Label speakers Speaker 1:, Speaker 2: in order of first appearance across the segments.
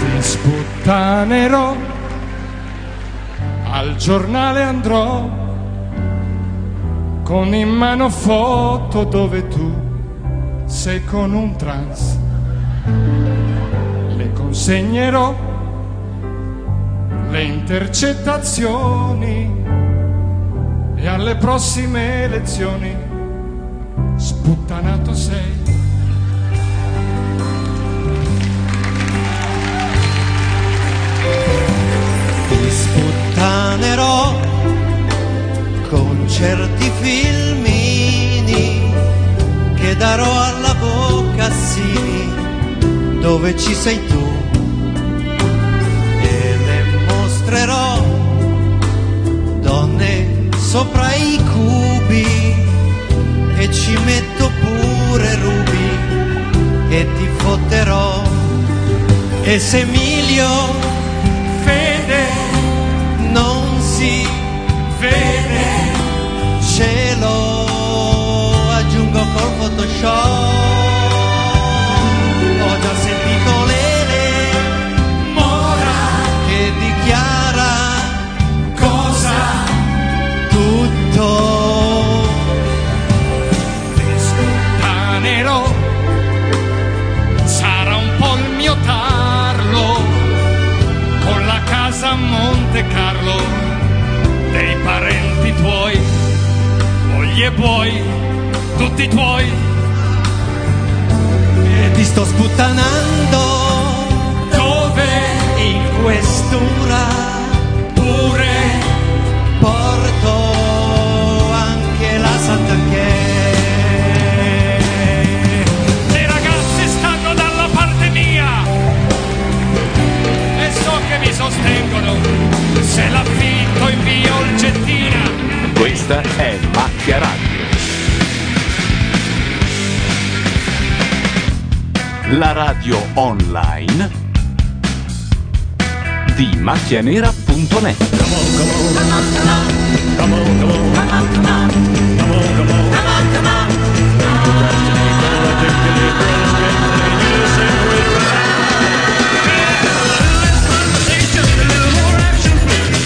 Speaker 1: Ti sputtanerò, al giornale andrò, con in mano foto dove tu sei con un trans. Le consegnerò le intercettazioni e alle prossime elezioni sputtanato sei.
Speaker 2: Ti sputtanerò con certi filmini che darò alla Boccassini dove ci sei tu e le mostrerò donne sopra i cubi e ci metto pure rubi e ti fotterò e se Emilio
Speaker 1: Fede,
Speaker 2: non si
Speaker 1: vede,
Speaker 2: ce lo aggiungo col Photoshop. Ho già sentito Lele
Speaker 1: mora,
Speaker 2: che dichiara
Speaker 1: cosa
Speaker 2: tutto.
Speaker 1: ti sputtanerò. Sarà un po' il mio tarlo, con la casa a Monte Carlo, dei parenti tuoi, mogli e buoi, tutti tuoi.
Speaker 2: E ti sto sputtanando
Speaker 1: Dove
Speaker 2: in questura.
Speaker 1: pure
Speaker 2: Porto anche la Sant'Anchè.
Speaker 1: Le ragazze stanno dalla parte mia e so che mi sostengono se l'affitto in via Olgettina.
Speaker 3: Questa è Macchia Radio. La radio online di macchianera.net.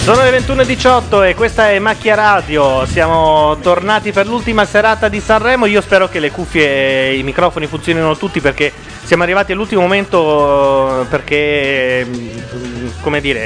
Speaker 4: Sono le 21.18 e questa è Macchia Radio. Siamo tornati per l'ultima serata di Sanremo. Io spero che le cuffie e i microfoni funzionino tutti perché siamo arrivati all'ultimo momento eh, perché, mm, come dire,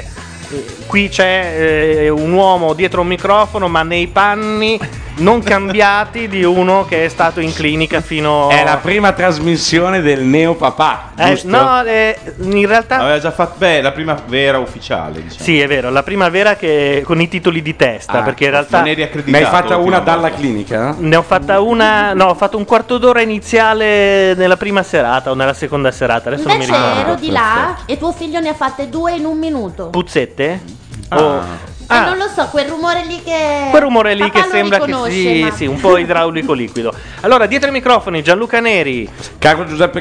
Speaker 4: eh, qui c'è eh, un uomo dietro un microfono ma nei panni non cambiati di uno che è stato in clinica fino...
Speaker 5: È la prima trasmissione del neo papà,
Speaker 4: Eh,
Speaker 5: giusto?
Speaker 4: no, eh, in realtà...
Speaker 5: Aveva già fatto, beh, la prima vera ufficiale, diciamo.
Speaker 4: Sì, è vero, la prima vera che con i titoli di testa,
Speaker 5: Ah,
Speaker 4: perché in realtà
Speaker 5: non eri accreditato diciamo,
Speaker 6: Ne hai fatta
Speaker 5: l'ultima
Speaker 6: una dalla
Speaker 5: volta.
Speaker 6: clinica?
Speaker 4: Ne ho fatta una, no, ho fatto un quarto d'ora iniziale nella prima serata o nella seconda serata, adesso
Speaker 7: Invece
Speaker 4: non mi ricordo.
Speaker 7: ero di là e tuo figlio ne ha fatte due in un minuto.
Speaker 4: Puzzette?
Speaker 5: Ah.
Speaker 4: O-
Speaker 7: E
Speaker 4: Ah,
Speaker 7: non lo so, quel rumore lì che.
Speaker 4: quel rumore lì
Speaker 7: Eh, Papà
Speaker 4: che
Speaker 7: lo
Speaker 4: sembra che
Speaker 7: riconosce,
Speaker 4: sì,
Speaker 7: ma-
Speaker 4: sì, un po' idraulico liquido. Allora, dietro i microfoni Gianluca Neri.
Speaker 6: Caro Giuseppe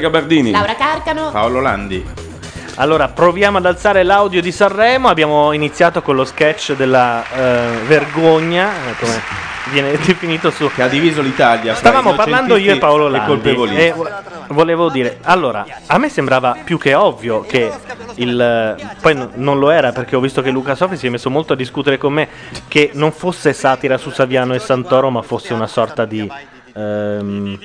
Speaker 6: Gabardini.
Speaker 7: Laura Carcano.
Speaker 5: Paolo Landi.
Speaker 4: Allora, proviamo ad alzare l'audio di Sanremo. Abbiamo iniziato con lo sketch della eh, vergogna, eh, come viene definito su
Speaker 5: Che ha diviso l'Italia. fra
Speaker 4: Stavamo parlando io e
Speaker 5: innocentisti
Speaker 4: Paolo Landi
Speaker 5: colpevolisti.
Speaker 4: e vo- volevo dire, allora, a me sembrava più che ovvio che il eh, poi n- non lo era perché ho visto che Luca Sofi si è messo molto a discutere con me che non fosse satira su Saviano e Santoro, ma fosse una sorta di ehm,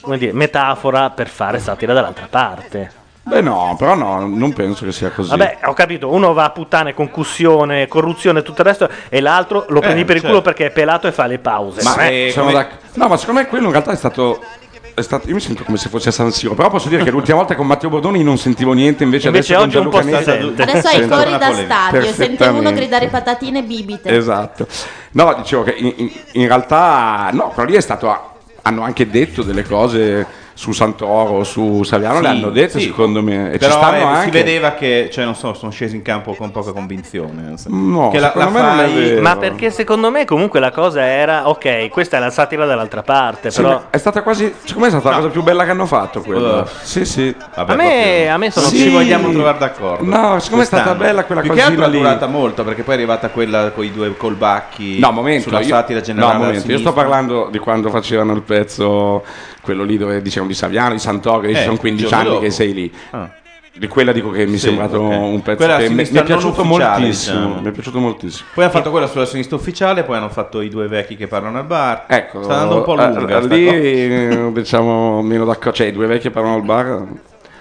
Speaker 4: come dire, metafora per fare satira dall'altra parte.
Speaker 6: Beh no, però no, non penso che sia così.
Speaker 4: Vabbè, ho capito, uno va a puttane, concussione, corruzione e tutto il resto e l'altro lo prendi per il
Speaker 5: certo.
Speaker 4: culo perché è pelato e fa le pause.
Speaker 6: Ma
Speaker 4: Eh,
Speaker 6: sono
Speaker 5: come-
Speaker 6: d'acc- No, ma secondo me quello in realtà è stato... è stato- Io mi sento come se fosse a San Siro, però posso dire che l'ultima volta con Matteo Bordoni non sentivo niente, invece,
Speaker 4: Invece
Speaker 6: adesso
Speaker 4: oggi
Speaker 6: con
Speaker 4: un po'
Speaker 6: Gianluca
Speaker 4: si
Speaker 6: Neri-
Speaker 4: sente.
Speaker 7: Adesso ai
Speaker 6: Sento
Speaker 7: cori
Speaker 5: una
Speaker 7: da
Speaker 5: polemica.
Speaker 7: stadio, sentiamo uno
Speaker 6: Perfettamente.
Speaker 7: gridare patatine e bibite.
Speaker 6: Esatto. No, dicevo che in, in- in realtà no, quello lì è stato hanno anche detto delle cose su Santoro, su Saviano,
Speaker 5: Sì,
Speaker 6: le hanno dette
Speaker 5: sì.
Speaker 6: secondo me. E
Speaker 5: Però
Speaker 6: ci stanno
Speaker 5: eh,
Speaker 6: anche.
Speaker 5: si vedeva che, cioè, non so, sono scesi in campo con poca convinzione. nel senso.
Speaker 6: No,
Speaker 5: che la, la
Speaker 6: secondo me non è
Speaker 5: fai-
Speaker 6: vero.
Speaker 4: Ma perché secondo me comunque la cosa era, ok, questa è la satira dall'altra
Speaker 5: Eh,
Speaker 4: parte,
Speaker 6: Sì,
Speaker 4: però...
Speaker 6: ma è stata quasi. Secondo me è stata la cosa più bella che hanno fatto quella.
Speaker 5: Uh.
Speaker 6: Sì, sì.
Speaker 5: Vabbè,
Speaker 4: A me-
Speaker 5: proprio-
Speaker 4: a me sono-
Speaker 5: Non
Speaker 6: Sì.
Speaker 5: ci vogliamo trovare d'accordo.
Speaker 6: No, secondo me è stata
Speaker 5: Quest'anno.
Speaker 6: bella quella
Speaker 5: Più
Speaker 6: cosina
Speaker 5: che altro
Speaker 6: lì.
Speaker 5: è durata molto perché poi è arrivata quella con i due colbacchi.
Speaker 6: No, momento,
Speaker 5: Sulla
Speaker 6: io-
Speaker 5: satira
Speaker 6: no,
Speaker 5: generale.
Speaker 6: momento,
Speaker 5: della
Speaker 6: io sto
Speaker 5: sinistra.
Speaker 6: parlando di quando facevano il pezzo, quello lì dove dicevano di Saviano, di Santoro, che dice
Speaker 5: Eh,
Speaker 6: sono 15
Speaker 5: giorno
Speaker 6: anni che
Speaker 5: dopo.
Speaker 6: sei lì.
Speaker 5: Ah.
Speaker 6: Di quella dico che mi è
Speaker 5: Sì,
Speaker 6: sembrato
Speaker 5: ok.
Speaker 6: un pezzo
Speaker 5: Quella
Speaker 6: che mi, mi
Speaker 5: sinistra
Speaker 6: è piaciuto
Speaker 5: non ufficiale,
Speaker 6: moltissimo.
Speaker 5: diciamo.
Speaker 6: Mi è piaciuto moltissimo.
Speaker 5: Poi hanno fatto quella sulla sinistra ufficiale, poi hanno fatto i due vecchi che parlano al bar.
Speaker 6: Ecco,
Speaker 5: sta andando un po'
Speaker 6: a-
Speaker 5: lunga.
Speaker 6: a-
Speaker 5: sta
Speaker 6: lì
Speaker 5: cosa.
Speaker 6: eh, diciamo meno d'accordo. Cioè, i due vecchi parlano al bar,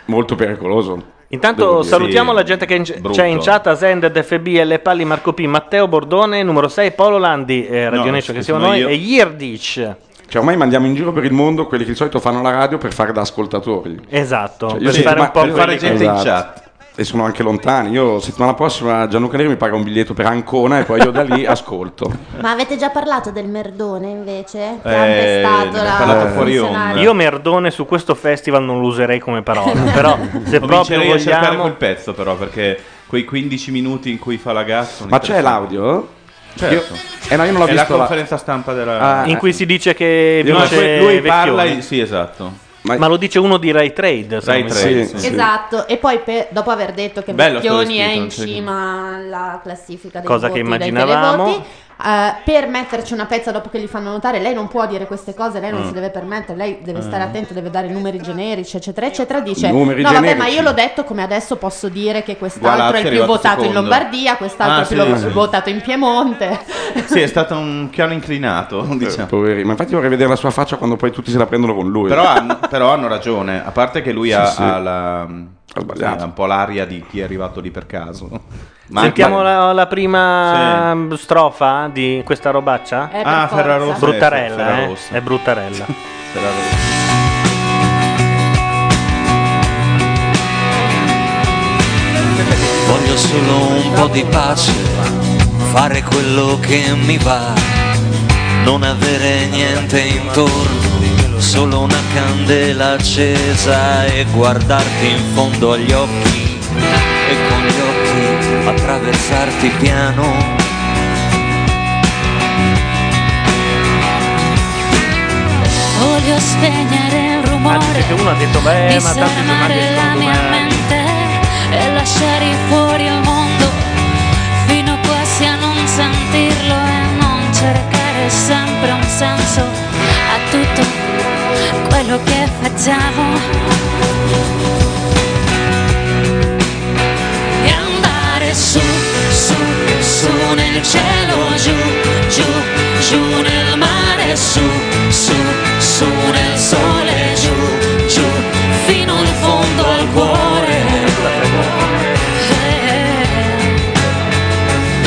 Speaker 6: molto pericoloso. Devo
Speaker 4: Intanto
Speaker 6: dire.
Speaker 4: salutiamo
Speaker 5: Sì,
Speaker 4: la gente che in- c'è
Speaker 5: brutto.
Speaker 4: in chat, Asended, FB, L. Palli, Marco P, Matteo Bordone, numero 6, Paolo Landi, eh, Radio
Speaker 5: No,
Speaker 4: Nation che
Speaker 5: sì,
Speaker 4: siamo
Speaker 5: sono
Speaker 4: noi,
Speaker 5: io.
Speaker 4: e Yirdic.
Speaker 6: Cioè, ormai mandiamo in giro per il mondo quelli che di solito fanno la radio per fare da ascoltatori.
Speaker 4: Esatto,
Speaker 6: Cioè, io
Speaker 4: per
Speaker 6: sì,
Speaker 4: fare
Speaker 6: ma- esatto.
Speaker 4: un po'
Speaker 5: per fare
Speaker 4: quelli che-
Speaker 5: gente in chat.
Speaker 6: E sono anche lontani. Io settimana prossima Gianluca Neri mi paga un biglietto per Ancona e poi io da lì ascolto.
Speaker 7: Ma avete già parlato del merdone invece? Che
Speaker 5: Eh,
Speaker 7: ha
Speaker 5: ne
Speaker 7: pestato
Speaker 5: ha
Speaker 7: la
Speaker 5: parlato fuori
Speaker 7: funzionaria.
Speaker 5: onda.
Speaker 4: Io merdone su questo festival non lo userei come parola, però se proprio
Speaker 5: Comincerei a cercare quel
Speaker 4: vogliamo...
Speaker 5: pezzo, però, perché quei 15 minuti in cui fa la gas. sono
Speaker 6: Ma c'è
Speaker 5: interessanti.
Speaker 6: l'audio?
Speaker 5: Certo.
Speaker 6: eh no, io non l'ho
Speaker 5: È la
Speaker 6: visto. la-
Speaker 5: conferenza stampa della.
Speaker 6: Ah,
Speaker 4: In cui si dice che
Speaker 5: No,
Speaker 4: vince
Speaker 5: lui parla.
Speaker 4: Vecchioni,
Speaker 5: in- Sì, esatto.
Speaker 6: Ma-
Speaker 4: ma lo dice uno di Rai Trade. se
Speaker 5: Rai
Speaker 4: non mi
Speaker 5: Trade.
Speaker 4: sbaglio.
Speaker 6: Sì,
Speaker 5: Sì,
Speaker 6: sì.
Speaker 7: Esatto, e poi pe- dopo aver detto che
Speaker 5: Bello sto
Speaker 7: Vecchioni è
Speaker 5: vestito,
Speaker 7: in
Speaker 5: non c'è chi-
Speaker 7: cima alla classifica dei
Speaker 4: Cosa
Speaker 7: voti
Speaker 4: che
Speaker 7: dai
Speaker 4: immaginavamo.
Speaker 7: televoti, eh, per metterci una pezza dopo che gli fanno notare, lei non può dire queste cose, lei non
Speaker 5: Mm.
Speaker 7: si deve permettere, lei deve stare attenta, deve dare numeri generici, eccetera, eccetera. Dice:
Speaker 6: Numeri
Speaker 7: No, vabbè, ma
Speaker 6: generici.
Speaker 7: io l'ho detto come adesso posso dire che
Speaker 5: Gualazzi
Speaker 7: quest'altro è il
Speaker 5: è
Speaker 7: più
Speaker 5: arrivato
Speaker 7: votato in
Speaker 5: secondo.
Speaker 7: Lombardia, quest'altro
Speaker 5: Ah,
Speaker 7: è il
Speaker 5: sì,
Speaker 7: più lo-
Speaker 5: sì.
Speaker 7: votato in Piemonte.
Speaker 5: Sì, è stato un piano inclinato,
Speaker 6: Eh,
Speaker 5: diciamo.
Speaker 6: Poveri, ma infatti vorrei vedere la sua faccia quando poi tutti se la prendono con lui.
Speaker 5: Però hanno, però hanno ragione, a parte che lui ha,
Speaker 6: Sì, sì.
Speaker 5: ha la-
Speaker 6: sbagliato.
Speaker 5: sì, ha un po' l'aria di chi è arrivato lì per caso. Ma
Speaker 4: Sentiamo
Speaker 5: anche-
Speaker 4: la, la prima mh, strofa di questa robaccia?
Speaker 7: Eh, per
Speaker 5: Ah,
Speaker 7: forza.
Speaker 5: Ferrarossa. Sì,
Speaker 4: bruttarella, eh,
Speaker 5: Ferrarossa.
Speaker 4: è bruttarella.
Speaker 2: Voglio solo un po' di pace, fare quello che mi va, non avere niente intorno, solo una candela accesa e guardarti in fondo agli occhi e con gli occhi attraversarti piano.
Speaker 8: Voglio spegnere il
Speaker 4: Ah, dice
Speaker 8: rumore
Speaker 4: che uno ha detto, beh, ma tanti giornali
Speaker 8: Disegnare la
Speaker 4: escono
Speaker 8: mia
Speaker 4: domani.
Speaker 8: mente E lasciare fuori il mondo Fino quasi a non sentirlo E non cercare sempre un senso A tutto quello che facciamo E andare su, su, su nel cielo, giù, giù, giù nel mare, su, su, su nel sole, giù, giù, fino in fondo al cuore.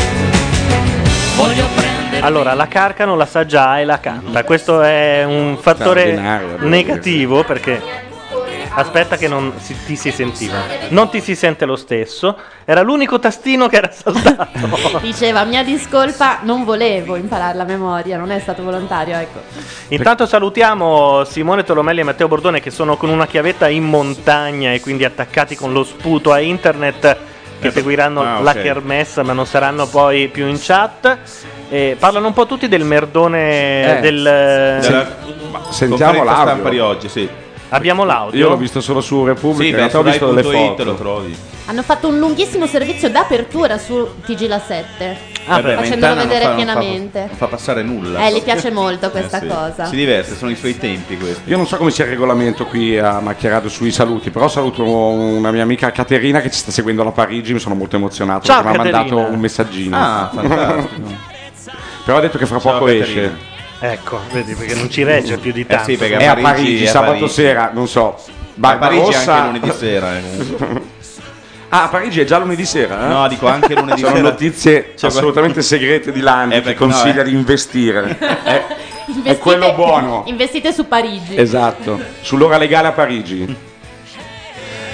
Speaker 8: Eh. Voglio prendere
Speaker 4: Allora, la carcano la sa già e la canta. Questo è un fattore
Speaker 6: Straordinario, devo
Speaker 4: negativo perché. Aspetta, che non si- ti si sentiva. Non ti si sente lo stesso. Era l'unico tastino che era saltato.
Speaker 7: Diceva: Mia discolpa, non volevo imparare la memoria, non è stato volontario, ecco.
Speaker 4: Intanto salutiamo Simone Tolomelli e Matteo Bordone che sono con una chiavetta in montagna e quindi attaccati con lo sputo a internet che seguiranno
Speaker 5: ah, ok.
Speaker 4: la kermessa ma non saranno poi più in chat. E parlano un po' tutti del merdone
Speaker 6: Eh,
Speaker 4: del...
Speaker 5: Della-
Speaker 6: Sentiamo
Speaker 5: conferenza stampa di
Speaker 6: l'audio.
Speaker 5: oggi, sì.
Speaker 4: Abbiamo l'audio.
Speaker 6: Io l'ho visto solo su Repubblica, in realtà ho visto delle
Speaker 5: rai.it
Speaker 6: foto.
Speaker 5: lo trovi.
Speaker 4: Esatto.
Speaker 7: Hanno fatto un lunghissimo servizio d'apertura su TG La 7.
Speaker 4: Ah,
Speaker 5: Eh beh,
Speaker 4: beh,
Speaker 7: facendolo
Speaker 5: Mentana non
Speaker 7: vedere
Speaker 5: fa- non
Speaker 7: pienamente.
Speaker 5: Fa, non fa passare nulla.
Speaker 7: Eh, gli piace molto questa
Speaker 5: Eh, sì.
Speaker 7: cosa.
Speaker 5: Si diverte, sono i suoi tempi questi.
Speaker 6: Io non so come sia il regolamento qui a Macchiaradio sui saluti, però saluto una mia amica Caterina che ci sta seguendo da Parigi, mi sono molto emozionato
Speaker 4: Ciao,
Speaker 6: perché mi ha
Speaker 4: Caterina.
Speaker 6: mandato un messaggino.
Speaker 5: Ah, fantastico.
Speaker 6: Però ha detto che fra
Speaker 5: Ciao,
Speaker 6: poco
Speaker 5: Caterina.
Speaker 6: esce.
Speaker 4: Ecco, vedi perché non ci regge più di tanto.
Speaker 5: Eh sì, perché-
Speaker 6: È a
Speaker 5: Parigi,
Speaker 6: Parigi
Speaker 5: è a
Speaker 6: sabato
Speaker 5: Parigi.
Speaker 6: sera, non so.
Speaker 5: Ma a
Speaker 6: Barbarossa.
Speaker 5: Parigi è anche lunedì sera. eh, comunque.
Speaker 6: Ah, a Parigi è già lunedì sera? eh?
Speaker 5: No, dico anche lunedì
Speaker 6: Sono
Speaker 5: sera.
Speaker 6: notizie
Speaker 5: Cioè,
Speaker 6: assolutamente segrete di Landi
Speaker 5: Eh,
Speaker 6: che
Speaker 5: perché
Speaker 6: consiglia
Speaker 5: no, eh.
Speaker 6: di investire. Eh,
Speaker 7: Investite-
Speaker 6: quello buono.
Speaker 7: Investite su Parigi.
Speaker 6: esatto, sull'ora legale a Parigi.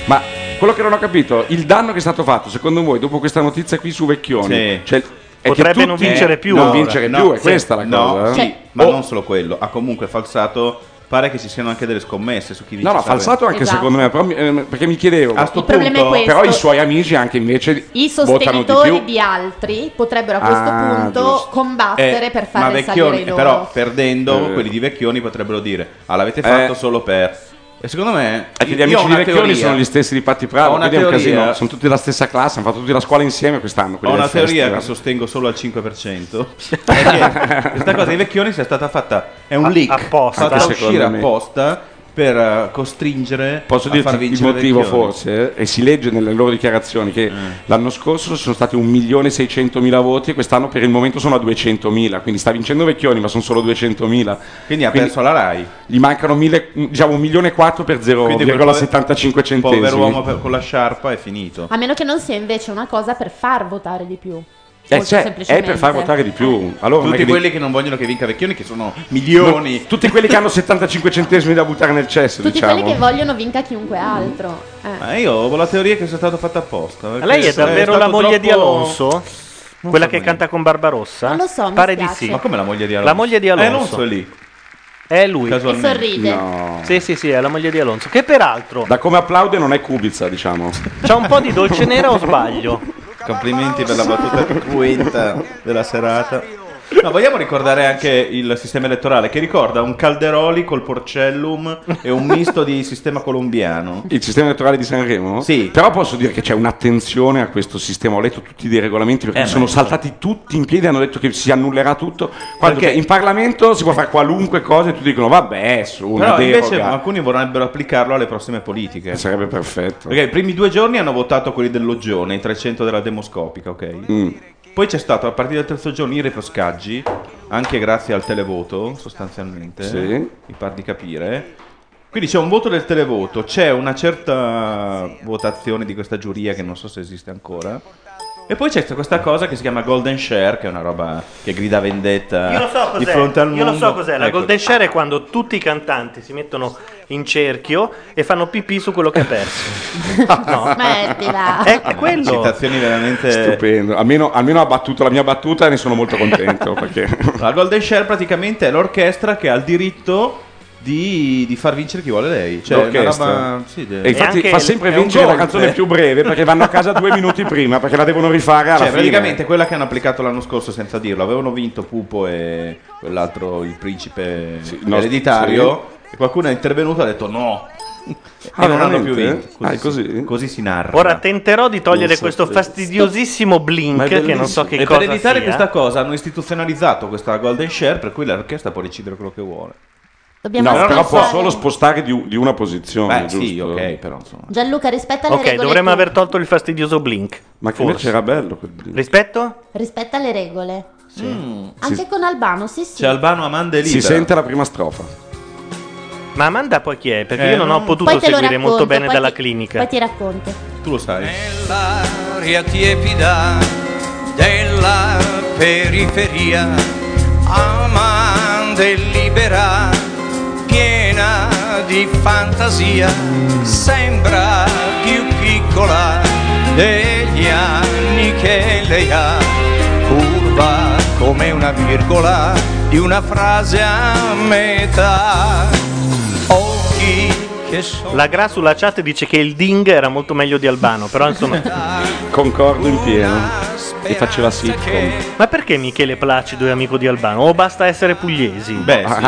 Speaker 6: Ma quello che non ho capito, il danno che è stato fatto, secondo voi, dopo questa notizia qui su Vecchioni,
Speaker 5: Sì.
Speaker 6: cioè, è che
Speaker 4: Potrebbe non
Speaker 6: tutti- eh,
Speaker 4: vincere più
Speaker 6: Non
Speaker 4: ora.
Speaker 6: vincere
Speaker 5: No,
Speaker 6: più, è
Speaker 5: sì,
Speaker 6: questa la
Speaker 5: no,
Speaker 6: cosa. eh?
Speaker 5: sì,
Speaker 7: Cioè-
Speaker 5: ma
Speaker 6: Oh,
Speaker 5: non solo quello, ha comunque falsato pare che ci siano anche delle scommesse su chi vince.
Speaker 6: No, no,
Speaker 5: Sanremo.
Speaker 6: falsato
Speaker 7: Esatto.
Speaker 6: anche secondo me, però mi- ehm, perché mi chiedevo.
Speaker 5: A sto
Speaker 7: Il problema punto- è questo.
Speaker 6: Però i suoi amici anche invece
Speaker 7: I
Speaker 6: votano di
Speaker 7: sostenitori
Speaker 6: più.
Speaker 7: di, altri potrebbero a questo
Speaker 6: Ah,
Speaker 7: punto
Speaker 6: giusto.
Speaker 7: combattere
Speaker 5: Eh,
Speaker 7: per
Speaker 5: ma
Speaker 7: fare
Speaker 5: Vecchioni,
Speaker 7: salire i loro.
Speaker 5: però perdendo
Speaker 6: Eh.
Speaker 5: quelli di Vecchioni potrebbero dire ah l'avete fatto
Speaker 6: Eh.
Speaker 5: solo per e secondo me
Speaker 6: Perché gli amici di Vecchioni sono gli stessi di Patti Prado,
Speaker 5: Ho una
Speaker 6: quindi è un
Speaker 5: teoria-
Speaker 6: casino. Sono tutti della stessa classe, hanno fatto tutti la scuola insieme quest'anno.
Speaker 5: ho
Speaker 6: quelli
Speaker 5: una
Speaker 6: del
Speaker 5: teoria che
Speaker 6: festival.
Speaker 5: sostengo solo al 5% è che questa cosa dei Vecchioni sia stata fatta è un
Speaker 6: A-
Speaker 5: leak
Speaker 6: apposta.
Speaker 5: fatta
Speaker 6: Anche secondo
Speaker 5: uscire
Speaker 6: me.
Speaker 5: apposta per eh, costringere
Speaker 6: Posso
Speaker 5: a far
Speaker 6: dirti il
Speaker 5: vincere
Speaker 6: motivo
Speaker 5: Vecchioni.
Speaker 6: forse, eh? e si legge nelle loro dichiarazioni che
Speaker 5: Mm.
Speaker 6: l'anno scorso sono stati 1.600.000 voti e quest'anno per il momento sono a 200.000, quindi sta vincendo Vecchioni ma sono solo 200.000.
Speaker 5: Quindi ha perso
Speaker 6: la RAI. Gli mancano mille, diciamo 1.400.000 per
Speaker 5: Quindi quel
Speaker 6: 0,75 centesimi.
Speaker 5: povero uomo per- con la sciarpa è finito
Speaker 7: A meno che non sia invece una cosa per far votare di più.
Speaker 6: Eh,
Speaker 7: Molto
Speaker 6: cioè, è
Speaker 7: semplicemente. Eh.
Speaker 6: per far votare di più. Allora, non è
Speaker 5: tutti
Speaker 6: che-
Speaker 5: quelli che non vogliono che vinca Vecchioni che sono milioni
Speaker 6: No, tutti quelli che hanno 75 centesimi da buttare nel cesso,
Speaker 7: Tutti
Speaker 6: diciamo.
Speaker 7: quelli che vogliono vinca chiunque altro. Eh.
Speaker 5: Ma io ho la teoria che sia stata fatta apposta. perché
Speaker 4: Lei è
Speaker 5: stato
Speaker 4: davvero la moglie di
Speaker 5: troppo-
Speaker 4: Alonso? Quella che canta con Barbarossa?
Speaker 7: Non lo so, mi
Speaker 4: Eh? Pare di
Speaker 7: spiace.
Speaker 4: sì.
Speaker 5: Ma come la moglie di Alonso?
Speaker 4: La moglie di
Speaker 5: Eh,
Speaker 4: Alonso.
Speaker 5: Alonso è lì.
Speaker 4: È lui.
Speaker 5: Casualmente.
Speaker 7: E sorride.
Speaker 6: No.
Speaker 4: Sì, sì, sì, è la moglie di Alonso. Che peraltro
Speaker 6: Da come applaude non è Kubica, diciamo.
Speaker 4: c'ha un po' di dolce nera o sbaglio?
Speaker 5: Complimenti per la battuta cruenta della serata. No, vogliamo ricordare anche il sistema elettorale che ricorda un calderoli col porcellum e un misto di sistema colombiano.
Speaker 6: Il sistema elettorale di Sanremo? Sì. Però posso dire che c'è un'attenzione a questo sistema. Ho letto tutti dei regolamenti perché
Speaker 5: Eh, ma
Speaker 6: sono
Speaker 5: ecco.
Speaker 6: saltati tutti in piedi e hanno detto che si annullerà tutto. Quando
Speaker 5: Perché-
Speaker 6: in Parlamento si può fare qualunque cosa e tutti dicono vabbè, su, una
Speaker 5: Però
Speaker 6: deroga.
Speaker 5: invece alcuni vorrebbero applicarlo alle prossime politiche.
Speaker 6: Sarebbe perfetto.
Speaker 5: Perché i primi due giorni hanno votato quelli dell'Ogione, i 300 della demoscopica, ok?
Speaker 6: Mm.
Speaker 5: Poi c'è stato a partire dal terzo giorno i retroscaggi, anche grazie al televoto sostanzialmente,
Speaker 6: Sì.
Speaker 5: mi par di capire. Quindi c'è un voto del televoto, c'è una certa votazione di questa giuria che non so se esiste ancora. E poi c'è questa cosa che si chiama Golden Share, che è una roba che grida vendetta
Speaker 4: Io lo so
Speaker 5: di
Speaker 4: cos'è.
Speaker 5: fronte al mondo.
Speaker 4: Io lo so cos'è. La
Speaker 5: Ecco.
Speaker 4: golden share è quando tutti i cantanti si mettono in cerchio e fanno pipì su quello che ha perso. no.
Speaker 7: Smettila.
Speaker 4: È, è quello.
Speaker 5: Citazioni veramente...
Speaker 6: Stupendo. Almeno, almeno ha battuto la mia battuta e ne sono molto contento. perché...
Speaker 5: La Golden Share praticamente è l'orchestra che ha il diritto di, di far vincere chi vuole lei. Cioè, è una
Speaker 6: L'orchestra.
Speaker 5: roba- sì, cioè- de-
Speaker 6: E
Speaker 4: E
Speaker 6: infatti
Speaker 4: anche
Speaker 6: fa
Speaker 4: il-
Speaker 6: sempre
Speaker 5: è un
Speaker 6: vincere la
Speaker 5: gol,
Speaker 6: canzone
Speaker 5: eh.
Speaker 6: più breve perché vanno a casa due minuti prima perché la devono rifare alla
Speaker 5: Cioè,
Speaker 6: fine.
Speaker 5: praticamente quella che hanno applicato l'anno scorso senza dirlo, avevano vinto Pupo e quell'altro, il principe
Speaker 6: no,
Speaker 5: ereditario. E qualcuno è intervenuto e ha detto no.
Speaker 6: Ah,
Speaker 5: e non hanno più
Speaker 6: veramente?
Speaker 5: vinto.
Speaker 6: Ah, è così?
Speaker 5: si, così si narra.
Speaker 4: Ora tenterò di togliere
Speaker 5: Non so
Speaker 4: questo
Speaker 5: se-
Speaker 4: fastidiosissimo
Speaker 6: eh, Ma è
Speaker 4: blink che non so
Speaker 6: bellissimo.
Speaker 4: che
Speaker 5: e
Speaker 4: cosa
Speaker 5: per evitare
Speaker 4: sia.
Speaker 5: questa cosa hanno istituzionalizzato questa Golden Share, per cui l'orchestra può decidere quello che vuole.
Speaker 7: Dobbiamo
Speaker 6: no, però può
Speaker 7: pensare-
Speaker 6: solo spostare di, di una posizione.
Speaker 5: Beh,
Speaker 6: giusto?
Speaker 5: sì, ok, eh, però insomma.
Speaker 7: Gianluca, rispetta le
Speaker 4: Ok,
Speaker 7: regole.
Speaker 4: dovremmo
Speaker 7: tu.
Speaker 4: aver tolto il fastidioso blink.
Speaker 6: Ma che
Speaker 4: Forse.
Speaker 6: invece era bello quel blink.
Speaker 4: Rispetto?
Speaker 7: Rispetta le regole.
Speaker 5: Mm.
Speaker 7: Anche con Albano, sì, sì.
Speaker 5: C'è Albano Amande
Speaker 6: Si
Speaker 5: Libera.
Speaker 6: sente la prima strofa.
Speaker 4: Ma Amanda poi chi è? Perché
Speaker 5: Eh,
Speaker 4: io non ho
Speaker 5: no.
Speaker 4: potuto
Speaker 7: Poi te lo
Speaker 4: seguire
Speaker 7: racconto,
Speaker 4: molto bene
Speaker 7: poi
Speaker 4: dalla
Speaker 7: ti-
Speaker 4: clinica.
Speaker 7: Poi ti racconto.
Speaker 5: Tu lo sai.
Speaker 9: Nell'aria tiepida della periferia, amante libera, piena di fantasia, sembra più piccola degli anni che lei ha, curva come una virgola di una frase a metà. Oh, Occhi che sono...
Speaker 4: La Gra sulla chat dice che il ding era molto meglio di Albano, però insomma...
Speaker 6: Concordo in pieno. E faceva sitcom.
Speaker 4: Ma perché Michele Placido è amico di Albano? O basta essere pugliesi?
Speaker 5: Beh, sì.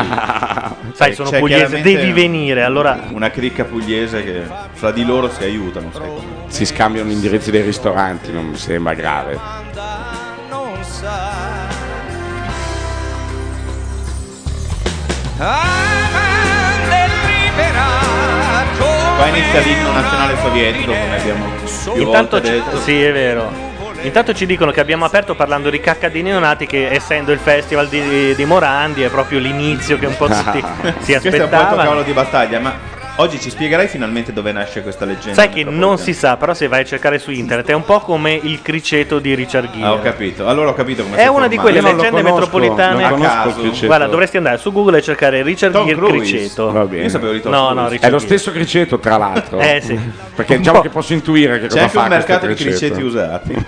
Speaker 4: Sai, sono
Speaker 5: c'è
Speaker 4: pugliese,
Speaker 5: chiaramente-
Speaker 4: devi venire, allora...
Speaker 5: una cricca pugliese che fra di loro si aiutano. Sai come.
Speaker 6: Si scambiano gli indirizzi dei ristoranti, non mi sembra grave.
Speaker 9: non sa. Amante libera
Speaker 5: Qua inizia l'inno nazionale sovietico, come abbiamo più
Speaker 4: Intanto
Speaker 5: volte
Speaker 4: ci...
Speaker 5: detto.
Speaker 4: Sì, è vero. Intanto ci dicono che abbiamo aperto parlando di cacca di neonati che essendo il festival di, di Morandi è proprio l'inizio che un po' tutti si
Speaker 5: Questo è un po' il tuo cavolo
Speaker 4: aspettavano.
Speaker 5: di battaglia, ma oggi ci spiegherai finalmente dove nasce questa leggenda.
Speaker 4: Sai che non si
Speaker 5: metropolitana?
Speaker 4: sa, però se vai a cercare su internet è un po' come il criceto di Richard Gere.
Speaker 5: Ah, ho capito. Allora ho capito come
Speaker 4: È
Speaker 5: sei
Speaker 4: una di
Speaker 5: formato.
Speaker 4: quelle
Speaker 6: Io non lo
Speaker 4: leggende
Speaker 6: conosco,
Speaker 4: metropolitane.
Speaker 6: non
Speaker 5: A
Speaker 6: conosco
Speaker 5: caso.
Speaker 6: il criceto.
Speaker 4: Guarda, dovresti andare su Google e cercare Richard
Speaker 5: Tom
Speaker 4: Gere
Speaker 5: Cruise.
Speaker 4: criceto.
Speaker 6: Va bene.
Speaker 5: Io sapevo di Tom
Speaker 4: No, no,
Speaker 5: Cruise.
Speaker 4: Richard
Speaker 6: È lo
Speaker 4: Gere.
Speaker 6: stesso criceto, tra l'altro.
Speaker 4: Eh, sì.
Speaker 6: Perché
Speaker 4: Un
Speaker 6: diciamo
Speaker 4: po'.
Speaker 6: che posso intuire che
Speaker 5: C'è
Speaker 6: cosa
Speaker 5: anche
Speaker 6: fa
Speaker 5: un mercato di
Speaker 6: questo
Speaker 5: criceti usati.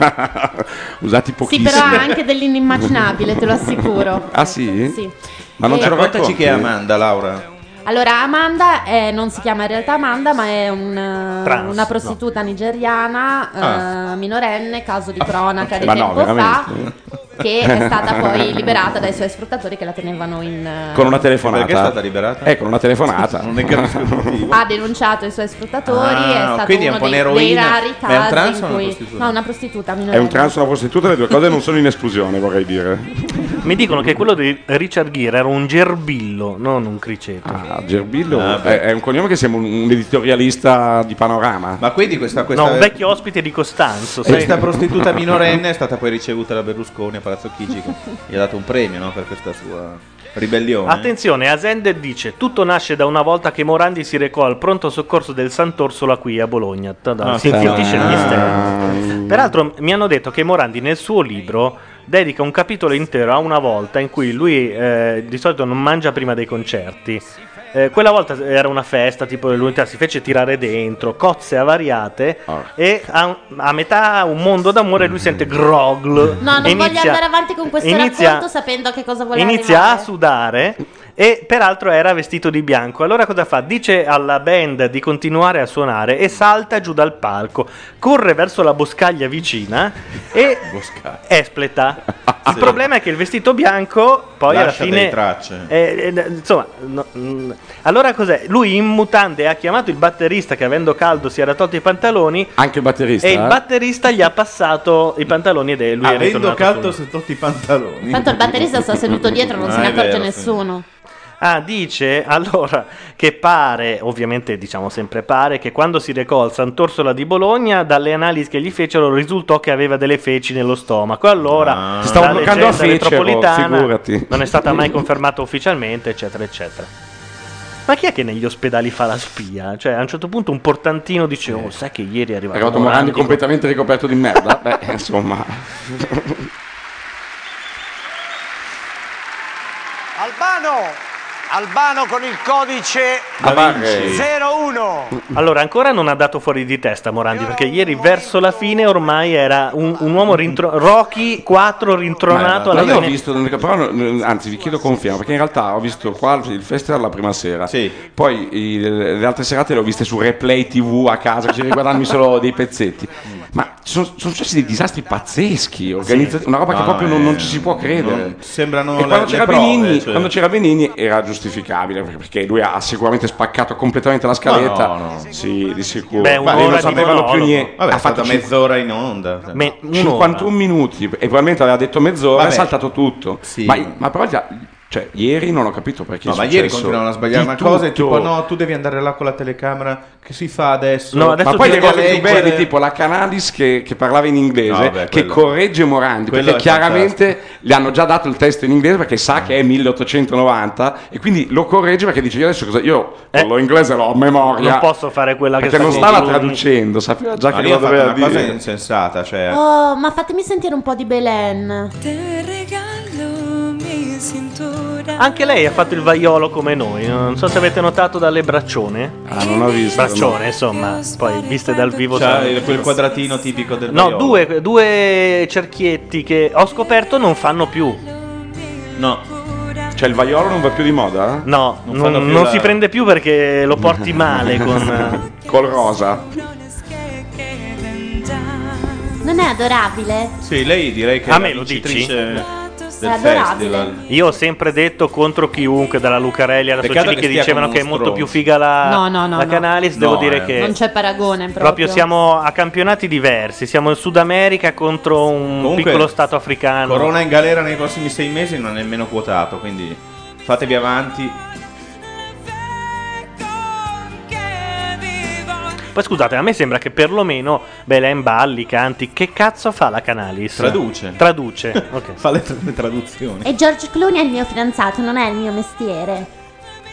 Speaker 6: Usati
Speaker 7: Sì,
Speaker 6: pochissimo.
Speaker 7: però ha anche dell'inimmaginabile, te lo assicuro.
Speaker 6: Ah, sì?
Speaker 7: Sì.
Speaker 6: Ma non
Speaker 7: Eh,
Speaker 6: ce lo
Speaker 5: Raccontaci
Speaker 6: racconti?
Speaker 5: chi è Amanda, Laura.
Speaker 7: Allora, Amanda è- non si chiama in realtà Amanda, ma è un, eh,
Speaker 6: Trans,
Speaker 7: una prostituta nigeriana eh, minorenne, caso di cronaca di
Speaker 6: Ah. Ma no,
Speaker 7: tempo fa,
Speaker 6: veramente.
Speaker 7: che è stata poi liberata dai suoi sfruttatori che la tenevano in... eh,
Speaker 6: Con una telefonata.
Speaker 5: Perché è stata liberata?
Speaker 6: Eh, con una telefonata.
Speaker 5: non ne capisco il motivo.
Speaker 7: ha denunciato i suoi sfruttatori,
Speaker 6: Ah,
Speaker 7: è stato
Speaker 6: quindi è
Speaker 7: uno
Speaker 6: un po'
Speaker 7: dei, dei
Speaker 6: un'eroina.
Speaker 7: rari
Speaker 6: Ma è un
Speaker 7: casi
Speaker 6: trans
Speaker 7: in
Speaker 6: o una
Speaker 7: cui...
Speaker 6: prostituta?
Speaker 7: no, una prostituta
Speaker 6: È
Speaker 7: minorenne.
Speaker 6: un trans, una prostituta, le due cose non sono in esclusione, vorrei dire.
Speaker 4: Mi dicono che quello di Richard Gere era un gerbillo, non un criceto.
Speaker 6: Ah, Gerbillo è, è un cognome che sembra un, un editorialista di panorama.
Speaker 5: Ma quindi questa,
Speaker 4: No, un vecchio ospite di Costanzo. sai?
Speaker 5: Questa prostituta minorenne è stata poi ricevuta da Berlusconi a Palazzo Chigi, che gli ha dato un premio no, per questa sua ribellione.
Speaker 4: Attenzione, Asende dice: Tutto nasce da una volta che Morandi si recò al pronto soccorso del Sant'Orsola qui a Bologna. Tada,
Speaker 5: Ah,
Speaker 4: si infiottisce il
Speaker 5: ah.
Speaker 8: Mm.
Speaker 4: mistero. Peraltro, mi hanno detto che Morandi nel suo libro dedica un capitolo intero a una volta in cui lui eh, di solito non mangia prima dei concerti. Eh, quella volta era una festa, tipo l'unità si fece tirare dentro, cozze avariate e a, a metà un mondo d'amore lui sente grogl.
Speaker 7: No, non
Speaker 4: e
Speaker 7: voglio
Speaker 4: inizia-
Speaker 7: andare avanti con questo
Speaker 4: inizia-
Speaker 7: racconto sapendo a che cosa vuole
Speaker 4: inizia
Speaker 7: arrivare.
Speaker 4: a sudare e peraltro era vestito di bianco. Allora cosa fa? Dice alla band di continuare a suonare e salta giù dal palco, corre verso la boscaglia vicina e espleta. Il problema è che il vestito bianco poi
Speaker 5: Lascia
Speaker 4: alla
Speaker 5: delle
Speaker 4: fine
Speaker 5: tracce.
Speaker 4: eh, eh, insomma, no, mm, allora cos'è? Lui in mutande ha chiamato il batterista che avendo caldo si era tolto i pantaloni
Speaker 6: Anche il batterista.
Speaker 4: e il
Speaker 6: eh?
Speaker 4: batterista gli ha passato i pantaloni ed è lui è
Speaker 5: Avendo
Speaker 4: ritornato
Speaker 5: caldo
Speaker 4: sul-
Speaker 5: su tutti i pantaloni.
Speaker 7: Tanto il batterista sta seduto dietro, non
Speaker 4: Ah,
Speaker 7: se ne
Speaker 4: è
Speaker 7: accorge
Speaker 4: vero, sì.
Speaker 7: nessuno.
Speaker 4: Ah, dice allora che pare, ovviamente diciamo sempre pare, che quando si recò al Sant'Orsola di Bologna, dalle analisi che gli fecero risultò che aveva delle feci nello stomaco. Allora,
Speaker 6: Si stava
Speaker 4: la
Speaker 6: bloccando a
Speaker 4: leggenda
Speaker 6: fecero,
Speaker 4: metropolitana
Speaker 6: figurati.
Speaker 4: non è stata mai confermata ufficialmente, eccetera, eccetera. Ma chi è che negli ospedali fa la spia? Cioè, a un certo punto un portantino dice, oh, sai che ieri è
Speaker 6: È
Speaker 4: arrivato,
Speaker 6: arrivato Morandi
Speaker 4: Morandi,
Speaker 6: completamente ricoperto di merda. Beh, insomma.
Speaker 10: Albano! Albano con il codice
Speaker 4: Da Vinci.
Speaker 10: 01.
Speaker 4: Allora, ancora non ha dato fuori di testa Morandi, perché ieri verso la fine ormai era un, un uomo rintro- Rocky 4 rintronato
Speaker 6: Ma
Speaker 4: alla
Speaker 6: io ho
Speaker 4: fine.
Speaker 6: visto, però, eh, anzi, vi chiedo conferma perché in realtà ho visto qua il festival la prima sera. Poi i- le altre serate le ho viste su replay TV a casa, così riguardandomi solo dei pezzetti. Ma ci sono, sono successi dei disastri pazzeschi, organizzati, una roba che
Speaker 5: No,
Speaker 6: proprio non,
Speaker 5: eh,
Speaker 6: non ci si può credere.
Speaker 5: non- sembrano
Speaker 6: E
Speaker 5: le-
Speaker 6: quando,
Speaker 5: le
Speaker 6: c'era
Speaker 5: prove,
Speaker 6: Benigni,
Speaker 5: cioè.
Speaker 6: quando c'era Benigni era giustificabile perché lui ha sicuramente spaccato completamente la scaletta.
Speaker 5: Ma no,
Speaker 6: Sì, di sicuro.
Speaker 5: Beh,
Speaker 6: Ma lì
Speaker 5: un'ora
Speaker 6: non
Speaker 5: di
Speaker 6: sapevano più
Speaker 5: monologo.
Speaker 6: niente.
Speaker 5: Vabbè, è stata
Speaker 6: cinque-
Speaker 5: mezz'ora in onda. cioè.
Speaker 6: 51 minuti e probabilmente aveva detto mezz'ora
Speaker 5: Vabbè.
Speaker 6: ha saltato tutto ma, ma però già- cioè, ieri non ho capito perché
Speaker 5: No,
Speaker 6: è
Speaker 5: ma ieri
Speaker 6: successo
Speaker 5: continuano a sbagliare
Speaker 6: di
Speaker 5: una cosa e
Speaker 6: tutto.
Speaker 5: tipo no, tu devi andare là con la telecamera, che si fa adesso?
Speaker 6: ma
Speaker 5: ti
Speaker 6: poi le cose
Speaker 5: devi
Speaker 6: più belle
Speaker 5: leggere.
Speaker 6: tipo la Canalis che, che parlava in inglese
Speaker 5: No, vabbè,
Speaker 6: che
Speaker 5: quello-
Speaker 6: corregge Morandi
Speaker 5: quello
Speaker 6: perché
Speaker 5: è
Speaker 6: chiaramente gli hanno già dato il testo in inglese perché sa che è 1890 e quindi lo corregge perché dice io adesso cosa io lo inglese l'ho a memoria
Speaker 4: Eh. Non posso fare quella che
Speaker 6: perché
Speaker 4: sta
Speaker 6: non
Speaker 4: con-
Speaker 6: stava traducendo sapeva già
Speaker 5: Ma
Speaker 6: che
Speaker 5: lì ha
Speaker 6: lo
Speaker 5: fatto
Speaker 6: doveva
Speaker 5: una cosa
Speaker 6: dire
Speaker 5: insensata,
Speaker 4: Eh.
Speaker 5: cioè
Speaker 7: Oh, ma fatemi sentire un po' di Belen.
Speaker 4: Anche lei ha fatto il vaiolo come noi, non so se avete notato dalle braccione.
Speaker 6: Ah, non ho visto.
Speaker 4: Braccione, insomma, Ah, poi viste dal vivo.
Speaker 5: C'ha
Speaker 4: sono-
Speaker 5: il- quel quadratino tipico del
Speaker 4: No,
Speaker 5: vaiolo.
Speaker 4: due, due cerchietti che ho scoperto non fanno più.
Speaker 5: No.
Speaker 6: Cioè il vaiolo non va più di moda? eh?
Speaker 4: No, non,
Speaker 6: fanno più
Speaker 4: non
Speaker 6: la-
Speaker 4: si prende più perché lo porti male con... eh.
Speaker 6: Col rosa.
Speaker 7: Non è adorabile?
Speaker 5: Sì, lei direi che
Speaker 4: A
Speaker 5: è
Speaker 4: me
Speaker 5: la
Speaker 4: lo
Speaker 5: vincitrice del
Speaker 7: adorabile.
Speaker 5: festival.
Speaker 4: Io ho sempre detto contro chiunque, dalla Lucarelli alla
Speaker 5: Peccato
Speaker 4: Socini,
Speaker 5: che
Speaker 4: che
Speaker 5: stia
Speaker 4: dicevano
Speaker 5: come
Speaker 4: che è
Speaker 5: uno
Speaker 4: molto più
Speaker 5: stronzo.
Speaker 4: figa la,
Speaker 7: No, no, no,
Speaker 4: Ah, la
Speaker 7: no.
Speaker 4: Canalis. devo
Speaker 5: No,
Speaker 4: dire
Speaker 5: eh.
Speaker 4: che
Speaker 7: Non c'è paragone proprio.
Speaker 4: proprio siamo a campionati diversi. Siamo in Sud America contro un
Speaker 5: Comunque,
Speaker 4: piccolo stato africano.
Speaker 5: Corona in galera nei prossimi sei mesi non è nemmeno quotato, quindi fatevi avanti.
Speaker 4: Poi scusate, a me sembra che perlomeno Belen balli, canti. Che cazzo fa la Canalis?
Speaker 5: Traduce.
Speaker 4: Traduce. ok.
Speaker 5: Fa le, tra- le traduzioni.
Speaker 7: E George Clooney è il mio fidanzato, non è il mio mestiere.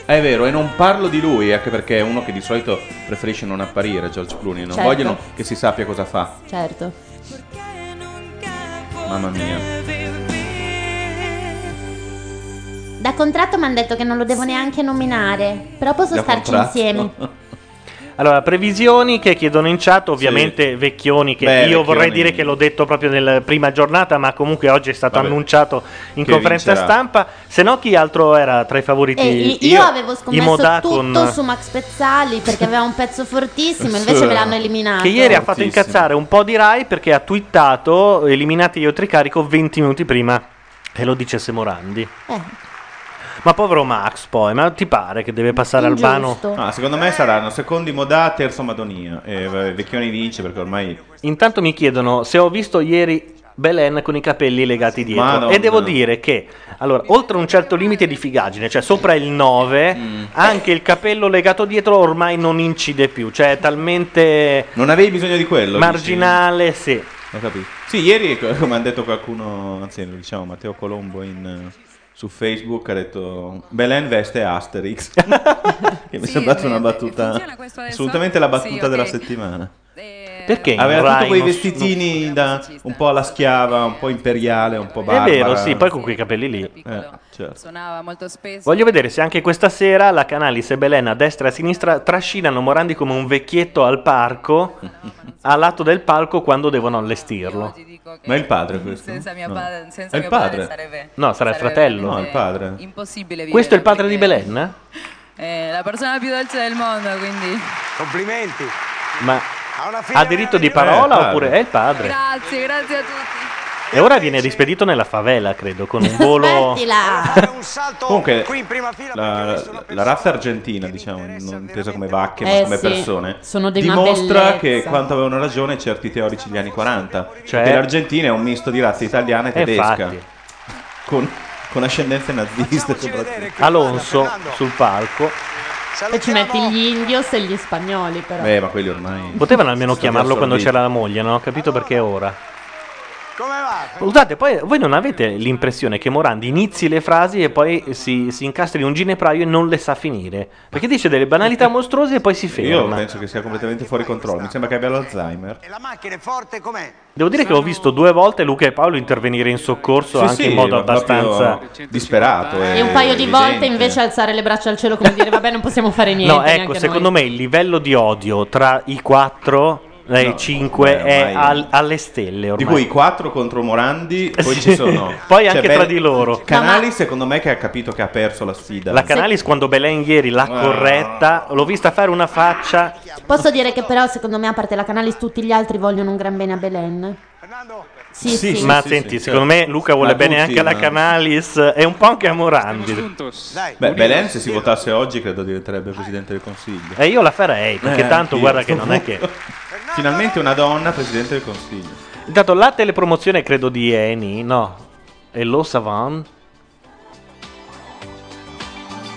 Speaker 5: Eh, È vero, e non parlo di lui, anche perché è uno che di solito preferisce non apparire, George Clooney. Non
Speaker 7: Certo.
Speaker 5: vogliono che si sappia cosa fa.
Speaker 7: Certo.
Speaker 5: Mamma mia.
Speaker 7: Da contratto mi hanno detto che non lo devo neanche nominare. Però posso
Speaker 5: Da
Speaker 7: starci
Speaker 5: contratto.
Speaker 7: insieme.
Speaker 4: Allora, previsioni che chiedono in chat, ovviamente Vecchioni, che
Speaker 5: Beh,
Speaker 4: io vorrei
Speaker 5: Vecchioni-
Speaker 4: dire che l'ho detto proprio nella prima giornata, ma comunque oggi è stato
Speaker 5: Vabbè.
Speaker 4: annunciato in
Speaker 5: Che
Speaker 4: conferenza
Speaker 5: vincerà.
Speaker 4: stampa. Se no, chi altro era tra i favoriti?
Speaker 7: E Eh, io, io avevo scommesso tutto su Max Pezzali perché aveva un pezzo fortissimo, invece me l'hanno eliminato.
Speaker 4: Che ieri ha fatto incazzare un po' di Rai perché ha twittato eliminate io Tricarico 20 minuti prima e lo dicesse Morandi.
Speaker 11: Eh,
Speaker 4: Ma povero Max poi, ma ti pare che deve passare Albano?
Speaker 5: Ah, secondo me saranno secondi Modà, terzo Madonia. E vabbè, Vecchioni vince perché ormai.
Speaker 4: Intanto mi chiedono se ho visto ieri Belen con i capelli legati dietro
Speaker 5: Madonna.
Speaker 4: e devo dire che allora, oltre un certo limite di figaggine, cioè sopra il 9,
Speaker 5: Mm.
Speaker 4: anche il capello legato dietro ormai non incide più, cioè è talmente
Speaker 5: Non avevi bisogno di quello?
Speaker 4: marginale, sì.
Speaker 5: Ho capito. Sì, ieri, co- come ha detto qualcuno, anzi, lo diciamo Matteo Colombo in, eh, su Facebook, ha detto Belen veste Asterix. che mi è sembrata
Speaker 11: eh,
Speaker 5: una battuta. Assolutamente la battuta
Speaker 11: Sì, ok. Eh,
Speaker 5: della settimana.
Speaker 4: Perché in
Speaker 5: Aveva tutti
Speaker 4: Rai
Speaker 5: quei
Speaker 4: non-
Speaker 5: vestitini da un po' alla schiava, un po' imperiale, un po'
Speaker 4: È
Speaker 5: barbara. Eh, certo.
Speaker 4: vero, sì, poi con quei capelli lì.
Speaker 11: Suonava molto spesso.
Speaker 4: Voglio vedere se anche questa sera la Canalis e Belen a destra e a sinistra trascinano Morandi come un vecchietto al parco, a lato del palco quando devono allestirlo.
Speaker 5: Ma è il padre questo?
Speaker 11: Senza mio,
Speaker 5: No.
Speaker 11: padre, senza
Speaker 4: È il
Speaker 11: mio padre
Speaker 4: padre?
Speaker 11: sarebbe...
Speaker 4: No, sarà il fratello.
Speaker 11: veramente
Speaker 4: No, il padre.
Speaker 11: Impossibile vivere.
Speaker 4: Questo è il padre di Belen? eh?
Speaker 11: Eh, la persona più dolce del mondo, quindi...
Speaker 10: Complimenti.
Speaker 4: Ma ha diritto di parola oppure è il padre?
Speaker 11: Grazie, grazie a tutti.
Speaker 4: E ora viene rispedito nella favela, credo, con un volo...
Speaker 5: Comunque, la, la razza argentina, diciamo, non intesa come vacche, ma
Speaker 7: Eh,
Speaker 5: come
Speaker 7: sì,
Speaker 5: persone,
Speaker 7: sono di una
Speaker 5: dimostra
Speaker 7: bellezza.
Speaker 5: che quanto avevano ragione certi teorici degli anni 40.
Speaker 4: Cioè?
Speaker 5: Che l'Argentina è un misto di razza italiana e
Speaker 4: Eh,
Speaker 5: tedesca,
Speaker 4: infatti.
Speaker 5: con, con ascendenze naziste soprattutto.
Speaker 4: Alonso sul palco.
Speaker 7: E ci metti gli indios e gli spagnoli, però.
Speaker 5: Beh, ma quelli ormai.
Speaker 4: Potevano almeno
Speaker 5: Sono
Speaker 4: chiamarlo quando
Speaker 5: assorbiti.
Speaker 4: c'era la moglie, non ho capito perché ora. Scusate, poi voi non avete l'impressione che Morandi inizi le frasi e poi si, si incastri in un ginepraio e non le sa finire? Perché dice delle banalità mostruose e poi si
Speaker 5: Io
Speaker 4: ferma.
Speaker 5: penso che sia completamente fuori controllo. Mi sembra che abbia l'Alzheimer.
Speaker 4: Devo dire che ho visto due volte Luca e Paolo intervenire in soccorso
Speaker 5: Sì,
Speaker 4: anche
Speaker 5: sì,
Speaker 4: in modo
Speaker 5: ma proprio
Speaker 4: abbastanza
Speaker 5: disperato. eh,
Speaker 7: E un paio di volte invece alzare le braccia al cielo come dire vabbè non possiamo fare niente.
Speaker 4: No, ecco,
Speaker 7: neanche
Speaker 4: secondo
Speaker 7: noi.
Speaker 4: me il livello di odio tra i quattro e i cinque
Speaker 5: ormai
Speaker 4: è
Speaker 5: ormai-
Speaker 4: al- alle stelle ormai.
Speaker 5: Di cui quattro contro Morandi, poi
Speaker 4: Sì.
Speaker 5: ci sono.
Speaker 4: Poi
Speaker 5: c'è
Speaker 4: anche
Speaker 5: Bel-
Speaker 4: tra di loro.
Speaker 5: Canali, secondo me, che ha capito che ha perso la sfida.
Speaker 4: La Canalis quando Belen ieri l'ha
Speaker 5: Ah.
Speaker 4: corretta, l'ho vista fare una faccia.
Speaker 7: Posso dire che però secondo me a parte la Canalis tutti gli altri vogliono un gran bene a Belen. Sì, sì.
Speaker 4: ma senti, secondo me Luca vuole
Speaker 5: Ma
Speaker 4: bene
Speaker 5: tutti,
Speaker 4: anche alla
Speaker 5: ma-
Speaker 4: Canalis e un po' anche a Morandi.
Speaker 5: Beh, Belen, se si votasse oggi, credo diventerebbe presidente del consiglio.
Speaker 4: E io la farei, perché
Speaker 5: Eh,
Speaker 4: tanto
Speaker 5: anch'io,
Speaker 4: guarda che
Speaker 5: sto
Speaker 4: non è che...
Speaker 5: Finalmente una donna presidente del consiglio.
Speaker 4: Intanto la telepromozione credo di Eni, no? E lo Savan?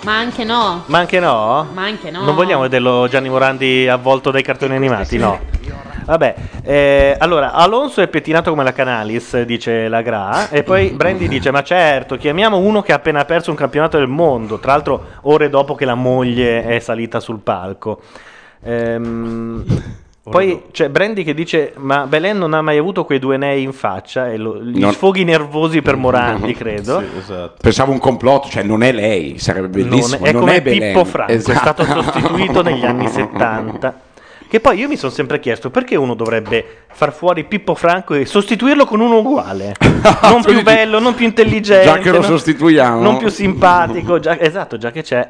Speaker 7: Ma anche no.
Speaker 4: Ma anche no?
Speaker 7: Ma anche no.
Speaker 4: Non vogliamo vederlo Gianni Morandi avvolto dai cartoni animati, no. Vabbè, eh, allora Alonso è pettinato come la Canalis, dice la Gra, e poi Brandy dice: Ma certo, chiamiamo uno che ha appena perso un campionato del mondo. Tra l'altro, ore dopo che la moglie è salita sul palco. Ehm, poi c'è Brandy che dice: Ma Belen non ha mai avuto quei due nei in faccia, e lo- gli
Speaker 6: Non- esatto.
Speaker 4: sfoghi nervosi per Morandi, credo.
Speaker 6: Pensavo un complotto, cioè non è lei, sarebbe bellissimo.
Speaker 4: Non è, è
Speaker 6: non
Speaker 4: come
Speaker 6: Belen.
Speaker 4: Pippo Franco,
Speaker 6: Esatto.
Speaker 4: è stato sostituito negli anni 70. Che poi io mi sono sempre chiesto perché uno dovrebbe far fuori Pippo Franco e sostituirlo con uno uguale, non più bello, non più intelligente,
Speaker 6: Già che lo
Speaker 4: non-
Speaker 6: sostituiamo.
Speaker 4: non più simpatico. già- esatto, già che c'è.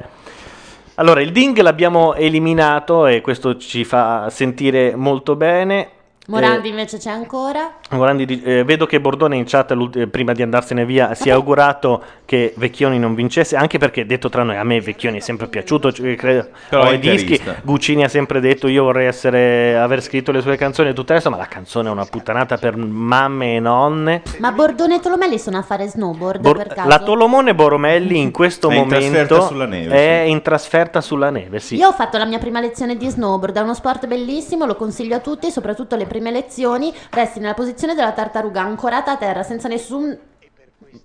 Speaker 4: Allora, il Ding l'abbiamo eliminato e questo ci fa sentire molto bene. Eh.
Speaker 7: Morandi invece c'è ancora.
Speaker 4: Morandi di- eh, vedo che Bordone in chat l'ult- eh, prima di andarsene via si è augurato che Vecchioni non vincesse, anche perché detto tra noi a me Vecchioni è sempre piaciuto, cioè, credo,
Speaker 5: Però
Speaker 4: ho
Speaker 5: è
Speaker 4: i dischi,
Speaker 5: interista.
Speaker 4: Guccini ha sempre detto io vorrei essere, aver scritto le sue canzoni e tutto il resto, ma la canzone è una puttanata per mamme e nonne.
Speaker 7: Ma Bordone e Tolomelli sono a fare snowboard
Speaker 4: Bor-
Speaker 7: per caso.
Speaker 4: la Tolomone Boromelli in questo
Speaker 5: È in
Speaker 4: momento
Speaker 5: trasferta sulla neve,
Speaker 4: è in trasferta sulla neve, sì.
Speaker 7: Io ho fatto la mia prima lezione di snowboard, è uno sport bellissimo, lo consiglio a tutti, soprattutto le prime lezioni. Resti nella posizione della tartaruga, ancorata a terra, senza nessun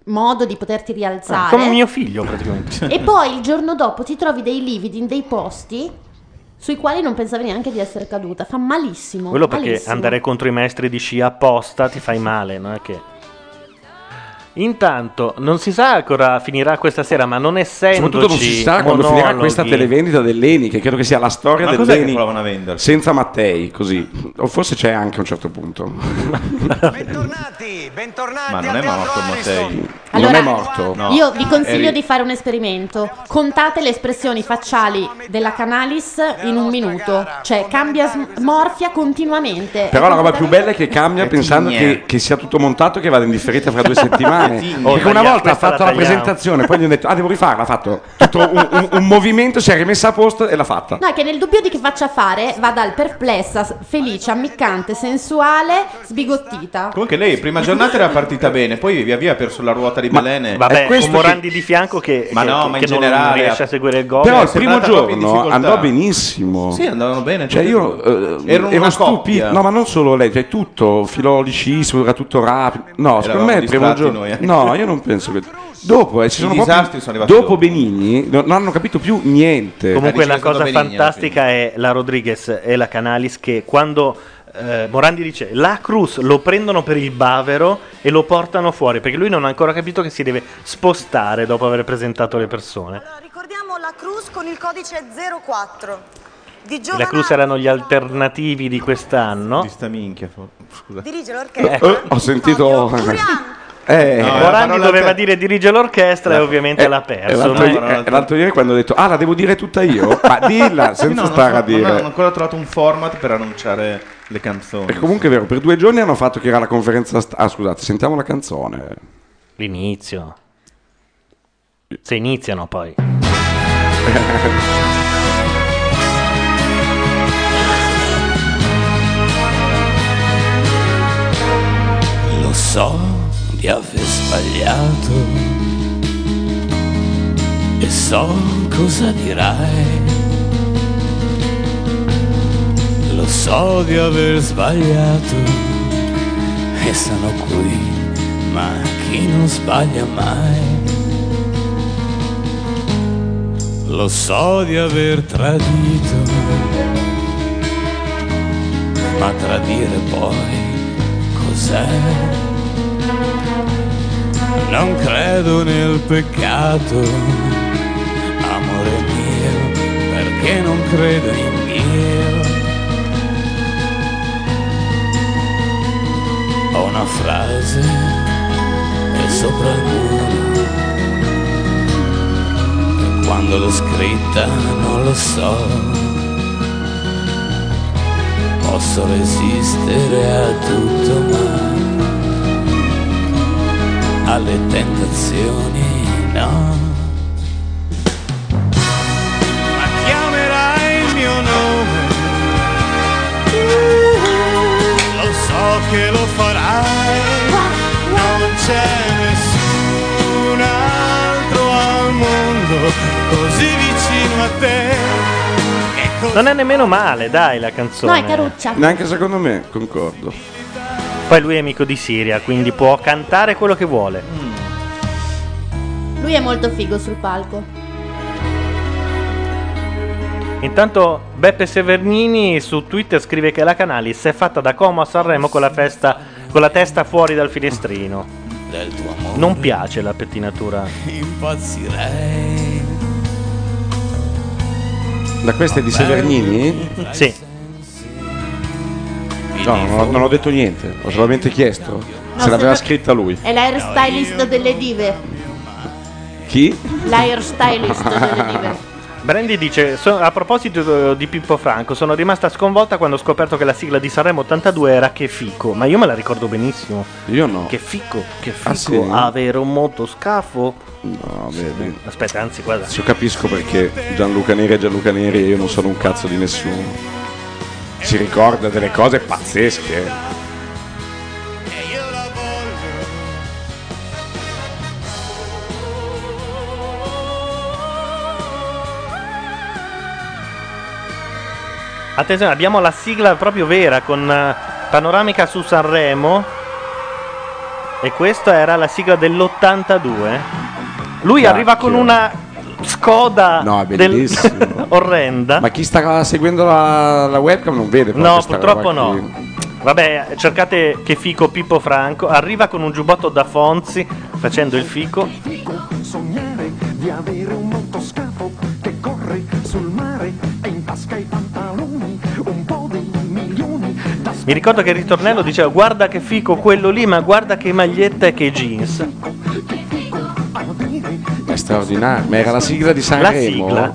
Speaker 7: modo di poterti rialzare.
Speaker 4: Ah, Come mio figlio praticamente.
Speaker 7: E poi il giorno dopo ti trovi dei lividi in dei posti sui quali non pensavi neanche di essere caduta. Fa malissimo.
Speaker 4: Quello perché
Speaker 7: malissimo.
Speaker 4: andare contro i maestri di sci apposta ti fai male, non è che. Intanto non si sa ancora finirà questa sera, ma non essendoci
Speaker 6: Soprattutto non si sa quando finirà
Speaker 4: monologhi-
Speaker 6: questa televendita dell'Eni, che credo che sia la storia
Speaker 5: Ma
Speaker 6: del
Speaker 5: cos'è che
Speaker 6: dell'Eni
Speaker 5: provano a vendere?
Speaker 6: senza Mattei, così. O forse c'è anche a un certo punto.
Speaker 10: Bentornati, bentornati.
Speaker 5: Ah,
Speaker 6: Ma non è morto Mattei. non
Speaker 7: Allora,
Speaker 6: è morto.
Speaker 7: Io
Speaker 6: Eh,
Speaker 7: vi consiglio di fare un esperimento. Contate le espressioni facciali della Canalis in un minuto, cioè cambia sm- smorfia continuamente.
Speaker 6: Però la roba più bella è che cambia pensando
Speaker 7: tigne.
Speaker 6: che, che sia tutto montato e che vada in differita fra due settimane.
Speaker 7: Che tigne.
Speaker 6: Perché una
Speaker 7: Taglia-
Speaker 6: volta ha
Speaker 7: questa la
Speaker 6: fatto la
Speaker 7: tagliamo.
Speaker 6: presentazione, poi gli hanno detto: Ah, devo rifarla. Ha fatto tutto un, un- un movimento, si è rimessa a posto e l'ha fatta.
Speaker 7: No, è che nel dubbio di che faccia fare va dal perplessa, s- felice, ammiccante, sensuale, sbigottita.
Speaker 5: Comunque lei prima giornata era partita bene, poi via via ha perso la ruota di Balene.
Speaker 4: Vabbè, con Morandi di fianco che,
Speaker 5: Ma
Speaker 4: che-
Speaker 5: no, ma
Speaker 4: che
Speaker 5: in
Speaker 4: non
Speaker 5: generale- Eh,
Speaker 4: riesce a seguire il gol.
Speaker 6: Però
Speaker 4: È
Speaker 6: il primo
Speaker 4: sembrata proprio in
Speaker 6: giorno
Speaker 4: difficoltà.
Speaker 6: andò benissimo.
Speaker 5: Sì, andavano bene.
Speaker 6: Cioè
Speaker 5: tutte e
Speaker 6: io
Speaker 5: due.
Speaker 6: eh,
Speaker 5: Erano
Speaker 6: ero
Speaker 5: una
Speaker 6: stupito,
Speaker 5: coppia.
Speaker 6: no ma non solo lei, cioè tutto, filo liscissimo, era tutto rapido. No, secondo me il primo
Speaker 5: distratti
Speaker 6: giorno...
Speaker 5: noi anche.
Speaker 6: No, io non penso che... Dopo, eh, ci
Speaker 5: I
Speaker 6: sono proprio-
Speaker 5: disastri sono arrivati
Speaker 6: dopo, Benigni no- non hanno capito più niente.
Speaker 4: Comunque la cosa fantastica è la Rodriguez e la Canalis che quando eh, Morandi dice la Cruz lo prendono per il bavero e lo portano fuori perché lui non ha ancora capito che si deve spostare dopo aver presentato le persone.
Speaker 12: Ricordiamo la Cruz con il codice 04. Di
Speaker 4: E la
Speaker 12: Giovanna
Speaker 4: Cruz erano gli alternativi di quest'anno. Di
Speaker 5: sta minchia, scusa.
Speaker 12: dirige
Speaker 6: Eh,
Speaker 12: l'orchestra.
Speaker 6: ho sentito... Eh,
Speaker 4: No, Morandi doveva dire dirige l'orchestra e ovviamente l'ha
Speaker 6: eh,
Speaker 4: perso.
Speaker 6: l'altro,
Speaker 4: ma-
Speaker 6: eh, l'altro ieri quando ho detto ah la devo dire tutta io ma dilla senza
Speaker 5: No, non
Speaker 6: stare
Speaker 5: so-
Speaker 6: a dire
Speaker 5: Non hanno ancora trovato un format per annunciare le canzoni.
Speaker 6: E comunque è vero, per due giorni hanno fatto che era la conferenza. st- ah, scusate, sentiamo la canzone.
Speaker 4: L'inizio. Se iniziano poi.
Speaker 3: Lo so di aver sbagliato e so cosa dirai. Lo so di aver sbagliato e sono qui, ma chi non sbaglia mai? Lo so di aver tradito, ma tradire poi cos'è? Non credo nel peccato, amore mio, perché non credo in Dio. Ho una frase e sopra il muro, e quando l'ho scritta non lo so. Posso resistere a tutto, ma alle tentazioni no.
Speaker 2: chiamerai il mio nome. Lo so che lo farai, non c'è nessun altro al mondo così vicino a te.
Speaker 4: Non è nemmeno male, dai, la canzone.
Speaker 7: No, è caruccia.
Speaker 6: Neanche secondo me, concordo.
Speaker 4: Poi lui è amico di Siria, quindi può cantare quello che vuole.
Speaker 7: Mm. Lui è molto figo sul palco.
Speaker 4: Intanto Beppe Severnini su Twitter scrive che la Canalis è fatta da Como a Sanremo con la, festa- con la testa fuori dal finestrino.
Speaker 3: Del tuo amore
Speaker 4: Non piace la pettinatura.
Speaker 3: impazzirei.
Speaker 6: Da questa è di Severnini?
Speaker 4: Sì.
Speaker 6: No, non, ho- non ho detto niente, ho solamente chiesto se l'aveva scritta lui.
Speaker 7: È l'airstylist delle dive.
Speaker 6: Chi?
Speaker 7: L'airstylist delle dive.
Speaker 4: Brandy dice, "So- a proposito eh, di Pippo Franco, sono rimasta sconvolta quando ho scoperto che la sigla di Sanremo 82 era Che fico, ma io me la ricordo benissimo.
Speaker 6: Io no.
Speaker 4: Che fico, che fico,
Speaker 6: Ah, sì?
Speaker 4: avere un motoscafo.
Speaker 6: No, vedi.
Speaker 4: Aspetta, anzi, guarda.
Speaker 6: Io capisco perché Gianluca Neri è Gianluca Neri e io non sono un cazzo di nessuno. Si ricorda delle cose pazzesche.
Speaker 4: Attenzione, abbiamo la sigla proprio vera con eh, panoramica su Sanremo. E questa era la sigla dell'82. Lui
Speaker 6: Cacchio.
Speaker 4: arriva con una scoda
Speaker 6: No, è
Speaker 4: Ah, del-
Speaker 6: bellissimo.
Speaker 4: orrenda.
Speaker 6: Ma chi sta seguendo la, la webcam non vede proprio
Speaker 4: No,
Speaker 6: sta
Speaker 4: purtroppo
Speaker 6: roba qui.
Speaker 4: no. Vabbè, cercate che fico Pippo Franco. Arriva con un giubbotto da Fonzi, facendo il fico.
Speaker 13: Dico Ecco sognare di avere un motoscafo che corre sul mare e in tasca i pantaloni, un po' di milioni da
Speaker 4: Mi ricordo che il ritornello diceva guarda che fico quello lì, ma guarda che maglietta e che jeans.
Speaker 6: È straordinario, ma era la sigla di Sanremo.
Speaker 4: sigla?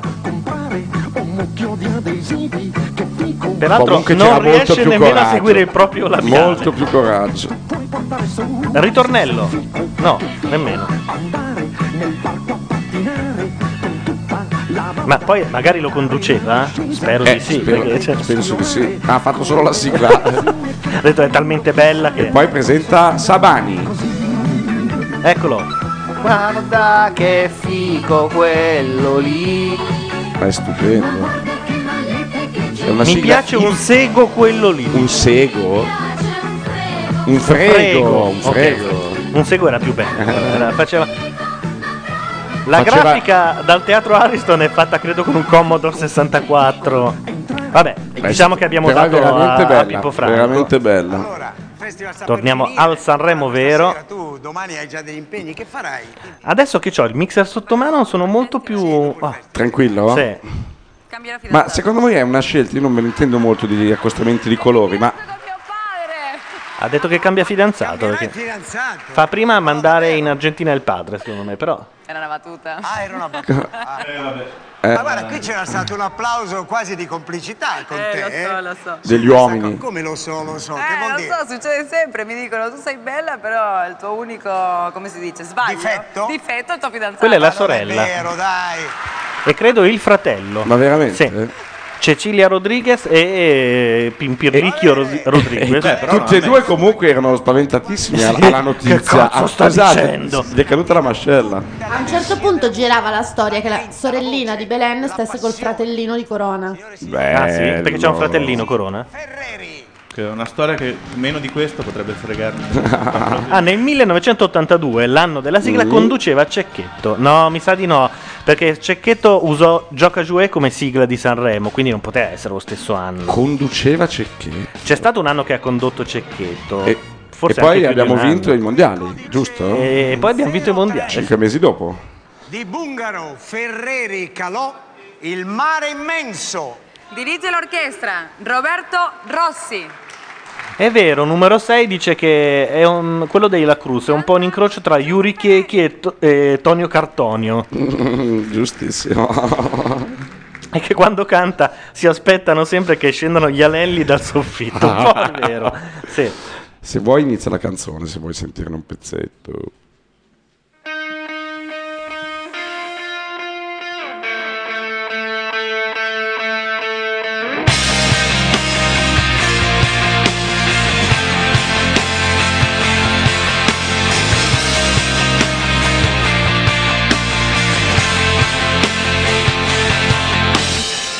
Speaker 4: Peraltro
Speaker 6: Comunque c'era
Speaker 4: non
Speaker 6: molto
Speaker 4: riesce
Speaker 6: più
Speaker 4: nemmeno a
Speaker 6: coraggio.
Speaker 4: seguire il proprio labiale.
Speaker 6: Molto più coraggio.
Speaker 4: Ritornello? No, nemmeno. Ma poi magari lo conduceva? Spero
Speaker 6: Eh,
Speaker 4: di sì.
Speaker 6: spero-
Speaker 4: perché, cioè,
Speaker 6: Penso di sì. Ah, Ha fatto solo la sigla.
Speaker 4: ha detto è talmente bella che...
Speaker 6: e poi presenta Sabani.
Speaker 4: Eccolo.
Speaker 14: Guarda che fico quello lì.
Speaker 6: Ma è stupendo. È una
Speaker 4: Mi
Speaker 6: sigla-
Speaker 4: piace un sego quello lì.
Speaker 6: Un sego? Un frego. Un frego. Eh,
Speaker 4: Ok. Un sego era più bello. Era- faceva- La
Speaker 6: Faceva-
Speaker 4: grafica dal teatro Ariston è fatta credo con un Commodore 64. Vabbè,
Speaker 6: Beh,
Speaker 4: diciamo che abbiamo
Speaker 6: però è
Speaker 4: dato a,
Speaker 6: veramente
Speaker 4: a
Speaker 6: bella,
Speaker 4: Pippo Franco.
Speaker 6: Veramente bella.
Speaker 4: Torniamo al Sanremo vero.
Speaker 10: Tu domani hai già degli impegni, che farai?
Speaker 4: Adesso che ho il mixer sotto mano sono molto più... ah,
Speaker 6: Tranquillo?
Speaker 4: Sì.
Speaker 6: Ma secondo voi è una scelta? Io non me ne intendo molto di accostamenti di colori, ma
Speaker 4: Ha detto che cambia fidanzato. Perché fa prima a mandare in Argentina il padre, secondo me, però.
Speaker 10: Era una battuta. Ah, era una battuta. Ah.
Speaker 4: Eh.
Speaker 10: Ma guarda, qui c'era stato un applauso quasi di complicità con te. Eh, Lo so, lo so.
Speaker 6: degli uomini.
Speaker 10: Come lo so, lo so. che
Speaker 11: Eh,
Speaker 10: vuol
Speaker 11: lo
Speaker 10: dire?
Speaker 11: so, succede sempre, mi dicono tu sei bella, però il tuo unico, come si dice, sbaglio. Difetto? Difetto è il tuo fidanzato.
Speaker 4: Quella è la sorella. E credo il fratello. Ma
Speaker 6: veramente?
Speaker 4: Cecilia Rodriguez e, e Pimpirricchio Ros- Rodriguez.
Speaker 6: Tutti e due comunque erano spaventatissimi alla, alla notizia.
Speaker 4: Che cazzo sta
Speaker 6: Scusate,
Speaker 4: dicendo?
Speaker 6: Gli è caduta la mascella.
Speaker 7: A un certo punto girava la storia che la sorellina di Belen stesse col fratellino di Corona.
Speaker 4: Ah, sì? Perché c'è un fratellino Corona?
Speaker 5: Che è una storia che meno di questo potrebbe fregarmi.
Speaker 4: Ah, nel 1982, l'anno della sigla,
Speaker 5: Mm.
Speaker 4: conduceva Cecchetto. No, mi sa di no, perché Cecchetto usò Gioca Joué come sigla di Sanremo, quindi non poteva essere lo stesso anno.
Speaker 6: Conduceva Cecchetto.
Speaker 4: C'è stato un anno che ha condotto Cecchetto.
Speaker 6: E,
Speaker 4: forse
Speaker 6: e poi
Speaker 4: anche più di
Speaker 6: abbiamo
Speaker 4: un
Speaker 6: vinto
Speaker 4: anno.
Speaker 6: i mondiali, giusto?
Speaker 4: E poi abbiamo vinto i mondiali.
Speaker 6: Cinque mesi dopo.
Speaker 10: Di Bungaro, Ferreri, Calò, il mare immenso.
Speaker 11: Dirige l'orchestra Roberto Rossi.
Speaker 4: È vero, numero 6 dice che è un- quello dei La Cruz è un po' un incrocio tra Yuri Chiechi e, To- e Tonio Cartonio.
Speaker 6: Giustissimo.
Speaker 4: E che quando canta si aspettano sempre che scendano gli anelli dal soffitto. Un po' è vero. Sì.
Speaker 6: Se vuoi inizia la canzone, se vuoi sentirne un pezzetto.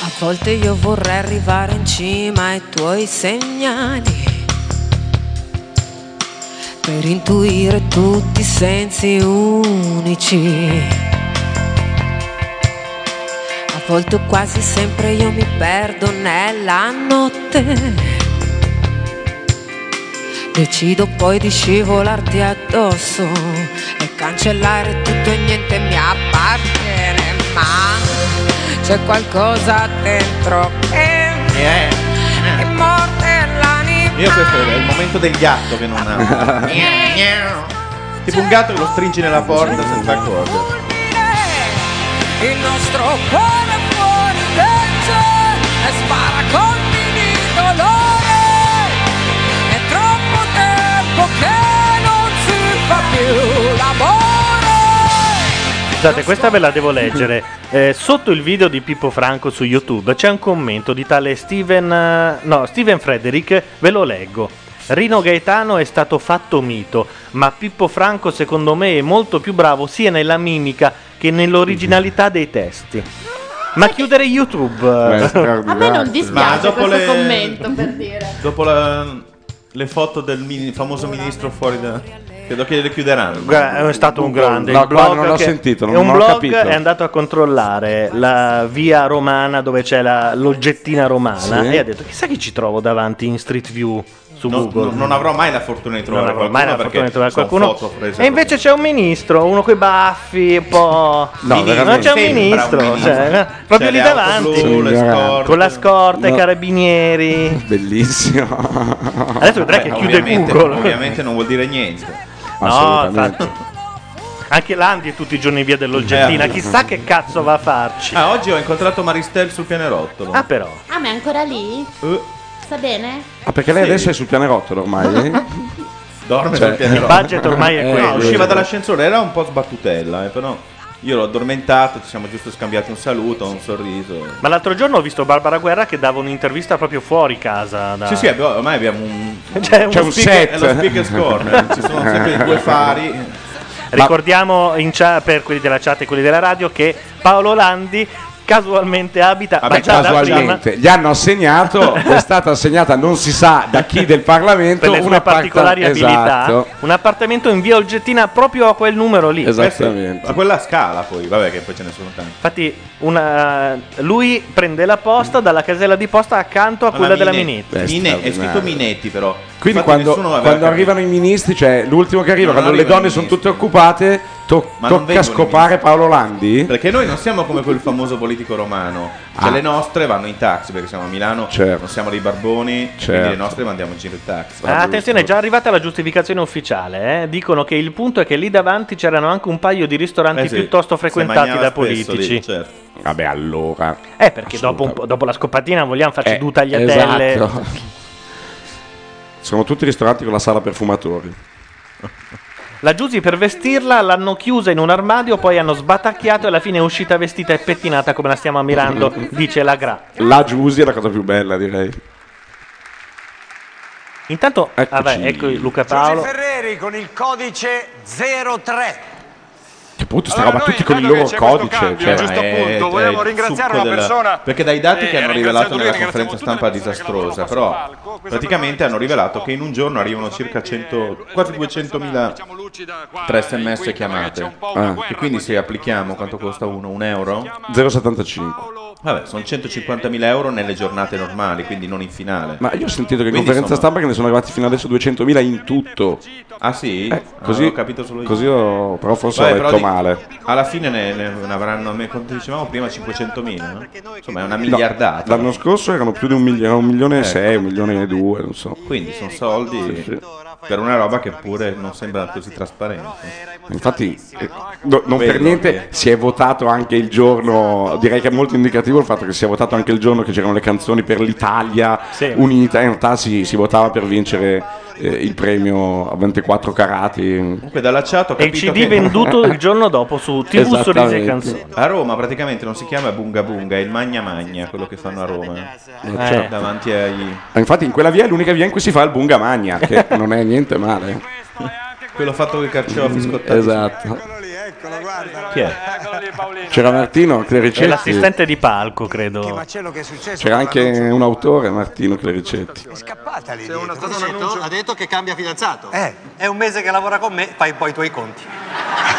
Speaker 15: A volte io vorrei arrivare in cima ai tuoi segnali per intuire tutti i sensi unici. A volte o quasi sempre io mi perdo nella notte. Decido poi di scivolarti addosso e cancellare tutto e niente mi appartiene, ma c'è qualcosa dentro che
Speaker 5: Eh,
Speaker 15: è morte l'anima.
Speaker 5: Io questo è il momento del gatto che non ha.
Speaker 16: Eh.
Speaker 5: tipo un gatto che lo stringi nella porta senza accordo.
Speaker 15: Il nostro cuore fuori legge e spara colpi di dolore. È troppo tempo che non si fa più l'amore.
Speaker 4: Scusate, questa ve la devo leggere. Eh, sotto il video di Pippo Franco su YouTube c'è un commento di tale Steven. eh, No, Steven Frederick, ve lo leggo. Rino Gaetano è stato fatto mito, ma Pippo Franco secondo me è molto più bravo sia nella mimica che nell'originalità dei testi. Ma chiudere YouTube. eh,
Speaker 7: A me non
Speaker 5: Ma
Speaker 7: dispiace
Speaker 5: dopo
Speaker 7: questo
Speaker 5: le,
Speaker 7: commento per dire.
Speaker 5: dopo la- le foto del mini- famoso ministro fuori da... Credo che le chiuderanno.
Speaker 4: Guarda, È stato un grande
Speaker 5: No,
Speaker 4: il
Speaker 5: guarda,
Speaker 4: blog
Speaker 5: non l'ho
Speaker 4: che-
Speaker 5: sentito, non
Speaker 4: è un
Speaker 5: l'ho
Speaker 4: blog
Speaker 5: capito.
Speaker 4: è andato a controllare la via romana dove c'è la- l'oggettina romana
Speaker 5: Sì.
Speaker 4: e ha detto chissà chi ci trovo davanti in Street View su
Speaker 5: Non-
Speaker 4: Google.
Speaker 5: non- non avrò mai la fortuna di trovare
Speaker 4: Non avrò
Speaker 5: qualcuno
Speaker 4: mai la
Speaker 5: perché
Speaker 4: fortuna di trovare
Speaker 5: sono
Speaker 4: qualcuno.
Speaker 5: foto prese
Speaker 4: e invece c'è un ministro, uno coi baffi, un po'.
Speaker 5: No,
Speaker 4: Ministro.
Speaker 5: veramente.
Speaker 4: c'è un
Speaker 5: Sembra un
Speaker 4: ministro,
Speaker 5: ministro.
Speaker 4: cioè,
Speaker 5: C'è
Speaker 4: proprio
Speaker 5: le
Speaker 4: lì
Speaker 5: auto
Speaker 4: davanti.
Speaker 5: blu, le scorte.
Speaker 4: Con la scorta, i
Speaker 5: No.
Speaker 4: carabinieri.
Speaker 6: Bellissimo.
Speaker 4: Adesso vedrai che
Speaker 5: Beh,
Speaker 4: chiude
Speaker 5: ovviamente-
Speaker 4: Google.
Speaker 5: Ovviamente non vuol dire niente.
Speaker 4: No, infatti. Anche l'Andi è tutti i giorni via dell'Olgettina.
Speaker 5: Eh.
Speaker 4: Chissà che cazzo va a farci.
Speaker 5: Ah, oggi ho incontrato Maristel sul pianerottolo. Eh,
Speaker 4: Ah, però.
Speaker 7: Ah, ma è ancora lì? Sta bene?
Speaker 6: Ah, perché lei adesso è sul pianerottolo ormai? eh?
Speaker 5: Dorme
Speaker 6: Cioè-
Speaker 5: sul pianerottolo.
Speaker 6: Il budget ormai è
Speaker 5: No,
Speaker 6: quello.
Speaker 5: usciva dall'ascensore, era un po' sbattutella, eh, però io l'ho addormentato, ci siamo giusto scambiati un saluto, un sorriso.
Speaker 4: Ma l'altro giorno ho visto Barbara Guerra che dava un'intervista proprio fuori casa. Da...
Speaker 5: Sì, sì, abbiamo- ormai abbiamo un,
Speaker 4: C'è uno
Speaker 5: speaker-
Speaker 4: set.
Speaker 5: È lo speaker's corner, ci sono sempre i due fari.
Speaker 4: Ricordiamo in chat- per quelli della chat e quelli della radio che Paolo Landi casualmente abita ma
Speaker 6: Vabbè,
Speaker 4: già da
Speaker 6: casualmente gli hanno assegnato, è stata assegnata non si sa da chi del Parlamento
Speaker 4: per le sue
Speaker 6: una parta-
Speaker 4: particolari abilità,
Speaker 6: Esatto.
Speaker 4: un appartamento in via Olgettina proprio a quel numero lì.
Speaker 6: Esattamente.
Speaker 5: A quella scala poi, vabbè che poi ce ne sono tanti.
Speaker 4: Infatti, una- lui prende la posta dalla casella di posta accanto a
Speaker 5: Ma
Speaker 4: quella
Speaker 5: la
Speaker 4: della
Speaker 5: Mine-
Speaker 4: Minetti.
Speaker 6: Beh,
Speaker 5: Mine- è
Speaker 6: straordinario.
Speaker 5: scritto Minetti però.
Speaker 6: Quindi
Speaker 5: Infatti
Speaker 6: quando,
Speaker 5: nessuno aveva
Speaker 6: quando
Speaker 5: capito.
Speaker 6: arrivano i ministri, cioè l'ultimo che arriva,
Speaker 5: No, non
Speaker 6: quando le
Speaker 5: arrivano
Speaker 6: donne
Speaker 5: i
Speaker 6: sono tutte occupate, to-
Speaker 5: Ma non
Speaker 6: tocca
Speaker 5: vengono i
Speaker 6: scopare Paolo Landi?
Speaker 5: Perché noi non siamo come quel famoso politico romano. Cioè,
Speaker 6: Ah.
Speaker 5: le nostre vanno in taxi perché siamo a Milano,
Speaker 6: Certo.
Speaker 5: non siamo dei barboni,
Speaker 6: Certo.
Speaker 5: quindi le nostre mandiamo in giro il taxi. Cioè,
Speaker 4: Ah, attenzione, è già arrivata la giustificazione ufficiale. eh. Dicono che il punto è che lì davanti c'erano anche un paio di ristoranti
Speaker 5: Eh sì,
Speaker 4: piuttosto
Speaker 5: si
Speaker 4: frequentati
Speaker 5: mangiava
Speaker 4: da
Speaker 5: spesso
Speaker 4: politici.
Speaker 5: lì, certo.
Speaker 6: Vabbè, allora.
Speaker 4: Eh, perché dopo, un po'- dopo la scopatina vogliamo farci
Speaker 6: Eh,
Speaker 4: due tagliatelle.
Speaker 6: esatto. Sono tutti ristoranti con la sala perfumatori.
Speaker 4: La Giusy per vestirla l'hanno chiusa in un armadio, poi hanno sbatacchiato e alla fine è uscita vestita e pettinata come la stiamo ammirando, dice la Gra.
Speaker 6: La Giusi è la cosa più bella, direi.
Speaker 4: Intanto, ah, beh, ecco Luca Paolo.
Speaker 10: Giuseppe Ferreri con il codice 03.
Speaker 6: Che appunto sta roba tutti con il loro codice. Cioè,
Speaker 5: appunto,
Speaker 10: vogliamo ringraziare una persona-
Speaker 5: Perché dai dati che
Speaker 10: Eh,
Speaker 5: hanno
Speaker 10: ringraziato
Speaker 5: rivelato
Speaker 10: lui,
Speaker 5: nella
Speaker 10: ringraziamo
Speaker 5: conferenza stampa disastrosa, però praticamente hanno rivelato che in un giorno arrivano circa 100, quasi 200.000 tre sms chiamate.
Speaker 6: Ah.
Speaker 5: E quindi se applichiamo quanto costa uno? Un euro?
Speaker 6: 0,75.
Speaker 5: Vabbè, sono 150.000 euro nelle giornate normali, quindi non in finale.
Speaker 6: Ma io ho sentito che in
Speaker 5: Quindi,
Speaker 6: conferenza
Speaker 5: insomma-
Speaker 6: stampa che ne sono arrivati fino adesso 200.000 in tutto.
Speaker 5: Ah sì?
Speaker 6: Eh,
Speaker 5: Ah,
Speaker 6: così,
Speaker 5: ho capito solo io.
Speaker 6: così ho- però forse
Speaker 5: Vabbè,
Speaker 6: ho
Speaker 5: però
Speaker 6: letto
Speaker 5: di-
Speaker 6: male.
Speaker 5: Alla fine ne, ne avranno, me- quanto dicevamo prima, 500.000? no? Insomma, è una
Speaker 6: No,
Speaker 5: miliardata.
Speaker 6: l'anno scorso erano più di un milione, un milione e
Speaker 5: Ecco.
Speaker 6: sei, un milione e due, non so.
Speaker 5: Quindi sono soldi per una roba che pure non sembra così trasparente.
Speaker 6: Infatti, eh, no- non per
Speaker 5: Vedo
Speaker 6: niente si è votato anche il giorno. Direi che è molto indicativo il fatto che si è votato anche il giorno che c'erano le canzoni per l'Italia unita. In realtà si, si votava per vincere eh, il premio a 24 carati.
Speaker 5: Comunque dalla chat ho
Speaker 4: E il
Speaker 5: capito
Speaker 4: CD
Speaker 5: che-
Speaker 4: venduto il giorno dopo su TV Sorrisi e
Speaker 5: Esattamente.
Speaker 4: Canzoni.
Speaker 5: A Roma praticamente non si chiama Bunga Bunga, è il Magna Magna, quello che fanno a Roma. eh.
Speaker 6: Ma certo.
Speaker 5: Davanti ai...
Speaker 6: Ma Infatti, in quella via è l'unica via in cui si fa il Bunga Magna, che non è niente male.
Speaker 5: Quello fatto con i
Speaker 6: Mm.
Speaker 5: carciofi scottati.
Speaker 6: Esatto.
Speaker 5: Chi è?
Speaker 6: C'era Martino
Speaker 4: È
Speaker 6: Clericetti.
Speaker 4: l'assistente di palco, credo.
Speaker 10: C'è lo che è successo.
Speaker 6: C'era anche un autore, Martino Clericetti.
Speaker 10: scappata lì.
Speaker 1: C'è stato un annuncio, ha detto che cambia fidanzato. È un mese che lavora con me, fai poi i tuoi conti.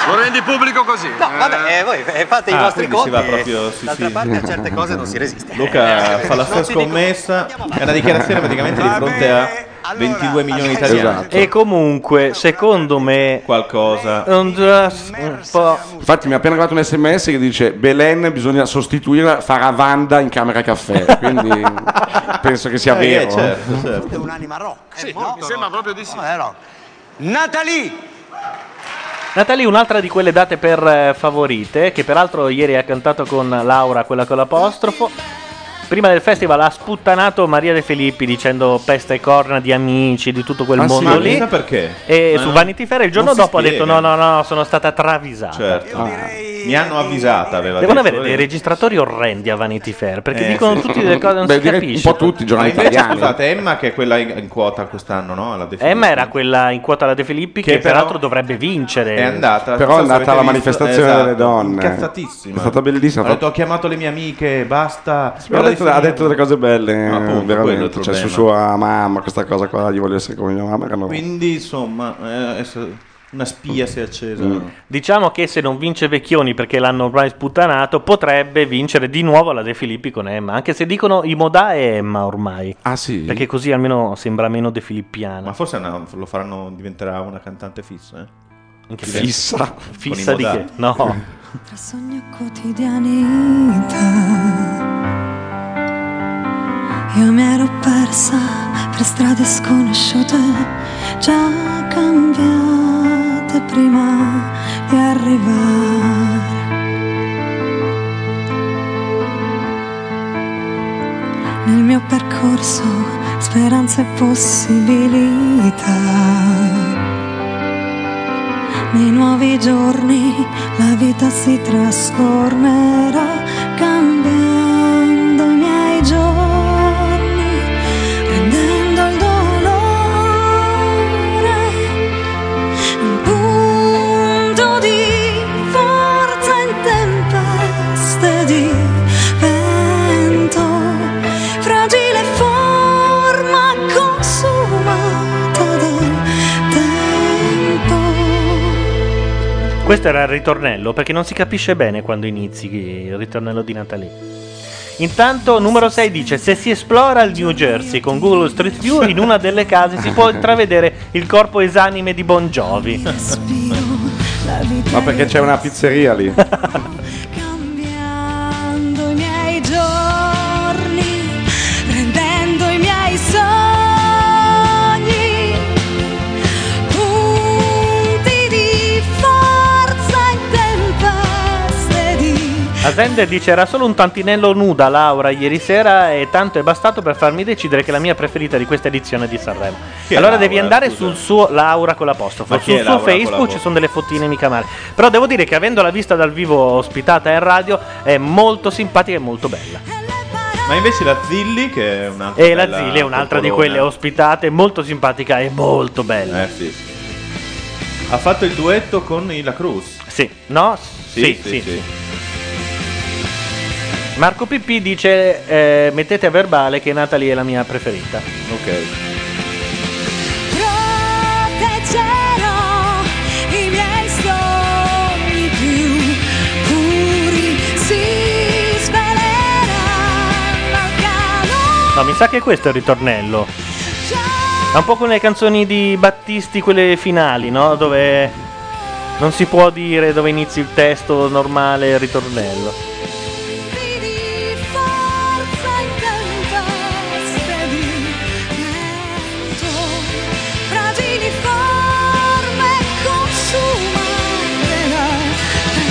Speaker 1: Lo rendi pubblico così? No, vabbè, eh, voi eh, fate i
Speaker 5: Ah,
Speaker 1: vostri
Speaker 5: quindi
Speaker 1: conti.
Speaker 5: si va
Speaker 1: e
Speaker 5: proprio- sì,
Speaker 1: d'altra
Speaker 5: sì.
Speaker 1: parte a certe cose non si resiste.
Speaker 5: Luca
Speaker 1: Eh,
Speaker 5: fa la
Speaker 1: non
Speaker 5: sua
Speaker 1: ti dico-
Speaker 5: scommessa, è una dichiarazione praticamente di fronte a 22 milioni di italiani.
Speaker 4: E comunque, secondo me.
Speaker 5: Qualcosa.
Speaker 4: Un po'.
Speaker 6: Infatti, mi è appena arrivato un sms che dice: Belen bisogna sostituirla, farà Wanda in camera caffè. Quindi penso che sia
Speaker 5: Eh,
Speaker 6: vero.
Speaker 5: certo, certo.
Speaker 10: È un'anima rock. eh, Sì, mi sembra proprio di sì. Natalie!
Speaker 4: Natalie, un'altra di quelle date per eh, favorite, che peraltro ieri ha cantato con Laura, quella con l'apostrofo. Prima del festival ha sputtanato Maria De Filippi dicendo peste e corna di amici, di tutto quel
Speaker 5: Ah, sì,
Speaker 4: mondo
Speaker 5: ma
Speaker 4: lì.
Speaker 5: chissà perché.
Speaker 4: E
Speaker 5: Ma
Speaker 4: su
Speaker 5: non-
Speaker 4: Vanity Fair il giorno
Speaker 5: non si
Speaker 4: dopo ha detto no,
Speaker 5: spiega.
Speaker 4: no, no, sono stata travisata.
Speaker 5: Certo. Mi hanno avvisata, aveva
Speaker 4: Devono
Speaker 5: detto.
Speaker 4: avere dei registratori orrendi a Vanity Fair, perché
Speaker 5: Eh,
Speaker 4: dicono
Speaker 5: sì.
Speaker 4: tutti delle cose non si capisce.
Speaker 5: Ma invece, Scusate, Emma che è quella in, in quota quest'anno, no? Alla definitiva.
Speaker 4: Emma era quella in quota alla De Filippi che,
Speaker 5: Che però
Speaker 4: peraltro dovrebbe vincere.
Speaker 5: È andata.
Speaker 6: Però è
Speaker 5: non so se
Speaker 6: andata alla
Speaker 5: avete
Speaker 6: manifestazione
Speaker 5: esatto,
Speaker 6: delle donne.
Speaker 5: Incazzatissima.
Speaker 6: È stata bellissima.
Speaker 5: Ha detto, ho chiamato le mie amiche, basta.
Speaker 6: Però ha, detto, ha detto delle cose belle,
Speaker 5: Ma appunto, quello è il
Speaker 6: veramente. Cioè, su
Speaker 5: problema.
Speaker 6: sua mamma, questa cosa qua, gli voglio essere come mia mamma. erano-
Speaker 5: Quindi, insomma, eh, adesso- Una spia si è
Speaker 6: Mm.
Speaker 5: accesa.
Speaker 4: Diciamo che se non vince Vecchioni perché l'hanno ormai sputtanato, potrebbe vincere di nuovo la De Filippi con Emma. Anche se dicono i Modà e Emma ormai.
Speaker 6: Ah sì?
Speaker 4: Perché così almeno sembra meno De Filippiana.
Speaker 5: Ma forse è una- lo faranno, diventerà una cantante fissa. eh?
Speaker 4: Anche
Speaker 5: Diventa-
Speaker 4: fissa?
Speaker 5: con i
Speaker 4: Fissa di
Speaker 5: Modà.
Speaker 4: che? No.
Speaker 17: La sogno quotidianità. Io mi ero persa per strade sconosciute, già cambiate prima di arrivare. Nel mio percorso speranze e possibilità. Nei nuovi giorni la vita si trasformerà cambiando i miei giorni, rendendo il dolore un punto di forza in tempeste di vento, fragile forma consumata dal tempo.
Speaker 4: Questo era il ritornello, perché non si capisce bene quando inizi il ritornello di Natale. Intanto numero 6 dice se si esplora il New Jersey con Google Street View in una delle case si può intravedere il corpo esanime di Bon Jovi.
Speaker 6: Ma perché c'è una pizzeria lì?
Speaker 17: cambiando i miei giorni, rendendo i miei sogni punti di forza in tempeste di
Speaker 4: Asender dice era solo un tantinello nuda Laura ieri sera e tanto è bastato per farmi decidere che è la mia preferita di questa edizione di Sanremo.
Speaker 5: Chi è
Speaker 4: allora
Speaker 5: Laura,
Speaker 4: devi andare
Speaker 5: scusa?
Speaker 4: sul suo Laura con l'apostrofo,
Speaker 5: Ma chi
Speaker 4: sul
Speaker 5: è
Speaker 4: suo
Speaker 5: Laura con
Speaker 4: Facebook ci
Speaker 5: l'apostrofo?
Speaker 4: sono delle fottine mica male. Però devo dire che avendola vista dal vivo ospitata in radio è molto simpatica e molto bella.
Speaker 5: Ma invece la Zilli, che è un'altra.
Speaker 4: E Eh, la
Speaker 5: bella
Speaker 4: Zilli è un'altra di
Speaker 5: popolona.
Speaker 4: quelle ospitate, molto simpatica e molto bella.
Speaker 5: Eh sì. Ha fatto il duetto con i La Cruz.
Speaker 4: Sì, no? Sì, sì, Marco Pippi dice eh, mettete a verbale che Natalie è la mia preferita.
Speaker 5: Ok.
Speaker 17: proteggerò i miei sogni più puri si svelerà al calore
Speaker 4: No, mi sa che questo è il ritornello. È un po' come le canzoni di Battisti, quelle finali, no? Dove non si può dire dove inizi il testo normale e il ritornello.
Speaker 17: di forza in tempeste di vento fragili forme consumate dal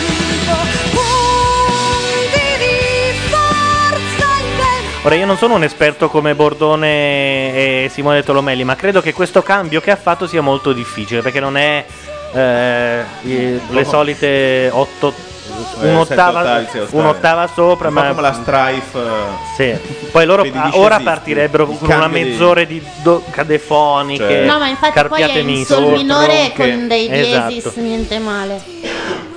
Speaker 17: tempo punti di forza in tempeste
Speaker 4: Ora, io non sono un esperto come Bordone e Simone Tolomelli, ma credo che questo cambio che ha fatto sia molto difficile, perché non è eh, i- le solite otto...
Speaker 5: Eh,
Speaker 4: Un'ottava,
Speaker 5: sette ottavi, sei ottavi.
Speaker 4: un'ottava sopra,
Speaker 5: Un po'
Speaker 4: ma
Speaker 5: come la Strife. eh,
Speaker 4: Sì. Poi loro
Speaker 5: Vedi,
Speaker 4: ah,
Speaker 5: discesisti.
Speaker 4: ora partirebbero
Speaker 5: Il
Speaker 4: con una
Speaker 5: cambio di-
Speaker 4: mezz'ora di do- cadefoniche.
Speaker 5: Certo.
Speaker 7: No, ma infatti poi è
Speaker 4: carpiate
Speaker 7: in
Speaker 4: miste.
Speaker 7: sol minore
Speaker 6: tronche.
Speaker 7: con dei diesis,
Speaker 6: Esatto.
Speaker 7: niente male.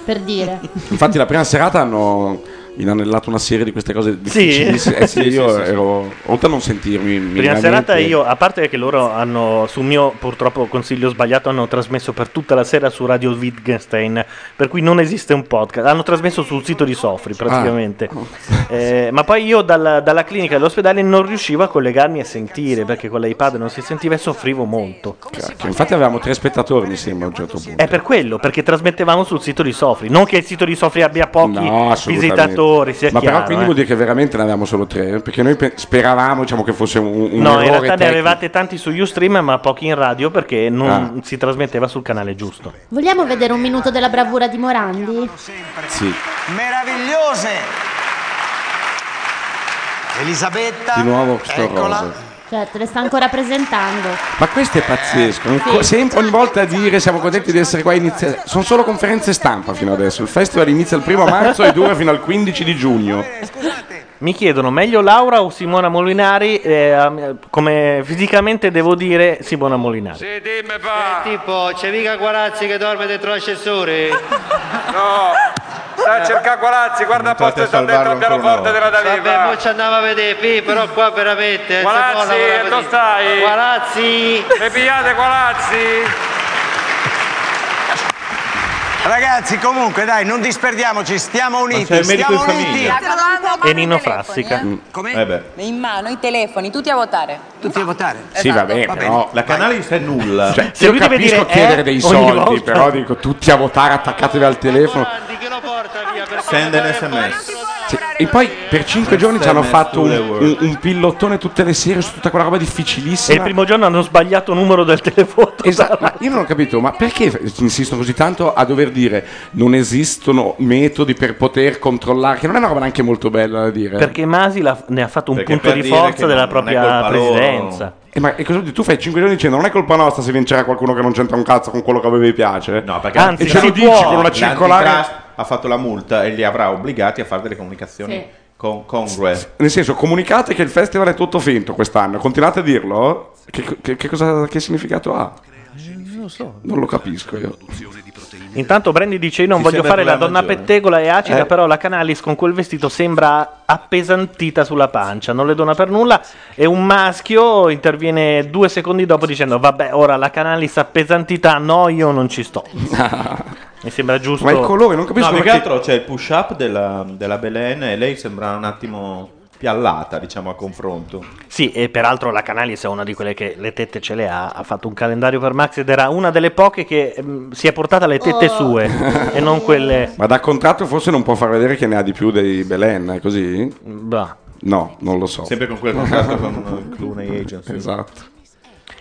Speaker 7: Per dire.
Speaker 6: Infatti la prima serata hanno inanellato una serie di queste cose difficili. Eh sì,
Speaker 4: Sì, sì,
Speaker 6: io
Speaker 4: sì, sì.
Speaker 6: ero oltre a non sentirmi
Speaker 4: Prima
Speaker 6: minimamente-
Speaker 4: serata io, a parte che loro hanno, sul mio purtroppo consiglio sbagliato, hanno trasmesso per tutta la sera su Radio Wittgenstein, per cui non esiste un podcast, hanno trasmesso sul sito di Sofri
Speaker 6: Ah.
Speaker 4: praticamente. Eh, ma poi io dalla, dalla clinica dell'ospedale non riuscivo a collegarmi a sentire, perché con l'iPad non si sentiva e soffrivo molto.
Speaker 6: Cacchio, infatti avevamo tre spettatori, mi sembra, a un certo punto.
Speaker 4: È per quello, perché trasmettevamo sul sito di Sofri. Non che il sito di Sofri abbia pochi
Speaker 6: No, assolutamente.
Speaker 4: visitatori, sia
Speaker 6: Ma
Speaker 4: chiaro.
Speaker 6: però quindi
Speaker 4: eh.
Speaker 6: vuol dire che veramente ne avevamo solo tre, eh? perché noi pe- speravamo diciamo, che fosse un, un
Speaker 4: No, in
Speaker 6: errore
Speaker 4: realtà ne
Speaker 6: tecnico.
Speaker 4: avevate tanti su Ustream, ma pochi in radio perché
Speaker 6: Ah.
Speaker 4: non si trasmetteva sul canale giusto.
Speaker 7: Vogliamo vedere un minuto della bravura di Morandi?
Speaker 6: Sì.
Speaker 10: Meravigliose! Elisabetta,
Speaker 6: Di nuovo sto
Speaker 10: eccola.
Speaker 6: rosa.
Speaker 7: Certo, le sta ancora presentando.
Speaker 6: Ma questo è pazzesco. un co- sempre- ogni volta a dire siamo contenti di essere qua inizia- Sono solo conferenze stampa fino adesso. Il festival inizia il primo marzo e dura fino al 15 di giugno.
Speaker 4: Mi chiedono meglio Laura o Simona Molinari? eh, am- come fisicamente devo dire Simona Molinari.
Speaker 8: tipo, c'è mica Guarazzi che dorme dentro l'ascensore?
Speaker 1: No, sta a
Speaker 5: Eh.
Speaker 1: cercare Guarazzi, guarda posto sta dentro al pianoforte della D'Aveva.
Speaker 8: Vabbè, poi ci andiamo a vedere, Pi, però qua veramente...
Speaker 1: Guarazzi, dove stai?
Speaker 8: Guarazzi!
Speaker 1: Le pigliate Guarazzi?
Speaker 10: Ragazzi, comunque, dai, non disperdiamoci, stiamo
Speaker 5: c'è
Speaker 10: uniti,
Speaker 5: il medico
Speaker 10: stiamo
Speaker 5: in
Speaker 10: uniti.
Speaker 5: famiglia.
Speaker 11: raccomando,
Speaker 5: E Nino
Speaker 11: i telefoni,
Speaker 5: Frassica.
Speaker 11: eh.
Speaker 5: Mm.
Speaker 11: Come?
Speaker 5: Eh beh.
Speaker 11: In mano i telefoni, tutti a votare.
Speaker 10: Tutti a votare?
Speaker 6: Sì, va bene, però-
Speaker 5: La canale di sé è nulla.
Speaker 6: Cioè,
Speaker 5: Se
Speaker 6: io
Speaker 5: lui deve
Speaker 6: capisco
Speaker 5: dire,
Speaker 6: chiedere
Speaker 5: eh,
Speaker 6: dei
Speaker 5: ogni
Speaker 6: soldi,
Speaker 5: volta.
Speaker 6: però dico tutti a votare, attaccatevi al telefono.
Speaker 5: Send an sms.
Speaker 6: Sì, E poi per cinque giorni ci hanno
Speaker 5: SMS
Speaker 6: fatto un,
Speaker 5: to the
Speaker 6: un- un pillotone tutte le sere su tutta quella roba difficilissima.
Speaker 4: E il primo giorno hanno sbagliato numero del telefono.
Speaker 6: Esatto, ma io non ho capito, ma perché f- insistono così tanto a dover dire non esistono metodi per poter controllare, che non è una roba neanche molto bella da dire.
Speaker 4: Perché Masi la- ne ha fatto un
Speaker 6: Perché
Speaker 4: punto
Speaker 6: per
Speaker 4: di
Speaker 6: dire che
Speaker 4: forza
Speaker 6: non-
Speaker 4: della
Speaker 6: non è
Speaker 4: propria
Speaker 6: colpa loro.
Speaker 4: presidenza.
Speaker 6: Eh, ma e cosa vuol dire? tu fai 5 giorni dicendo non è colpa nostra se vincerà qualcuno che non c'entra un cazzo con quello che a voi vi piace. No,
Speaker 5: perché
Speaker 6: e ce lo dici con una
Speaker 5: L'antitrust
Speaker 6: circolare.
Speaker 5: ha fatto la multa e li avrà obbligati a fare delle comunicazioni
Speaker 6: Sì.
Speaker 5: con congrue.
Speaker 6: Nel senso, comunicate che il festival è tutto finto quest'anno, continuate a dirlo. Che, che- che cosa, che significato ha?
Speaker 4: Non lo so.
Speaker 6: Non lo capisco io.
Speaker 4: Intanto Brandi dice: Io non
Speaker 6: Ti
Speaker 4: voglio
Speaker 6: sembra
Speaker 4: fare la
Speaker 6: una
Speaker 4: donna
Speaker 6: ragione.
Speaker 4: pettegola e acida,
Speaker 6: Eh.
Speaker 4: però la Canalis con quel vestito sembra appesantita sulla pancia, non le dona per nulla. E un maschio interviene due secondi dopo dicendo: Vabbè, ora la Canalis appesantita, no, io non ci sto. Mi sembra giusto.
Speaker 5: No, più che altro c'è il push up della, della Belen e lei sembra un attimo piallata, diciamo, a confronto.
Speaker 4: Sì, e peraltro la Canalis è una di quelle che le tette ce le ha, ha fatto un calendario per Max ed era una delle poche che ehm, si è portata le
Speaker 6: Oh.
Speaker 4: tette sue e non quelle...
Speaker 6: Ma da contratto forse non può far vedere che ne ha di più dei Belen, è così?
Speaker 4: Bah.
Speaker 6: No, non lo so.
Speaker 5: Sempre con quel contratto con eh, Clooney Agency.
Speaker 6: Esatto.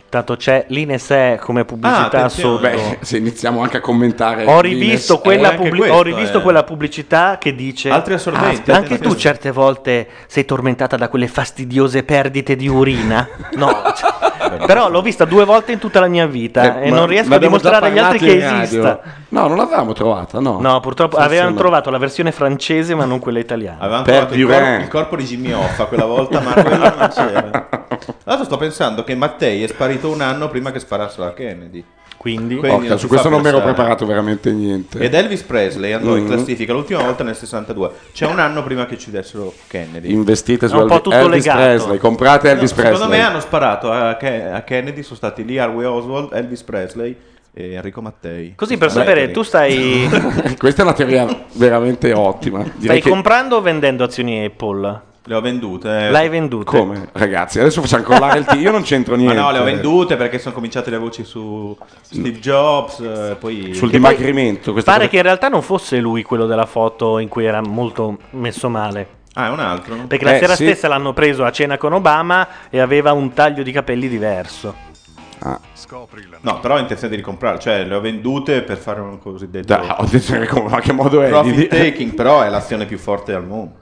Speaker 4: Tanto c'è l'Inesè come
Speaker 6: Ah,
Speaker 5: Ah,
Speaker 4: pubblicità sotto.
Speaker 6: Beh, se iniziamo anche a commentare.
Speaker 4: Ho rivisto,
Speaker 6: Eh, Guinness-
Speaker 4: quella,
Speaker 6: Eh, anche
Speaker 4: pubblic-
Speaker 6: questo
Speaker 4: ho rivisto
Speaker 6: è-
Speaker 4: quella pubblicità che dice:
Speaker 6: Altri assorbenti,
Speaker 4: "Ah, anche
Speaker 6: attenzione.
Speaker 4: tu, certe volte, sei tormentata da quelle fastidiose perdite di urina. No, cioè, però l'ho vista due volte in tutta la mia vita
Speaker 6: Eh,
Speaker 4: e
Speaker 6: ma-
Speaker 4: non riesco
Speaker 6: ma
Speaker 4: a
Speaker 6: abbiamo già
Speaker 4: dimostrare agli altri che
Speaker 6: parlato in radio.
Speaker 4: esista.
Speaker 6: No, non l'avevamo trovata, no.
Speaker 4: No, purtroppo
Speaker 6: Forse
Speaker 4: avevano
Speaker 6: no.
Speaker 4: trovato la versione francese, ma non quella italiana.
Speaker 5: Avevamo trovato il, corpo, il corpo di Jimmy Hoffa quella volta, ma quello non c'era. Tra l'altro sto pensando che Mattei è sparito un anno prima che sparasse la Kennedy.
Speaker 4: Quindi,
Speaker 6: Porca,
Speaker 5: non
Speaker 6: su
Speaker 5: ci
Speaker 6: questo
Speaker 5: fa
Speaker 6: non mi ero
Speaker 5: pensare.
Speaker 6: preparato veramente niente.
Speaker 5: Ed Elvis Presley andò in
Speaker 6: Mhm.
Speaker 5: classifica l'ultima volta nel 62. C'è un anno prima che uccidessero Kennedy.
Speaker 6: Investite su Elvis, Elvis Presley, comprate Elvis
Speaker 5: No,
Speaker 6: Presley.
Speaker 5: Secondo me hanno sparato a, Ke- a Kennedy, sono stati lì Harvey Oswald, Elvis Presley e Enrico Mattei.
Speaker 4: Così per
Speaker 5: Stanno
Speaker 4: sapere,
Speaker 5: lì.
Speaker 4: tu stai,
Speaker 6: Questa è una teoria veramente ottima. Direi
Speaker 4: stai
Speaker 6: che-
Speaker 4: comprando o vendendo azioni Apple?
Speaker 5: Le ho
Speaker 6: Eh,
Speaker 5: vendute.
Speaker 4: L'hai vendute?
Speaker 6: Come? Ragazzi, adesso facciamo collare il T. Io non c'entro
Speaker 5: Ma
Speaker 6: niente.
Speaker 5: no, le ho vendute perché sono cominciate le voci su Steve Jobs, eh, poi...
Speaker 6: Sul
Speaker 4: Che poi
Speaker 6: dimagrimento. questa
Speaker 4: Pare
Speaker 6: cosa-
Speaker 4: che in realtà non fosse lui quello della foto in cui era molto messo male.
Speaker 5: Ah, è un altro. no?
Speaker 4: Perché la
Speaker 6: Eh,
Speaker 4: sera
Speaker 6: sì.
Speaker 4: stessa l'hanno preso a cena con Obama e aveva un taglio di capelli diverso.
Speaker 6: Ah.
Speaker 5: No, però ho intenzione di ricomprare, cioè le ho vendute per fare un cosiddetto...
Speaker 6: Da- ho intenzione di ricomprare, ma che modo è
Speaker 5: Profit
Speaker 6: di-
Speaker 5: taking, però è l'azione più forte al mondo,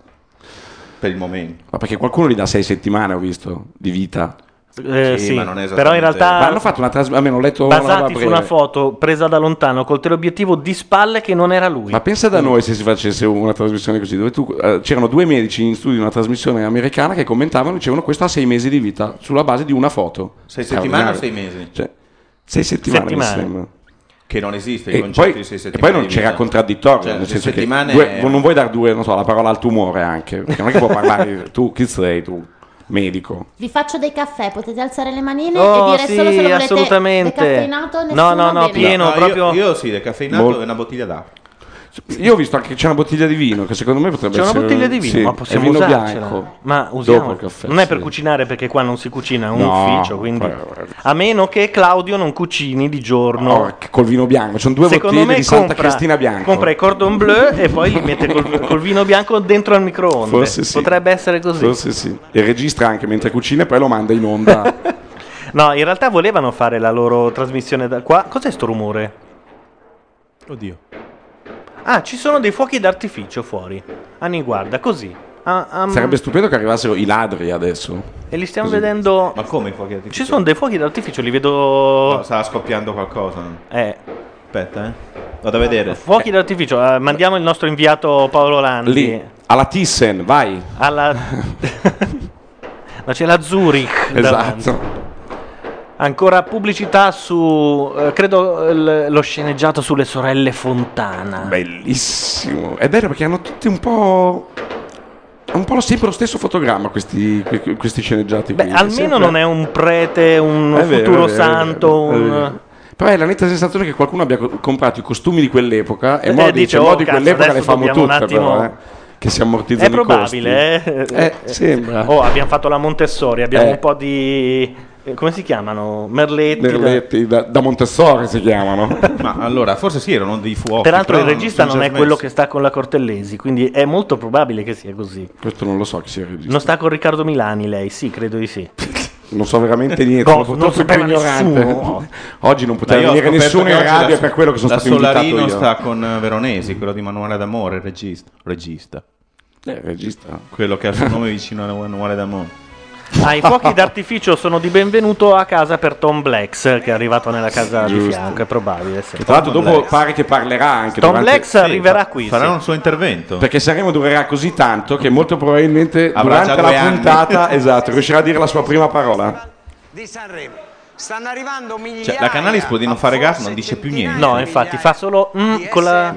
Speaker 5: per il momento.
Speaker 6: Ma perché qualcuno gli dà sei settimane, ho visto, di vita.
Speaker 4: Eh, Sì, sì, ma non è però in realtà-
Speaker 6: Ma hanno fatto una trasmissione, almeno ho letto una roba
Speaker 4: Basati su
Speaker 6: breve.
Speaker 4: una foto presa da lontano col teleobiettivo di spalle che non era lui.
Speaker 6: Ma pensa da noi se si facesse una trasmissione così, dove tu, eh, c'erano due medici in studio di una trasmissione americana che commentavano e dicevano questo ha sei mesi di vita sulla base di una foto.
Speaker 5: Sei settimane o sei
Speaker 6: Straordinario.
Speaker 5: mesi?
Speaker 6: Cioè, sei settimane,
Speaker 5: Settimane.
Speaker 6: mi sembra.
Speaker 5: Che non esiste il
Speaker 6: E
Speaker 5: concetto
Speaker 6: poi,
Speaker 5: di sei
Speaker 6: e
Speaker 5: settimane.
Speaker 6: poi non
Speaker 5: di
Speaker 6: c'era
Speaker 5: vita.
Speaker 6: contraddittorio,
Speaker 5: Cioè,
Speaker 6: nel
Speaker 5: le
Speaker 6: senso che
Speaker 5: settimane-
Speaker 6: due- non vuoi dare due, non so, la parola al tumore anche, perché non è che può parlare tu, chi sei tu, medico.
Speaker 7: Vi faccio dei caffè, potete alzare le manine
Speaker 4: Oh,
Speaker 7: e dire
Speaker 4: sì,
Speaker 7: solo se lo volete
Speaker 4: assolutamente.
Speaker 7: decaffeinato,
Speaker 4: No,
Speaker 7: nessuno,
Speaker 4: no, no,
Speaker 7: bene.
Speaker 4: pieno,
Speaker 5: io-
Speaker 4: proprio-
Speaker 5: Io, sì, decaffeinato
Speaker 6: Mol-
Speaker 5: e una bottiglia d'acqua.
Speaker 6: Io ho visto anche che c'è una bottiglia di vino che secondo me potrebbe
Speaker 4: C'è una
Speaker 6: essere
Speaker 4: bottiglia di vino,
Speaker 6: sì,
Speaker 4: ma
Speaker 6: è
Speaker 4: possiamo
Speaker 6: vino
Speaker 4: usarcela.
Speaker 6: bianco.
Speaker 4: Ma
Speaker 6: Dopo
Speaker 4: usiamo.
Speaker 6: il caffè,
Speaker 4: non è per
Speaker 6: sì.
Speaker 4: cucinare perché qua non si cucina, è un
Speaker 6: No,
Speaker 4: ufficio, quindi
Speaker 6: poi-
Speaker 4: a meno che Claudio non cucini di giorno.
Speaker 6: Porca, col vino bianco, sono due
Speaker 4: Secondo
Speaker 6: bottiglie
Speaker 4: me
Speaker 6: di Santa
Speaker 4: compra,
Speaker 6: Cristina bianco.
Speaker 4: compra i cordon bleu e poi li mette col, col vino bianco dentro al microonde.
Speaker 6: Forse sì.
Speaker 4: Potrebbe essere così.
Speaker 6: Forse sì. E registra anche mentre cucina e poi lo manda in onda.
Speaker 4: No, in realtà volevano fare la loro trasmissione da qua. Cos'è sto rumore?
Speaker 5: Oddio.
Speaker 4: Ah, ci sono dei fuochi d'artificio fuori. Anni, guarda, così. Ah, ah,
Speaker 6: Sarebbe stupendo che arrivassero i ladri adesso.
Speaker 4: E li stiamo
Speaker 6: Così.
Speaker 4: vedendo.
Speaker 5: Ma come i fuochi d'artificio?
Speaker 4: Ci sono dei fuochi d'artificio, li vedo.
Speaker 5: Stava scoppiando qualcosa.
Speaker 4: Eh.
Speaker 5: Aspetta, eh. Vado a vedere.
Speaker 4: Fuochi d'artificio, eh, mandiamo il nostro inviato Paolo Landi.
Speaker 6: Lì, alla Thyssen, vai.
Speaker 4: Alla... Ma c'è la Zurich. davanti.
Speaker 6: Esatto.
Speaker 4: Ancora pubblicità su, eh, credo, eh, l- lo sceneggiato sulle sorelle Fontana.
Speaker 6: Bellissimo. È vero perché hanno tutti un po'... Un po' lo- sempre lo stesso fotogramma questi, que- questi sceneggiati qui.
Speaker 4: Almeno
Speaker 6: Sempre-
Speaker 4: non è un prete, un
Speaker 6: È vero,
Speaker 4: futuro
Speaker 6: è vero, è vero,
Speaker 4: santo.
Speaker 6: è
Speaker 4: un-
Speaker 6: vero. Però è la netta sensazione che qualcuno abbia co- comprato i costumi di quell'epoca e
Speaker 4: Eh,
Speaker 6: mo
Speaker 4: dice,
Speaker 6: dice,
Speaker 4: "Oh,
Speaker 6: mo di
Speaker 4: cazzo,
Speaker 6: quell'epoca
Speaker 4: adesso
Speaker 6: le famo tutte,
Speaker 4: dobbiamo un attimo-
Speaker 6: però, eh, che si ammortizzano
Speaker 4: È
Speaker 6: i costi.
Speaker 4: probabile, eh?
Speaker 6: Eh, sembra.
Speaker 4: Oh, abbiamo fatto la Montessori, abbiamo
Speaker 6: Eh.
Speaker 4: un po' di... eh, come si chiamano? Merletti. eh. da-
Speaker 6: Merletti, da, da Montessori si chiamano.
Speaker 5: Ma allora, forse sì, erano dei fuochi.
Speaker 4: Peraltro il
Speaker 5: però
Speaker 4: regista
Speaker 5: sono
Speaker 4: non
Speaker 5: già
Speaker 4: è quello
Speaker 5: smessi.
Speaker 4: che sta con la Cortellesi, quindi è molto probabile che sia così.
Speaker 6: Questo non lo so chi sia il regista.
Speaker 4: Non sta con Riccardo Milani lei, sì, credo di sì.
Speaker 6: Non so veramente niente,
Speaker 4: No,
Speaker 6: sono
Speaker 4: non
Speaker 6: troppo
Speaker 4: sapeva
Speaker 6: ignorante.
Speaker 4: nessuno.
Speaker 6: Oggi non poteva
Speaker 5: Ma io ho
Speaker 6: venire
Speaker 5: scoperto
Speaker 6: nessuno
Speaker 5: che
Speaker 6: in
Speaker 5: oggi
Speaker 6: radio
Speaker 5: la-
Speaker 6: è per quello che sono
Speaker 5: la
Speaker 6: stato invitato
Speaker 5: Solarino
Speaker 6: io.
Speaker 5: sta con eh, Veronesi, quello di Manuale d'Amore, il regista. Regista.
Speaker 6: Eh, regista.
Speaker 5: Quello che ha il suo nome vicino a Manuale d'Amore.
Speaker 4: Ah, i fuochi d'artificio sono di benvenuto a casa per Tom Blacks, che è arrivato nella casa di
Speaker 6: Giusto.
Speaker 4: fianco, è probabile. sì.
Speaker 6: Che tra l'altro dopo pare che parlerà anche
Speaker 4: Tom
Speaker 6: durante-
Speaker 4: Lex arriverà qui.
Speaker 5: farà
Speaker 4: sì.
Speaker 5: un suo intervento.
Speaker 6: Perché Sanremo durerà così tanto che molto probabilmente
Speaker 5: Avrà già
Speaker 6: durante
Speaker 5: due
Speaker 6: la
Speaker 5: anni.
Speaker 6: puntata esatto, riuscirà a dire la sua prima parola.
Speaker 10: di Sanremo. Stanno arrivando migliaia.
Speaker 5: Cioè, la Canalis può di non fare gas, non dice più niente.
Speaker 4: No, infatti, fa solo mm, con la...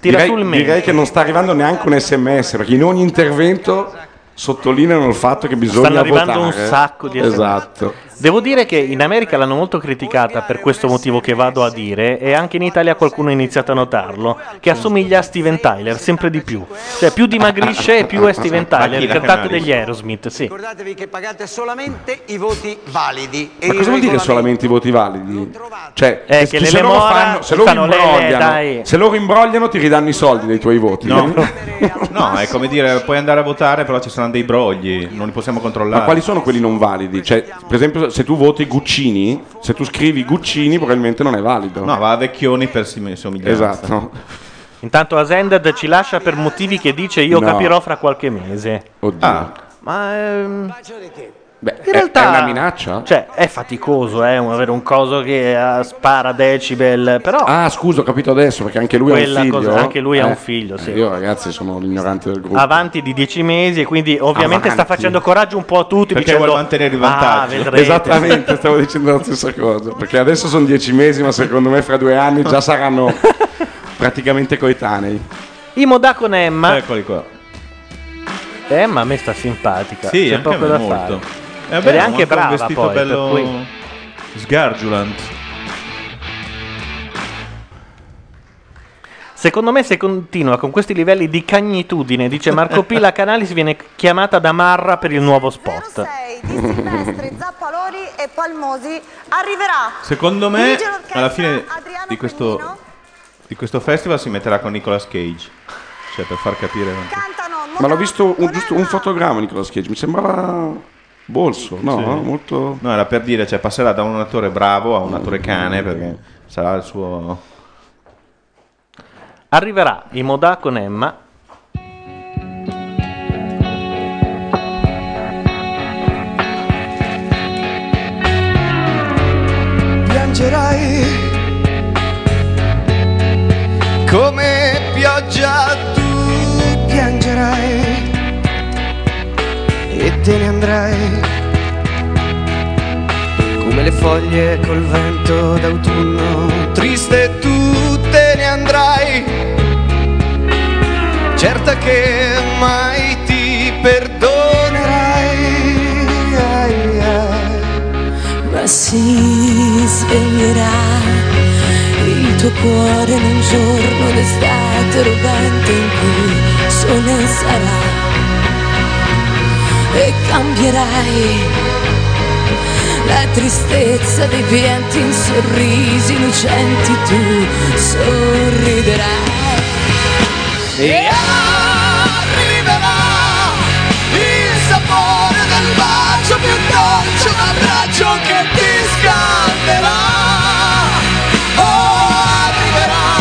Speaker 4: Tira
Speaker 6: Direi,
Speaker 4: sul mento.
Speaker 6: direi che non sta arrivando neanche un sms perché in ogni intervento sottolineano il fatto che bisogna
Speaker 4: Stanno arrivando
Speaker 6: votare.
Speaker 4: un sacco di
Speaker 6: Esatto.
Speaker 4: Devo dire che in America l'hanno molto criticata per questo motivo che vado a dire e anche in Italia qualcuno ha iniziato a notarlo, che assomiglia a Steven Tyler sempre di più. Cioè più dimagrisce e più è Steven
Speaker 5: Ma chi,
Speaker 4: Tyler, il
Speaker 5: la
Speaker 4: cantante
Speaker 5: Canalis?
Speaker 4: degli Aerosmith, sì.
Speaker 10: Ricordatevi che pagate solamente i voti validi. E
Speaker 6: Ma
Speaker 10: il
Speaker 6: cosa vuol dire
Speaker 10: regolamento-
Speaker 6: solamente i voti validi? Cioè,
Speaker 4: Eh,
Speaker 6: se-
Speaker 4: che le
Speaker 6: se loro
Speaker 4: Lemora
Speaker 6: fanno- se loro
Speaker 4: fanno le- eh,
Speaker 6: imbrogliano,
Speaker 4: dai.
Speaker 6: se loro imbrogliano ti ridanno i soldi dei tuoi voti.
Speaker 5: No, è come dire, puoi andare a votare, però ci saranno dei brogli, non li possiamo controllare.
Speaker 6: Ma quali sono quelli non validi? Cioè, per esempio, se tu voti Guccini, se tu scrivi Guccini, probabilmente non è valido.
Speaker 5: No, va a Vecchioni per sim- somiglianza.
Speaker 6: Esatto.
Speaker 4: Intanto Asendad ci lascia per motivi che dice io
Speaker 5: No.
Speaker 4: capirò fra qualche mese.
Speaker 6: Oddio.
Speaker 4: Ma ehm,
Speaker 6: Beh,
Speaker 4: in realtà
Speaker 6: è una minaccia?
Speaker 4: Cioè, è faticoso eh, un- avere un coso che eh, spara decibel, però
Speaker 6: Ah, scusa, ho capito adesso perché anche lui ha
Speaker 4: Quella
Speaker 6: un figlio.
Speaker 4: cosa, anche lui ha
Speaker 6: Eh,
Speaker 4: un figlio, sì.
Speaker 6: eh, Io, ragazzi, sono l'ignorante del gruppo.
Speaker 4: avanti di dieci mesi e quindi ovviamente sta
Speaker 6: Avanti.
Speaker 4: facendo coraggio un po' a tutti
Speaker 6: Perché
Speaker 4: dicendo,
Speaker 6: vuole mantenere
Speaker 4: "Ah, vedrete."
Speaker 6: Esattamente, stavo dicendo la stessa cosa. Perché adesso sono dieci mesi, ma secondo me fra due anni già saranno praticamente coetanei.
Speaker 4: Imo da con
Speaker 6: Ecco.
Speaker 4: Emma.
Speaker 5: Eccoli qua.
Speaker 4: Emma a me sta simpatica.
Speaker 5: Sì,
Speaker 4: c'è
Speaker 5: anche
Speaker 4: poco
Speaker 5: a me
Speaker 4: da
Speaker 5: molto.
Speaker 4: fare.
Speaker 5: Eh, beh,
Speaker 4: Ed è anche
Speaker 5: molto un
Speaker 4: brava
Speaker 5: vestito
Speaker 4: poi, per
Speaker 5: bello
Speaker 4: cui-
Speaker 5: sgargiulant.
Speaker 4: Secondo me se continua con questi livelli di cagnitudine, dice Marco P, la Canalis viene chiamata da Marra per il nuovo spot.
Speaker 17: Zappalori e Palmosi arriverà.
Speaker 5: Secondo me, alla fine di questo, di questo festival si metterà con Nicolas Cage. Cioè, per far capire.
Speaker 6: Ma l'ho visto un, giusto un fotogramma, Nicolas Cage. Mi sembrava Bolso, no?
Speaker 5: Sì.
Speaker 6: Molto.
Speaker 5: No, era per dire, cioè, passerà da un attore bravo a un attore cane, perché sarà il suo.
Speaker 4: Arriverà Imoda con Emma.
Speaker 2: piangerai come pioggia tu piangerai e te ne andrai come le foglie col vento d'autunno triste tu te ne andrai certa che mai ti perdonerai ai, ai.
Speaker 8: ma si sveglierà il tuo cuore in un giorno d'estate rovente in cui sole sarà e cambierai la tristezza dei pianti in sorrisi lucenti tu sorriderai
Speaker 18: E
Speaker 2: arriverà il sapore del bacio più dolce, un abbraccio che ti scalderà. Oh, arriverà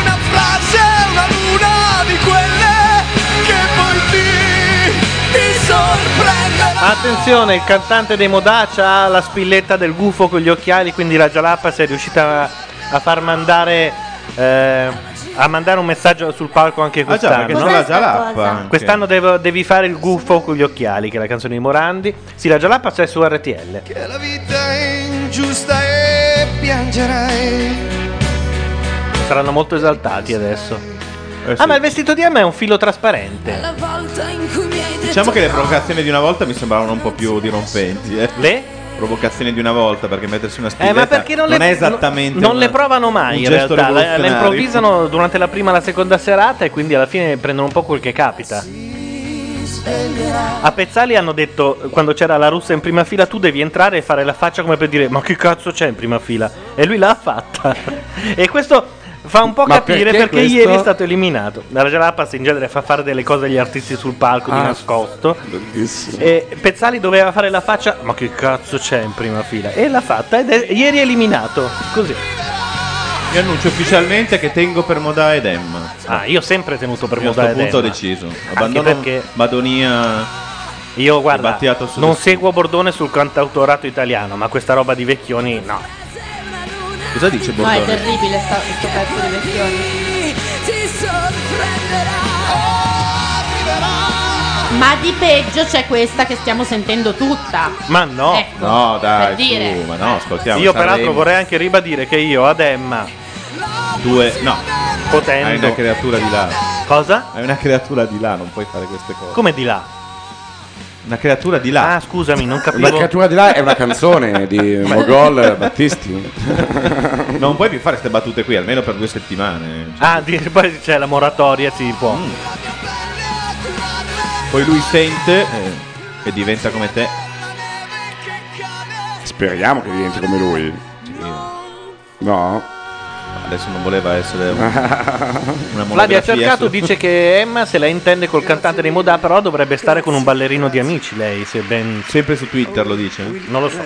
Speaker 2: una frase, una luna di quelle che poi ti, ti sorprenderà.
Speaker 4: Attenzione, il cantante dei Modacia ha la spilletta del gufo con gli occhiali, quindi la Jalappas è riuscita a- a far mandare eh, a mandare un messaggio sul palco anche
Speaker 5: Ah, già,
Speaker 4: quest'anno.
Speaker 5: perché c'è la Jalappa. anche.
Speaker 4: Quest'anno devo- devi fare il gufo con gli occhiali, che è la canzone di Morandi. Sì, la Jalappa è su RTL.
Speaker 2: La vita è ingiusta e piangerai.
Speaker 4: Saranno molto esaltati adesso. Ah,
Speaker 5: Eh sì.
Speaker 4: ma il vestito di Emma è un filo trasparente.
Speaker 8: la volta in cui mi hai detto
Speaker 5: Diciamo che le
Speaker 8: no.
Speaker 5: provocazioni di una volta mi sembravano un po' più dirompenti. Eh.
Speaker 4: Le?
Speaker 5: provocazione di una volta perché mettersi una
Speaker 4: Eh,
Speaker 5: spilletta
Speaker 4: ma perché non, le,
Speaker 5: è esattamente
Speaker 4: non
Speaker 5: una-
Speaker 4: le provano mai
Speaker 5: un
Speaker 4: in
Speaker 5: gesto
Speaker 4: realtà, le, le
Speaker 5: rivoluzionario.
Speaker 4: improvvisano durante la prima e la seconda serata e quindi alla fine prendono un po' quel che capita. A Pezzali hanno detto, quando c'era la russa in prima fila, tu devi entrare e fare la faccia come per dire ma che cazzo c'è in prima fila? E lui l'ha fatta. e questo fa un po'
Speaker 6: Ma
Speaker 4: capire
Speaker 6: perché
Speaker 4: perché,
Speaker 6: questo-
Speaker 4: ieri è stato eliminato. La Jalapas in genere fa fare delle cose agli artisti sul palco
Speaker 6: Ah,
Speaker 4: di nascosto. E Pezzali doveva fare la faccia ma che cazzo c'è in prima fila? E l'ha fatta ed è ieri è eliminato. Così.
Speaker 5: Io annuncio ufficialmente che tengo per Modà ed Emma.
Speaker 4: Ah, io ho sempre tenuto per
Speaker 5: Io a
Speaker 4: Modà
Speaker 5: sto
Speaker 4: ed
Speaker 5: punto ho
Speaker 4: Emma.
Speaker 5: deciso.
Speaker 4: Anche
Speaker 5: Abbandono
Speaker 4: perché-
Speaker 5: Madonia.
Speaker 4: Io guarda,
Speaker 5: Battiato su-
Speaker 4: non seguo Bordone sul cantautorato italiano, ma questa roba di vecchioni no.
Speaker 5: Cosa dice
Speaker 7: No, è terribile sta- questo pezzo di vecchioni. Ma di peggio c'è questa che stiamo sentendo tutta.
Speaker 4: Ma no,
Speaker 7: Ecco, No, dai, per su, dire. ma
Speaker 5: no, ascoltiamo,
Speaker 4: Io
Speaker 5: Sanremo.
Speaker 4: peraltro vorrei anche ribadire che io ad Emma
Speaker 5: Due. No. Hai
Speaker 4: potendo
Speaker 5: una creatura di là.
Speaker 4: Cosa?
Speaker 5: Hai una creatura di là, non puoi fare queste cose.
Speaker 4: come di là.
Speaker 5: Una creatura di là.
Speaker 4: Ah, scusami, non
Speaker 6: La
Speaker 4: capivo.
Speaker 6: cattura di là è una canzone di Eh, Mogol Battisti.
Speaker 5: non puoi più fare queste battute qui, almeno per due settimane.
Speaker 4: Ah, di- poi c'è la moratoria, si può.
Speaker 5: Mm. Poi lui sente eh, e diventa come te.
Speaker 6: Speriamo che diventi come lui. No.
Speaker 5: Adesso non voleva essere una
Speaker 4: Flavia
Speaker 5: monografia
Speaker 4: Cercato
Speaker 5: su-
Speaker 4: dice che Emma se la intende col cantante dei Modà, però dovrebbe stare con un ballerino di amici lei, se ben...
Speaker 5: Sempre su Twitter lo dice? eh?
Speaker 4: Non lo so.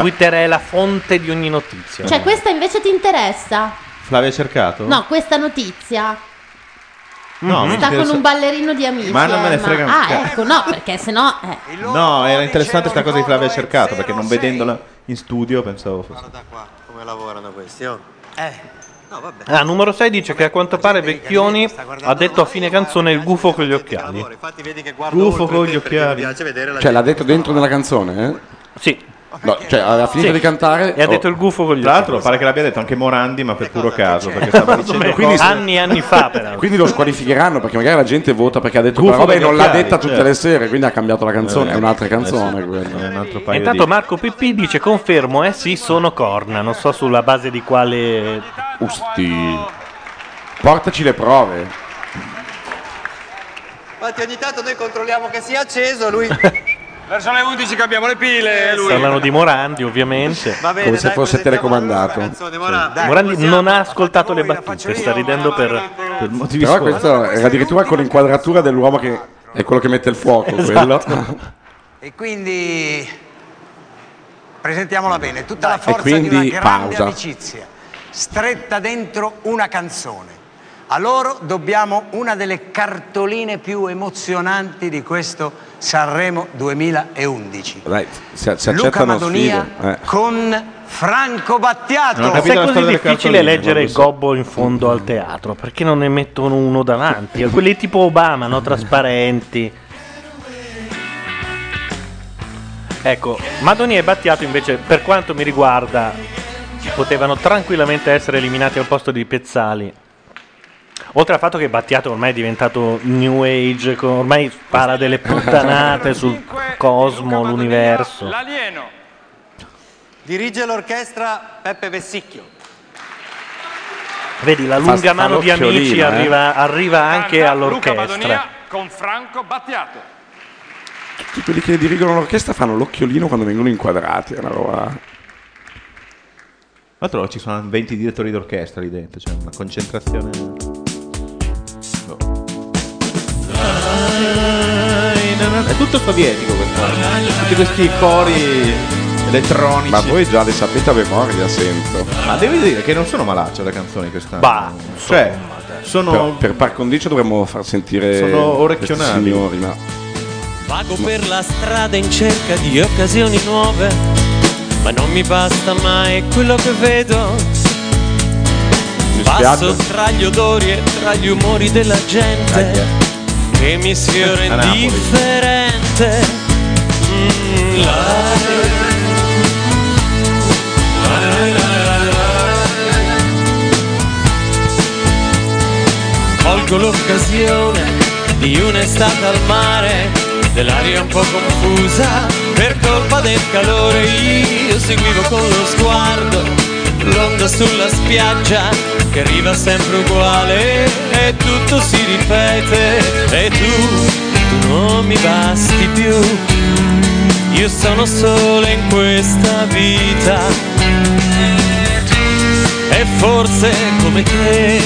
Speaker 4: Twitter è la fonte di ogni notizia.
Speaker 7: Cioè, questa invece ti interessa?
Speaker 5: Flavia Cercato?
Speaker 7: No, questa notizia.
Speaker 5: No, mi
Speaker 7: Sta con
Speaker 5: interessa-
Speaker 7: un ballerino di amici.
Speaker 5: Ma non me ne
Speaker 7: Emma.
Speaker 5: frega un
Speaker 7: Ah,
Speaker 5: cazzo.
Speaker 7: ecco, no, perché sennò. Eh.
Speaker 5: No, era interessante sta cosa di Flavia Cercato perché non vedendola in studio pensavo fosse.
Speaker 1: Come lavorano questi, oh? Eh. No, vabbè.
Speaker 4: Ah, numero 6 dice che a quanto pare Vecchioni ha detto a fine canzone il gufo con gli occhiali.
Speaker 5: Gufo con gli occhiali.
Speaker 6: Cioè, l'ha detto dentro nella canzone?
Speaker 4: Eh? Sì.
Speaker 6: cioè, aveva finito
Speaker 5: Sì.
Speaker 6: di cantare. Oh.
Speaker 5: E ha detto
Speaker 4: il gufo con gli
Speaker 5: Tra l'altro pare che l'abbia detto anche Morandi, ma per puro caso, perché stava dicendo cose-
Speaker 4: anni e anni fa, però.
Speaker 6: Quindi lo squalificheranno perché magari la gente vota perché ha detto
Speaker 5: Gufo
Speaker 6: quella roba e
Speaker 5: degli
Speaker 6: non l'ha
Speaker 5: occhiali,
Speaker 6: detta tutte
Speaker 5: certo.
Speaker 6: le sere, quindi ha cambiato la canzone,
Speaker 5: Eh,
Speaker 6: è un'altra
Speaker 5: eh,
Speaker 6: canzone
Speaker 5: sì.
Speaker 6: quella.
Speaker 5: È un altro paio
Speaker 4: E intanto
Speaker 5: di...
Speaker 4: Marco Pippi dice confermo, eh sì, sono corna, non so sulla base di quale...
Speaker 6: Usti. Portaci le prove.
Speaker 1: Infatti ogni tanto noi controlliamo che sia acceso, lui... Verso le 11 cambiamo le pile,
Speaker 4: Parlano di Morandi, ovviamente.
Speaker 1: Va bene, Come se dai,
Speaker 6: fosse telecomandato.
Speaker 4: Morandi non ha ascoltato le battute, sta ridendo per...
Speaker 5: Per motivi
Speaker 6: Però questo era addirittura con l'inquadratura dell'uomo che è quello che mette il fuoco,
Speaker 1: Esatto.
Speaker 6: quello.
Speaker 10: E quindi presentiamola bene, tutta la forza
Speaker 6: quindi,
Speaker 10: di una grande
Speaker 6: pausa.
Speaker 10: amicizia, stretta dentro una canzone. A loro dobbiamo una delle cartoline più emozionanti di questo Sanremo 2011.
Speaker 6: Dai, si, si
Speaker 10: Luca
Speaker 6: accettano
Speaker 10: Madonia
Speaker 6: sfide. Eh.
Speaker 10: con Franco Battiato.
Speaker 4: Ma se è così difficile leggere il gobbo in fondo al teatro, perché non ne mettono uno davanti? Quelli tipo Obama, no? Trasparenti. Ecco, Madoni e Battiato invece, per quanto mi riguarda, potevano tranquillamente essere eliminati al posto di Pezzali. Oltre al fatto che Battiato ormai è diventato New Age, con- ormai spara delle puttanate sul cosmo, l'universo.
Speaker 1: L'alieno. Dirige l'orchestra Peppe Vessicchio.
Speaker 4: Vedi, la
Speaker 1: Fa
Speaker 4: lunga
Speaker 1: sta
Speaker 4: mano di amici
Speaker 1: l'occhiolino, eh.
Speaker 4: arriva, arriva anche
Speaker 19: Canta Luca
Speaker 4: all'orchestra.
Speaker 19: Madonia con Franco Battiato.
Speaker 6: Tutti quelli che dirigono l'orchestra fanno l'occhiolino quando vengono inquadrati, è una roba.
Speaker 5: Tra l'altro ci sono 20 direttori d'orchestra lì dentro, c'è una concentrazione... Boh. È tutto sovietico questo. Tutti questi cori elettronici.
Speaker 6: Ma voi già le sapete a memoria, sento.
Speaker 5: Ma devi dire che non sono malaccio le canzoni quest'anno.
Speaker 6: Bah,
Speaker 5: cioè, sono...
Speaker 6: Per, per par condicio dovremmo far sentire
Speaker 5: Sono orecchionali.
Speaker 6: questi signori, ma
Speaker 20: Vago per la strada in cerca di occasioni nuove, ma non mi basta mai quello che vedo. Passo
Speaker 2: spiace.
Speaker 20: tra gli odori e tra gli umori della gente che mi sfiora
Speaker 2: eh. A Napoli.
Speaker 20: indifferente. Mm, la- la- la- la- la- Colgo l'occasione di un'estate al mare, dell'aria un po' confusa per colpa
Speaker 2: po' del calore io seguivo con lo sguardo l'onda sulla spiaggia che arriva sempre uguale e tutto si ripete e tu, tu non mi basti più io sono solo in questa vita e forse come te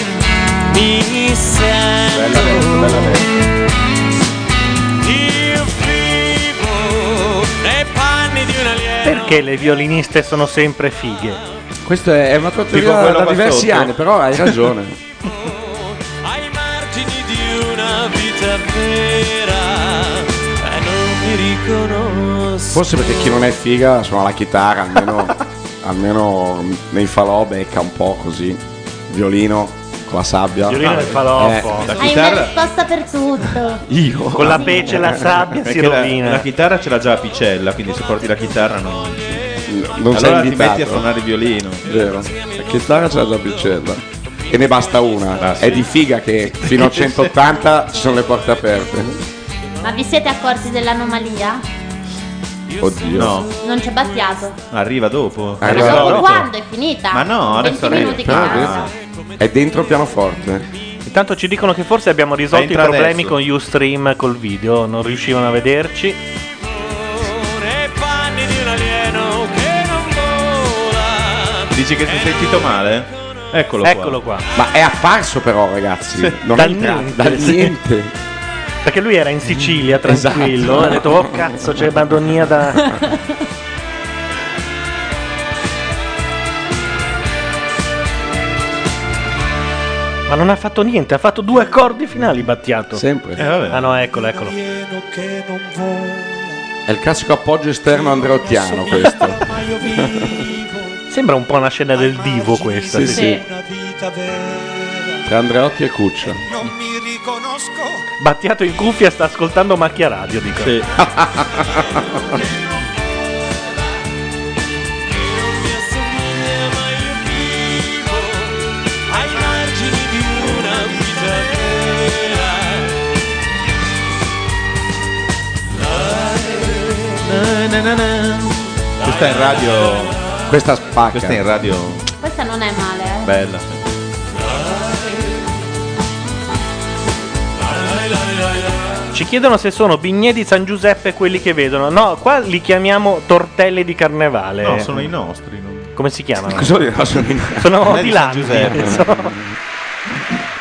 Speaker 2: mi sento io vivo nei panni di un alieno
Speaker 4: Perché le violiniste sono sempre fighe?
Speaker 6: Questo è una tua
Speaker 4: Tipo
Speaker 6: teoria
Speaker 4: quello
Speaker 6: da
Speaker 4: qua
Speaker 6: diversi
Speaker 4: sotto.
Speaker 6: anni, però hai ragione.
Speaker 2: una vita vera e non mi riconosco
Speaker 6: Forse perché chi non è figa suona la chitarra, almeno, almeno nei falò becca un po' così. Violino con la sabbia.
Speaker 4: Violino nel falò,
Speaker 6: Eh,
Speaker 4: po'.
Speaker 6: la
Speaker 7: Hai una risposta per tutto.
Speaker 6: Io? Eh,
Speaker 4: Con la pece e la sabbia si
Speaker 5: Perché la-
Speaker 4: rovina.
Speaker 5: La, chitarra ce l'ha già a picella, quindi se porti la chitarra non.
Speaker 6: Non sei
Speaker 5: allora ti
Speaker 6: invitato.
Speaker 5: metti a suonare il violino.
Speaker 6: Vero. La chitarra c'è la già picella. E ne basta una. È di figa che fino a 180 ci sono le porte aperte.
Speaker 7: Ma vi siete accorti dell'anomalia?
Speaker 6: Oddio.
Speaker 5: No,
Speaker 7: Non c'è Battiato.
Speaker 5: arriva dopo.
Speaker 6: Arriva
Speaker 5: Al
Speaker 6: dopo.
Speaker 5: solito.
Speaker 7: Quando è finita?
Speaker 5: Ma no, adesso
Speaker 7: 20
Speaker 5: arriva.
Speaker 7: minuti che passa.
Speaker 6: È dentro il pianoforte.
Speaker 4: Intanto ci dicono che forse abbiamo risolto i
Speaker 6: Entra
Speaker 4: problemi
Speaker 6: adesso.
Speaker 4: con Ustream col video, non riuscivano a vederci.
Speaker 5: Dici che sei sentito male? Eccolo,
Speaker 4: Eccolo qua.
Speaker 6: Ma è apparso però, ragazzi. Non è
Speaker 4: Dal
Speaker 6: entrato,
Speaker 4: niente,
Speaker 6: dal
Speaker 4: sì.
Speaker 6: niente.
Speaker 4: Perché lui era in Sicilia tranquillo,
Speaker 6: Esatto.
Speaker 4: ha detto oh cazzo c'è Madonia da... Ma non ha fatto niente, ha fatto due accordi finali Battiato.
Speaker 6: Sempre.
Speaker 4: Eh, vabbè. Ah no, eccolo, eccolo.
Speaker 21: che non vuole,
Speaker 6: È il classico appoggio esterno andreottiano Ah, questo.
Speaker 21: ma io vivo
Speaker 4: Sembra un po' una scena del divo questa.
Speaker 6: Sì, sì.
Speaker 21: una vita vera.
Speaker 6: Tra Andreotti e Cuccia.
Speaker 21: Non mi riconosco.
Speaker 4: Battiato in cuffia sta ascoltando Macchia Radio, dico.
Speaker 5: Sì.
Speaker 2: ai margini di una vita vera
Speaker 5: Questa è in radio.
Speaker 6: Questa spacca.
Speaker 5: Questa è in radio.
Speaker 7: Questa non è male, eh.
Speaker 5: Bella.
Speaker 4: Ci chiedono se sono bignè di San Giuseppe quelli che vedono. No, qua li chiamiamo tortelli di carnevale.
Speaker 5: No, sono i nostri.
Speaker 4: Come si chiamano?
Speaker 5: Cosa
Speaker 6: vuol dire? No, sono i-
Speaker 4: Sono eh,
Speaker 5: Non è
Speaker 4: di
Speaker 5: di San
Speaker 4: là.
Speaker 5: Giuseppe.
Speaker 4: sono-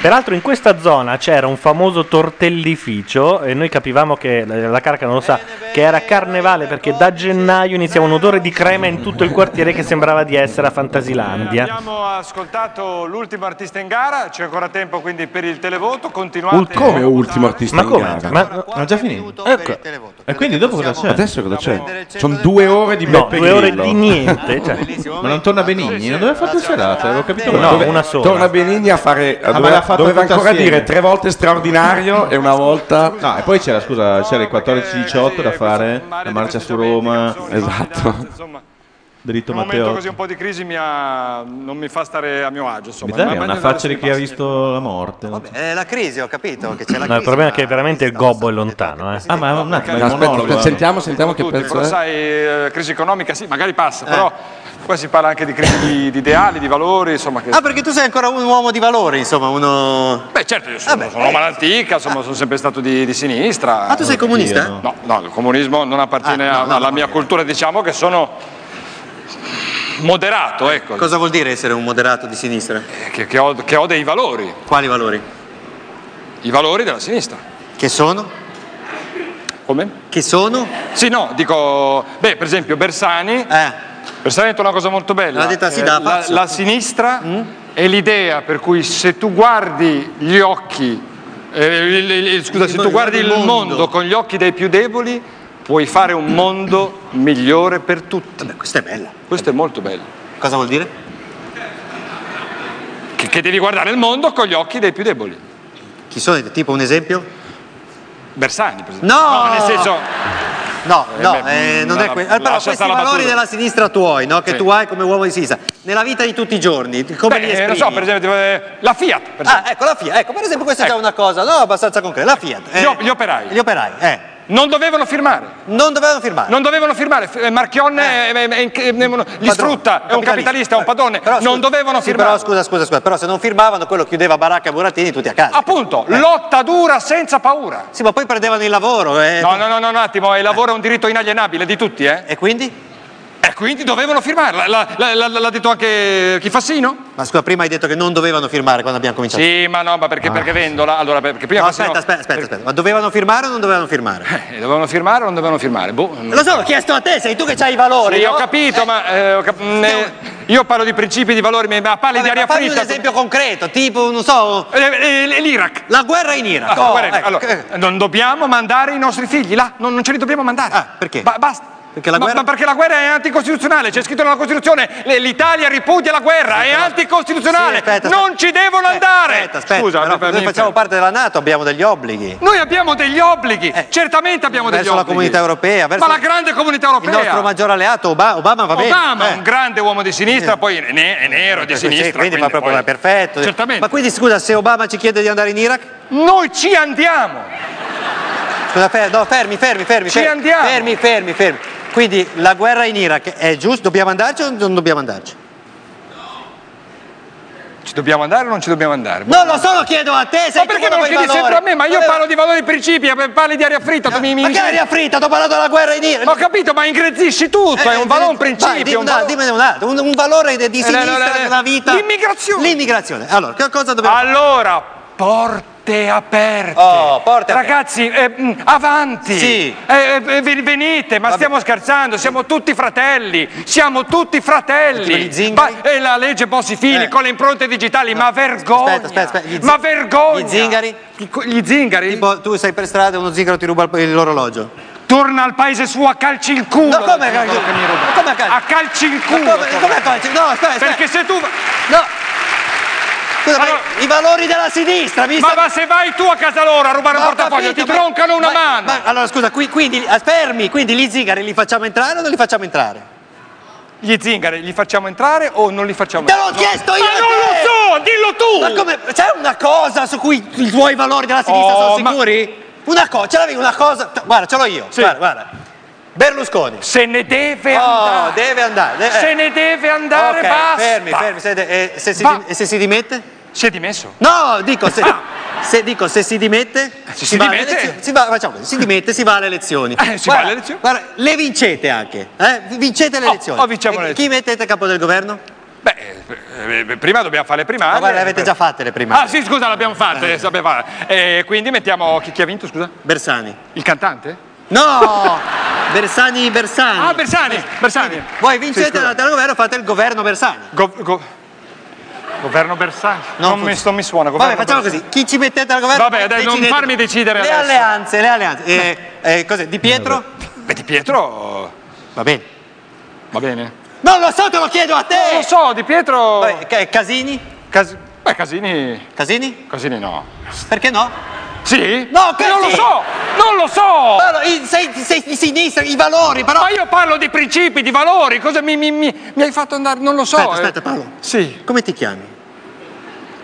Speaker 4: Peraltro in questa zona c'era un famoso tortellificio e noi capivamo che la la carca non lo sa che era carnevale perché da gennaio iniziava un odore di crema in tutto il quartiere che sembrava di essere a Fantasilandia.
Speaker 1: Abbiamo ascoltato l'ultimo artista in gara, c'è ancora tempo quindi per il televoto, continuate.
Speaker 6: Ul- come ultimo artista
Speaker 1: Ma
Speaker 6: in
Speaker 1: come?
Speaker 6: gara? Cioè,
Speaker 4: Ma
Speaker 5: ha già finito? Ecco. E quindi dopo cosa c'è?
Speaker 6: Adesso cosa c'è? Sono due ore di
Speaker 5: No,
Speaker 6: Beppe
Speaker 5: due ore
Speaker 6: Grillo.
Speaker 5: di niente, cioè. Ma non torna Benigni? Non doveva fare due serate, avevo capito male. Dove-
Speaker 6: Torna Benigni a fare.
Speaker 5: Ah, ma
Speaker 6: doveva,
Speaker 5: l'ha fatto
Speaker 6: doveva
Speaker 5: tutta
Speaker 6: ancora
Speaker 5: assieme.
Speaker 6: dire tre volte straordinario e una volta.
Speaker 5: No, e poi c'era, scusa, c'era
Speaker 1: Eh,
Speaker 5: il 14-18 da fare, la marcia su Roma.
Speaker 1: Insomma,
Speaker 5: Esatto. Dritto
Speaker 1: un momento
Speaker 5: Matteo.
Speaker 1: così un po' di crisi mi ha- non mi fa stare a mio agio. Insomma.
Speaker 5: Bizzarri,
Speaker 1: Ma
Speaker 5: è una
Speaker 1: meglio
Speaker 5: faccia di
Speaker 1: adesso
Speaker 5: chi ha visto la morte.
Speaker 22: È la crisi, ho capito che c'è la
Speaker 4: No, il
Speaker 22: crisi.
Speaker 4: problema è che veramente il gobbo è lontano. Eh.
Speaker 5: Ah, ma un attimo, eh.
Speaker 6: No, aspetta, sentiamo, sentiamo che
Speaker 1: tutti,
Speaker 6: pezzo
Speaker 1: però
Speaker 6: è.
Speaker 1: sai, eh, crisi economica sì, magari
Speaker 22: Eh.
Speaker 1: passa, però qua si parla anche di crisi di, di ideali, di valori, insomma. Che...
Speaker 22: Ah, perché tu sei ancora un uomo di valore, insomma, uno...
Speaker 1: Beh, certo, io sono, sono una malantica, insomma, sono sempre stato di, di sinistra.
Speaker 22: Ah, tu sei comunista?
Speaker 1: No, no, il comunismo non appartiene
Speaker 22: Ah, no,
Speaker 1: a-
Speaker 22: no,
Speaker 1: alla
Speaker 22: no,
Speaker 1: mia cultura, diciamo che sono moderato, ecco. Eh,
Speaker 22: Cosa vuol dire essere un moderato di sinistra?
Speaker 1: Che, che ho, che ho dei valori,
Speaker 22: Quali valori?
Speaker 1: i valori della sinistra.
Speaker 22: Che sono?
Speaker 1: Come?
Speaker 22: Che sono?
Speaker 1: Sì, no, dico, beh, per esempio Bersani.
Speaker 22: Eh.
Speaker 1: Bersani ha detto una cosa molto bella.
Speaker 22: L'ha detta "Ah, sì
Speaker 1: Eh,
Speaker 22: da
Speaker 1: la,
Speaker 22: pazzo.
Speaker 1: la sinistra è l'idea per cui se tu guardi gli occhi, eh, il- il- il- scusa,
Speaker 22: Il
Speaker 1: se
Speaker 22: mo-
Speaker 1: tu guardi
Speaker 22: il
Speaker 1: il
Speaker 22: mondo.
Speaker 1: mondo. con gli occhi dei più deboli, puoi fare un mondo migliore per tutti.
Speaker 22: questa è bella.
Speaker 1: Questo è molto bello.
Speaker 22: Cosa vuol dire?
Speaker 1: Che, che devi guardare il mondo con gli occhi dei più deboli.
Speaker 22: Chi sono? Tipo un esempio?
Speaker 1: Bersani, per esempio.
Speaker 22: No!
Speaker 1: nel senso...
Speaker 22: No,
Speaker 1: Eh,
Speaker 22: no,
Speaker 1: beh,
Speaker 22: eh, non
Speaker 1: ma
Speaker 22: è
Speaker 1: la-
Speaker 22: quello. Eh, però
Speaker 1: lascia
Speaker 22: questi
Speaker 1: stare la
Speaker 22: valori
Speaker 1: battuta.
Speaker 22: della sinistra tuoi, no? Che
Speaker 1: Sì.
Speaker 22: tu hai come uomo di sinistra. Nella vita di tutti i giorni, come
Speaker 1: Beh,
Speaker 22: li
Speaker 1: eh,
Speaker 22: esprimi?
Speaker 1: non so, per esempio, eh, la Fiat. Per esempio.
Speaker 22: Ah, ecco la Fiat, ecco, per esempio questa è già
Speaker 1: Ecco.
Speaker 22: una cosa, no, abbastanza concreta, la Fiat. eh.
Speaker 1: Gli op- gli operai.
Speaker 22: Gli operai, eh.
Speaker 1: Non dovevano firmare.
Speaker 2: Non dovevano firmare.
Speaker 1: Non dovevano firmare. F- eh, Marchion è- è- è- è- è- li sfrutta, è un capitalista, è
Speaker 22: Eh,
Speaker 1: un padrone. non dovevano
Speaker 2: Sì,
Speaker 1: firmare.
Speaker 2: però scusa, scusa, scusa, però se non firmavano quello chiudeva baracca e burattini tutti a casa. Eh.
Speaker 1: Appunto,
Speaker 22: eh.
Speaker 1: lotta dura senza paura.
Speaker 2: Sì, ma poi perdevano il lavoro. eh.
Speaker 1: No, no, no, no, un attimo,
Speaker 22: Eh.
Speaker 1: il lavoro è un diritto inalienabile di tutti, eh?
Speaker 2: E quindi?
Speaker 1: E quindi dovevano firmarla, la- la- la- l'ha detto anche eh, Chifassino?
Speaker 2: Ma scusa, prima hai detto che non dovevano firmare quando abbiamo cominciato. Ah,
Speaker 1: Sì, ma no, ma perché, perché vendola? Allora, perché prima
Speaker 2: No,
Speaker 1: Fassino-
Speaker 2: aspetta, aspetta, aspetta, aspetta. Ma dovevano firmare o non dovevano firmare?
Speaker 1: Eh, dovevano firmare o non dovevano firmare? Boh. non-
Speaker 2: Lo so, l'ho chiesto a te, sei tu che c'hai i valori.
Speaker 1: Sì,
Speaker 2: no?
Speaker 1: ho capito, ma eh, ho cap- mm, eh, io parlo di principi, di valori, ma parli
Speaker 2: Vabbè,
Speaker 1: di aria
Speaker 2: ma fammi
Speaker 1: fritta. Eh,
Speaker 2: un esempio concreto, tipo, non so...
Speaker 1: L'Iraq.
Speaker 2: La guerra in Iraq.
Speaker 1: Ah,
Speaker 2: Oh,
Speaker 1: guarda,
Speaker 2: ecco.
Speaker 1: allora, non dobbiamo mandare i nostri figli là, non, non ce li dobbiamo mandare. perché? basta.
Speaker 2: Ah, Perché la
Speaker 1: Ma-
Speaker 2: guerra-
Speaker 1: ma perché la guerra è anticostituzionale, c'è scritto nella Costituzione, le- l'Italia ripudia la guerra, è anticostituzionale,
Speaker 2: Sì, aspetta,
Speaker 1: non ci devono andare.
Speaker 2: Aspetta, aspetta,
Speaker 1: Scusa,
Speaker 2: però
Speaker 1: per-
Speaker 2: noi
Speaker 1: mi-
Speaker 2: facciamo parte della Nato, abbiamo degli obblighi.
Speaker 1: Noi abbiamo degli obblighi, certamente abbiamo degli
Speaker 2: Eh. verso
Speaker 1: obblighi.
Speaker 2: la comunità europea, verso
Speaker 1: ma la grande comunità
Speaker 2: Il
Speaker 1: europea.
Speaker 2: nostro maggiore alleato Oba- Obama va bene.
Speaker 1: Obama,
Speaker 2: eh.
Speaker 1: un grande uomo di sinistra, poi è ne- è nero di
Speaker 2: Sì,
Speaker 1: sinistra.
Speaker 2: quindi fa proprio
Speaker 1: poi-
Speaker 2: la perfetto.
Speaker 1: Certamente.
Speaker 2: Ma quindi scusa, se Obama ci chiede di andare in Iraq?
Speaker 1: Noi ci andiamo!
Speaker 2: Scusa, fer- no, fermi, fermi, fermi.
Speaker 1: Ci
Speaker 2: fermi,
Speaker 1: andiamo.
Speaker 2: Fermi, fermi, fermi. Quindi la guerra in Iraq è giusta? Dobbiamo andarci o non dobbiamo andarci?
Speaker 1: Ci dobbiamo andare o non ci dobbiamo andare?
Speaker 2: Non lo so, lo chiedo a te, sei
Speaker 1: ma perché
Speaker 2: tu
Speaker 1: me lo
Speaker 2: quello
Speaker 1: chiedi
Speaker 2: con i valori.
Speaker 1: sempre a me? Ma io
Speaker 2: Vabbè.
Speaker 1: parlo di valori e principi, eh, parli di aria fritta. tu mi, mi-
Speaker 2: ma che aria fritta? T'ho parlato della guerra in Iraq.
Speaker 1: Ho capito, ma ingrezzisci tutto, è un valore, un principio.
Speaker 2: Vai, dimmi,
Speaker 1: un
Speaker 2: no,
Speaker 1: valore.
Speaker 2: dimmene un altro, un, un valore di, di
Speaker 1: Eh,
Speaker 2: sinistra
Speaker 1: no, no, no,
Speaker 2: della vita.
Speaker 1: l'immigrazione.
Speaker 2: L'immigrazione. Allora, che cosa dobbiamo
Speaker 1: Allora, porte aperte. Ragazzi, eh, mm, avanti.
Speaker 2: Oh, Sì.
Speaker 1: Eh, eh, ven- venite, ma stiamo scherzando, siamo tutti fratelli. Siamo tutti fratelli. Va- e la legge Bossi
Speaker 2: Eh.
Speaker 1: Fini con le impronte digitali, ma vergogna. ma vergogna.
Speaker 2: Gli zingari?
Speaker 1: Gli zingari?
Speaker 2: Tipo, tu sei per strada e uno zingaro ti ruba il- l'orologio.
Speaker 1: Torna al paese suo a calci il culo.
Speaker 2: No, come a calci-
Speaker 1: Quello che mi ruba.
Speaker 2: come a calci-
Speaker 1: A calci il
Speaker 2: Ma
Speaker 1: culo.
Speaker 2: come- come a calci- no, aspetta, aspetta.
Speaker 1: Perché se tu...
Speaker 2: No. Scusa, ma i valori della sinistra, mi
Speaker 1: Ma,
Speaker 2: sta-
Speaker 1: va, se vai tu a casa loro a rubare
Speaker 2: Ma
Speaker 1: un
Speaker 2: ho
Speaker 1: portafoglio,
Speaker 2: capito,
Speaker 1: ti
Speaker 2: ma-
Speaker 1: troncano una
Speaker 2: ma-
Speaker 1: mano.
Speaker 2: ma- allora, scusa, qui- quindi, ah, fermi, quindi gli zingari li facciamo entrare o non li facciamo entrare?
Speaker 1: Gli zingari li facciamo entrare o non li facciamo
Speaker 2: Te l'ho
Speaker 1: entrare?
Speaker 2: chiesto io!
Speaker 1: Ma
Speaker 2: a
Speaker 1: non
Speaker 2: te!
Speaker 1: lo so, dillo tu!
Speaker 2: Ma come, c'è una cosa su cui i tuoi valori della sinistra
Speaker 1: Oh,
Speaker 2: sono
Speaker 1: ma-
Speaker 2: sicuri? Una cosa, ce l'avevi una cosa? Guarda, ce l'ho io, guarda, guarda. Berlusconi.
Speaker 1: Se ne deve
Speaker 2: oh,
Speaker 1: andare.
Speaker 2: deve andare. de- eh.
Speaker 1: Se ne deve andare,
Speaker 2: Ok,
Speaker 1: basta.
Speaker 2: Fermi, fermi. Se, eh, se si,
Speaker 1: Va.
Speaker 2: dim- e se si dimette?
Speaker 1: Si è dimesso. Ah. Eh,
Speaker 2: No, dico se, se- dico, se si dimette,
Speaker 1: Se si
Speaker 2: va alle
Speaker 1: dimette?
Speaker 2: elezioni- si va- facciamo così, si dimette, si va alle elezioni.
Speaker 1: Eh, si va alle elezioni.
Speaker 2: guarda, le vincete anche, eh? vincete le
Speaker 1: Oh,
Speaker 2: elezioni.
Speaker 1: oh, vinciamo le
Speaker 2: E Chi mettete a capo del governo?
Speaker 1: Beh, eh, eh, prima dobbiamo fare le primarie.
Speaker 2: Ma guarda, le avete già fatte le primarie.
Speaker 1: eh, Ah sì, scusa, l'abbiamo fatta. eh, sapeva fare. Eh, quindi mettiamo chi, chi ha vinto, scusa?
Speaker 2: Bersani.
Speaker 1: Il cantante?
Speaker 2: No! Bersani, Bersani.
Speaker 1: Ah, Bersani, Bersani.
Speaker 2: Voi vincete,
Speaker 1: Sì, scusa.
Speaker 2: andate al governo, fate il governo Bersani.
Speaker 1: Go- go- governo Bersani.
Speaker 2: No,
Speaker 1: non, mi,
Speaker 2: funziona.
Speaker 1: non mi suona.
Speaker 2: Vabbè,
Speaker 1: governo
Speaker 2: facciamo
Speaker 1: Bersani.
Speaker 2: così. Chi ci mettete al governo?
Speaker 1: Vabbè, dai, non
Speaker 2: decidete.
Speaker 1: farmi decidere
Speaker 2: Le
Speaker 1: adesso.
Speaker 2: alleanze, le alleanze. Eh, eh, cos'è? Di Pietro?
Speaker 1: Beh, Di Pietro.
Speaker 2: Va bene.
Speaker 1: Va bene.
Speaker 2: Non lo so, te lo chiedo a te!
Speaker 1: Non lo so, Di Pietro.
Speaker 2: Vabbè, Ca- Casini?
Speaker 1: Cas- Beh, Casini.
Speaker 2: Casini?
Speaker 1: Casini no.
Speaker 2: Perché no?
Speaker 1: Sì?
Speaker 2: No, Casini!
Speaker 1: non lo so! Non lo so!
Speaker 2: Paolo, i- sei, sei di sinistra, i valori, però...
Speaker 1: Ma io parlo di principi, di valori, cosa mi, mi- mi- mi hai fatto andare? Non lo so.
Speaker 2: Aspetta,
Speaker 1: eh.
Speaker 2: aspetta, Paolo.
Speaker 1: Sì.
Speaker 2: Come ti chiami?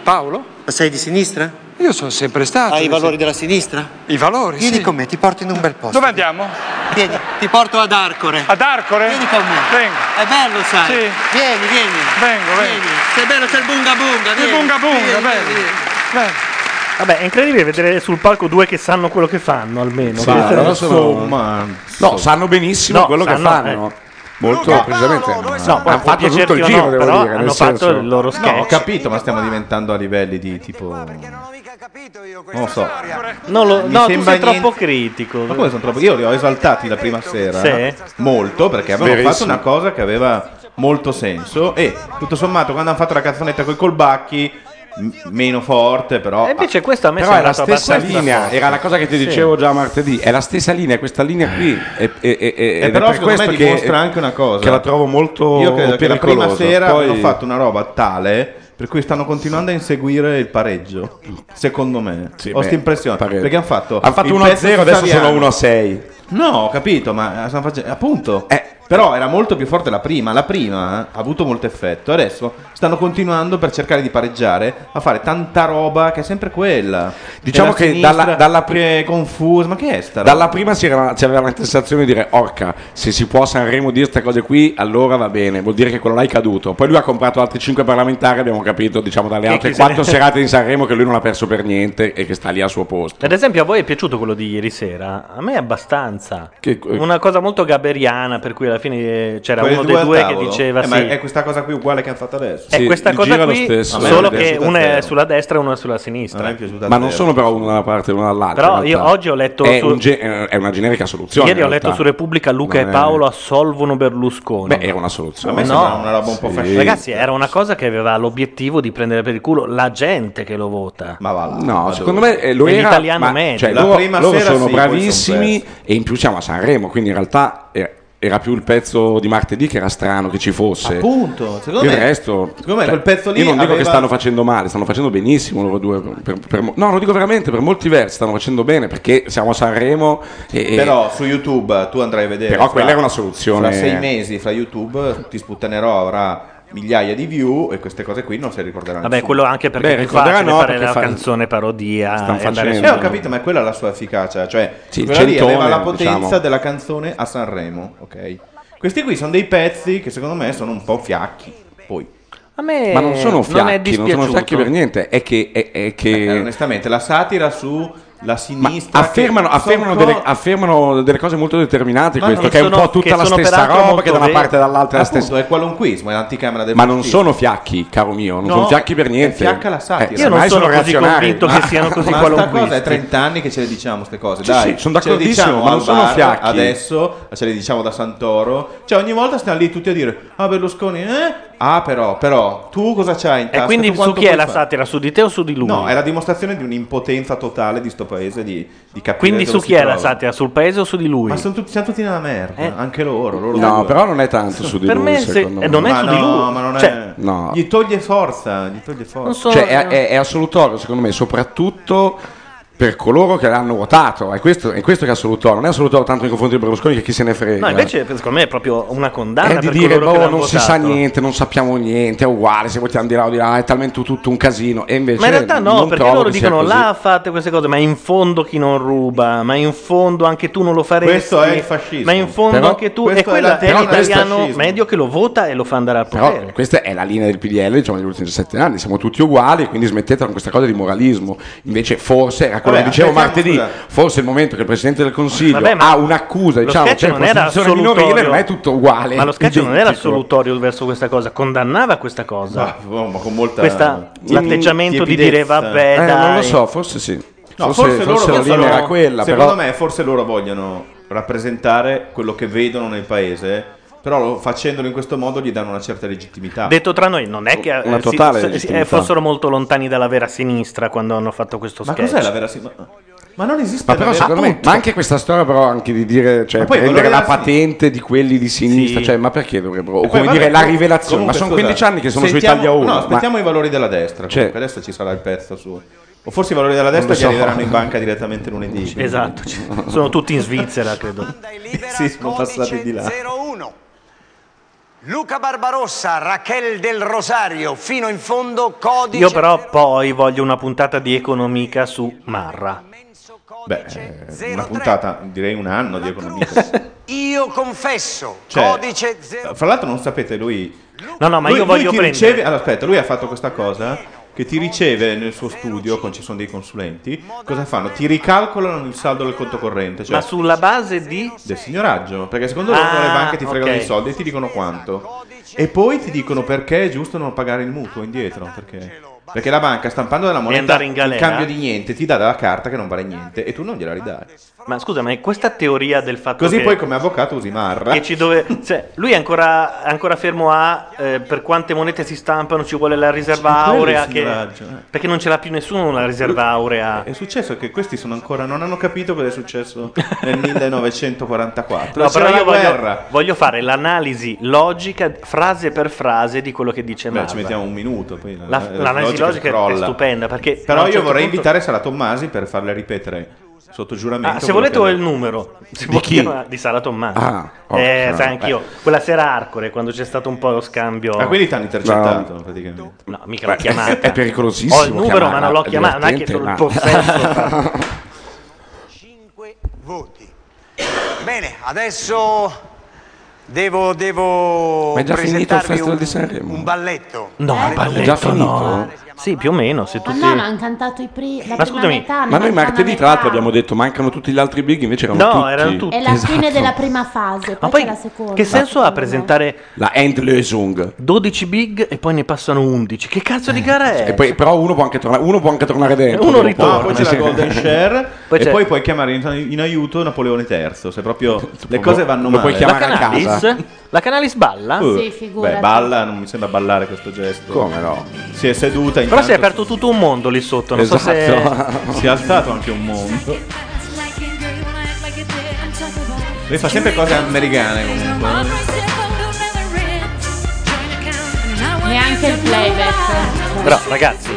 Speaker 1: Paolo?
Speaker 2: Ma sei di sinistra?
Speaker 1: Io sono sempre eh. stato.
Speaker 2: Hai i
Speaker 1: di
Speaker 2: valori della sinistra?
Speaker 1: sin- I valori?
Speaker 2: Vieni
Speaker 1: sì.
Speaker 2: con me, ti porto in un bel posto.
Speaker 1: Dove andiamo?
Speaker 2: Vieni, ti porto ad Arcore.
Speaker 1: Ad Arcore?
Speaker 2: Vieni con me.
Speaker 1: Vengo.
Speaker 2: È bello, sai.
Speaker 1: Sì.
Speaker 2: Vieni, vieni.
Speaker 1: Vengo, vengo.
Speaker 2: Vieni. Sei bello, c'è il bunga bunga.
Speaker 1: Il
Speaker 2: vieni.
Speaker 1: bunga bunga,
Speaker 2: Vieni,
Speaker 1: bello.
Speaker 2: vieni, vieni.
Speaker 4: Vabbè, è incredibile vedere sul palco due che sanno quello che fanno, almeno.
Speaker 6: Sì,
Speaker 4: Guarda.
Speaker 6: però sono- No, sanno benissimo
Speaker 4: No, eh.
Speaker 6: quello
Speaker 4: sanno,
Speaker 6: che fanno. Molto precisamente.
Speaker 4: No, poi
Speaker 6: hanno
Speaker 4: può
Speaker 6: fatto tutto
Speaker 4: piacerti
Speaker 6: il
Speaker 4: o
Speaker 6: giro,
Speaker 4: certo no,
Speaker 6: devo
Speaker 4: però
Speaker 6: dire. nel
Speaker 4: hanno fatto
Speaker 6: senso-
Speaker 4: il loro
Speaker 5: No, ho
Speaker 4: sketch.
Speaker 5: capito, ma stiamo diventando a livelli di tipo. Non lo so.
Speaker 4: No, lo-
Speaker 5: eh. Mi
Speaker 4: no, tu
Speaker 5: sembra
Speaker 4: sei troppo
Speaker 5: niente-
Speaker 4: critico.
Speaker 5: Ma come sono troppo? Io li ho esaltati la prima sera
Speaker 4: Sì.
Speaker 5: molto perché avevano
Speaker 6: Verissimo.
Speaker 5: fatto una cosa che aveva molto senso. E tutto sommato, quando hanno fatto la canzonetta con i colbacchi, m- meno forte, però. ah,
Speaker 4: E invece questo a me
Speaker 5: Però
Speaker 4: sembra
Speaker 5: è la
Speaker 6: stessa
Speaker 4: abbastanza
Speaker 6: linea,
Speaker 4: forte.
Speaker 6: era la cosa che ti
Speaker 4: Sì.
Speaker 6: dicevo già martedì, è la stessa linea, questa linea qui. E, e- e- Eh, ed è
Speaker 5: Eh, però
Speaker 6: per
Speaker 5: secondo me
Speaker 6: questo che,
Speaker 5: dimostra anche una cosa.
Speaker 6: Che la trovo molto
Speaker 5: Io credo che la prima
Speaker 6: pericolosa.
Speaker 5: sera
Speaker 6: Poi-
Speaker 5: hanno fatto una roba tale per cui stanno continuando a inseguire il pareggio. Secondo me, ho
Speaker 6: beh,
Speaker 5: questa impressione.
Speaker 6: pareggio.
Speaker 5: Perché hanno fatto
Speaker 6: Hanno fatto
Speaker 5: il pezzo
Speaker 6: 1-0, adesso
Speaker 5: italiano.
Speaker 6: sono 1-6.
Speaker 5: No, ho capito, ma stanno facendo. Appunto.
Speaker 6: Eh.
Speaker 5: Però era molto più forte la prima. La prima eh, ha avuto molto effetto. Adesso stanno continuando per cercare di pareggiare a fare tanta roba che è sempre quella. E
Speaker 6: Diciamo
Speaker 5: la
Speaker 6: che
Speaker 5: sinistra
Speaker 6: dalla- dalla pri-
Speaker 5: che è confusa. Ma che è sta roba?
Speaker 6: Dalla prima si era- si aveva la sensazione di dire Orca, se si può a Sanremo dire queste cose qui, allora va bene, vuol dire che quello là è caduto. Poi lui ha comprato altri 5 parlamentari, abbiamo capito, diciamo, dalle
Speaker 4: Che
Speaker 6: altre
Speaker 4: chi se ne-
Speaker 6: 4 serate in Sanremo che lui non ha perso per niente e che sta lì al suo posto.
Speaker 4: Ad esempio, a voi è piaciuto quello di ieri sera? A me abbastanza.
Speaker 6: Che- eh,
Speaker 4: Una cosa molto gabberiana, per cui alla fine eh, c'era
Speaker 5: Eh. Quelli
Speaker 4: uno
Speaker 5: due
Speaker 4: dei
Speaker 5: al
Speaker 4: due che
Speaker 5: tavolo?
Speaker 4: diceva
Speaker 5: Eh,
Speaker 4: sì.
Speaker 5: ma è questa cosa qui uguale che hanno fatto adesso.
Speaker 4: è Eh, questa cosa qui,
Speaker 6: eh,
Speaker 4: solo che una è
Speaker 5: su
Speaker 4: sulla destra e una è sulla sinistra.
Speaker 6: Ma non sono però una da parte e una dall'altra.
Speaker 4: Però
Speaker 6: in realtà.
Speaker 4: io oggi ho letto
Speaker 6: È,
Speaker 4: su-
Speaker 6: un ge- è una generica soluzione.
Speaker 4: Ieri
Speaker 6: in
Speaker 4: ho letto
Speaker 6: realtà.
Speaker 4: su Repubblica Luca
Speaker 6: Non
Speaker 4: e
Speaker 6: è-
Speaker 4: Paolo assolvono Berlusconi.
Speaker 6: Beh, era una soluzione.
Speaker 5: A me sembrava una roba un po' fascista.
Speaker 4: Ragazzi, era una cosa che aveva l'obiettivo di prendere per il culo la gente che lo vota.
Speaker 5: Ma va là.
Speaker 6: No, secondo me eh, lo
Speaker 4: E
Speaker 6: era.
Speaker 4: l'italiano
Speaker 6: ma-
Speaker 4: medio.
Speaker 6: cioè,
Speaker 4: La
Speaker 6: loro,
Speaker 4: prima
Speaker 6: loro
Speaker 4: sera
Speaker 6: sono
Speaker 4: sì, poi
Speaker 6: bravissimi
Speaker 4: son
Speaker 6: e in più siamo a Sanremo, quindi in realtà eh, era più il pezzo di martedì che era strano che ci fosse.
Speaker 5: Appunto, secondo
Speaker 6: il
Speaker 5: me-
Speaker 6: resto, cioè,
Speaker 5: secondo me quel pezzo lì
Speaker 6: Io non dico
Speaker 5: aveva-
Speaker 6: che stanno facendo male, stanno facendo benissimo loro due. per- per mo- no, lo dico veramente per molti versi, stanno facendo bene perché siamo a Sanremo. E, e-
Speaker 5: Però su YouTube tu andrai a vedere.
Speaker 6: Però
Speaker 5: fra-
Speaker 6: quella era una soluzione.
Speaker 5: Fra sei mesi fra YouTube ti sputtanerò, avrà migliaia di view e queste cose qui non se le ricorderanno.
Speaker 4: Vabbè,
Speaker 5: nessuno.
Speaker 4: quello anche perché è più facile fare la canzone parodia. e andare
Speaker 5: Eh,
Speaker 4: su-
Speaker 5: ho capito, ma è quella la sua efficacia. Cioè,
Speaker 6: Sì, il
Speaker 5: quella lì
Speaker 6: centone,
Speaker 5: aveva la potenza
Speaker 6: diciamo.
Speaker 5: della canzone a Sanremo, ok? Questi qui sono dei pezzi che secondo me sono un po' fiacchi. Poi.
Speaker 4: A me
Speaker 6: ma non sono
Speaker 4: non è
Speaker 6: fiacchi, non, sono
Speaker 4: dispiaciuto.
Speaker 6: fiacchi per niente. È che. È, è che...
Speaker 5: Eh, onestamente, la satira sulla sinistra.
Speaker 6: Affermano,
Speaker 5: che-
Speaker 6: affermano
Speaker 5: sono
Speaker 6: delle, affermano delle cose molto determinate.
Speaker 5: Ma
Speaker 6: questo
Speaker 5: non
Speaker 6: che è un
Speaker 5: sono-
Speaker 6: po'
Speaker 5: che
Speaker 6: tutta la
Speaker 5: sono
Speaker 6: stessa
Speaker 5: peraltro
Speaker 6: roba,
Speaker 5: molto
Speaker 6: che da una
Speaker 5: vere-
Speaker 6: parte e dall'altra è la stessa.
Speaker 5: Appunto, è qualunquismo, è l'anticamera del
Speaker 6: Ma non
Speaker 5: fascismo.
Speaker 6: sono fiacchi, caro mio, non
Speaker 5: No,
Speaker 6: sono fiacchi per niente.
Speaker 5: È fiacca la satira.
Speaker 6: Eh, ormai reazionari. Ma-
Speaker 5: ma
Speaker 6: ma
Speaker 5: sta
Speaker 6: sta
Speaker 5: cosa è 30 anni che ce le diciamo queste cose.
Speaker 6: Sì,
Speaker 5: Dai,
Speaker 6: sì, sono
Speaker 5: ce le
Speaker 6: d'accordissimo,
Speaker 5: diciamo
Speaker 6: ma non
Speaker 5: al
Speaker 6: sono
Speaker 5: bar,
Speaker 6: fiacchi.
Speaker 5: Adesso ce le diciamo da Santoro. Cioè, ogni volta stiamo lì tutti a dire: Ah, Berlusconi, eh? Ah, però, però, tu cosa c'hai in tasca?
Speaker 4: E quindi
Speaker 5: Tu
Speaker 4: su
Speaker 5: quanto
Speaker 4: chi è
Speaker 5: puoi
Speaker 4: la
Speaker 5: fare?
Speaker 4: satira? Su di te o su di lui?
Speaker 5: No, è la dimostrazione di un'impotenza totale di sto paese di, di capire
Speaker 4: Quindi
Speaker 5: dove
Speaker 4: su
Speaker 5: si
Speaker 4: chi è la
Speaker 5: trova.
Speaker 4: satira? Sul paese o su di lui? Eh.
Speaker 5: Ma sono tutti, siamo tutti nella merda, anche loro. loro
Speaker 6: No,
Speaker 5: due.
Speaker 6: però non è tanto su di
Speaker 5: Per
Speaker 6: lui.
Speaker 5: me
Speaker 4: se-
Speaker 6: secondo
Speaker 4: eh, non è
Speaker 5: Ma
Speaker 4: su
Speaker 5: no,
Speaker 4: di lui.
Speaker 5: ma non
Speaker 4: Cioè-
Speaker 5: è.
Speaker 6: No.
Speaker 5: Gli toglie forza, gli toglie forza.
Speaker 6: Cioè, è, è- è assolutorio, secondo me, soprattutto per coloro che l'hanno votato. È questo, è questo che è assolutorio. Non è assolutorio tanto nei confronti di Berlusconi che chi se ne frega.
Speaker 4: No, invece secondo me è proprio una condanna
Speaker 6: Eh, è di
Speaker 4: per
Speaker 6: dire
Speaker 4: coloro che
Speaker 6: boh, non
Speaker 4: l'hanno
Speaker 6: si sa
Speaker 4: votato.
Speaker 6: niente, non sappiamo niente, è uguale, se votiamo di là o di là, è talmente tutto un casino. E invece
Speaker 4: Ma in realtà no,
Speaker 6: non
Speaker 4: perché
Speaker 6: trovo
Speaker 4: loro
Speaker 6: che sia
Speaker 4: dicono
Speaker 6: così.
Speaker 4: là fate queste cose, ma in fondo chi non ruba, ma in fondo anche tu non lo faresti.
Speaker 5: Questo è il fascismo.
Speaker 4: Ma in fondo
Speaker 6: Però-
Speaker 4: anche tu, e
Speaker 5: questo è
Speaker 4: quello
Speaker 5: la-
Speaker 4: è
Speaker 6: però questo è il
Speaker 4: l'italiano
Speaker 6: fascismo.
Speaker 4: medio che lo vota e lo fa andare al
Speaker 6: Però
Speaker 4: potere.
Speaker 6: questa è la linea del PDL diciamo, degli ultimi 17 anni, siamo tutti uguali, quindi smettetela con questa cosa di moralismo. Invece forse era quello
Speaker 4: Vabbè,
Speaker 6: che dicevo martedì,
Speaker 4: aspettiamo,
Speaker 6: forse il momento che il Presidente del Consiglio
Speaker 4: Vabbè, ma
Speaker 6: ha un'accusa,
Speaker 4: lo
Speaker 6: diciamo,
Speaker 4: sketch
Speaker 6: c'è
Speaker 4: non era
Speaker 6: prostituzione minorile,
Speaker 4: assolutorio.
Speaker 6: non è tutto uguale.
Speaker 4: Ma lo sketch non era
Speaker 6: identico.
Speaker 4: assolutorio verso questa cosa, condannava questa cosa.
Speaker 5: Ma, con molta
Speaker 4: Questa, l'atteggiamento di dire vabbè,
Speaker 6: Eh,
Speaker 4: dai.
Speaker 6: non lo so, forse sì.
Speaker 5: No, forse,
Speaker 6: forse, forse
Speaker 5: loro
Speaker 6: la linea era quella,
Speaker 5: Secondo
Speaker 6: però
Speaker 5: me, forse loro vogliono rappresentare quello che vedono nel paese. Però lo- facendolo in questo modo gli danno una certa legittimità.
Speaker 4: Detto tra noi, non è che eh,
Speaker 5: Una
Speaker 4: si-
Speaker 5: totale
Speaker 4: si- eh,
Speaker 5: legittimità.
Speaker 4: fossero molto lontani dalla vera sinistra quando hanno fatto questo
Speaker 5: Ma
Speaker 4: sketch.
Speaker 5: cos'è la vera sinistra? Ma non esiste
Speaker 6: ma però
Speaker 5: la vera-
Speaker 6: secondo me,
Speaker 5: Appunto.
Speaker 6: ma anche questa storia però anche di dire, cioè
Speaker 5: Ma poi
Speaker 6: prendere
Speaker 5: quello
Speaker 6: la
Speaker 5: della
Speaker 6: patente di quelli di sinistra,
Speaker 5: Sì.
Speaker 6: cioè ma perché dovrebbero, o
Speaker 5: Poi,
Speaker 6: come
Speaker 5: vabbè,
Speaker 6: dire la
Speaker 5: com-
Speaker 6: rivelazione,
Speaker 5: comunque,
Speaker 6: ma sono
Speaker 5: scusa,
Speaker 6: 15 anni che sono su
Speaker 5: sentiamo-
Speaker 6: Italia 1.
Speaker 5: No, aspettiamo
Speaker 6: ma-
Speaker 5: i valori della destra.
Speaker 6: Cioè-
Speaker 5: comunque, adesso ci sarà il pezzo su. O forse i valori della destra
Speaker 6: Non
Speaker 5: gli
Speaker 6: lo so.
Speaker 5: arriveranno in banca direttamente lunedì.
Speaker 4: Esatto, ci- sono tutti in Svizzera, credo.
Speaker 5: sì, sono passati di là.
Speaker 10: 01. Luca Barbarossa, Raquel del Rosario, fino in fondo, codice.
Speaker 4: Io però poi voglio una puntata di economica su Marra.
Speaker 5: Beh, eh, una puntata, direi un anno di economia.
Speaker 10: Io confesso,
Speaker 5: Cioè,
Speaker 10: codice 0.
Speaker 5: Fra l'altro non sapete lui...
Speaker 4: No, no, ma io voglio
Speaker 5: ti
Speaker 4: prendere-
Speaker 5: Riceve... Allora, aspetta, lui ha fatto questa cosa che ti riceve nel suo studio, con ci sono dei consulenti, cosa fanno? Ti ricalcolano il saldo del conto corrente, cioè
Speaker 4: Ma sulla base di...
Speaker 5: del signoraggio, perché secondo loro
Speaker 4: Ah,
Speaker 5: le banche ti fregano
Speaker 4: ok.
Speaker 5: i soldi e ti dicono quanto. E poi ti dicono perché è giusto non pagare il mutuo indietro, perché... Perché la banca stampando della moneta
Speaker 4: andare in galera?
Speaker 5: cambio di niente ti dà della carta che non vale niente e tu non gliela ridai.
Speaker 4: Ma scusa, ma è questa teoria del fatto
Speaker 5: Così
Speaker 4: che...
Speaker 5: poi come avvocato usi Marra.
Speaker 4: che ci dove- cioè, lui è ancora, ancora fermo a eh, per quante monete si stampano ci vuole la riserva
Speaker 5: Quello è il
Speaker 4: aurea che-
Speaker 5: signoraggio, eh.
Speaker 4: perché non ce l'ha più nessuno la riserva aurea
Speaker 5: È successo che questi sono ancora non hanno capito cosa è successo nel 1944.
Speaker 4: No,
Speaker 5: C'era
Speaker 4: però
Speaker 5: la
Speaker 4: io voglio,
Speaker 5: guerra.
Speaker 4: voglio fare l'analisi logica frase per frase di quello che dice
Speaker 5: Beh,
Speaker 4: Marra.
Speaker 5: ci mettiamo un minuto. Poi la-
Speaker 4: La-
Speaker 5: la
Speaker 4: l'analisi logica è
Speaker 5: crolla.
Speaker 4: stupenda, perché a
Speaker 5: Però
Speaker 4: un
Speaker 5: io
Speaker 4: certo
Speaker 5: vorrei
Speaker 4: punto-
Speaker 5: invitare Sara Tommasi per farle ripetere sotto giuramento.
Speaker 4: Ah, se volete ho il
Speaker 5: numero
Speaker 4: numero Si
Speaker 5: Di
Speaker 4: può
Speaker 5: chi?
Speaker 4: chiamare- di Sara Tommaso.
Speaker 5: Ah, oh,
Speaker 4: eh,
Speaker 5: Sara,
Speaker 4: sai anch'io. Quella sera a Arcore, quando c'è stato un po' lo scambio.
Speaker 5: Ah, quindi ti hanno intercettato praticamente.
Speaker 4: No, mica l'ho chiamata.
Speaker 6: È pericolosissimo.
Speaker 4: Ho il numero, ma
Speaker 6: chiamarla,
Speaker 4: non l'ho
Speaker 6: è
Speaker 4: chiamata. Non è che
Speaker 6: divertente,
Speaker 4: ho il
Speaker 6: ma-
Speaker 4: possesso.
Speaker 10: Bene, adesso devo, devo
Speaker 4: Ma è già finito il
Speaker 10: presentarvi
Speaker 4: Festival
Speaker 10: un,
Speaker 4: di Sanremo?
Speaker 10: un balletto. Eh,
Speaker 4: no,
Speaker 10: Un balletto.
Speaker 4: balletto, no. Sì, più o meno. Se
Speaker 7: Ma
Speaker 4: tutti...
Speaker 7: Ah, no, ma hanno cantato i pri- la
Speaker 6: Ma
Speaker 7: prima
Speaker 6: scusami,
Speaker 7: metà. hanno
Speaker 6: ma noi
Speaker 7: cantato la
Speaker 6: martedì
Speaker 7: metà.
Speaker 6: tra l'altro abbiamo detto mancano tutti gli altri big, invece erano
Speaker 4: No,
Speaker 6: tutti.
Speaker 4: erano tutti. Esatto.
Speaker 7: È la fine della prima fase, poi, c'è la seconda.
Speaker 4: Che senso ha presentare
Speaker 6: la Endlösung
Speaker 4: 12 big e poi ne passano 11? Che cazzo di gara è?
Speaker 6: E poi, però uno può anche tornare, uno può anche tornare dentro.
Speaker 4: Uno
Speaker 6: dopo. Cioè,
Speaker 4: ritorna.
Speaker 5: Ah, poi c'è la
Speaker 6: Sì.
Speaker 5: Golden Share
Speaker 6: Poi
Speaker 5: e
Speaker 6: c'è-
Speaker 5: poi puoi chiamare in, in aiuto Napoleone III. Se proprio le cose vanno
Speaker 6: lo
Speaker 5: male,
Speaker 6: puoi chiamare La a
Speaker 4: Canalis? casa. La Canalis balla?
Speaker 5: Uh,
Speaker 4: Sì, figurati.
Speaker 5: Beh, balla, non mi sembra ballare questo gesto.
Speaker 4: Come
Speaker 5: no? Si è seduta.
Speaker 4: Però si è aperto tutto un mondo lì sotto. Non so se.
Speaker 5: Esatto. si è alzato anche un certo mondo. Lei fa sempre cose americane comunque.
Speaker 7: Neanche il playback.
Speaker 4: Però, ragazzi,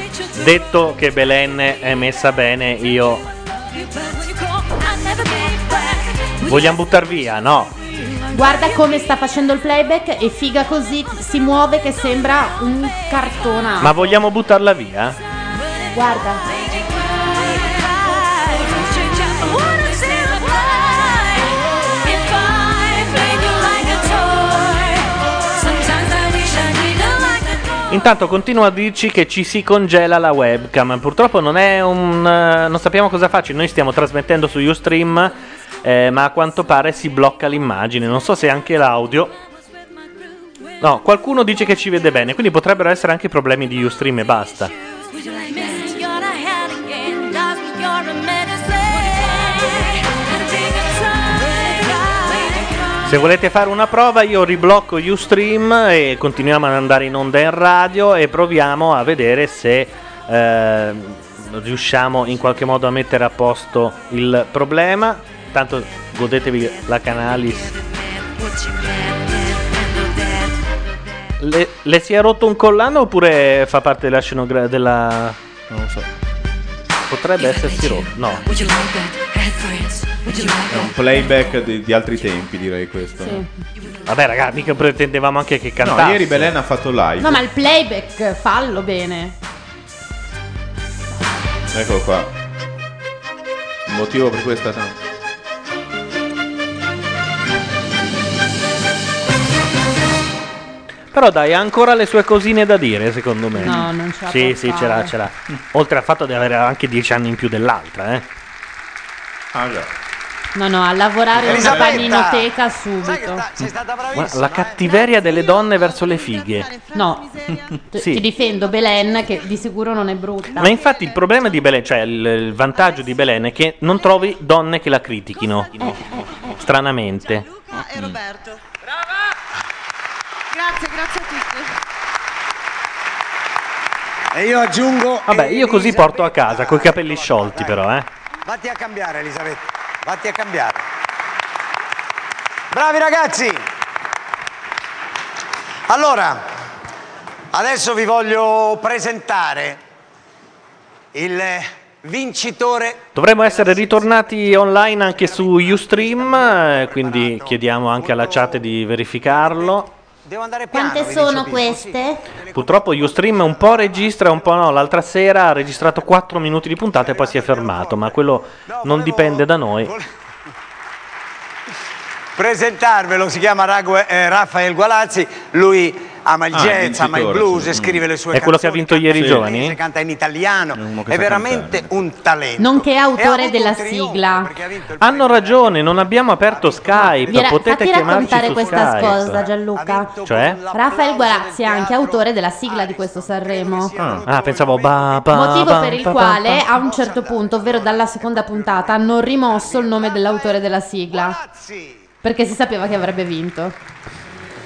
Speaker 4: detto che Belen è messa bene, io. Vogliamo buttar via, no?
Speaker 7: Guarda come sta facendo il playback e figa così si muove che sembra un cartonato.
Speaker 4: Ma vogliamo buttarla via?
Speaker 7: Guarda.
Speaker 23: Eh,
Speaker 4: Intanto continua a dirci che ci si congela la webcam. Purtroppo non è un. eh, non sappiamo cosa facci. Noi stiamo trasmettendo su Ustream, eh, ma a quanto pare si blocca l'immagine. Non so se anche l'audio. No, qualcuno dice che ci vede bene, quindi potrebbero essere anche problemi di Ustream e basta. Se volete fare una prova, io riblocco Ustream e continuiamo ad andare in onda in radio e proviamo a vedere se eh, riusciamo in qualche modo a mettere a posto il problema. Tanto godetevi la Canalis. Le, le si è rotto un collano oppure fa parte della scenografia della non lo so. Potrebbe essersi rotto. No.
Speaker 5: È
Speaker 23: eh.
Speaker 5: un playback di, di altri tempi, direi questo.
Speaker 4: Vabbè, ragazzi, mica pretendevamo anche che cantasse.
Speaker 5: No, ieri Belen ha fatto live.
Speaker 7: No, ma il playback fallo bene.
Speaker 5: Eccolo Ecco qua. Il motivo per cui è stata.
Speaker 4: Però dai, ha ancora le sue cosine da dire, secondo me.
Speaker 7: No, non ce la
Speaker 4: Sì,
Speaker 7: può
Speaker 4: sì,
Speaker 7: fare.
Speaker 4: ce l'ha, ce l'ha. Oltre al fatto di avere anche dieci anni in più dell'altra, eh.
Speaker 5: Ah, già.
Speaker 7: No, no, a lavorare in una
Speaker 4: Elisabetta!
Speaker 7: paninoteca subito.
Speaker 4: la
Speaker 10: eh.
Speaker 4: cattiveria delle donne verso le fighe.
Speaker 7: No, t-
Speaker 4: Sì.
Speaker 7: ti difendo Belen che di sicuro non è brutta.
Speaker 4: Ma infatti il problema di Belen, cioè il, il vantaggio di Belen è che non trovi donne che la critichino. Stranamente.
Speaker 23: Grazie, grazie a tutti.
Speaker 10: E io aggiungo.
Speaker 4: Vabbè, io così porto a casa, coi capelli sciolti però, eh.
Speaker 10: Vatti a cambiare, Elisabetta. Vatti a cambiare. Bravi ragazzi! Allora, adesso vi voglio presentare il vincitore.
Speaker 4: Dovremmo essere ritornati online anche su Ustream, eh, quindi chiediamo anche alla chat di verificarlo.
Speaker 10: Devo andare piano.
Speaker 7: Quante
Speaker 10: vi
Speaker 7: sono
Speaker 10: dice Pippo.
Speaker 7: queste?
Speaker 4: Purtroppo Ustream un po' registra, un po' no. L'altra sera ha registrato 4 minuti di puntata e poi si è fermato, ma quello non dipende da noi.
Speaker 10: Presentarvelo, si chiama Ragu- eh, Raffaele Gualazzi, lui ama il
Speaker 4: Ah, il
Speaker 10: jazz, ama il
Speaker 4: vincitore,
Speaker 10: blues,
Speaker 4: sì. Mm.
Speaker 10: scrive le sue
Speaker 4: È quello che ha
Speaker 10: canzoni,
Speaker 4: vinto ieri i
Speaker 10: canta in
Speaker 4: giovani?
Speaker 10: inglese, canta in italiano,
Speaker 4: che
Speaker 10: è
Speaker 4: sa
Speaker 10: veramente un talento.
Speaker 7: Nonché autore della sigla.
Speaker 4: Hanno ragione, non abbiamo aperto Skype,
Speaker 7: Vi ra-
Speaker 4: potete
Speaker 7: fatti
Speaker 4: chiamarci
Speaker 7: raccontare
Speaker 4: su
Speaker 7: questa
Speaker 4: Skype.
Speaker 7: cosa, Gianluca.
Speaker 4: Cioè?
Speaker 7: Raffaele Gualazzi è anche autore della sigla di questo Sanremo.
Speaker 4: Ah, pensavo ba, ba,
Speaker 7: Motivo
Speaker 4: ba,
Speaker 7: per il
Speaker 4: ba, ba,
Speaker 7: quale
Speaker 4: ba.
Speaker 7: a un certo punto, ovvero dalla seconda puntata, hanno rimosso il nome dell'autore della sigla. Perché si sapeva che avrebbe vinto.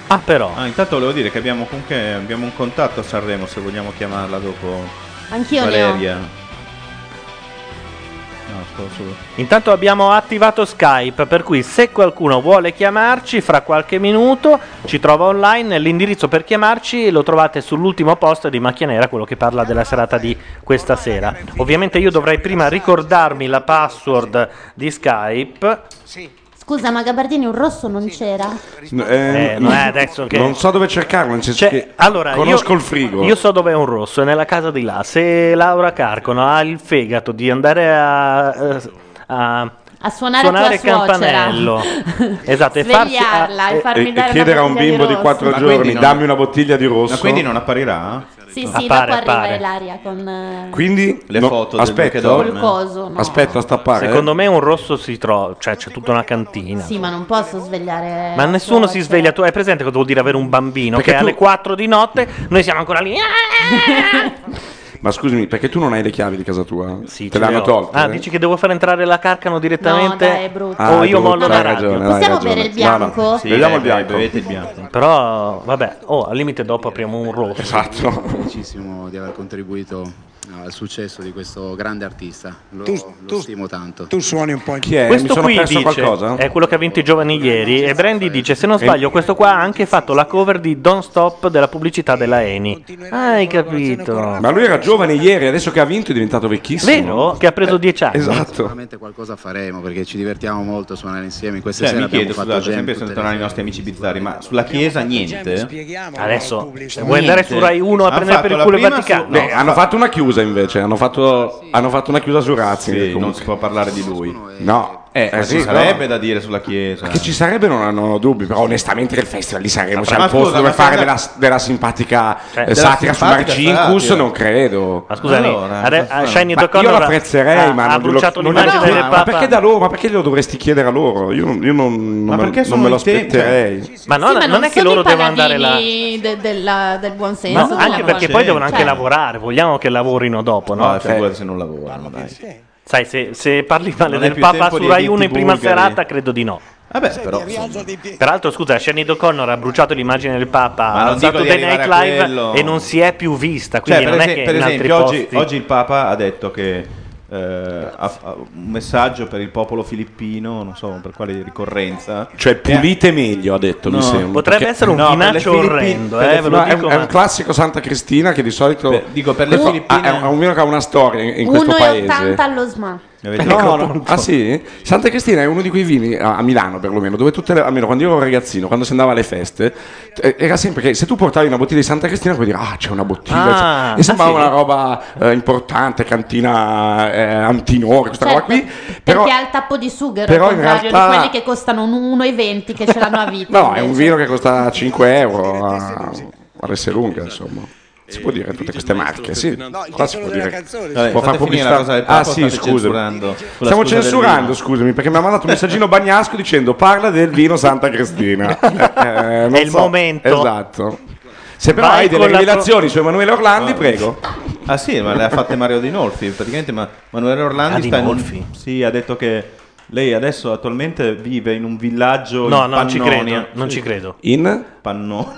Speaker 4: Ah, però.
Speaker 5: intanto volevo dire che abbiamo comunque abbiamo un contatto a Sanremo se vogliamo chiamarla dopo.
Speaker 7: Anch'io ne ho.
Speaker 5: Valeria. No, sto solo.
Speaker 4: Intanto abbiamo attivato Skype, per cui se qualcuno vuole chiamarci fra qualche minuto ci trova online. L'indirizzo per chiamarci lo trovate sull'ultimo post di Macchia Nera, quello che parla della serata di questa sera. Ovviamente io dovrei prima ricordarmi la password di Skype.
Speaker 7: Scusa, ma Gabardini un rosso non c'era?
Speaker 6: No, eh,
Speaker 4: Eh, no, eh, adesso che-
Speaker 6: Non so dove cercarlo, nel senso
Speaker 4: Cioè,
Speaker 6: che
Speaker 4: allora,
Speaker 6: conosco
Speaker 4: io-
Speaker 6: il frigo.
Speaker 4: Io so dove è un rosso, è nella casa di là. Se Laura Carcono ha il fegato di andare a. eh, a
Speaker 7: A suonare,
Speaker 4: suonare
Speaker 7: tua suocera.
Speaker 4: campanello esatto e farsi eh,
Speaker 7: Svegliarla e farmi dare una
Speaker 6: chiedere a un
Speaker 7: bottiglia
Speaker 6: bimbo di
Speaker 7: rosso.
Speaker 6: 4
Speaker 5: Ma
Speaker 6: giorni,
Speaker 5: quindi non-
Speaker 6: dammi una bottiglia di rosso.
Speaker 5: Ma quindi non apparirà?
Speaker 7: Sì,
Speaker 6: Ah,
Speaker 7: sì,
Speaker 6: pare,
Speaker 7: dopo
Speaker 6: pare.
Speaker 7: arriva l'aria con... eh,
Speaker 6: Quindi
Speaker 5: le foto del
Speaker 6: aspetta,
Speaker 5: che
Speaker 7: Col
Speaker 5: dorme.
Speaker 7: coso, no.
Speaker 6: aspetta a stappare.
Speaker 4: Secondo me un rosso si trova, cioè c'è tutta una cantina.
Speaker 7: Sì, eh, ma non posso svegliare...
Speaker 4: Ma
Speaker 7: la
Speaker 4: nessuno si
Speaker 7: suocera.
Speaker 4: sveglia, tu hai presente cosa vuol dire avere un bambino?
Speaker 6: Perché
Speaker 4: che
Speaker 6: tu-
Speaker 4: alle 4 di notte noi siamo ancora lì.
Speaker 6: Ma scusami, perché tu non hai le chiavi di casa tua? Te le
Speaker 4: ce le
Speaker 6: hanno
Speaker 4: ho.
Speaker 6: tolte? eh?
Speaker 4: Ah, dici che devo far entrare la carcano direttamente?
Speaker 7: No, dai, è brutto.
Speaker 6: Ah,
Speaker 4: o
Speaker 6: è
Speaker 4: io
Speaker 6: brutto,
Speaker 4: mollo la
Speaker 6: hai
Speaker 4: radio.
Speaker 6: ragione, hai Possiamo ragione. bere il bianco? No, no. Sì, Beviamo il dai, bianco. bevete il
Speaker 5: bianco.
Speaker 4: Però, vabbè, oh, al limite dopo apriamo un rosso.
Speaker 6: Esatto.
Speaker 24: Sono felicissimo di aver contribuito al successo di questo grande artista. Lo, lo stimo tanto.
Speaker 4: Tu
Speaker 24: suoni un po' in
Speaker 6: Chi è? Mi
Speaker 4: Questo
Speaker 6: sono
Speaker 4: qui
Speaker 6: perso
Speaker 4: dice,
Speaker 6: qualcosa?
Speaker 4: è quello che ha vinto i giovani ieri e Brandy dice, se non sbaglio, questo qua ha anche fatto la cover di Don't Stop della pubblicità della Eni. Ah, hai capito.
Speaker 6: Ma lui era giovane ieri, adesso che ha vinto è diventato vecchissimo. Eh,
Speaker 4: Vero? Che ha preso 10 anni.
Speaker 6: Esatto.
Speaker 24: Sicuramente qualcosa faremo perché ci divertiamo molto a suonare insieme. In queste
Speaker 5: Cioè,
Speaker 24: sere
Speaker 5: mi
Speaker 24: abbiamo
Speaker 5: chiedo,
Speaker 24: fatto
Speaker 5: scusate,
Speaker 24: jam
Speaker 5: sempre
Speaker 24: tutte le
Speaker 5: sono tornati i nostri amici bizzarri, ma sulla chiesa niente?
Speaker 4: Adesso, se vuoi andare su Rai 1 a
Speaker 5: Hanno
Speaker 4: prendere per
Speaker 5: fatto
Speaker 4: il
Speaker 5: la
Speaker 4: culo il
Speaker 5: prima
Speaker 4: Vaticano?
Speaker 5: su-
Speaker 6: Beh,
Speaker 5: no,
Speaker 6: hanno fatto una chiusa invece, hanno fatto, hanno fatto una chiusa su Razzi. non si
Speaker 5: può parlare di lui.
Speaker 6: No,
Speaker 5: Eh, ma
Speaker 6: sì,
Speaker 5: ci sarebbe
Speaker 6: no.
Speaker 5: da dire sulla chiesa.
Speaker 6: Che ci sarebbe non hanno dubbi, però onestamente che il festival di Sanremo
Speaker 5: Ma
Speaker 6: c'è
Speaker 5: ma
Speaker 6: un posto
Speaker 5: scusa,
Speaker 6: dove
Speaker 5: ma
Speaker 6: fare
Speaker 5: guarda-
Speaker 6: della, della simpatica eh,
Speaker 4: della
Speaker 6: satira su
Speaker 4: simpatica
Speaker 6: Marcinkus
Speaker 4: satira.
Speaker 6: non credo.
Speaker 4: Cioè, Ma scusami, are- a- Shiny
Speaker 6: Ma
Speaker 4: O'Connor
Speaker 6: io
Speaker 4: ha-
Speaker 6: l'apprezzerei,
Speaker 4: ha-
Speaker 6: ma
Speaker 4: ha
Speaker 6: non glielo-
Speaker 4: bruciato
Speaker 6: non
Speaker 4: l'immagine
Speaker 6: glielo-
Speaker 4: del
Speaker 6: ma
Speaker 4: Papa.
Speaker 6: perché da loro? Ma perché glielo dovresti chiedere a loro? Io non, io non, non me-
Speaker 5: perché
Speaker 6: non
Speaker 5: sono
Speaker 6: me lo
Speaker 5: i tempi?
Speaker 6: aspetterei.
Speaker 4: Ma no,
Speaker 7: Sì, ma
Speaker 4: non, è che
Speaker 7: sono
Speaker 4: loro
Speaker 7: i
Speaker 4: devono andare là.
Speaker 7: paladini de- della- del buon senso.
Speaker 4: No, anche
Speaker 7: della
Speaker 4: perché
Speaker 7: buona-
Speaker 4: poi devono anche
Speaker 7: cioè,
Speaker 4: lavorare, vogliamo che lavorino dopo, no?
Speaker 5: No,
Speaker 4: Cioè,
Speaker 5: figurati se non lavorano, dai.
Speaker 4: sai, se, se parli male
Speaker 5: Non hai
Speaker 4: del
Speaker 5: più
Speaker 4: Papa
Speaker 5: tempo
Speaker 4: su
Speaker 5: di
Speaker 4: Rai 1 in
Speaker 5: editi
Speaker 4: prima
Speaker 5: bulgari.
Speaker 4: serata, credo di no.
Speaker 5: Vabbè, però... insomma.
Speaker 4: Peraltro, scusa, Shani O'Connor ha bruciato l'immagine del Papa
Speaker 5: Ma
Speaker 4: al
Speaker 5: non dico di
Speaker 4: Saturday Night
Speaker 5: arrivare a quello.
Speaker 4: Live e non si è più vista,
Speaker 5: Cioè,
Speaker 4: quindi
Speaker 5: per,
Speaker 4: non
Speaker 5: ese-
Speaker 4: è che
Speaker 5: per
Speaker 4: in altri
Speaker 5: esempio, oggi,
Speaker 4: posti...
Speaker 5: oggi il Papa ha detto che eh, ha- ha un messaggio per il popolo filippino, non so per quale ricorrenza.
Speaker 6: Cioè, pulite meglio, ha detto,
Speaker 5: Eh. No,
Speaker 6: mi sembra.
Speaker 5: potrebbe essere un
Speaker 6: No, per le
Speaker 5: finaccio
Speaker 6: Filippine-
Speaker 5: orrendo,
Speaker 6: per
Speaker 5: eh,
Speaker 6: le
Speaker 5: ve lo
Speaker 6: Filippine-
Speaker 5: dico,
Speaker 6: È, un- è
Speaker 5: ma-
Speaker 6: un classico Santa Cristina che di solito...
Speaker 5: dico, per le
Speaker 6: Questo-
Speaker 5: Filippine-
Speaker 6: ah, è un- almeno che ha una storia in, in questo paese.
Speaker 7: 1,80 allo SMA.
Speaker 6: No, no, Ah sì? Santa Cristina è uno di quei vini a a Milano perlomeno, dove tutte le, almeno quando io ero ragazzino, quando si andava alle feste, eh, era sempre che se tu portavi una bottiglia di Santa Cristina puoi dire ah c'è una bottiglia.
Speaker 4: Ah,
Speaker 6: e sembrava
Speaker 4: ah, sì?
Speaker 6: una roba eh, importante, cantina eh, antinore, questa
Speaker 7: Certo,
Speaker 6: roba qui. Però,
Speaker 7: Perché ha il tappo di sughero,
Speaker 6: però
Speaker 7: al
Speaker 6: in
Speaker 7: contrario
Speaker 6: realtà-
Speaker 7: di quelli che costano un 1,20 che ce l'hanno a vita.
Speaker 6: no, è un
Speaker 7: invece.
Speaker 6: vino che costa 5 euro a, lunga, insomma. Si può
Speaker 5: Eh,
Speaker 6: dire tutte queste marche, sì. Qua si può dire.
Speaker 5: Vabbè,
Speaker 6: può
Speaker 5: fate finire
Speaker 6: fare pubblicità.
Speaker 5: la cosa del Papa,
Speaker 6: ah, sì,
Speaker 5: state
Speaker 6: scusa.
Speaker 5: censurando. Sulla
Speaker 6: Stiamo
Speaker 5: scusa del
Speaker 6: censurando,
Speaker 5: vino.
Speaker 6: scusami, perché mi ha mandato un messaggino bagnasco dicendo parla del vino Santa Cristina. Eh, non
Speaker 4: È il momento.
Speaker 6: Esatto. Se però
Speaker 5: Vai
Speaker 6: hai delle
Speaker 5: con la pro-
Speaker 6: rivelazioni su Emanuele Orlandi, prego.
Speaker 5: Ah sì, ma le ha fatte Mario Di Nolfi, praticamente ma Manuele Orlandi
Speaker 4: Ah, Di
Speaker 5: sta in un-
Speaker 4: Nolfi?
Speaker 5: Sì, ha detto che lei adesso attualmente vive in un villaggio
Speaker 4: No,
Speaker 5: in
Speaker 4: non ci
Speaker 5: Pannonia.
Speaker 4: credo, non
Speaker 5: Sì.
Speaker 4: ci credo.
Speaker 6: In?
Speaker 5: Pannonia.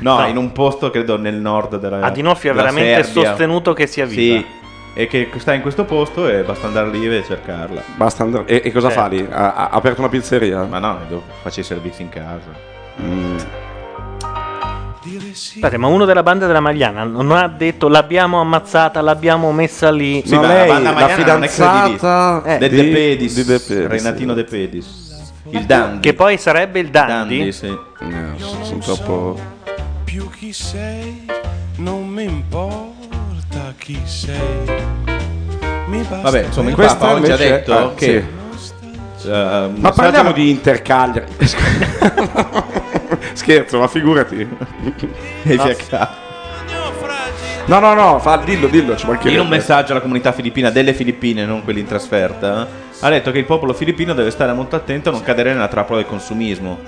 Speaker 5: No,
Speaker 4: No.
Speaker 5: in un posto credo nel nord della
Speaker 4: Adinolfi ha
Speaker 5: della
Speaker 4: veramente
Speaker 5: Serbia.
Speaker 4: sostenuto che sia viva.
Speaker 5: Sì. E che sta in questo posto e basta andare lì e cercarla.
Speaker 6: Basta andare. E, e cosa
Speaker 5: Certo.
Speaker 6: fa lì? Ha, ha aperto una pizzeria?
Speaker 5: Ma no, devo- faccio i servizi in casa. Mm,
Speaker 4: Aspetta, ma uno della banda della Magliana non ha detto l'abbiamo ammazzata, l'abbiamo messa lì.
Speaker 5: Sì, ma la banda Maiana non è credibilista.
Speaker 4: Eh,
Speaker 5: De,
Speaker 4: di-
Speaker 5: De Pedis,
Speaker 4: di De Pedis,
Speaker 5: Renatino
Speaker 4: sì.
Speaker 5: De Pedis. Il Dandy.
Speaker 4: Che poi sarebbe il Dandy.
Speaker 5: Dandy, sì.
Speaker 6: sono troppo...
Speaker 25: più chi sei, non mi importa chi sei. Mi basta
Speaker 5: Vabbè, insomma, il
Speaker 6: Questa
Speaker 5: Papa oggi ha
Speaker 6: invece-
Speaker 5: detto
Speaker 6: ah,
Speaker 5: che... eh,
Speaker 6: Ma
Speaker 5: messaggio-
Speaker 6: parliamo di Intercaglia. Scherzo, ma figurati.
Speaker 5: E via ca-
Speaker 6: No, no, no, fa, Ah, dillo, dillo, ci
Speaker 5: In
Speaker 6: mancherebbe.
Speaker 5: un messaggio alla comunità filippina delle Filippine, non quelli in trasferta, eh. ha detto che il popolo filippino deve stare molto attento a non cadere nella trappola del consumismo.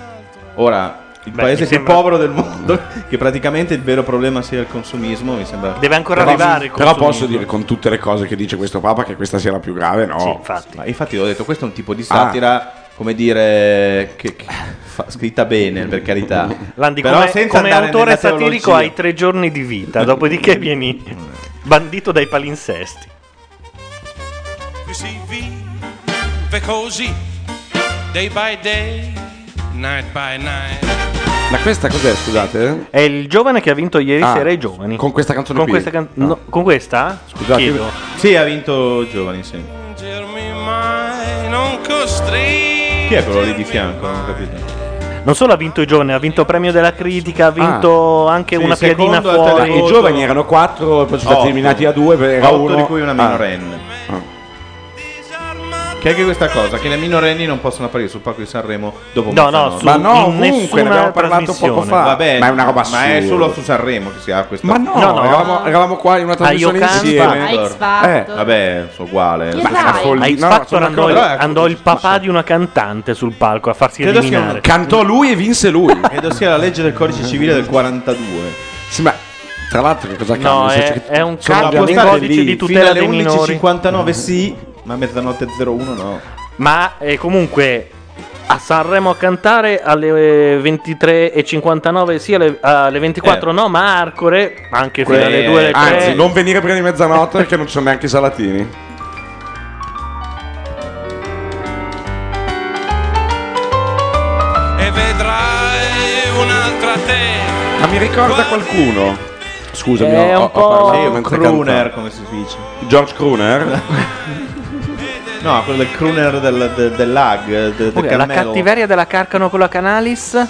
Speaker 5: Ora, il
Speaker 4: Beh,
Speaker 5: paese
Speaker 4: mi
Speaker 5: più
Speaker 4: sembra-
Speaker 5: povero del mondo, che praticamente il vero problema sia il consumismo, mi sembra.
Speaker 4: Deve ancora
Speaker 6: Però-
Speaker 4: arrivare il
Speaker 6: Però
Speaker 4: consumismo.
Speaker 6: posso dire con tutte le cose che dice questo Papa che questa sia la più grave, no?
Speaker 5: Sì, infatti. Ma infatti ho detto, questo è un tipo di
Speaker 6: Ah.
Speaker 5: satira, come dire, che, che fa- scritta bene, per carità.
Speaker 4: Landi,
Speaker 5: Però
Speaker 4: come,
Speaker 5: senza
Speaker 4: come
Speaker 5: andare
Speaker 4: autore
Speaker 5: nella
Speaker 4: satirico
Speaker 5: teologia. Eh.
Speaker 4: hai tre giorni di vita, dopodiché vieni bandito dai palinsesti.
Speaker 25: qui si vive così, day by day, night by night.
Speaker 6: Ma questa cos'è, scusate?
Speaker 4: È il giovane che ha vinto ieri
Speaker 6: Ah,
Speaker 4: sera i giovani.
Speaker 6: Con questa canzone
Speaker 4: Con
Speaker 6: qui?
Speaker 4: questa can- no, con questa?
Speaker 5: Scusate,
Speaker 4: Chiedo.
Speaker 5: Sì, ha vinto Giovani, sì.
Speaker 25: Non costringermi
Speaker 5: Chi è quello lì di fianco? Non ho capito.
Speaker 4: Non solo ha vinto i giovani, ha vinto premio della
Speaker 6: Ah,
Speaker 4: critica, ha vinto anche
Speaker 5: Sì,
Speaker 4: una piadina
Speaker 5: secondo al
Speaker 4: fuori.
Speaker 5: televoto.
Speaker 6: I giovani erano quattro, poi sono
Speaker 5: Otto.
Speaker 6: stati eliminati a due, per- era
Speaker 5: Otto
Speaker 6: uno.
Speaker 5: di cui una
Speaker 6: Ah.
Speaker 5: minorenne. Che è anche questa cosa, che le minorenni non possono apparire sul palco di Sanremo dopo
Speaker 6: No, no,
Speaker 5: mezzanotte.
Speaker 6: su- Ma no, in comunque, ne nessuna abbiamo parlato poco fa.
Speaker 5: Vabbè,
Speaker 6: Ma è una roba
Speaker 5: Ma è
Speaker 6: assurda.
Speaker 5: solo su Sanremo che si ha questa
Speaker 6: Ma no, Eravamo, eravamo qua in una trasmissione insieme. Eh,
Speaker 5: vabbè, sono uguale.
Speaker 6: Che Ma dai? è una follia.
Speaker 4: Hai
Speaker 6: No,
Speaker 4: fatto
Speaker 6: sono
Speaker 4: andò,
Speaker 6: d'accordo. Però,
Speaker 4: andò il papà di una cantante sul palco a farsi
Speaker 5: Credo sia un-
Speaker 4: eliminare.
Speaker 5: cantò
Speaker 6: lui e vinse lui.
Speaker 5: Credo sia la legge del codice civile del 42.
Speaker 6: Sì, ma tra l'altro che cosa
Speaker 5: No,
Speaker 6: cambia? Nel
Speaker 5: è-
Speaker 6: senso che
Speaker 5: è un
Speaker 6: sono
Speaker 5: cambio di
Speaker 6: ovviamente
Speaker 5: codice
Speaker 6: lì.
Speaker 5: di tutela Fino alle dei minori. 11.59 sì, ma a mezzanotte 01 no.
Speaker 4: Ma eh, comunque a Sanremo a cantare alle eh, 23.59 sì, alle, alle 24
Speaker 6: Eh.
Speaker 4: no, ma a Arcore anche fino alle
Speaker 6: Eh,
Speaker 4: 2 alle 3.
Speaker 6: Anzi, non venire prima di mezzanotte perché non ci sono neanche i salatini.
Speaker 25: e vedrai un'altra te.
Speaker 6: Ma mi ricorda qualcuno? Scusami,
Speaker 25: È
Speaker 6: ho,
Speaker 25: un
Speaker 6: ho
Speaker 25: po'
Speaker 6: parlato mentre
Speaker 5: Crooner,
Speaker 6: cantavo.
Speaker 5: come si dice.
Speaker 6: George Crooner?
Speaker 5: No, quello del crooner del, del, del lag, del, del
Speaker 4: Poi la
Speaker 5: cammello.
Speaker 4: cattiveria della Carcano con la Canalis.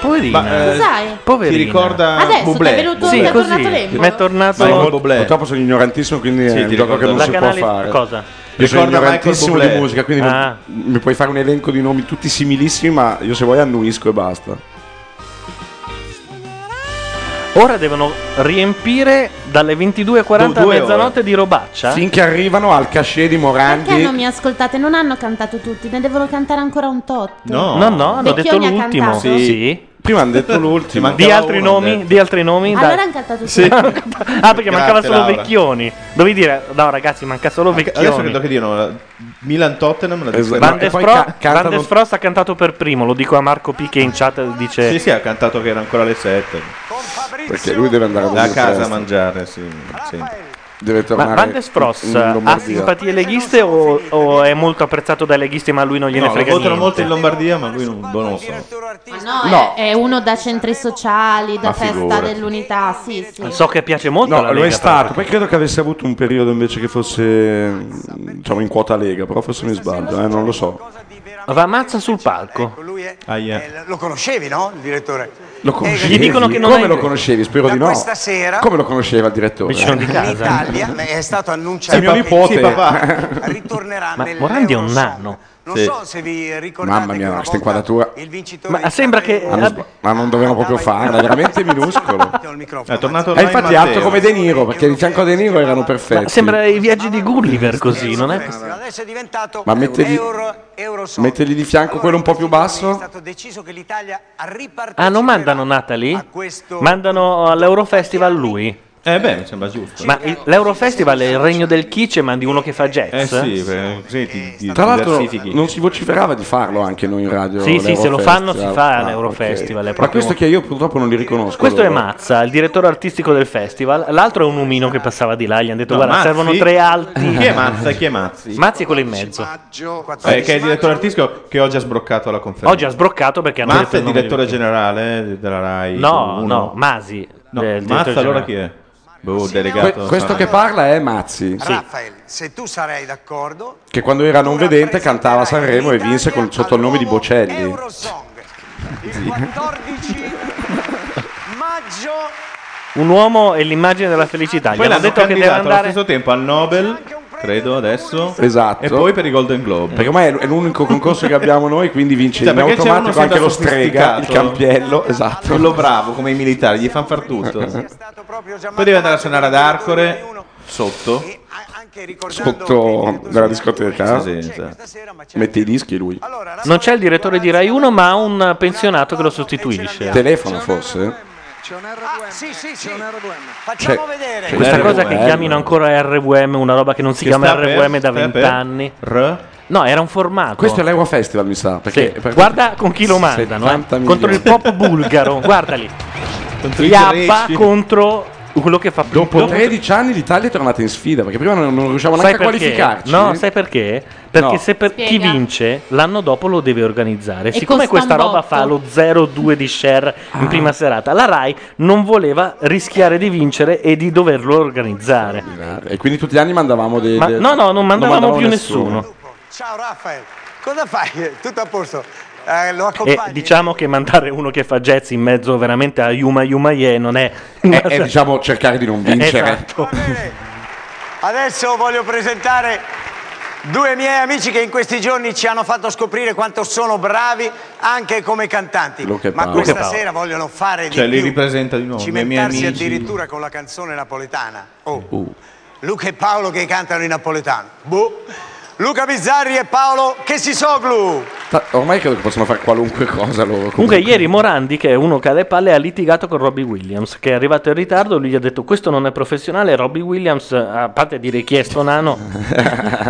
Speaker 4: Poverina.
Speaker 5: Ma, eh, Cos'hai? ti
Speaker 4: Poverina.
Speaker 5: ricorda
Speaker 4: Adesso
Speaker 5: Bublé? t'è venuto-
Speaker 4: Sì,
Speaker 5: t'è
Speaker 4: così.
Speaker 5: tornato
Speaker 4: Mi è tornato
Speaker 6: Ma io purtroppo sono ignorantissimo, quindi
Speaker 5: Sì,
Speaker 6: è un
Speaker 5: ti
Speaker 6: gioco
Speaker 5: ricorda-
Speaker 6: che non
Speaker 5: La
Speaker 6: si può
Speaker 5: canale-
Speaker 6: fare.
Speaker 5: cosa?
Speaker 6: Io sono
Speaker 5: Ricorda
Speaker 6: ignorantissimo
Speaker 5: Michael
Speaker 6: di
Speaker 5: Bublé.
Speaker 6: musica, quindi
Speaker 5: Ah.
Speaker 6: mi, mi puoi fare un elenco di nomi tutti similissimi, ma io se vuoi annuisco e basta.
Speaker 4: Ora devono riempire dalle 22.40
Speaker 6: Du-
Speaker 4: a
Speaker 6: due ore.
Speaker 4: mezzanotte di robaccia.
Speaker 6: Finché arrivano al cachet di
Speaker 7: Perché non
Speaker 6: Morandi.
Speaker 7: mi ascoltate? Non hanno cantato tutti, ne devono cantare ancora un tot.
Speaker 4: no, no, hanno
Speaker 7: Vecchioni
Speaker 4: detto
Speaker 7: ha
Speaker 4: l'ultimo.
Speaker 7: cantato?
Speaker 6: Prima hanno detto l'ultimo.
Speaker 4: Di altri
Speaker 6: uno, hanno
Speaker 4: nomi? Di altri nomi?
Speaker 7: Allora
Speaker 4: Dai.
Speaker 7: hanno cantato tutti.
Speaker 4: Sì. ah, perché mancava solo
Speaker 5: Laura.
Speaker 4: Vecchioni. Dovevi dire, no ragazzi, manca solo Vecchioni.
Speaker 5: Adesso credo che diano eh, Milan Tottenham la
Speaker 4: Van
Speaker 5: dicono.
Speaker 4: der Fro- Van der Frost ha cantato per primo, lo dico a Marco P che in chat dice...
Speaker 5: Sì, sì, ha cantato che era ancora alle 7.
Speaker 6: Perché lui deve andare a
Speaker 5: da
Speaker 6: dormire
Speaker 5: casa a
Speaker 6: presto.
Speaker 5: mangiare, sì. sì.
Speaker 6: Deve
Speaker 4: Ma
Speaker 6: tornare.
Speaker 4: Van der Frost
Speaker 6: in
Speaker 4: ha
Speaker 6: Lombardia.
Speaker 4: simpatie leghiste o, o è molto apprezzato dai leghisti ma a lui non gliene
Speaker 5: No, lo
Speaker 4: frega
Speaker 5: votano
Speaker 4: niente?
Speaker 5: molto in Lombardia, ma lui non, boh, non lo so.
Speaker 7: No, è-
Speaker 4: No.
Speaker 7: È, uno da centri sociali, da
Speaker 6: Ma
Speaker 7: festa
Speaker 6: figurati.
Speaker 7: dell'unità, sì, sì.
Speaker 4: So che piace molto
Speaker 6: No,
Speaker 4: alla
Speaker 6: lo
Speaker 4: Lega,
Speaker 6: è stato. Poi credo che avesse avuto un periodo invece che fosse mm, diciamo in quota Lega, però forse mi sbaglio, eh, non lo so.
Speaker 4: Va mazza sul palco.
Speaker 10: Lo conoscevi, no? Il direttore.
Speaker 6: Lo conoscevi?
Speaker 10: Gli Eh, dicono che non
Speaker 6: Come
Speaker 10: hai-
Speaker 6: lo conoscevi? Spero
Speaker 10: Da
Speaker 6: di no.
Speaker 10: questa sera-
Speaker 6: Come lo conosceva il direttore?
Speaker 10: L'Italia è stato annunciato.
Speaker 6: È mio
Speaker 10: che-
Speaker 6: nipote.
Speaker 10: Sì, papà. Ritornerà
Speaker 4: Ma
Speaker 10: nel-
Speaker 4: Morandi è un nanno.
Speaker 10: Non so se vi ricordate
Speaker 6: Mamma mia,
Speaker 10: che una volta
Speaker 6: questa inquadratura.
Speaker 10: il vincitore
Speaker 4: Ma sembra che...
Speaker 6: Ma non, ma non dovevamo proprio farla, è veramente minuscolo.
Speaker 5: È tornato
Speaker 6: È
Speaker 5: ormai
Speaker 6: infatti
Speaker 5: Matteo.
Speaker 6: alto come De Niro, perché di fianco a De Niro erano
Speaker 4: Ma
Speaker 6: perfetti.
Speaker 4: sembra i viaggi di Gulliver così, non è?
Speaker 10: adesso è diventato
Speaker 6: Ma mettergli, mettergli di fianco quello un po' più basso?
Speaker 4: Ah, non mandano Natalie? Mandano all'Eurofestival lui?
Speaker 5: Eh beh, mi sembra giusto.
Speaker 4: Ma il- l'Eurofestival è il regno del kitsch e mandi uno che fa jazz?
Speaker 5: Eh sì, perché così ti, ti
Speaker 6: Tra l'altro
Speaker 5: diversifichi.
Speaker 6: non si vociferava di farlo anche noi in radio.
Speaker 4: Sì, sì, se lo fanno si
Speaker 6: l'Eurofestival.
Speaker 4: fa
Speaker 6: Ah,
Speaker 4: l'Eurofestival. è
Speaker 6: ok. Ma
Speaker 4: proprio-
Speaker 6: questo che io purtroppo non li riconosco.
Speaker 4: Questo è
Speaker 6: allora.
Speaker 4: Mazza, il direttore artistico del festival. L'altro è un umino che passava di là. Gli hanno detto:
Speaker 5: No,
Speaker 4: Guarda,
Speaker 5: Mazzi?
Speaker 4: servono tre alti.
Speaker 5: Chi è Mazza e chi è Mazzi?
Speaker 4: Mazzi è quello in mezzo.
Speaker 5: Eh, che è il direttore artistico che oggi ha sbroccato la conferenza.
Speaker 4: Oggi ha sbroccato perché hanno
Speaker 5: Mazza
Speaker 4: detto
Speaker 5: è
Speaker 4: il
Speaker 5: il
Speaker 4: nome
Speaker 5: direttore
Speaker 4: di-
Speaker 5: generale eh, della RAI.
Speaker 4: No,
Speaker 5: uno.
Speaker 4: no, Masi.
Speaker 5: No,
Speaker 4: eh, il
Speaker 5: Mazza
Speaker 4: direttore generale.
Speaker 5: allora chi è? Boh,
Speaker 6: Que-
Speaker 5: delegato.
Speaker 6: questo che parla è Mazzi,
Speaker 10: Raffaele, se tu sarai d'accordo,
Speaker 6: che quando era non vedente cantava a Sanremo e vinse col- sotto il nome di Bocelli.
Speaker 10: il 14 maggio
Speaker 4: Un uomo è l'immagine della felicità. Gli
Speaker 5: Poi
Speaker 4: hanno
Speaker 5: l'hanno
Speaker 4: detto che deve
Speaker 5: candidato allo
Speaker 4: andare.
Speaker 5: stesso tempo al Nobel, credo adesso.
Speaker 6: Esatto.
Speaker 5: E poi per i Golden Globe.
Speaker 6: Perché ormai è l'unico concorso che abbiamo noi, quindi vince
Speaker 5: Cioè,
Speaker 6: in
Speaker 5: perché c'è uno
Speaker 6: automatico
Speaker 5: sempre
Speaker 6: anche lo strega, il
Speaker 5: sofisticato.
Speaker 6: campiello, esatto.
Speaker 5: Quello bravo come i militari, gli fanno far tutto. Poi deve andare a suonare ad Arcore sotto.
Speaker 6: Sotto della discoteca.
Speaker 5: Sì, esatto.
Speaker 6: Mette i dischi lui.
Speaker 4: Non c'è il direttore di Rai 1, ma un pensionato che lo sostituisce.
Speaker 6: Telefono forse?
Speaker 10: c'è un R2M.
Speaker 7: Ah,
Speaker 10: sì, sì, sì.
Speaker 6: cioè,
Speaker 4: Facciamo
Speaker 10: vedere.
Speaker 4: Questa cosa che chiamino ancora RVM, una roba che non si
Speaker 6: Che
Speaker 4: chiama
Speaker 6: sta per-
Speaker 4: RVM da
Speaker 6: sta per-
Speaker 4: vent'anni. No, era un formato.
Speaker 6: Questo è l'Eurofestival, mi sa. Perché
Speaker 4: Sì, guarda con chi lo mandano, eh.
Speaker 6: 70 milioni.
Speaker 4: contro il pop bulgaro, guardali.
Speaker 6: Contro i
Speaker 4: Gabba
Speaker 6: greci.
Speaker 4: contro quello che fa
Speaker 6: Dopo 13 anni l'Italia è tornata in sfida perché prima non, non riusciamo
Speaker 4: Sai
Speaker 6: neanche a
Speaker 4: perché?
Speaker 6: qualificarci.
Speaker 4: No, sai perché? Perché
Speaker 6: No.
Speaker 4: se per chi
Speaker 6: Spiega.
Speaker 4: vince Cioè, l'anno dopo lo deve organizzare.
Speaker 6: E
Speaker 4: Siccome
Speaker 6: costa
Speaker 4: questa
Speaker 6: un
Speaker 4: roba
Speaker 6: botto.
Speaker 4: fa lo 0-2 di share
Speaker 2: Ah.
Speaker 4: in prima serata, la Rai non voleva rischiare di vincere e di doverlo organizzare.
Speaker 6: Eh, E quindi tutti gli anni mandavamo dei.
Speaker 4: Ma-
Speaker 6: dei-
Speaker 4: no, no, non mandavamo più nessuno.
Speaker 10: Ciao Raffaele, cosa fai? Tutto a posto? Eh, lo
Speaker 4: E
Speaker 10: accompagni?
Speaker 4: diciamo che mandare uno che fa jazz in mezzo veramente a Yuma Yuma Ye non è.
Speaker 6: È, è, diciamo cercare di non vincere.
Speaker 4: Esatto.
Speaker 10: Adesso voglio presentare due miei amici che in questi giorni ci hanno fatto scoprire quanto sono bravi anche come cantanti.
Speaker 5: Luca e
Speaker 10: Ma
Speaker 5: Paolo.
Speaker 10: questa
Speaker 5: Luca e Paolo.
Speaker 10: sera vogliono fare
Speaker 5: Cioè,
Speaker 10: di
Speaker 5: li
Speaker 10: più.
Speaker 5: ripresenta di nuovo. I miei
Speaker 10: cimentarsi
Speaker 5: amici.
Speaker 10: addirittura con la canzone napoletana. Oh.
Speaker 6: Uh,
Speaker 10: Luca e Paolo che cantano in napoletano. Boh. Luca Bizzarri e Paolo che si soglu.
Speaker 6: Ta- Ormai credo che possono fare qualunque cosa loro.
Speaker 4: Comunque, ieri Morandi, che è uno che ha le palle, ha litigato con Robbie Williams, che è arrivato in ritardo. Lui gli ha detto: Questo non è professionale. Robbie Williams, a parte di richiesto nano,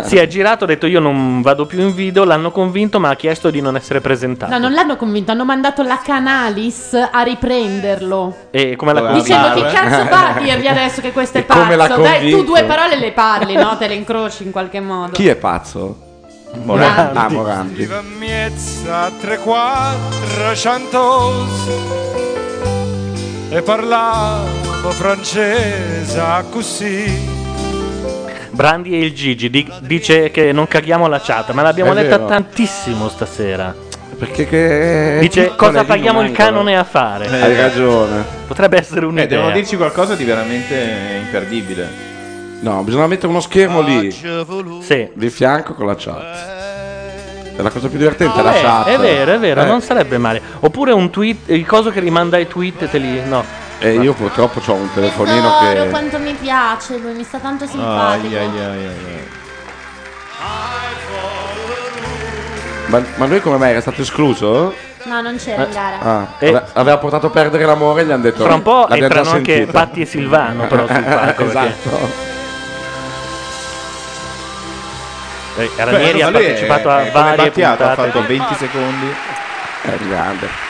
Speaker 4: si è girato. Ha detto: Io non vado più in video. L'hanno convinto, ma ha chiesto di non essere presentato.
Speaker 3: No, non l'hanno convinto, hanno mandato la Canalis a riprenderlo.
Speaker 4: E come l'ha convinto?
Speaker 3: Dicendo che cazzo fa a dirgli adesso che questo è pazzo?
Speaker 6: come l'ha
Speaker 3: Dai, tu
Speaker 6: convinto?
Speaker 3: due parole le parli, no? Te le incroci in qualche modo.
Speaker 6: Chi è pazzo?
Speaker 3: Morandi.
Speaker 6: Ah, Morandi.
Speaker 19: miezza tre quattrocentos e parlavo francese
Speaker 2: Esatto.
Speaker 19: così
Speaker 4: Brandi e il Gigi di- dice che non caghiamo la chat, ma l'abbiamo
Speaker 6: È
Speaker 4: letta
Speaker 6: vero.
Speaker 4: tantissimo stasera.
Speaker 6: Perché che...
Speaker 4: Dice
Speaker 5: Qual è
Speaker 4: cosa
Speaker 5: lì,
Speaker 4: paghiamo
Speaker 5: non
Speaker 4: il
Speaker 5: mancano?"
Speaker 4: canone a fare.
Speaker 5: Hai ragione.
Speaker 4: Potrebbe essere
Speaker 5: Eh,
Speaker 4: un'idea.
Speaker 5: devono dirci qualcosa di veramente imperdibile.
Speaker 6: No, bisogna mettere uno schermo lì.
Speaker 4: Sì.
Speaker 6: Di fianco con la chat. È la cosa più divertente, è la
Speaker 4: Eh,
Speaker 6: chat.
Speaker 4: È vero, è vero,
Speaker 6: Eh,
Speaker 4: non sarebbe male. Oppure un tweet, il coso che rimanda ai tweet e te li. No.
Speaker 6: E Eh, io purtroppo ho un telefonino
Speaker 7: Tesoro,
Speaker 6: che...
Speaker 7: quanto mi piace lui, mi sta tanto simpatico.
Speaker 6: Ma, ma lui come mai era stato escluso?
Speaker 7: No, non c'era in gara.
Speaker 6: Ah, ave- aveva portato a perdere l'amore e gli hanno detto...
Speaker 4: Fra un po'
Speaker 6: l'abbiamo già
Speaker 4: entrano anche
Speaker 6: sentita."
Speaker 4: Patti e Silvano, però, sul palco,
Speaker 6: esatto.
Speaker 4: Eh, Ranieri
Speaker 5: Beh,
Speaker 4: ha
Speaker 5: ma lui è-
Speaker 4: partecipato a
Speaker 5: è come
Speaker 4: varie
Speaker 5: Battiato,
Speaker 4: puntate.
Speaker 5: Ha fatto 20 secondi.
Speaker 6: È grande.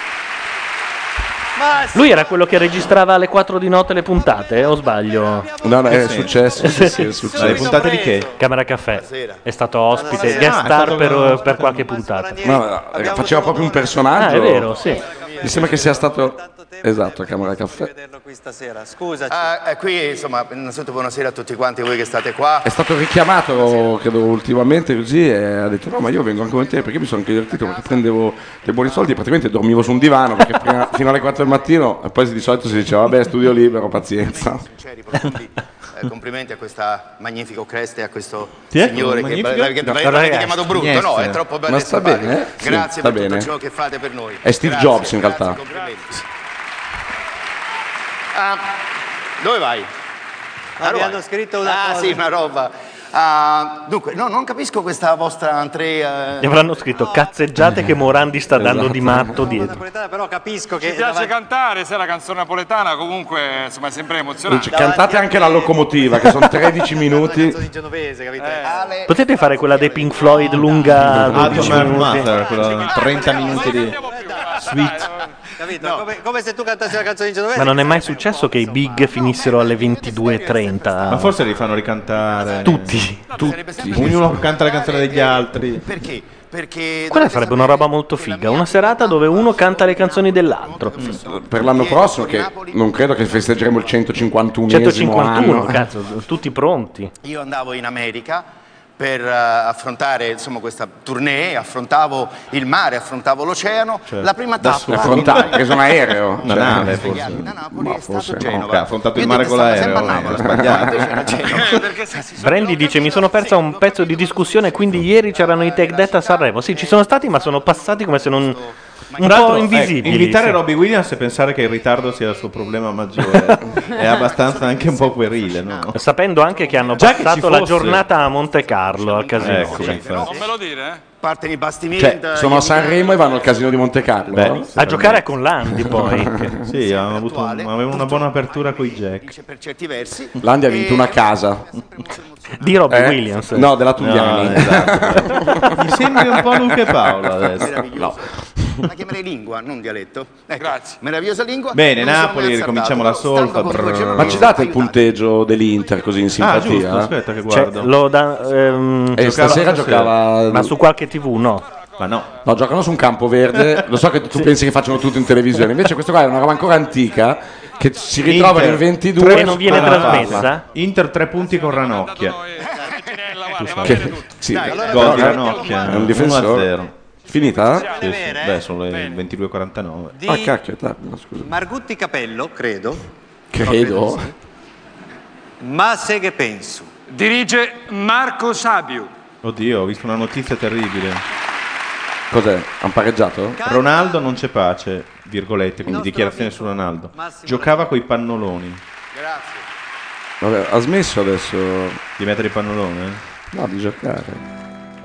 Speaker 4: Lui era quello che registrava alle 4 di notte le puntate, eh, o sbaglio?
Speaker 6: No, no, è successo, sì, sì, è successo.
Speaker 4: Le puntate di che? Camera Caffè. È stato ospite, guest
Speaker 6: Ah, è
Speaker 4: star
Speaker 6: stato-
Speaker 4: per, per qualche puntata.
Speaker 6: No, no, eh, faceva proprio un personaggio.
Speaker 4: Ah, è vero, sì.
Speaker 6: Mi sembra che sia stato... Esatto, a Camera Caffè.
Speaker 13: qui stasera, scusaci. Ah, eh, qui, insomma, innanzitutto buonasera a tutti quanti voi che state qua.
Speaker 6: È stato richiamato, credo, ultimamente così e ha detto no ma io vengo anche con te perché mi sono anche divertito perché prendevo dei buoni soldi e praticamente dormivo su un divano perché prima- fino alle 4 del mattino e poi di solito si diceva vabbè studio libero, pazienza.
Speaker 13: Sinceri, profondi. Eh, complimenti a questa magnifica creste, a questo
Speaker 6: Sì,
Speaker 13: signore che,
Speaker 6: magnifica?
Speaker 13: che- che-
Speaker 6: No,
Speaker 13: l'avete
Speaker 6: ragazzi,
Speaker 13: chiamato brutto, no?
Speaker 6: niente.
Speaker 13: È troppo bello.
Speaker 6: Ma
Speaker 13: e
Speaker 6: sta
Speaker 13: simpatico.
Speaker 6: bene, eh? Sì,
Speaker 13: Grazie
Speaker 6: sta
Speaker 13: per
Speaker 6: bene.
Speaker 13: tutto ciò che fate per noi.
Speaker 6: È Steve
Speaker 13: Grazie,
Speaker 6: Jobs, in
Speaker 13: grazie,
Speaker 6: realtà.
Speaker 13: complimenti. Ah, dove vai? Ah,
Speaker 1: mi
Speaker 13: vai.
Speaker 1: hanno scritto una
Speaker 13: Ah,
Speaker 1: cosa.
Speaker 13: sì, una roba. Ah, dunque, no, non capisco questa vostra entrée. eh,
Speaker 4: Gli avranno scritto cazzeggiate che Morandi sta
Speaker 6: Esatto.
Speaker 4: dando di matto dietro.
Speaker 1: Però capisco che...
Speaker 13: Ci
Speaker 1: Ci
Speaker 13: piace
Speaker 1: piace cantare, se la canzone napoletana comunque insomma, è sempre emozionante.
Speaker 6: Dice, cantate anche la locomotiva che sono 13 minuti.
Speaker 1: genovese, capito?
Speaker 4: Eh. Potete fare quella dei Pink Floyd
Speaker 6: Ah,
Speaker 4: lunga 12
Speaker 5: Atomer
Speaker 4: minuti?
Speaker 5: Mother, quello 30 minuti di sweet.
Speaker 1: Capito? Come, come se tu cantassi la canzone di
Speaker 4: Ma
Speaker 1: genovese.
Speaker 4: non è mai successo che i big finissero alle 22.30.
Speaker 5: Ma forse li fanno ricantare.
Speaker 4: Tutti.
Speaker 5: Tutti. Ognuno canta la canzone degli altri.
Speaker 13: Eh, Perché? Perché
Speaker 4: Quella sarebbe una roba molto figa, una serata dove uno canta le canzoni dell'altro.
Speaker 6: Mm, Per l'anno prossimo che non credo che festeggeremo il 151
Speaker 4: 151,
Speaker 6: anno. eh.
Speaker 4: cazzo, tutti pronti.
Speaker 13: Io andavo in America per eh, affrontare insomma, questa tournée, affrontavo il mare, affrontavo l'oceano.
Speaker 6: Cioè,
Speaker 13: la prima
Speaker 6: da
Speaker 13: tappa
Speaker 6: solo. Affrontare, hai preso un aereo?
Speaker 5: Una
Speaker 6: Cioè,
Speaker 5: nave,
Speaker 6: svegliati
Speaker 5: forse.
Speaker 13: da Napoli è stato
Speaker 5: no.
Speaker 13: Genova.
Speaker 5: Che Ha affrontato
Speaker 13: Io
Speaker 5: il mare
Speaker 13: dico
Speaker 5: con
Speaker 13: che stava
Speaker 5: l'aereo.
Speaker 13: sempre a
Speaker 5: eh, l'ha
Speaker 13: Napoli.
Speaker 5: sbagliato.
Speaker 13: C'era Genova.
Speaker 4: Brandi dice: Mi sono persa un pezzo di discussione. Quindi, ieri c'erano i tech debt a Sanremo. Sì, ci sono stati, ma sono passati come se non. un
Speaker 5: Tra
Speaker 4: po'
Speaker 5: l'altro,
Speaker 4: invisibili.
Speaker 5: eh, invitare
Speaker 4: sì.
Speaker 5: Robbie Williams e pensare che il ritardo sia il suo problema maggiore è abbastanza anche un po' puerile, no?
Speaker 4: Sapendo anche che hanno
Speaker 5: Già che ci
Speaker 4: passato la
Speaker 5: fosse.
Speaker 4: giornata a Monte Carlo al casino.
Speaker 5: Ecco,
Speaker 4: Cioè,
Speaker 5: infatti.
Speaker 13: me lo dire, eh? Parte di
Speaker 6: Cioè,
Speaker 13: bastimento.
Speaker 6: sono a Sanremo e vanno al casino di Monte Carlo.
Speaker 5: Beh,
Speaker 6: no?
Speaker 4: a giocare è con Landi poi.
Speaker 5: sì, avevano, avuto un- avevano una buona apertura con i Jack.
Speaker 13: Per certi versi.
Speaker 6: Landi ha vinto una casa.
Speaker 4: Di Robbie
Speaker 6: Eh?
Speaker 4: Williams.
Speaker 6: No, della Tugliani.
Speaker 5: No, esatto. Mi sembri un po' Luca e Paolo adesso.
Speaker 6: No.
Speaker 13: La chiamerei lingua, non dialetto. Grazie. Meravigliosa lingua.
Speaker 5: Bene,
Speaker 13: Non sono
Speaker 5: Napoli,
Speaker 13: mai
Speaker 5: ricominciamo la
Speaker 13: azzardato.
Speaker 5: solfa.
Speaker 13: Stando con due
Speaker 5: brrr.
Speaker 13: gemelli.
Speaker 6: Ma ci date il punteggio dell'Inter così in simpatia?
Speaker 5: Ah,
Speaker 6: eh?
Speaker 5: giusto, aspetta che
Speaker 4: Cioè,
Speaker 5: guardo. Eh,
Speaker 4: lo da- ehm,
Speaker 6: E stasera giocava-
Speaker 4: Ma su qualche TV no?
Speaker 5: Ma no.
Speaker 6: No, giocano su un campo verde. Lo so che tu pensi che facciano tutto in televisione, invece questo qua è una roba ancora antica che si ritrova
Speaker 5: Inter,
Speaker 6: nel 22
Speaker 5: tre punti alla palla.
Speaker 6: trasmessa
Speaker 5: Inter tre punti con Ranocchia.
Speaker 6: Che, sì,
Speaker 5: gol di
Speaker 6: però-
Speaker 5: Ranocchia.
Speaker 6: è un
Speaker 5: 1 a
Speaker 6: difensore.
Speaker 5: 0.
Speaker 6: Finita?
Speaker 5: Sì, sì, Beh, sono le 22.49.
Speaker 6: Ah, cacchio, dai, no, scusa.
Speaker 1: Margutti Capello, credo.
Speaker 6: Credo.
Speaker 1: Ma se che penso.
Speaker 22: Dirige Marco Sabio.
Speaker 5: Oddio, ho visto una notizia terribile.
Speaker 6: Cos'è? Hanno pareggiato?
Speaker 5: Ronaldo non c'è pace, virgolette, quindi dichiarazione su Ronaldo. Giocava coi pannoloni.
Speaker 6: Vabbè, ha smesso adesso.
Speaker 5: Di mettere il pannolone?
Speaker 6: No, di giocare.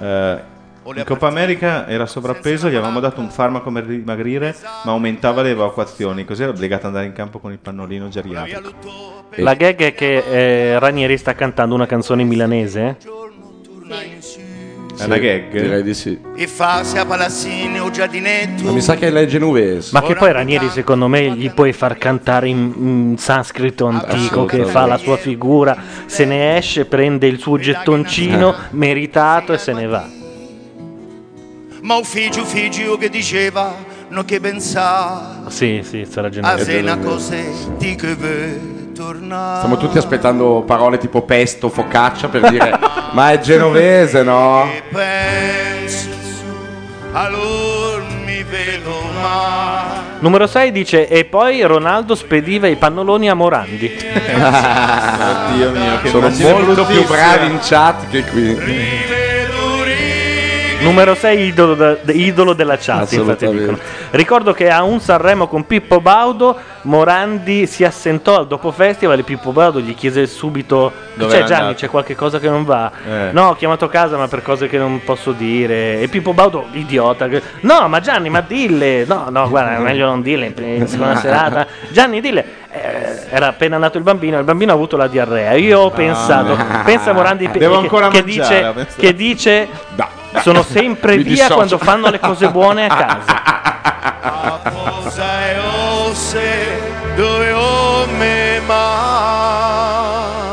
Speaker 5: Eh, in Coppa America era sovrappeso, gli avevamo dato un farmaco per dimagrire, ma aumentava le evacuazioni, così era obbligato ad andare in campo con il pannolino geriatrico. Eh.
Speaker 4: La gag è che eh, Ranieri sta cantando una canzone in milanese.
Speaker 5: È una gag?
Speaker 6: Direi di sì.
Speaker 13: E fa sia palazzine o giardinetto.
Speaker 6: Ma mi sa che lei è genovese.
Speaker 4: Ma che poi Ranieri, secondo me, gli puoi far cantare in, in sanscrito antico che
Speaker 6: Assolutamente.
Speaker 4: fa la sua figura, se ne esce, prende il suo gettoncino meritato e se ne va.
Speaker 13: Ma un figlio, figlio che diceva, non che pensava.
Speaker 4: Sì, sì, sarà
Speaker 13: A se
Speaker 4: generoso.
Speaker 13: Ah, una cosa ti che vuoi tornare.
Speaker 6: Stiamo tutti aspettando parole tipo pesto, focaccia per dire ma è genovese, no?
Speaker 13: Penso, allora mi vedo male.
Speaker 4: Numero 6 dice: E poi Ronaldo spediva i pannoloni a Morandi.
Speaker 5: Oddio mio, che
Speaker 6: Sono
Speaker 4: immagine
Speaker 6: molto più
Speaker 4: bruttissima.
Speaker 6: bravi in chat che qui.
Speaker 4: Numero 6 idolo, de- idolo della chat, infatti
Speaker 6: Assolutamente.
Speaker 4: dicono. Ricordo che a un Sanremo con Pippo Baudo Morandi si assentò al dopo festival e Pippo Baudo gli chiese subito
Speaker 5: Dove
Speaker 4: c'è
Speaker 5: era
Speaker 4: Gianni,
Speaker 5: andato?"
Speaker 4: c'è qualche cosa che non va.
Speaker 5: Eh.
Speaker 4: No, ho chiamato casa ma per cose che non posso dire. E Pippo Baudo idiota. che- No, ma Gianni, ma dille. No, no, guarda, è meglio non dille in prima- in seconda serata. Gianni, dille. Eh, era appena nato il bambino, il bambino ha avuto la diarrea. Io ho pensato, pensa Morandi pe-
Speaker 5: Devo
Speaker 4: che-
Speaker 5: ancora
Speaker 4: che,
Speaker 5: mangiare, ho
Speaker 4: dice,
Speaker 5: pensato.
Speaker 4: che dice sono sempre
Speaker 5: Mi
Speaker 4: via
Speaker 5: dissocio.
Speaker 4: quando fanno le cose buone a casa.
Speaker 13: Sai o se dove o me ma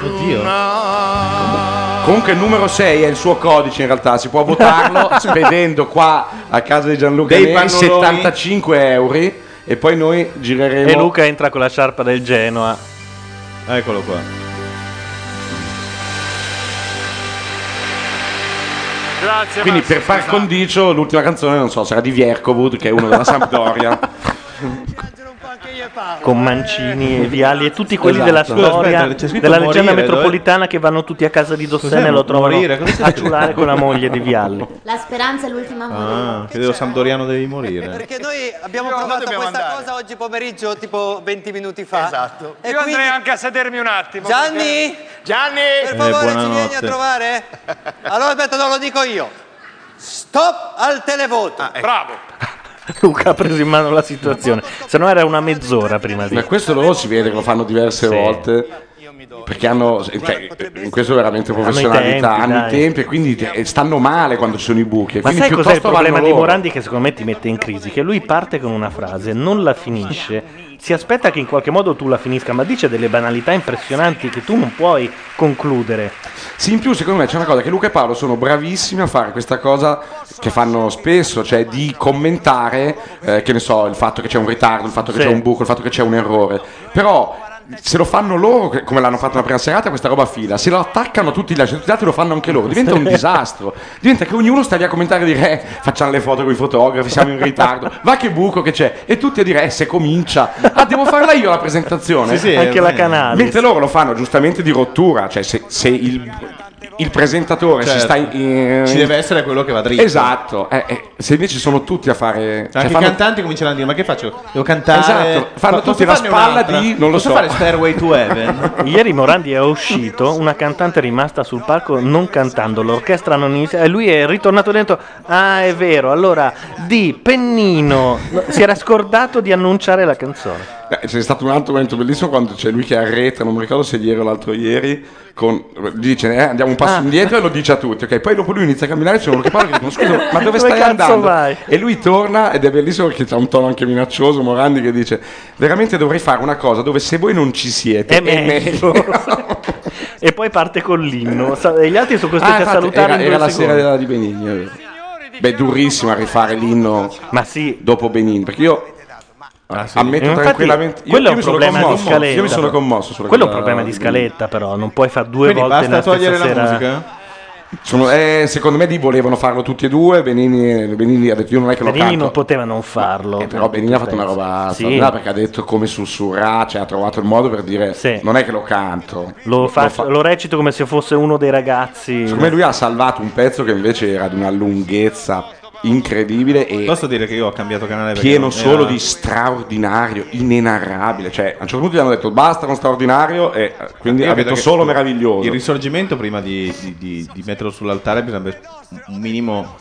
Speaker 5: Oddio.
Speaker 6: Comunque il numero 6 è il suo codice in realtà, si può votarlo spedendo qua a casa di Gianluca
Speaker 4: Dei
Speaker 6: Neri
Speaker 4: pannoloni.
Speaker 6: 75 euro e poi noi gireremo...
Speaker 4: E Luca entra con la sciarpa del Genoa.
Speaker 5: Eccolo qua.
Speaker 22: Grazie.
Speaker 6: Quindi per par condicio l'ultima canzone, non so, sarà di Viercovud che è uno della Sampdoria.
Speaker 4: Con Mancini e Viali e tutti quelli
Speaker 6: Esatto.
Speaker 4: della
Speaker 6: Scusa,
Speaker 4: storia,
Speaker 6: aspetta, c'è scritto
Speaker 4: della leggenda
Speaker 5: morire,
Speaker 4: metropolitana che vanno tutti a casa di Dossene
Speaker 5: Cos'è
Speaker 4: e lo trovano
Speaker 5: morire? Cosa c'è
Speaker 4: a
Speaker 5: scritto?
Speaker 4: ciulare con la moglie di Vialli.
Speaker 7: La speranza è l'ultima morte.
Speaker 5: Ah, credo Sampdoriano devi morire.
Speaker 1: Perché noi abbiamo provato questa cosa oggi pomeriggio, tipo 20 minuti fa. Esatto. E
Speaker 22: Io
Speaker 1: quindi-
Speaker 22: andrei anche a sedermi un attimo.
Speaker 1: Gianni? Gianni! Per
Speaker 5: Eh,
Speaker 1: favore, ci
Speaker 5: buonanotte.
Speaker 1: vieni a trovare? Allora aspetta, non lo dico io. Stop al
Speaker 22: Ah,
Speaker 1: televoto.
Speaker 22: ecco.
Speaker 1: Bravo.
Speaker 4: Luca ha preso in mano la situazione, se no era una mezz'ora prima di.
Speaker 6: Ma questo loro si vede che lo fanno diverse volte. Perché hanno, cioè, in questo è veramente
Speaker 4: i
Speaker 6: professionalità,
Speaker 4: tempi,
Speaker 6: hanno i
Speaker 4: dai.
Speaker 6: tempi e quindi te- stanno male quando ci sono i buchi.
Speaker 4: Ma
Speaker 6: quindi
Speaker 4: sai cos'è il
Speaker 6: piuttosto
Speaker 4: problema
Speaker 6: vanno
Speaker 4: di
Speaker 6: loro.
Speaker 4: Morandi che secondo me ti mette in crisi? Che lui parte con una frase, non la finisce, si aspetta che in qualche modo tu la finisca, ma dice delle banalità impressionanti che tu non puoi concludere.
Speaker 6: Sì, in più secondo me c'è una cosa che Luca e Paolo sono bravissimi a fare questa cosa che fanno spesso, cioè di commentare, eh, che ne so, il fatto che c'è un ritardo, il fatto che
Speaker 4: Sì.
Speaker 6: c'è un buco, il fatto che c'è un errore. Però se lo fanno loro, che- come l'hanno fatto la prima serata, questa roba fila, se lo attaccano tutti gli altri, tutti gli altri lo fanno anche loro, diventa un disastro. Diventa che ognuno sta lì a commentare e dire eh, facciamo le foto con i fotografi, siamo in ritardo, va che buco che c'è. E tutti a dire eh, se comincia, ah devo farla io la presentazione.
Speaker 4: Sì, sì, Anche la Canalis.
Speaker 6: eh. Mentre loro lo fanno giustamente di rottura, cioè se, se il il presentatore
Speaker 5: Certo.
Speaker 6: si sta in-
Speaker 5: Ci deve essere quello che va dritto.
Speaker 6: Esatto, eh, eh, se invece sono tutti a fare... cioè
Speaker 5: Anche i
Speaker 6: fanno-
Speaker 5: cantanti cominciano a dire: Ma che faccio? Devo cantare?
Speaker 6: Esatto, fanno
Speaker 5: Fa-
Speaker 6: tutti
Speaker 5: posso farne
Speaker 6: la spalla
Speaker 5: un'altra?
Speaker 6: di- non lo
Speaker 5: Posso
Speaker 6: so.
Speaker 5: fare Stairway to Heaven?
Speaker 4: Ieri Morandi è uscito, una cantante è rimasta sul palco non cantando, l'orchestra non inizia e lui è ritornato dentro. Ah, è vero, allora di Pennino No, si era scordato di annunciare la canzone.
Speaker 6: Eh, C'è stato un altro momento bellissimo quando c'è lui che arretra, non mi ricordo se ieri o l'altro ieri, con, dice eh, andiamo un passo
Speaker 5: Ah.
Speaker 6: indietro e lo dice a tutti, ok? Poi dopo lui inizia a camminare, c'è uno che parla e dice, "Ma scusa, ma dove,
Speaker 5: Dove
Speaker 6: stai
Speaker 5: cazzo
Speaker 6: andando?
Speaker 5: vai?
Speaker 6: E lui torna ed è bellissimo perché c'ha un tono anche minaccioso, Morandi che dice, veramente dovrei fare una cosa dove se voi non ci siete
Speaker 4: È meglio. e poi parte con l'inno. Sa- E gli altri sono
Speaker 6: Ah,
Speaker 4: costretti a
Speaker 6: infatti,
Speaker 4: salutare
Speaker 6: era,
Speaker 4: in due
Speaker 6: era la
Speaker 4: secondi.
Speaker 6: sera della- di Benigni. è vero. Beh, durissima rifare l'inno dopo Benigni, perché io ammetto
Speaker 4: Infatti,
Speaker 6: tranquillamente... Io,
Speaker 4: quello
Speaker 6: io
Speaker 4: è un
Speaker 6: mi sono
Speaker 4: problema di
Speaker 6: commosso,
Speaker 4: scaletta.
Speaker 6: io mi sono
Speaker 4: però.
Speaker 6: commosso. sulla
Speaker 4: Quello è un
Speaker 6: quella-
Speaker 4: problema di scaletta, però. Non puoi fare due
Speaker 6: Quindi
Speaker 4: volte
Speaker 6: basta
Speaker 4: nella stessa
Speaker 6: togliere la
Speaker 4: sera.
Speaker 6: musica? Sono- eh, secondo me lì volevano farlo tutti e due. Benigni, Benigni ha detto: Io non è che lo
Speaker 4: Benigni
Speaker 6: canto.
Speaker 4: non poteva non farlo.
Speaker 6: Eh, però Benigni ha fatto una roba
Speaker 4: Sì.
Speaker 6: straordinaria perché ha detto come sussurrà, cioè ha trovato il modo per dire non è che lo canto.
Speaker 4: Lo, faccio-
Speaker 6: fa-
Speaker 4: lo recito come se fosse uno dei ragazzi.
Speaker 6: Secondo me lui ha salvato un pezzo che invece era di una lunghezza incredibile e
Speaker 5: Posso dire che io ho cambiato canale perché
Speaker 6: pieno
Speaker 5: non
Speaker 6: solo
Speaker 5: era-
Speaker 6: di straordinario, inenarrabile. Cioè, a un certo punto gli hanno detto basta con straordinario e eh, quindi
Speaker 5: Io
Speaker 6: ha
Speaker 5: credo
Speaker 6: detto
Speaker 5: che
Speaker 6: solo meraviglioso.
Speaker 5: Il risorgimento prima di, di- di- di metterlo sull'altare bisogna un minimo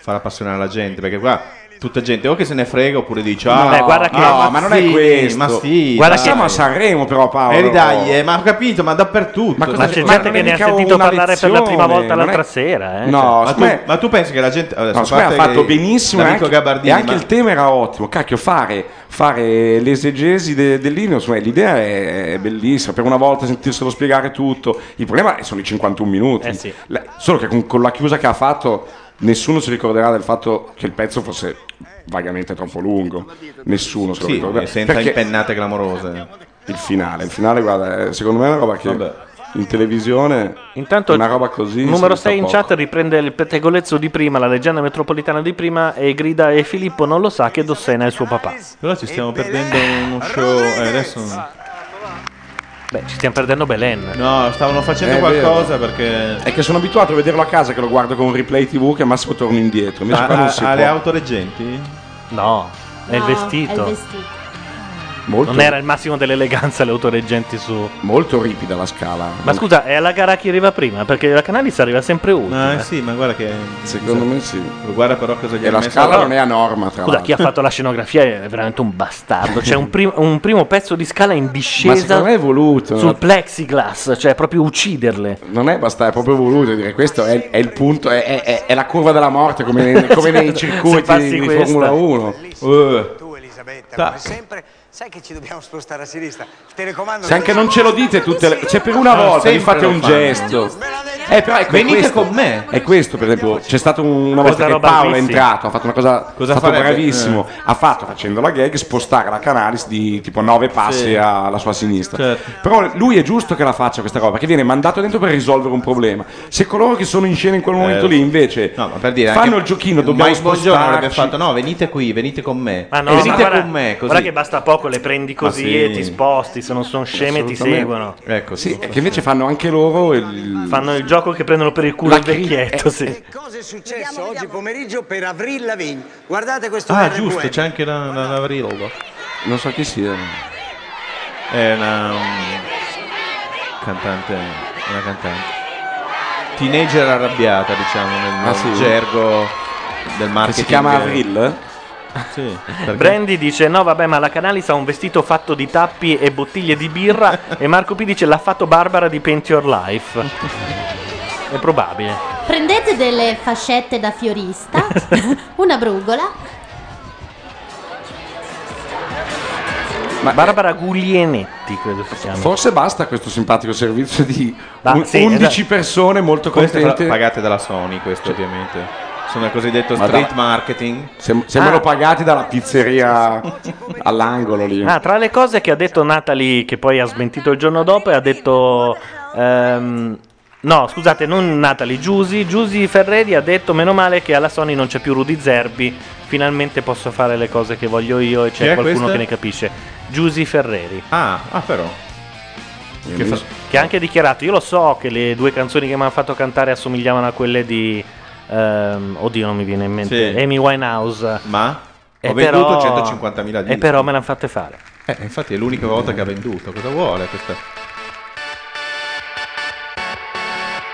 Speaker 5: far appassionare la gente, perché qua tutta gente o che se ne frega oppure dice ah,
Speaker 6: Beh, guarda che-
Speaker 5: no,
Speaker 6: ma
Speaker 5: ma non
Speaker 6: sì,
Speaker 5: è questo,
Speaker 6: ma
Speaker 5: ma
Speaker 6: sì,
Speaker 5: sì,
Speaker 6: dai. Siamo a Sanremo però Paolo.
Speaker 5: dai, eh, ma ho capito, ma dappertutto.
Speaker 6: Ma cosa- Ma c'è ma gente non che è ne ha mica sentito una parlare per la lezione, prima volta non l'altra è- sera, eh. No,
Speaker 5: ma, tu,
Speaker 6: secondo me-
Speaker 5: ma tu pensi che la gente adesso,
Speaker 6: No,
Speaker 5: a
Speaker 6: secondo me ha
Speaker 5: parte
Speaker 6: fatto benissimo e
Speaker 5: l'amico
Speaker 6: anche,
Speaker 5: Gabardini,
Speaker 6: e anche
Speaker 5: ma-
Speaker 6: il tema era ottimo. Cacchio, fare, fare l'esegesi de- dell'inno, insomma, l'idea è, è bellissima. Per una volta sentirselo spiegare tutto. Il problema è- sono i 51 minuti.
Speaker 4: Eh sì.
Speaker 6: La- Solo che con, con la chiusa che ha fatto, nessuno si ricorderà del fatto che il pezzo fosse vagamente troppo lungo. Nessuno se lo
Speaker 5: Sì,
Speaker 6: ricorderà.
Speaker 5: e senza impennate
Speaker 6: clamorose. Il finale, il finale, guarda, eh, secondo me è una roba che in televisione
Speaker 4: Intanto
Speaker 6: una roba così.
Speaker 4: Numero
Speaker 6: si sta
Speaker 4: 6 in
Speaker 6: poco.
Speaker 4: chat riprende il pettegolezzo di prima, la leggenda metropolitana di prima e grida e Filippo non lo sa che Dossena è il suo papà.
Speaker 5: Però ci stiamo perdendo uno show. eh, adesso non-
Speaker 4: Beh, ci stiamo perdendo Belen.
Speaker 5: No, stavano facendo
Speaker 6: Eh, È
Speaker 5: qualcosa
Speaker 6: vero.
Speaker 5: perché.
Speaker 6: È che sono abituato a vederlo a casa che lo guardo con un replay TV che al massimo torno indietro. Invece
Speaker 5: Ha,
Speaker 6: qua non
Speaker 5: ha-
Speaker 6: si
Speaker 5: ha
Speaker 6: può.
Speaker 5: le autoreggenti?
Speaker 4: No, è il
Speaker 7: No,
Speaker 4: vestito.
Speaker 7: È il vestito.
Speaker 6: Molto-
Speaker 4: Non era il massimo dell'eleganza le autoreggenti su.
Speaker 6: Molto ripida la scala.
Speaker 4: Ma scusa, è alla gara chi arriva prima? Perché la Canalis arriva sempre ultima.
Speaker 5: Ah, sì, ma guarda che.
Speaker 6: Secondo me sì.
Speaker 5: Guarda però cosa gli
Speaker 6: E
Speaker 5: ha
Speaker 6: la
Speaker 5: messo.
Speaker 6: scala non è a norma, tra
Speaker 4: Scusa, chi
Speaker 6: l'altro.
Speaker 4: ha fatto la scenografia è veramente un bastardo. C'è un, prim- un primo pezzo di scala in
Speaker 6: Ma
Speaker 4: discesa
Speaker 6: secondo me è voluto.
Speaker 4: sul plexiglass, cioè proprio ucciderle.
Speaker 6: Non è basta, è proprio voluto dire questo è, è il punto, è, è- è- è la curva della morte come, come nei
Speaker 4: Se passi
Speaker 6: circuiti di
Speaker 4: questa.
Speaker 6: Formula 1.
Speaker 10: Tu Elisabetta,
Speaker 6: Ta-
Speaker 10: come sempre, sai che ci dobbiamo spostare a sinistra. Il telecomando
Speaker 6: Se anche non ce lo dite tutte le... Cioè per una
Speaker 10: No,
Speaker 6: volta vi
Speaker 10: sempre
Speaker 6: fate
Speaker 10: lo
Speaker 6: un
Speaker 10: fanno.
Speaker 6: gesto. Eh, però ecco, è
Speaker 5: Venite
Speaker 6: questo.
Speaker 5: con me.
Speaker 6: È questo, per esempio, c'è stata una volta
Speaker 5: Questa
Speaker 6: che
Speaker 5: roba
Speaker 6: Paolo è
Speaker 5: bravissima.
Speaker 6: entrato, ha fatto una cosa,
Speaker 5: Cosa
Speaker 6: è stato
Speaker 5: farebbe?
Speaker 6: bravissimo.
Speaker 4: Eh.
Speaker 6: Ha fatto, facendo la gag, spostare la Canalis di tipo 9 passi
Speaker 5: Sì.
Speaker 6: alla sua sinistra.
Speaker 5: Certo.
Speaker 6: Però lui è giusto che la faccia questa roba, perché viene mandato dentro per risolvere un problema. Se coloro che sono in scena in quel momento
Speaker 5: Eh,
Speaker 6: lì, invece, fanno
Speaker 5: anche
Speaker 6: il giochino, dobbiamo
Speaker 5: Mike Bongiorno avrebbe
Speaker 6: spostarci.
Speaker 5: fatto: no, venite qui, venite con me.
Speaker 4: Ma
Speaker 6: Ah,
Speaker 4: no,
Speaker 5: Eh,
Speaker 4: ma
Speaker 5: venite
Speaker 4: guarda,
Speaker 5: con me. Così.
Speaker 4: guarda che basta poco, le prendi così
Speaker 5: Ma sì.
Speaker 4: e ti sposti. Se non sono sceme, ti
Speaker 6: Assolutamente.
Speaker 4: seguono.
Speaker 5: Ecco,
Speaker 6: sì, e che invece fanno anche loro il...
Speaker 4: Fanno il gioco che prendono per il culo
Speaker 6: La
Speaker 4: il
Speaker 6: cri- eh,
Speaker 4: vecchietto. sì.
Speaker 10: Cosa è successo oggi pomeriggio per Avril Lavigne? Guardate questo
Speaker 5: Ah,
Speaker 10: RQM.
Speaker 5: giusto, c'è anche la, la, la Vrillo.
Speaker 6: Non so chi sia.
Speaker 5: È una. um, cantante. Una cantante. Teenager arrabbiata, diciamo, nel
Speaker 6: Ah, sì?
Speaker 5: gergo del marketing.
Speaker 6: Che si chiama Avril?
Speaker 5: Sì.
Speaker 4: Brandy dice: No, vabbè, ma la Canalis ha un vestito fatto di tappi e bottiglie di birra. e Marco P dice: L'ha fatto Barbara di Paint Your Life. È probabile.
Speaker 7: Prendete delle fascette da fiorista, una brugola.
Speaker 4: Barbara Guglienetti, credo si chiama.
Speaker 6: Forse basta questo simpatico servizio di
Speaker 4: Ma
Speaker 6: un-
Speaker 4: sì,
Speaker 6: 11
Speaker 4: esatto.
Speaker 6: persone molto
Speaker 5: Queste fra-
Speaker 6: contente.
Speaker 5: pagate dalla Sony, questo ovviamente. Sono il cosiddetto
Speaker 6: Cioè- Ma
Speaker 5: street
Speaker 6: da-
Speaker 5: marketing.
Speaker 6: Sem- sembrano
Speaker 5: Ah.
Speaker 6: pagati dalla pizzeria all'angolo lì.
Speaker 4: Ah, tra le cose che ha detto Natalie, che poi ha smentito il giorno dopo, e ha detto. ehm, no, scusate, non Natalie, Giusy. Giusy Ferreri ha detto: Meno male che alla Sony non c'è più Rudy Zerbi. Finalmente posso fare le cose che voglio io e
Speaker 5: Chi
Speaker 4: c'è
Speaker 5: è
Speaker 4: qualcuno
Speaker 5: questa?
Speaker 4: che ne capisce. Giusy Ferreri.
Speaker 5: Ah, ah, però.
Speaker 4: Che, fa- che ha anche dichiarato: Io lo so che le due canzoni che mi hanno fatto cantare assomigliavano a quelle di. ehm, oddio, non mi viene in mente.
Speaker 5: Sì.
Speaker 4: Amy Winehouse.
Speaker 5: Ma?
Speaker 4: E
Speaker 5: Ho venduto
Speaker 4: però-
Speaker 5: 150.000 dischi.
Speaker 4: E però me l'hanno fatte fare.
Speaker 5: Eh, infatti è l'unica volta che ha venduto. Cosa vuole questa?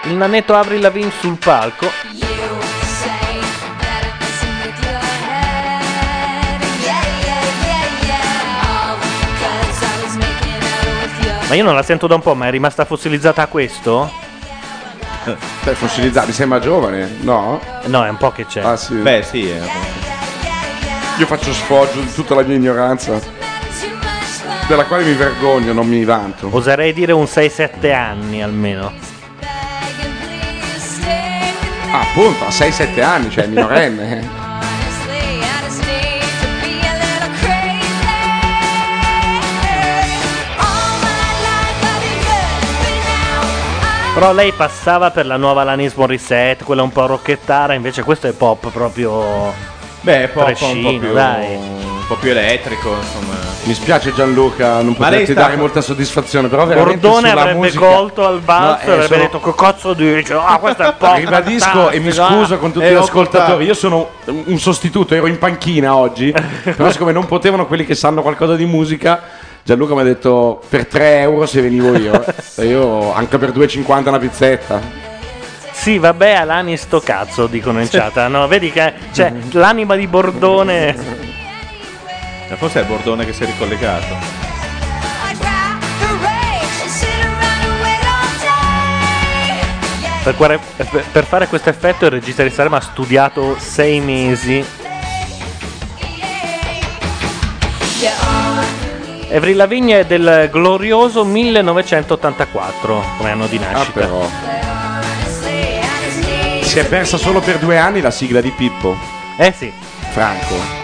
Speaker 4: Il nanetto Avril Lavigne sul palco.
Speaker 2: Yeah, yeah, yeah, yeah. All 'cause
Speaker 4: Ma io non la sento da un po', ma è rimasta fossilizzata a questo?
Speaker 6: Stai fossilizzando, mi sembra giovane, no?
Speaker 4: No, è un po' che c'è.
Speaker 6: Ah, sì.
Speaker 5: Beh, sì. eh.
Speaker 6: Io faccio sfoggio di tutta la mia ignoranza, della quale mi vergogno, non mi vanto.
Speaker 4: Oserei dire un 6-7 anni almeno.
Speaker 6: Ah, appunto, a 6-7 anni, cioè minorenne.
Speaker 4: Però lei passava per la nuova Alanis Morissette, quella un po' rocchettara, invece questo è pop proprio.
Speaker 5: Beh, pop un po'
Speaker 4: Prescino,
Speaker 5: più,
Speaker 4: dai.
Speaker 5: un po' più elettrico, insomma.
Speaker 6: Mi spiace Gianluca, non
Speaker 5: Ma lei
Speaker 6: poterti
Speaker 5: sta-
Speaker 6: dare molta soddisfazione, però veramente
Speaker 4: Bordone
Speaker 6: sulla
Speaker 4: avrebbe
Speaker 6: musica...
Speaker 4: colto al balzo
Speaker 6: No,
Speaker 4: e
Speaker 6: eh,
Speaker 4: avrebbe
Speaker 6: sono-
Speaker 4: detto che cazzo dice? Ah, questo è pop.
Speaker 6: Ribadisco e mi
Speaker 4: fantastico,
Speaker 6: scuso
Speaker 4: ah."
Speaker 6: con
Speaker 5: Eh,
Speaker 6: tutti gli ascoltatori, io sono un sostituto, ero in panchina oggi, però siccome non potevano quelli che sanno qualcosa di musica, Gianluca mi ha detto per 3 euro se venivo io, E io anche per 2,50 una pizzetta.
Speaker 4: Sì, vabbè, Alani sto cazzo, dicono in chat. Ah, No, vedi che c'è l'anima di Bordone.
Speaker 5: Eh, Forse è Bordone che si è ricollegato.
Speaker 4: Per, quare- per- per fare questo effetto il regista di Sanremo ha studiato sei mesi. Avril Lavigne è del glorioso 1984, come anno di
Speaker 5: Ah,
Speaker 4: nascita.
Speaker 6: Si è persa solo per due anni la sigla di Pippo.
Speaker 4: Eh sì.
Speaker 6: Franco. eh.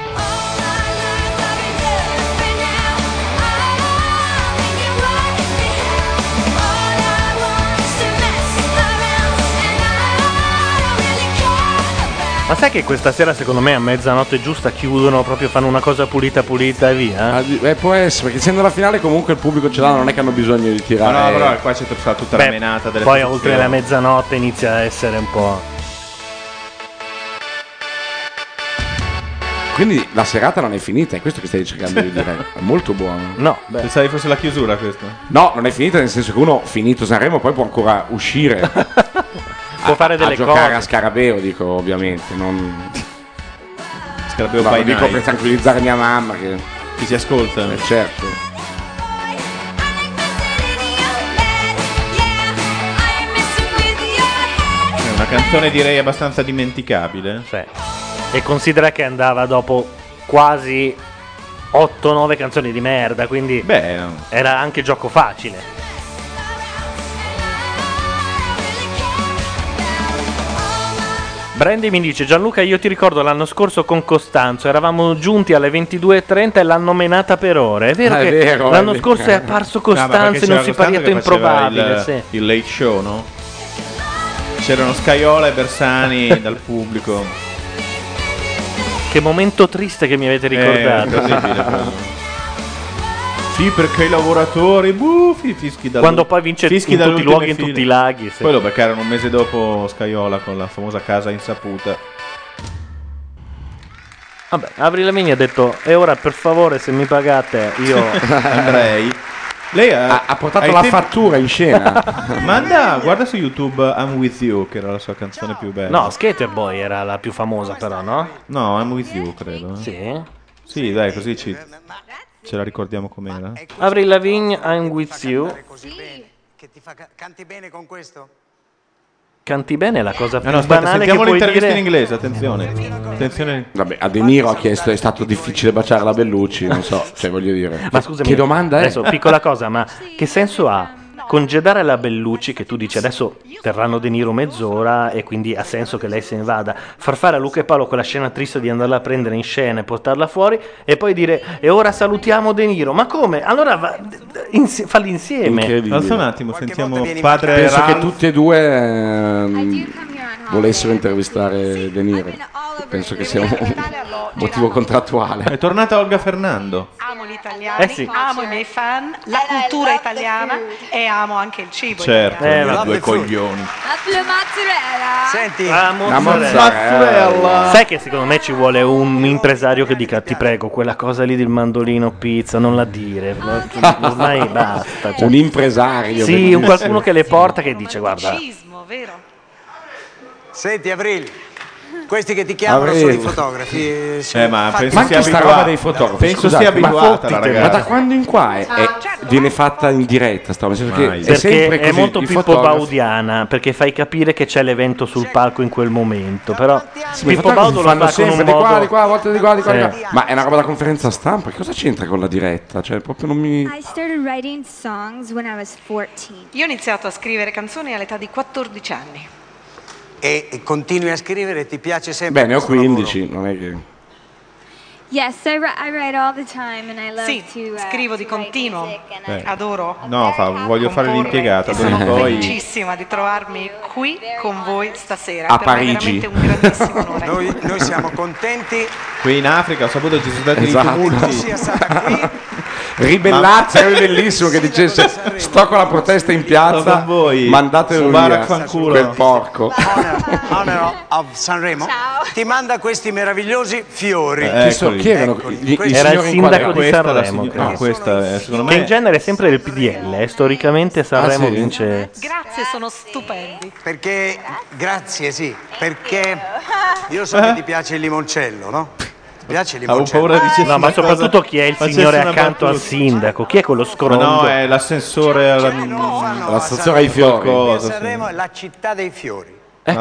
Speaker 4: Ma sai che questa sera secondo me a mezzanotte giusta chiudono, proprio fanno una cosa pulita pulita e via?
Speaker 6: Eh, può essere, perché essendo la finale comunque il pubblico ce l'ha, non è che hanno bisogno di tirare.
Speaker 5: Ma no, però qua c'è tutta, tutta la
Speaker 4: Eh, Beh,
Speaker 5: menata delle
Speaker 4: poi
Speaker 5: posizioni.
Speaker 4: oltre la mezzanotte inizia a essere un po'...
Speaker 6: Quindi la serata non è finita, è questo che stai cercando di dire. È molto buono.
Speaker 4: No,
Speaker 5: Pensavi fosse la chiusura questa?
Speaker 6: No, non è finita nel senso che uno finito Sanremo poi può ancora uscire. può
Speaker 4: fare delle
Speaker 6: a giocare
Speaker 4: cose.
Speaker 6: a Scarabeo, dico ovviamente. Non...
Speaker 5: Scarabeo
Speaker 6: No, lo
Speaker 5: by
Speaker 6: dico
Speaker 5: night.
Speaker 6: per tranquillizzare mia mamma che...
Speaker 5: Chi si ascolta.
Speaker 6: Eh, certo.
Speaker 5: È una canzone direi abbastanza dimenticabile.
Speaker 4: E considera che andava dopo quasi 8-9 canzoni di merda, quindi era anche gioco facile. Brandy mi dice Gianluca io ti ricordo l'anno scorso con Costanzo eravamo giunti alle 22.30 e l'hanno menata per ore. È vero
Speaker 5: Ah,
Speaker 4: che
Speaker 5: vero,
Speaker 4: l'anno
Speaker 5: vero.
Speaker 4: scorso è apparso
Speaker 5: No, ma
Speaker 4: Costanzo
Speaker 5: perché
Speaker 4: e non
Speaker 5: c'era
Speaker 4: si è
Speaker 5: Costanzo
Speaker 4: pariato
Speaker 5: che faceva
Speaker 4: improbabile.
Speaker 5: Il,
Speaker 4: sì.
Speaker 5: il late show, no? C'erano Scaiola e Bersani dal pubblico.
Speaker 4: Che momento triste che mi avete
Speaker 5: Eh, terribile,
Speaker 4: ricordato.
Speaker 5: proprio. sì, perché i lavoratori, buffi, fischi da
Speaker 4: Quando poi vince
Speaker 5: fischi
Speaker 4: in tutti i
Speaker 5: dall'ultima
Speaker 4: luoghi, in
Speaker 5: fila.
Speaker 4: tutti i laghi, sì.
Speaker 5: Poi lo beccarono un mese dopo Scaiola con la famosa casa insaputa.
Speaker 4: Vabbè, Avril Lavigne ha detto e ora per favore se mi pagate io
Speaker 5: andrei. Lei ha,
Speaker 6: portato la fattura in scena.
Speaker 5: Manda, guarda su YouTube I'm With You, che era la sua canzone più bella.
Speaker 4: No, Skater Boy era la più famosa però, no?
Speaker 5: No, I'm With You, credo. eh.
Speaker 4: Sì.
Speaker 5: Sì, dai, così ci... ce la ricordiamo com'era.
Speaker 4: Avril Lavigne I'm With You.
Speaker 10: Così bene, che ti fa ca- canti bene con questo?
Speaker 4: Canti bene è la cosa più
Speaker 5: Ah, No, no, aspetta,
Speaker 4: banale
Speaker 5: sentiamo
Speaker 4: che puoi
Speaker 5: l'intervista
Speaker 4: dire.
Speaker 5: in inglese, attenzione. Attenzione.
Speaker 6: Vabbè, a De Niro ha chiesto, è stato difficile baciare la Bellucci, non so, cioè voglio dire.
Speaker 4: Ma scusami,
Speaker 6: Che domanda è?
Speaker 4: adesso piccola cosa, ma che senso ha congedare la Bellucci che tu dici adesso terranno De Niro mezz'ora e quindi ha senso che lei se ne vada, far fare a Luca e Paolo quella scena triste di andarla a prendere in scena e portarla fuori e poi dire e ora salutiamo De Niro, ma come? Allora va, insi- falli insieme.
Speaker 5: Alza un attimo, sentiamo
Speaker 4: vieni in
Speaker 5: padre
Speaker 6: Penso
Speaker 5: Ralph.
Speaker 6: che tutti e due ehm, volessero intervistare De Niro. Penso che sia un motivo
Speaker 5: È
Speaker 6: contrattuale.
Speaker 5: tornata Olga Fernando.
Speaker 14: Amo gli italiani,
Speaker 6: Eh sì.
Speaker 14: amo i miei fan, la cultura italiana e amo anche il cibo.
Speaker 5: Certo,
Speaker 14: italiano.
Speaker 5: i due
Speaker 4: Eh, vabbè,
Speaker 5: coglioni.
Speaker 14: La mozzarella.
Speaker 10: Senti,
Speaker 4: la
Speaker 5: mozzarella. mozzarella.
Speaker 4: Sai che secondo me ci vuole un impresario che dica ti prego quella cosa lì del mandolino pizza non la dire, ormai basta. cioè.
Speaker 6: Un impresario.
Speaker 4: Sì,
Speaker 6: bellissimo.
Speaker 4: un qualcuno che le porta che dice guarda
Speaker 10: Senti, Avril, Questi che ti chiamano
Speaker 6: Avrei-
Speaker 10: sono i fotografi. eh, sì.
Speaker 5: Eh, ma
Speaker 10: Infatti-
Speaker 6: Ma anche sta roba dei fotografi.
Speaker 5: Penso
Speaker 6: scusate,
Speaker 5: sia abituata
Speaker 6: ma,
Speaker 5: la
Speaker 6: fottitela,
Speaker 5: ragazza.
Speaker 6: ma da quando in qua è, è- viene fatta in diretta sta roba, nel senso che
Speaker 4: Mai.
Speaker 6: è
Speaker 4: perché
Speaker 6: sempre
Speaker 4: è
Speaker 6: così,
Speaker 4: molto
Speaker 6: i
Speaker 4: più
Speaker 6: fotografi-
Speaker 4: baudiana perché fai capire che c'è l'evento sul palco in quel momento però
Speaker 6: ma i
Speaker 4: Pippo
Speaker 6: fotografi
Speaker 4: Baudo lo
Speaker 6: fanno
Speaker 4: fa con un
Speaker 6: sempre di qua,
Speaker 4: modo Eh.
Speaker 6: di qua, a volte di qua, di qua, di
Speaker 4: Sì.
Speaker 6: qua. Ma eh, è una roba da conferenza stampa, che cosa c'entra con la diretta? Cioè, proprio non mi
Speaker 15: I started writing songs when I was 14.
Speaker 14: Io ho iniziato a scrivere canzoni all'età di 14 anni.
Speaker 10: E, e continui a scrivere, ti piace sempre.
Speaker 6: Beh, ne ho
Speaker 10: questo
Speaker 6: 15, non è che
Speaker 15: Yes, I, wri- I write all the time and I love
Speaker 14: Sì,
Speaker 15: to uh,
Speaker 14: scrivo di continuo.
Speaker 5: Eh.
Speaker 14: Adoro.
Speaker 5: No, fa- voglio fare
Speaker 14: comporre
Speaker 5: l'impiegata.
Speaker 14: e
Speaker 5: Prima
Speaker 14: sono
Speaker 5: o poi.
Speaker 14: felicissima di trovarmi qui con voi stasera.
Speaker 5: A
Speaker 14: Per me è
Speaker 5: Parigi.
Speaker 14: veramente un grandissimo onore.
Speaker 10: Noi, noi siamo contenti
Speaker 5: Qui in Africa ho saputo ci sono stati
Speaker 6: Esatto.
Speaker 5: i tumulti.
Speaker 10: sia stata qui
Speaker 6: ribellarsi sarebbe bellissimo che dicesse sto con la protesta in piazza, mandatelo
Speaker 5: Mubarak
Speaker 6: via
Speaker 5: fanculo.
Speaker 6: quel porco.
Speaker 10: Honor of Sanremo. Ti manda questi meravigliosi fiori.
Speaker 6: Eh, Chi so- chi erano?
Speaker 10: Eccoli.
Speaker 6: Gli-
Speaker 10: Questi-
Speaker 4: era il
Speaker 6: signori in quadra-
Speaker 4: sindaco di
Speaker 6: Questa è la
Speaker 4: Sanremo
Speaker 6: signora-
Speaker 4: credo.
Speaker 6: no, questa è, secondo
Speaker 4: che
Speaker 6: me- Ah,
Speaker 4: in genere è sempre del PDL eh, storicamente Sanremo
Speaker 6: sì?
Speaker 4: vince
Speaker 10: Grazie, sono stupendi. Perché, grazie, sì, perché io so
Speaker 4: Eh?
Speaker 10: che ti piace il limoncello, no? Ti piace il limoncello?
Speaker 4: cioè- no ma soprattutto chi è il
Speaker 5: Facesse
Speaker 4: signore
Speaker 5: una
Speaker 4: accanto al sindaco chi è quello
Speaker 5: Ma
Speaker 4: scrondo
Speaker 5: no, è l'assessore alla...
Speaker 6: L'assessore ai fiori.
Speaker 5: Qualcosa,
Speaker 10: Sanremo è la città dei fiori.
Speaker 6: Ecco.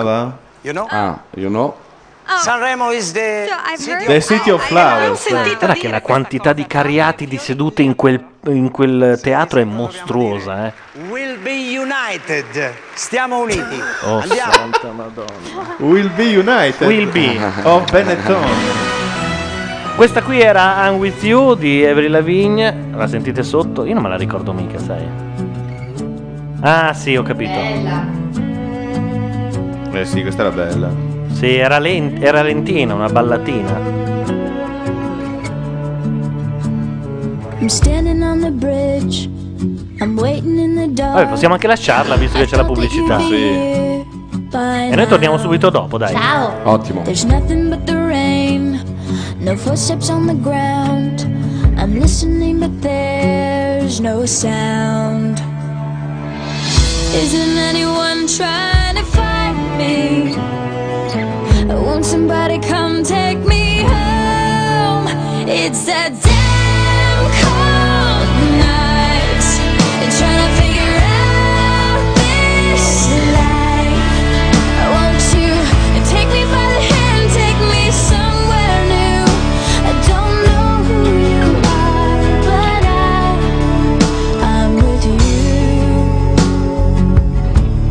Speaker 10: You know?
Speaker 6: Ah, you know.
Speaker 10: Ah. Sanremo is the city
Speaker 4: The
Speaker 10: of-
Speaker 4: City of Flowers.
Speaker 10: sentito
Speaker 4: Guarda che la quantità di cariati di sedute in quel, in quel teatro è mostruosa, eh.
Speaker 10: Will be united. Stiamo uniti.
Speaker 4: Oh,
Speaker 10: Andiamo.
Speaker 4: santa madonna.
Speaker 5: Will be United.
Speaker 4: Will be.
Speaker 5: Of Benetton.
Speaker 4: Questa qui era I'm With You di Avril Lavigne. La sentite sotto? Io non me la ricordo mica, sai. Ah, sì, ho capito.
Speaker 5: Eh sì, questa era bella.
Speaker 4: Sì, era, len- era lentina, una ballatina.
Speaker 8: I'm standing on the bridge. I'm waiting in the dark.
Speaker 4: Vabbè, possiamo anche lasciarla visto che c'è la pubblicità.
Speaker 8: By
Speaker 4: E noi torniamo subito dopo, dai.
Speaker 8: Ciao.
Speaker 4: Ottimo.
Speaker 8: There's nothing but the rain, no footsteps on the ground. I'm listening, but there's no sound. Isn't anyone trying to find me? Won't somebody come take me home? It's that damn cold night. Trying to figure out this life. Won't you take me by the hand, take me somewhere new? I don't know who you are, but I, I'm with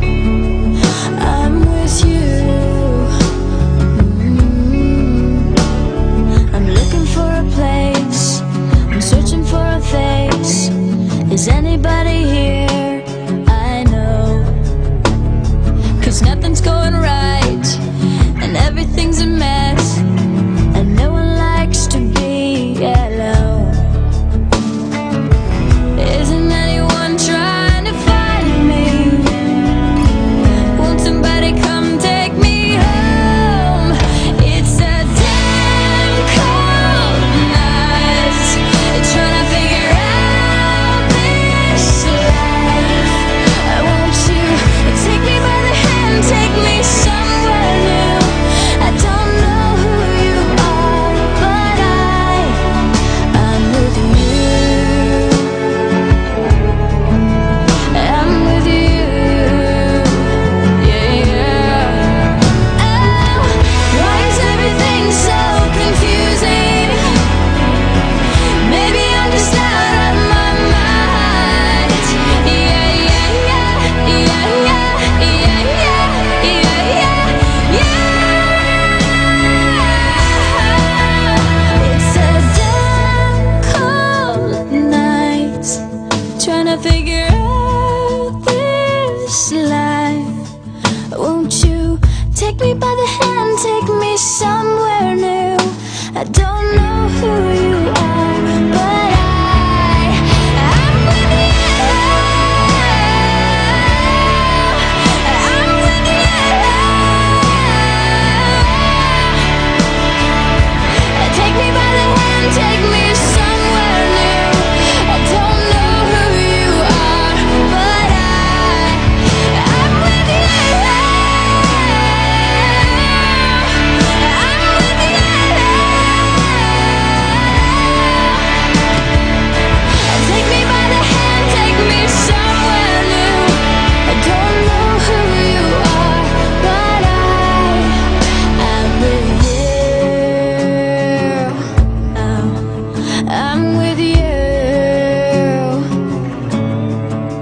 Speaker 8: you. I'm with you. Mm. I'm looking for a place. I'm searching for a face. Is anybody here? I know. Cause nothing's going right. And everything's a mess. And no one likes to be alone. Isn't anyone trying to find me? Won't somebody come take me home? It's a damn cold night. Trying to figure out this life. Won't you take me by the hand, take me somewhere new? I don't know who you are, but I, I'm with you. I'm with you. Yeah, why is everything so confusing? Maybe I'm just out of my mind. Yeah, yeah, yeah, yeah, yeah, yeah, yeah, yeah, yeah. It's a damn cold night, trying to figure out this life. Won't you take me by the hand, take me somewhere new? I don't know who you are, but I am with you. I'm with you. Take me by the hand, take me somewhere new. I don't know who you are, but I. I'm with you.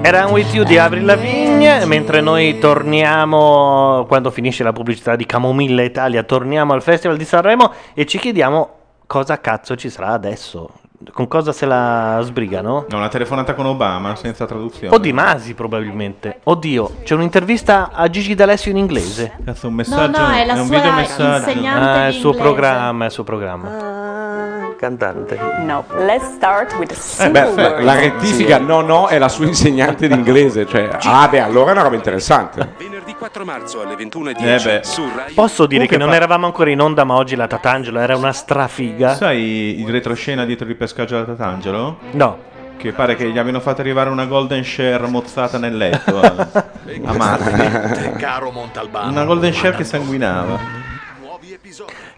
Speaker 4: Era un With You di Avril Lavigne, mentre noi torniamo, quando finisce la pubblicità di Camomilla Italia, torniamo al Festival di Sanremo e ci chiediamo cosa cazzo ci sarà adesso. Con cosa se la sbrigano?
Speaker 5: No, una telefonata con Obama senza traduzione.
Speaker 4: Ah, O Di Masi probabilmente. Oddio, c'è un'intervista a Gigi D'Alessio in inglese.
Speaker 5: Cazzo, un
Speaker 4: messaggio-
Speaker 7: No, no, è la è un sua videomessaggio. insegnante
Speaker 4: Ah, è il
Speaker 7: di
Speaker 4: suo
Speaker 7: inglese.
Speaker 4: programma, è il suo programma.
Speaker 5: Ah,
Speaker 11: Cantante. No, let's start with a
Speaker 6: Eh,
Speaker 11: simple
Speaker 6: beh,
Speaker 11: word.
Speaker 6: la rettifica no no è la sua insegnante d'inglese cioè ah beh allora è una roba interessante
Speaker 12: Venerdì 4 marzo alle
Speaker 6: Eh beh.
Speaker 12: 21.10 su Rai
Speaker 4: Posso dire
Speaker 5: Comunque
Speaker 4: che non
Speaker 5: fa-
Speaker 4: eravamo ancora in onda, ma oggi la Tatangelo era una strafiga.
Speaker 5: Sai il retroscena dietro il pescaggio alla Tatangelo?
Speaker 4: No.
Speaker 5: Che pare che gli abbiano fatto arrivare una golden share mozzata nel letto. a, a Marte.
Speaker 16: Caro Montalbano.
Speaker 5: Una golden share che sanguinava.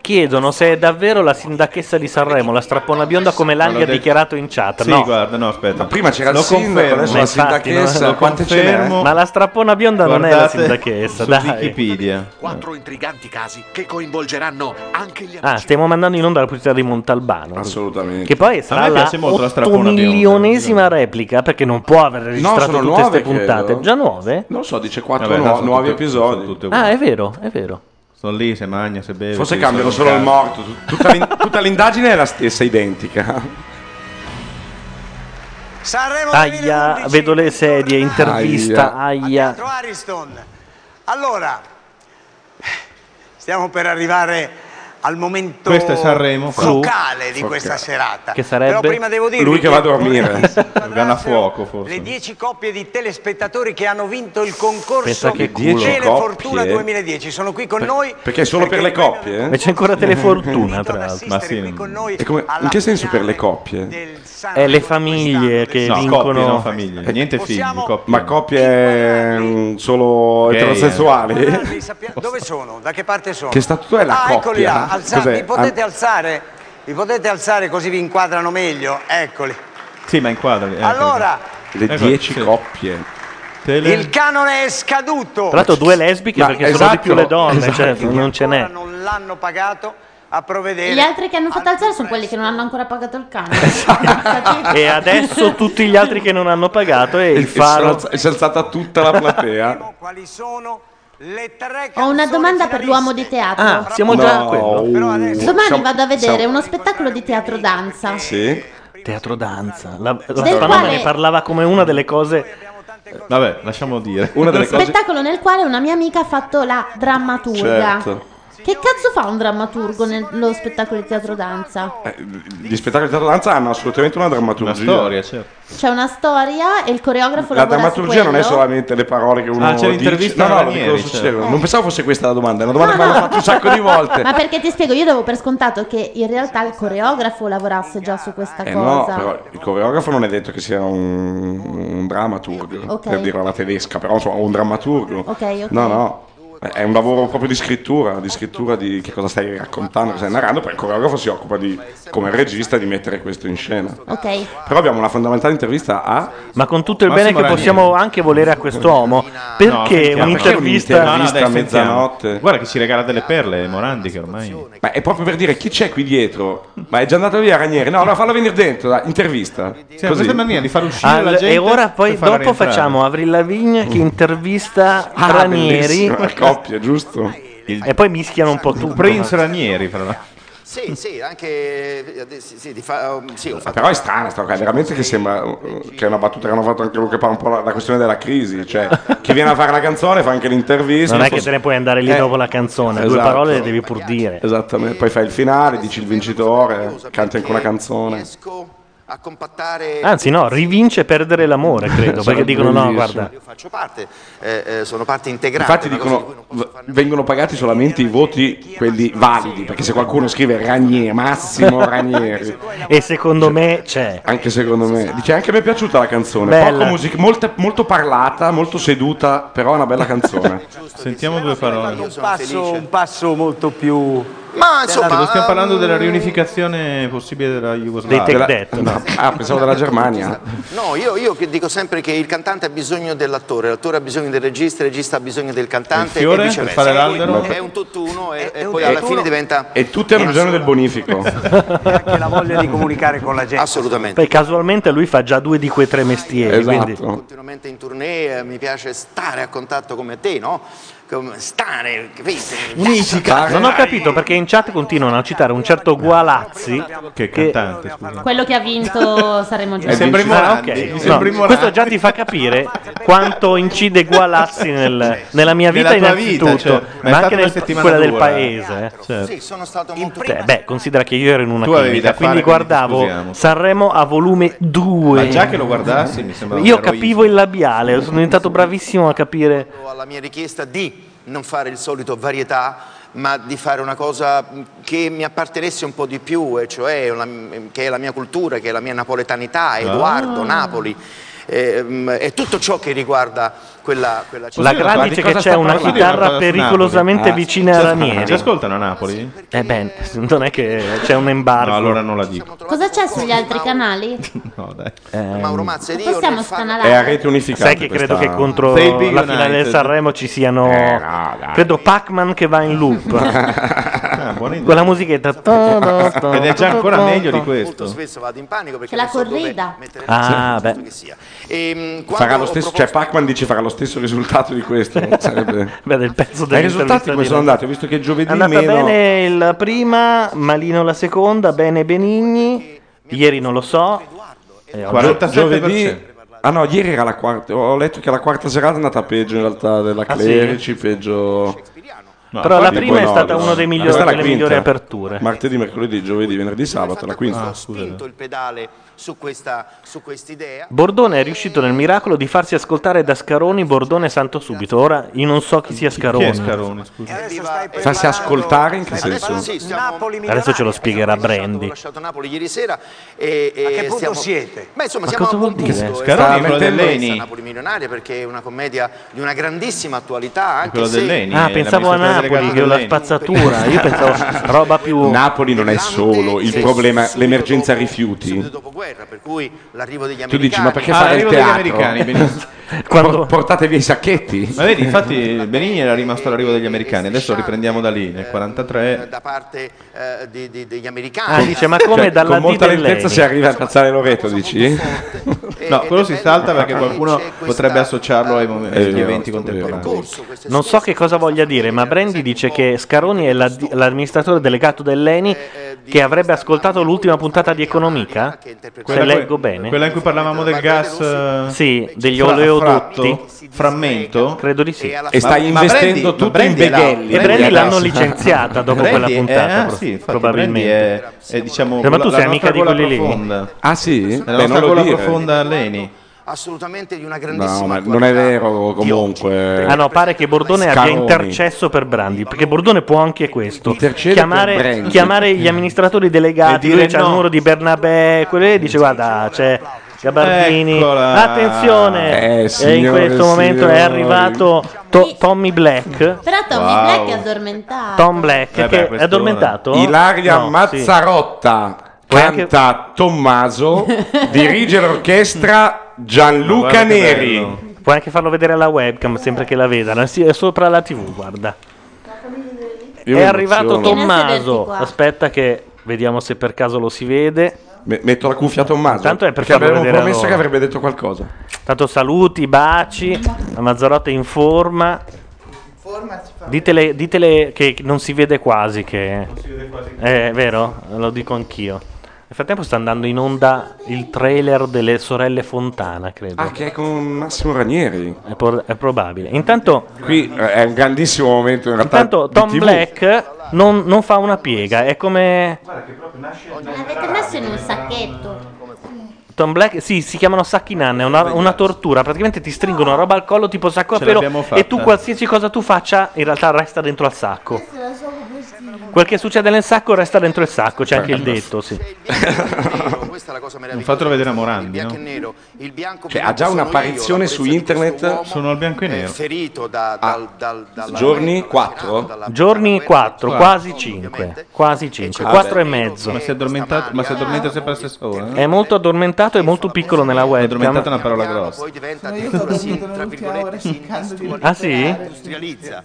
Speaker 4: Chiedono se è davvero la sindachessa di Sanremo, la strappona bionda come Lani ha
Speaker 5: detto-
Speaker 4: dichiarato in chat.
Speaker 5: Sì,
Speaker 4: Esatto, no.
Speaker 5: guarda, no, aspetta.
Speaker 4: Ma
Speaker 6: prima c'era il sindaco, adesso la sindachessa, quante ce n'è?
Speaker 4: Ma la strappona bionda non è la
Speaker 5: Guardate
Speaker 4: sindachessa,
Speaker 5: su
Speaker 4: dai.
Speaker 5: Wikipedia.
Speaker 16: Quattro intriganti casi che coinvolgeranno anche gli
Speaker 4: Ah, stiamo mandando in onda la pubblicità di Montalbano. Assolutamente. Che poi sarà
Speaker 5: A me piace molto la
Speaker 4: la
Speaker 5: strappona bionda.
Speaker 4: milionesima replica, perché non può aver registrato
Speaker 6: sono
Speaker 4: tutte
Speaker 6: nuove,
Speaker 4: queste
Speaker 6: credo.
Speaker 4: puntate. Già nuove?
Speaker 6: non so dice quattro
Speaker 5: Vabbè,
Speaker 6: nu-
Speaker 5: no, sono
Speaker 6: nuovi
Speaker 5: tutte-
Speaker 6: episodi
Speaker 4: Ah, è vero, è vero.
Speaker 5: Sono lì, se magna, se beve.
Speaker 6: forse
Speaker 5: sì,
Speaker 6: cambiano
Speaker 5: sono
Speaker 6: solo
Speaker 5: in
Speaker 6: il morto tut- tutta, l'in- tutta l'indagine è la stessa identica
Speaker 10: Sanremo
Speaker 4: Aia, vedo le sedie, intervista, aia.
Speaker 10: Teatro Ariston. Allora, stiamo per arrivare al momento
Speaker 5: Questo è Sanremo, fa.
Speaker 10: focale di
Speaker 5: Focale.
Speaker 10: questa serata.
Speaker 5: Che sarebbe?
Speaker 10: Però prima devo dirvi
Speaker 5: Lui che va a dormire.
Speaker 10: Vanno
Speaker 5: a fuoco, forse.
Speaker 10: Le 10 coppie di telespettatori che hanno vinto il concorso
Speaker 6: Pensa che culo.
Speaker 10: Telefortuna
Speaker 6: Dieci coppie?
Speaker 10: 2010 sono qui con noi.
Speaker 6: perché è solo per le coppie eh.
Speaker 4: E c'è ancora Telefortuna, tra l'altro.
Speaker 6: ma sì in che senso per le coppie
Speaker 4: È le famiglie che
Speaker 6: No,
Speaker 4: vincono.
Speaker 6: coppie, no, famiglie.
Speaker 5: Niente figli, coppie.
Speaker 6: ma coppie mm, solo
Speaker 5: Gay, eh.
Speaker 6: eterosessuali
Speaker 10: Dove sono? Da che parte sono?
Speaker 6: Che statuto è la
Speaker 10: ah, Eccoli
Speaker 6: coppia?
Speaker 10: là, alza-
Speaker 6: Cos'è?
Speaker 10: vi potete alzare? Vi potete alzare così vi inquadrano meglio? Eccoli.
Speaker 5: Sì, ma inquadrali. ecco.
Speaker 10: Allora,
Speaker 6: eh, le
Speaker 5: Ecco,
Speaker 6: 10
Speaker 5: sì.
Speaker 6: coppie
Speaker 5: Tele-
Speaker 10: Il canone è scaduto.
Speaker 4: Tra l'altro due lesbiche
Speaker 6: Ma
Speaker 4: perché sono
Speaker 6: esatto,
Speaker 4: di più le donne,
Speaker 6: esatto.
Speaker 4: cioè, non ce n'è.
Speaker 10: Non l'hanno pagato a provvedere.
Speaker 7: Gli altri che hanno fatto alzare sono quelli che non hanno ancora pagato il cane.
Speaker 6: Esatto.
Speaker 4: E adesso tutti gli altri che non hanno pagato e il
Speaker 6: E si è
Speaker 4: faro.
Speaker 6: alza- si è alzata tutta la platea
Speaker 7: Ho una domanda per l'uomo di teatro.
Speaker 4: Ah, siamo già a
Speaker 6: No.
Speaker 4: quello.
Speaker 7: Domani
Speaker 4: Siamo-
Speaker 7: vado a vedere
Speaker 4: siamo-
Speaker 7: uno spettacolo di teatro danza.
Speaker 6: Sì.
Speaker 4: Teatro danza. La, la
Speaker 7: Del
Speaker 4: Spanone
Speaker 7: quale-
Speaker 4: ne parlava come una delle cose.
Speaker 5: Vabbè, lasciamo dire.
Speaker 6: Una delle cose.
Speaker 7: Spettacolo nel quale una mia amica ha fatto la drammaturga.
Speaker 6: Certo.
Speaker 7: Che cazzo fa un drammaturgo nello spettacolo di teatro danza?
Speaker 6: Eh, gli spettacoli di teatro danza hanno assolutamente una drammaturgia
Speaker 5: Una storia, certo.
Speaker 7: C'è una storia e il coreografo
Speaker 6: La
Speaker 7: lavora
Speaker 6: drammaturgia
Speaker 7: su
Speaker 6: non è
Speaker 7: quello.
Speaker 6: solamente le parole che uno
Speaker 5: Ah, c'è
Speaker 6: dice.
Speaker 5: l'intervista certo.
Speaker 6: no, no,
Speaker 5: a
Speaker 6: lo dico
Speaker 5: Ranieri,
Speaker 6: su
Speaker 5: c'è.
Speaker 6: serio. Non pensavo fosse questa la domanda, è una domanda che mi hanno fatto un sacco di volte.
Speaker 7: Ma perché ti spiego, io devo per scontato che in realtà il coreografo lavorasse già su questa
Speaker 6: Eh no,
Speaker 7: cosa.
Speaker 6: però il coreografo non è detto che sia un, un drammaturgo,
Speaker 7: Ok.
Speaker 6: per dirla alla tedesca, però insomma un drammaturgo.
Speaker 7: Ok, ok.
Speaker 6: No, no. È un lavoro proprio di scrittura, di scrittura di che cosa stai raccontando, cosa stai narrando, poi il coreografo si occupa di, come regista di mettere questo in scena.
Speaker 7: Ok.
Speaker 6: Però abbiamo una fondamentale intervista a...
Speaker 4: Ma con tutto il bene che possiamo anche volere a quest'uomo.
Speaker 5: No,
Speaker 4: Perché
Speaker 5: sentiamo.
Speaker 4: un'intervista.
Speaker 5: No, no, dai,
Speaker 6: a
Speaker 5: sentiamo.
Speaker 6: mezzanotte.
Speaker 5: Guarda che si regala delle perle, Morandi, che ormai...
Speaker 6: Ma è proprio per dire chi c'è qui dietro? Ma è già andato via Ranieri? No, allora fallo venire dentro, dai, intervista.
Speaker 5: Sì, questa è maniera di far uscire
Speaker 4: Al-
Speaker 5: la gente
Speaker 4: Ah, e ora poi
Speaker 5: per farla
Speaker 4: dopo
Speaker 5: rientrare.
Speaker 4: facciamo Avril Lavigne che intervista
Speaker 6: Ah,
Speaker 4: Ranieri
Speaker 6: bellissimo, la coppia, giusto?
Speaker 4: e poi mischiano un po' tutto.
Speaker 5: Prince Ranieri, però.
Speaker 13: Sì, sì, anche... eh, Sì, sì, di fa- um, sì, ho fatto...
Speaker 6: Mm. Però è strana sta cosa, veramente che sembra uh, che è una battuta che hanno fatto anche lui che fa un po' la, la questione della crisi, cioè chi viene a fare la canzone fa anche l'intervista.
Speaker 4: Non è che te ne puoi andare lì
Speaker 6: Eh,
Speaker 4: dopo la canzone, due
Speaker 6: esatto.
Speaker 4: parole le devi pur dire.
Speaker 6: Esattamente, poi fai il finale, dici il vincitore, canti anche una canzone.
Speaker 13: a compattare...
Speaker 4: Anzi, no, rivince perdere l'amore, credo. perché
Speaker 6: Sarebbe
Speaker 4: dicono: no,
Speaker 6: bellissimo.
Speaker 4: guarda,
Speaker 13: Io faccio parte, eh, eh, sono parte integrante.
Speaker 6: Infatti
Speaker 13: una cosa
Speaker 6: dicono v- vengono pagati solamente i voti quelli validi, perché se qualcuno scrive Ranieri, Massimo Ranieri,
Speaker 4: e secondo me c'è.
Speaker 6: anche secondo me, dice anche mi è piaciuta la canzone,
Speaker 4: Bella.
Speaker 6: poco music- molta- molto parlata, molto seduta, però è una bella canzone.
Speaker 5: Sentiamo due parole.
Speaker 10: Un passo, un passo molto più
Speaker 13: Ma insomma,
Speaker 5: Tipo, stiamo parlando
Speaker 13: um,
Speaker 5: della riunificazione possibile della Jugoslavia.
Speaker 6: Dei Take That, no. Ah, pensavo della Germania.
Speaker 13: No, io, io che dico sempre che il cantante ha bisogno dell'attore, l'attore ha bisogno del regista, il regista ha bisogno del cantante
Speaker 6: Il fiore
Speaker 13: e
Speaker 6: per
Speaker 13: viceversa.
Speaker 6: fare
Speaker 13: Per cui
Speaker 6: l'albero?
Speaker 13: È un tutt'uno e, e poi alla fine diventa
Speaker 6: E tutti hanno bisogno del bonifico.
Speaker 13: anche la voglia di
Speaker 10: comunicare con la gente.
Speaker 13: Assolutamente.
Speaker 4: Poi casualmente lui fa già due di quei tre mestieri. Quindi...
Speaker 13: Continuamente in tournée eh, mi piace stare a contatto come te, no? Come stare, capite?
Speaker 4: Ah, Non ho capito perché in chat continuano a citare un certo Gualazzi. Che Eh,
Speaker 5: cantante,
Speaker 7: Quello che ha vinto Saremo Giù.
Speaker 4: Questo già ti fa capire quanto incide Gualazzi nel- nella mia vita,
Speaker 5: Nella tua vita,
Speaker 4: innanzitutto,
Speaker 5: certo. Ma è
Speaker 4: ma
Speaker 5: stata
Speaker 4: anche
Speaker 5: una
Speaker 4: nel,
Speaker 5: settimana
Speaker 4: quella del
Speaker 5: dura.
Speaker 4: paese. eh.
Speaker 13: Sì, sono stato molto
Speaker 4: Cioè, beh, considera che io ero in una
Speaker 5: Tu avevi
Speaker 4: clinica,
Speaker 5: da fare,
Speaker 4: quindi
Speaker 5: quindi
Speaker 4: guardavo
Speaker 5: scusiamo.
Speaker 4: Sanremo a volume 2.
Speaker 5: Ma già che lo guardassi mi sembrava
Speaker 4: Io
Speaker 5: un eroismo.
Speaker 4: capivo il labiale, sono diventato bravissimo a capire.
Speaker 13: alla mia richiesta di non fare il solito varietà, ma di fare una cosa che mi appartenesse un po' di più, e cioè la- che è la mia cultura, che è la mia napoletanità, Edoardo,
Speaker 4: Ah.
Speaker 13: Napoli. ehm, E, tutto ciò che riguarda quella, quella città.
Speaker 4: La Gra dice che c'è una chitarra pericolosamente vicina a Ranieri.
Speaker 5: ascoltano a Napoli?
Speaker 4: Eh beh, non è che c'è un embargo.
Speaker 5: allora non la dico.
Speaker 7: Cosa c'è sugli altri canali?
Speaker 5: No, dai.
Speaker 13: Mauro Mazza ed io
Speaker 7: Possiamo
Speaker 13: nel fare-
Speaker 7: scanalare.
Speaker 6: unificata
Speaker 4: Sai che credo
Speaker 6: questa.
Speaker 4: che contro
Speaker 6: Sei
Speaker 4: la
Speaker 6: Big
Speaker 4: finale
Speaker 6: United.
Speaker 4: del Sanremo ci siano.
Speaker 6: Eh, no, dai. Ah,
Speaker 4: credo Pac-Man che va in loop. Quella musichetta.
Speaker 5: Ed è già ancora meglio di
Speaker 13: Molto
Speaker 5: questo.
Speaker 13: spesso vado in panico perché
Speaker 7: C'è la
Speaker 13: non so dove
Speaker 7: corrida.
Speaker 13: mettere-
Speaker 6: Ah,
Speaker 13: giusto che sia. Ehm, quando
Speaker 6: Farà lo
Speaker 13: ho
Speaker 6: stesso,
Speaker 13: proposto-
Speaker 6: cioè Pacman dice farà lo stesso risultato di questo. Sarebbe...
Speaker 4: Beh, del pezzo
Speaker 6: Ma i risultati come sono andati? Ho visto che
Speaker 4: È
Speaker 6: giovedì
Speaker 4: andata
Speaker 6: meno...
Speaker 4: bene il prima, Malino la seconda, bene Benigni. Ieri non lo so. Eh, oggi-
Speaker 6: Gio- Giovedì... Ah no, ieri era la quarta... Ho letto che la quarta serata è andata peggio in realtà della
Speaker 4: Ah, sì?
Speaker 6: Clerici, peggio...
Speaker 4: No, Però la
Speaker 6: di
Speaker 4: prima è
Speaker 6: Buonodo.
Speaker 4: stata una dei migliori-
Speaker 6: Questa è la
Speaker 4: delle
Speaker 6: quinta.
Speaker 4: migliori aperture.
Speaker 6: Martedì, mercoledì, giovedì, venerdì, sabato, è la quinta.
Speaker 13: spinto il pedale su questa su quest'idea.
Speaker 4: Bordone è riuscito nel miracolo di farsi ascoltare da Scaroni Bordone Santo Subito. Ora io non so chi sia Scaroni.
Speaker 6: Farsi ascoltare in che senso?
Speaker 13: Napoli
Speaker 4: Adesso ce lo spiegherà Brandy.
Speaker 13: lasciato Napoli ieri sera e, e a che
Speaker 10: punto
Speaker 13: siete? Ma insomma
Speaker 4: Ma
Speaker 13: siamo
Speaker 4: cosa
Speaker 13: a
Speaker 4: vuol
Speaker 13: buon
Speaker 4: dire?
Speaker 13: punto,
Speaker 4: Scaroni
Speaker 13: eh.
Speaker 4: è quello
Speaker 13: Sta mettendo
Speaker 4: dell'Eni?
Speaker 13: questa Napoli milionaria perché è una commedia di una grandissima attualità anche
Speaker 6: Eh
Speaker 4: quello
Speaker 13: se
Speaker 4: dell'Eni, Ah, è pensavo a l'amministratore Napoli, delegato che la dell'Eni. spazzatura, io pensavo roba più
Speaker 6: Napoli non è solo il
Speaker 13: Sì.
Speaker 6: problema, l'emergenza rifiuti. Cioè,
Speaker 13: guerra per cui l'arrivo degli
Speaker 6: Tu
Speaker 13: americani
Speaker 6: dici ma perché
Speaker 5: Ah,
Speaker 6: fare il teatro? Por- Portate via i sacchetti.
Speaker 5: Ma vedi, infatti Benigni era rimasto all'arrivo degli americani, adesso riprendiamo da lì, nel 43.
Speaker 13: da parte eh, di- di- degli americani
Speaker 4: Ah, dice, ma come
Speaker 6: Cioè,
Speaker 4: dalla
Speaker 6: con molta
Speaker 4: D
Speaker 6: lentezza si
Speaker 4: dell'Eni?
Speaker 6: arriva a piazzare Loreto, dici?
Speaker 5: No, quello si salta perché qualcuno potrebbe associarlo ai momenti, agli
Speaker 6: Eh,
Speaker 5: eventi contemporanei.
Speaker 4: Non so che cosa voglia dire, ma Brandy dice che Scaroni è la- l'amministratore delegato dell'ENI
Speaker 13: Eh,
Speaker 4: che avrebbe ascoltato l'ultima puntata di Economica. Se
Speaker 5: Quella
Speaker 4: leggo
Speaker 5: que-
Speaker 4: bene.
Speaker 5: Quella in cui parlavamo del gas. eh,
Speaker 4: Sì, degli
Speaker 5: fra-
Speaker 4: oleodotti.
Speaker 5: fratto, Frammento?
Speaker 4: Credo di sì.
Speaker 5: E stai investendo tutto in Beghelli.
Speaker 4: E Brandy
Speaker 5: Brandy
Speaker 4: l'hanno
Speaker 5: adesso.
Speaker 4: licenziata dopo
Speaker 5: Brandy
Speaker 4: quella
Speaker 5: è-
Speaker 4: puntata,
Speaker 5: ah,
Speaker 4: pro-
Speaker 5: sì, infatti,
Speaker 4: probabilmente.
Speaker 5: Brandy è- è, diciamo,
Speaker 4: Eh, ma tu
Speaker 5: la-
Speaker 4: sei
Speaker 5: la
Speaker 4: amica
Speaker 5: nostra
Speaker 4: di
Speaker 5: gola
Speaker 4: quelli lì.
Speaker 5: profonda.
Speaker 6: Ah sì?
Speaker 5: La
Speaker 6: Beh,
Speaker 5: nostra
Speaker 6: non lo
Speaker 5: gola
Speaker 6: dire.
Speaker 5: profonda Leni.
Speaker 13: assolutamente di una
Speaker 6: No,
Speaker 13: grandissima
Speaker 6: ma non è vero comunque.
Speaker 4: Ah no, pare che Bordone abbia
Speaker 6: Scaroni.
Speaker 4: intercesso per Brandi, perché Bordone può anche questo,
Speaker 6: per
Speaker 4: chiamare,
Speaker 6: Brandi.
Speaker 4: chiamare gli amministratori delegati,
Speaker 5: E dire
Speaker 4: lui c'ha il
Speaker 5: no.
Speaker 4: numero di Bernabé, quello lì dice guarda c'è Gabardini,
Speaker 5: Eccola. Eh,
Speaker 4: attenzione, e in
Speaker 5: signore e
Speaker 4: questo momento
Speaker 5: signori.
Speaker 4: è arrivato To- Tommy Black,
Speaker 7: Però Tommy
Speaker 4: Wow.
Speaker 7: Black è
Speaker 6: Ah.
Speaker 7: addormentato.
Speaker 4: Tom Black
Speaker 6: Vabbè,
Speaker 4: che è
Speaker 6: Eh quest'ora.
Speaker 4: addormentato?
Speaker 6: Ilaria
Speaker 4: No,
Speaker 6: Mazzarotta
Speaker 4: Puoi anche-
Speaker 6: canta Tommaso, dirige l'orchestra Gianluca
Speaker 4: Guarda che
Speaker 6: Neri.
Speaker 4: bello. Puoi anche farlo vedere alla webcam, sempre che la vedano, Sì, è sopra la tv, guarda.
Speaker 6: Io
Speaker 4: è
Speaker 6: mi
Speaker 4: arrivato
Speaker 6: emoziono.
Speaker 4: Tommaso, aspetta che vediamo se per caso lo si vede.
Speaker 6: Me- Metto la cuffia a Tommaso.
Speaker 4: Tanto è per
Speaker 6: perché
Speaker 4: farlo
Speaker 6: avevamo
Speaker 4: vedere
Speaker 6: promesso
Speaker 4: a loro.
Speaker 6: che avrebbe detto qualcosa.
Speaker 4: Tanto saluti, baci, la Mazzarotta è in forma. Ditele, ditele che non si vede quasi che... Eh, È vero, lo dico anch'io. Nel frattempo sta andando in onda il trailer delle sorelle Fontana, credo.
Speaker 6: Ah, che è con Massimo Ranieri.
Speaker 4: È, por- è probabile. Intanto,
Speaker 6: Qui eh, è un grandissimo momento in realtà.
Speaker 4: Intanto
Speaker 6: di
Speaker 4: Tom
Speaker 6: TV.
Speaker 4: Black non, non fa una piega, è come...
Speaker 7: L'avete messo in un sacchetto.
Speaker 4: Tom Black, sì, si chiamano sacchi nanna, è una, una tortura. Praticamente ti stringono una roba al collo tipo sacco a
Speaker 5: Ce
Speaker 4: pelo
Speaker 5: l'abbiamo fatta.
Speaker 4: e tu qualsiasi cosa tu faccia in realtà resta dentro al sacco. Quel che succede nel sacco resta dentro il sacco, c'è anche il
Speaker 5: Beh,
Speaker 4: detto, sì.
Speaker 13: Questa è la cosa meravigliosa.
Speaker 5: Non Certo. fatelo vedere a Morandi,
Speaker 13: bianco e
Speaker 5: no?
Speaker 13: nero, il bianco
Speaker 6: Che Cioè, ha già
Speaker 13: sono io,
Speaker 6: un'apparizione su internet.
Speaker 5: Sono al bianco e
Speaker 13: eh,
Speaker 5: nero.
Speaker 13: ferito da,
Speaker 6: Ah.
Speaker 13: dal, dal, dalla-
Speaker 6: Giorni 4.
Speaker 4: Giorni 4,
Speaker 5: Guarda.
Speaker 4: quasi 5, quasi 5,
Speaker 5: Ah,
Speaker 4: 4
Speaker 5: beh.
Speaker 4: e mezzo.
Speaker 5: Ma si è addormentato, ma si addormenta sempre alla stessa ora?
Speaker 4: È molto addormentato e molto piccolo nella web.
Speaker 5: Addormentato è una parola grossa.
Speaker 13: poi diventa addirittura si, tra virgolette, si industrializza,
Speaker 4: Ah, sì?
Speaker 13: industrializza,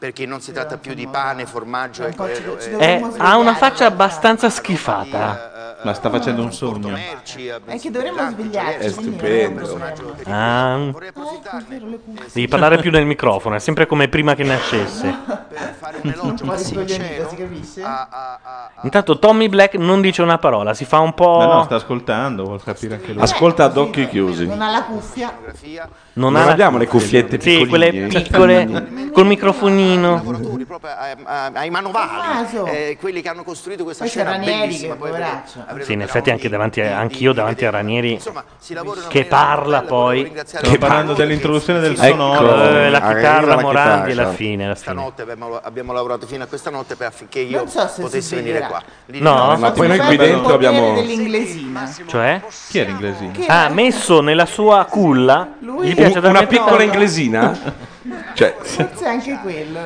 Speaker 13: perché non si tratta più di pane, formaggio e e-
Speaker 4: È- Eh,
Speaker 6: Eh,
Speaker 4: ha una faccia abbastanza schifata.
Speaker 13: Eh,
Speaker 5: Ma sta facendo un sogno.
Speaker 23: È che dovremmo svegliarci.
Speaker 13: cioè,
Speaker 4: Ah, devi parlare più nel microfono, è sempre come prima che nascesse.
Speaker 23: si capisce?
Speaker 4: Intanto Tommy Black non dice una parola, si fa un po'...
Speaker 5: Ma no, sta ascoltando, vuol capire anche lui.
Speaker 6: Ascolta ad occhi chiusi.
Speaker 23: Non ha la cuffia.
Speaker 4: Non,
Speaker 6: Non
Speaker 4: ha la-
Speaker 6: abbiamo le cuffiette
Speaker 4: Sì, quelle
Speaker 6: piccoline.
Speaker 4: piccole, col microfonino.
Speaker 13: a- eh, ai manovali, eh, quelli che hanno costruito questa
Speaker 23: Poi c'è
Speaker 13: scena
Speaker 23: Ranieri,
Speaker 13: bellissima.
Speaker 23: che
Speaker 13: poi avrete- avrete-
Speaker 4: Sì, in effetti anche davanti, anch'io davanti a Ranieri, che parla poi...
Speaker 5: Sto parlando dell'introduzione del
Speaker 4: Ecco,
Speaker 5: sonoro.
Speaker 4: eh, la chitarra
Speaker 5: la
Speaker 4: Morandi
Speaker 13: ecco.
Speaker 5: chitarra.
Speaker 4: alla fine, alla fine.
Speaker 13: Stanotte abbiamo, abbiamo lavorato fino a questa notte per- affinché io
Speaker 23: Non so se si
Speaker 13: potessi venire
Speaker 23: sveglierà.
Speaker 13: qua. Lì-
Speaker 4: No, Ma poi noi qui dentro
Speaker 23: Il potere
Speaker 4: abbiamo-
Speaker 23: dell'inglesina.
Speaker 4: Cioè?
Speaker 5: Chi è l'inglesino?
Speaker 23: Che-
Speaker 4: Ha messo nella sua culla
Speaker 23: Lui-
Speaker 4: gli piace
Speaker 23: Un- una
Speaker 4: talmente
Speaker 23: piccola
Speaker 4: tanto-
Speaker 6: inglesina? Cioè,
Speaker 23: Forse anche quello.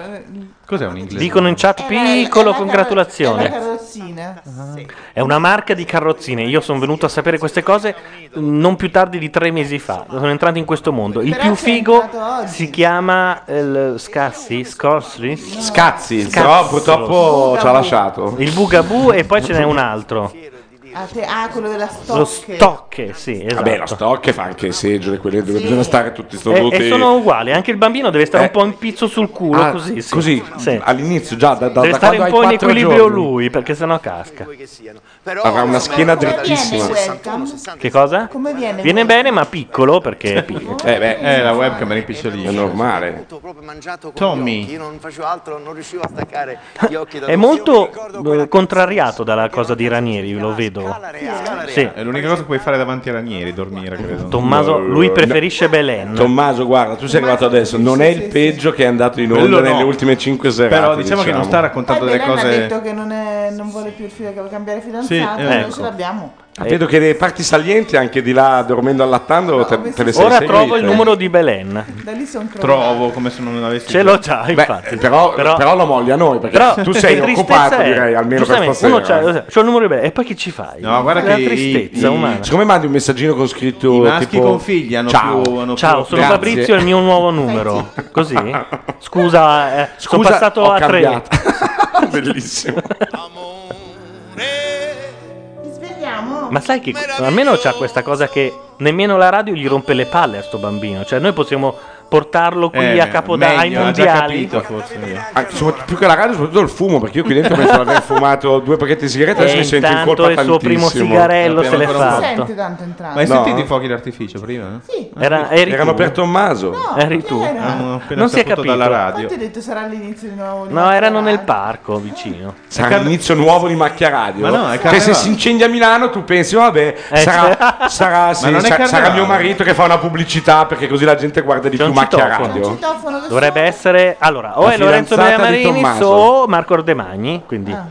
Speaker 5: Cos'è un inglese?
Speaker 4: Dicono in chat piccolo,
Speaker 23: eh, La
Speaker 4: congratulazioni.
Speaker 23: carrozzina. Ah,
Speaker 4: È una marca di carrozzine. Io sono venuto a sapere queste cose non più tardi di tre mesi fa. Sono entrato in questo mondo. Il
Speaker 23: Però
Speaker 4: più
Speaker 23: c'è
Speaker 4: figo
Speaker 23: entrato oggi.
Speaker 4: si chiama eh, il Scassi, Scorsi?
Speaker 6: Scazzi, però purtroppo ci ha lasciato.
Speaker 4: Il Bugaboo e poi ce n'è un altro.
Speaker 23: Ah, te- ah, quello della stocche.
Speaker 4: Lo Stocche, sì, esatto. Eh,
Speaker 6: Vabbè, lo stock fa anche seggiole, quelle dove bisogna stare tutti
Speaker 4: E,
Speaker 6: seduti. Eh.
Speaker 4: e sono uguali, anche il bambino deve stare un po' in pizzo sul culo,
Speaker 6: Ah,
Speaker 4: così. sì.
Speaker 6: così, all'inizio già da, da,
Speaker 4: Deve
Speaker 6: da
Speaker 4: stare
Speaker 6: quando
Speaker 4: un
Speaker 6: hai
Speaker 4: po' in
Speaker 6: quattro
Speaker 4: equilibrio
Speaker 6: giorni.
Speaker 4: lui, perché sennò casca.
Speaker 6: Avrà una schiena
Speaker 23: Come viene
Speaker 6: drittissima.
Speaker 23: webcam?
Speaker 4: Che cosa?
Speaker 23: Come viene?
Speaker 4: Viene bene, ma piccolo perché è piccolo.
Speaker 6: Eh beh,
Speaker 5: Eh, la webcam è impicciolita. È
Speaker 6: normale.
Speaker 5: Tommy,
Speaker 13: non facevo altro, non riuscivo a staccare gli occhi da
Speaker 4: È molto eh, contrariato dalla cosa di Ranieri, lo vedo.
Speaker 13: eh,
Speaker 4: Sì.
Speaker 5: è l'unica cosa che puoi fare davanti a Ranieri, dormire, credo.
Speaker 4: Tommaso, lui preferisce Belen.
Speaker 6: Tommaso, guarda, tu sei arrivato adesso. Non è il peggio che è andato in
Speaker 5: Quello
Speaker 6: onda
Speaker 5: no.
Speaker 6: nelle ultime 5 serate.
Speaker 5: Però diciamo che non sta
Speaker 23: Poi
Speaker 4: Eh,
Speaker 5: raccontando delle
Speaker 23: Belen ha
Speaker 5: cose.
Speaker 23: detto che non, è- non vuole più il figlio, cambiare fidanzato,
Speaker 6: Sì,
Speaker 23: noi
Speaker 6: ecco.
Speaker 23: ce l'abbiamo.
Speaker 6: Ah, Vedo che le parti salienti anche di là, dormendo allattando, te, te le sei
Speaker 4: Ora
Speaker 6: seguite.
Speaker 4: trovo il numero di Belen.
Speaker 23: Da lì sono trovati.
Speaker 5: Trovo come se non l'avessi
Speaker 4: Ce l'ho già, infatti.
Speaker 6: Però, però, lo moglie a
Speaker 5: Eh,
Speaker 6: noi, perché
Speaker 4: Però
Speaker 6: tu sei
Speaker 4: che tristezza
Speaker 6: occupato,
Speaker 4: è.
Speaker 6: direi, almeno per
Speaker 4: Giustamente,
Speaker 6: stasera.
Speaker 4: uno c'ha- c'ha il numero di Belen. E poi che ci fai?
Speaker 6: No, guarda
Speaker 4: La
Speaker 6: che i-
Speaker 4: tristezza
Speaker 6: i-
Speaker 4: umana.
Speaker 6: Siccome mandi un messaggino con scritto
Speaker 5: I maschi
Speaker 6: tipo,
Speaker 5: con figli hanno
Speaker 6: ciao,
Speaker 5: più- hanno
Speaker 4: Ciao, sono
Speaker 6: Grazie.
Speaker 4: Fabrizio, è il mio nuovo numero. Così? Scusa, eh, sono
Speaker 6: Mm. Scusa,
Speaker 4: passato
Speaker 6: ho
Speaker 4: a
Speaker 6: cambiato.
Speaker 4: 3.
Speaker 6: Bellissimo.
Speaker 23: Ti svegliamo?
Speaker 4: Ma sai che almeno c'ha questa cosa che nemmeno la radio gli rompe le palle a sto bambino. Cioè, noi possiamo portarlo qui
Speaker 5: Eh,
Speaker 4: a Capodanno ai
Speaker 5: meglio, ha già
Speaker 4: mondiali.
Speaker 5: capito, forse.
Speaker 6: Ah, soprattutto- più che la radio, soprattutto il fumo, perché io qui dentro penso di aver fumato due pacchetti di sigarette adesso
Speaker 4: E
Speaker 6: mi sento in
Speaker 4: intanto
Speaker 6: colpa
Speaker 4: il suo primo
Speaker 6: tantissimo.
Speaker 4: sigarello se l'è
Speaker 23: Non si
Speaker 4: fatto.
Speaker 23: sente tanto entrare.
Speaker 5: Ma hai
Speaker 6: No.
Speaker 5: sentito i fuochi d'artificio prima?
Speaker 23: Sì.
Speaker 4: Era- eri
Speaker 6: Erano
Speaker 4: tu?
Speaker 6: per Tommaso.
Speaker 23: No,
Speaker 4: Eri tu?
Speaker 23: chi era?
Speaker 5: Hanno appena
Speaker 4: Non si è
Speaker 5: saputo
Speaker 4: capito.
Speaker 5: dalla radio.
Speaker 23: Quanto hai detto sarà all'inizio di nuovo?
Speaker 4: No, erano nel parco vicino.
Speaker 6: Sarà l'inizio nuovo di Macchia Radio.
Speaker 5: Ma no, è
Speaker 6: che se
Speaker 5: carnevale.
Speaker 6: si incendia Milano tu pensi, vabbè,
Speaker 4: Eh, certo. cioè.
Speaker 6: sarà, sarà, sì,
Speaker 5: Ma non è
Speaker 6: sa-
Speaker 5: carnevale.
Speaker 6: sarà mio marito che fa una pubblicità perché così la gente guarda di
Speaker 4: C'è
Speaker 6: più
Speaker 4: un
Speaker 6: Macchia
Speaker 4: citofono. C'è
Speaker 6: Radio.
Speaker 4: un Dovrebbe essere. Allora, o
Speaker 6: La
Speaker 4: è Lorenzo
Speaker 6: fidanzata di
Speaker 4: Marinis
Speaker 6: Tommaso.
Speaker 4: o Marco Ordemagni. Quindi.
Speaker 23: Ah.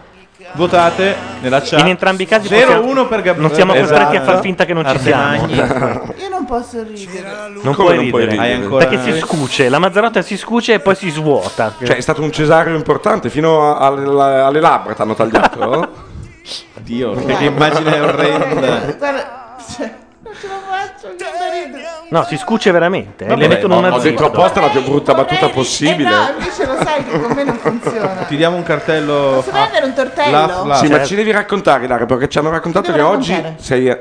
Speaker 5: Votate nella chat.
Speaker 4: In entrambi i casi
Speaker 5: 0-1
Speaker 4: possiamo-
Speaker 5: per Esatto. Gabriele.
Speaker 4: non siamo costretti a far finta che non ci siamo.
Speaker 23: Io non posso ridere.
Speaker 4: Non
Speaker 6: Come
Speaker 4: puoi
Speaker 6: non puoi
Speaker 4: ridere,
Speaker 6: ridere? Hai ancora-
Speaker 4: perché si scuce, la Mazzarotta si scuce e poi si svuota.
Speaker 6: Cioè, è stato un cesareo importante, fino a- alle, alle labbra ti hanno tagliato.
Speaker 5: Dio, che immagine orrenda.
Speaker 23: Guarda, cioè, non ce la faccio, che da ridere.
Speaker 4: No, si scuce veramente. eh,
Speaker 6: Vabbè,
Speaker 4: le mettono
Speaker 6: ho-
Speaker 4: una
Speaker 6: ho detto
Speaker 4: zippo.
Speaker 6: apposta la più brutta
Speaker 23: Eh
Speaker 6: battuta
Speaker 23: no,
Speaker 6: possibile.
Speaker 23: invece lo sai che con me non funziona.
Speaker 5: Ti diamo un cartello.
Speaker 23: Posso prendere un tortello?
Speaker 5: La- la-
Speaker 6: Sì, ma
Speaker 5: Certo.
Speaker 6: ci devi raccontare, Lara, perché ci hanno raccontato
Speaker 23: Ti
Speaker 6: che
Speaker 23: devo
Speaker 6: oggi
Speaker 23: raccontare.
Speaker 6: sei,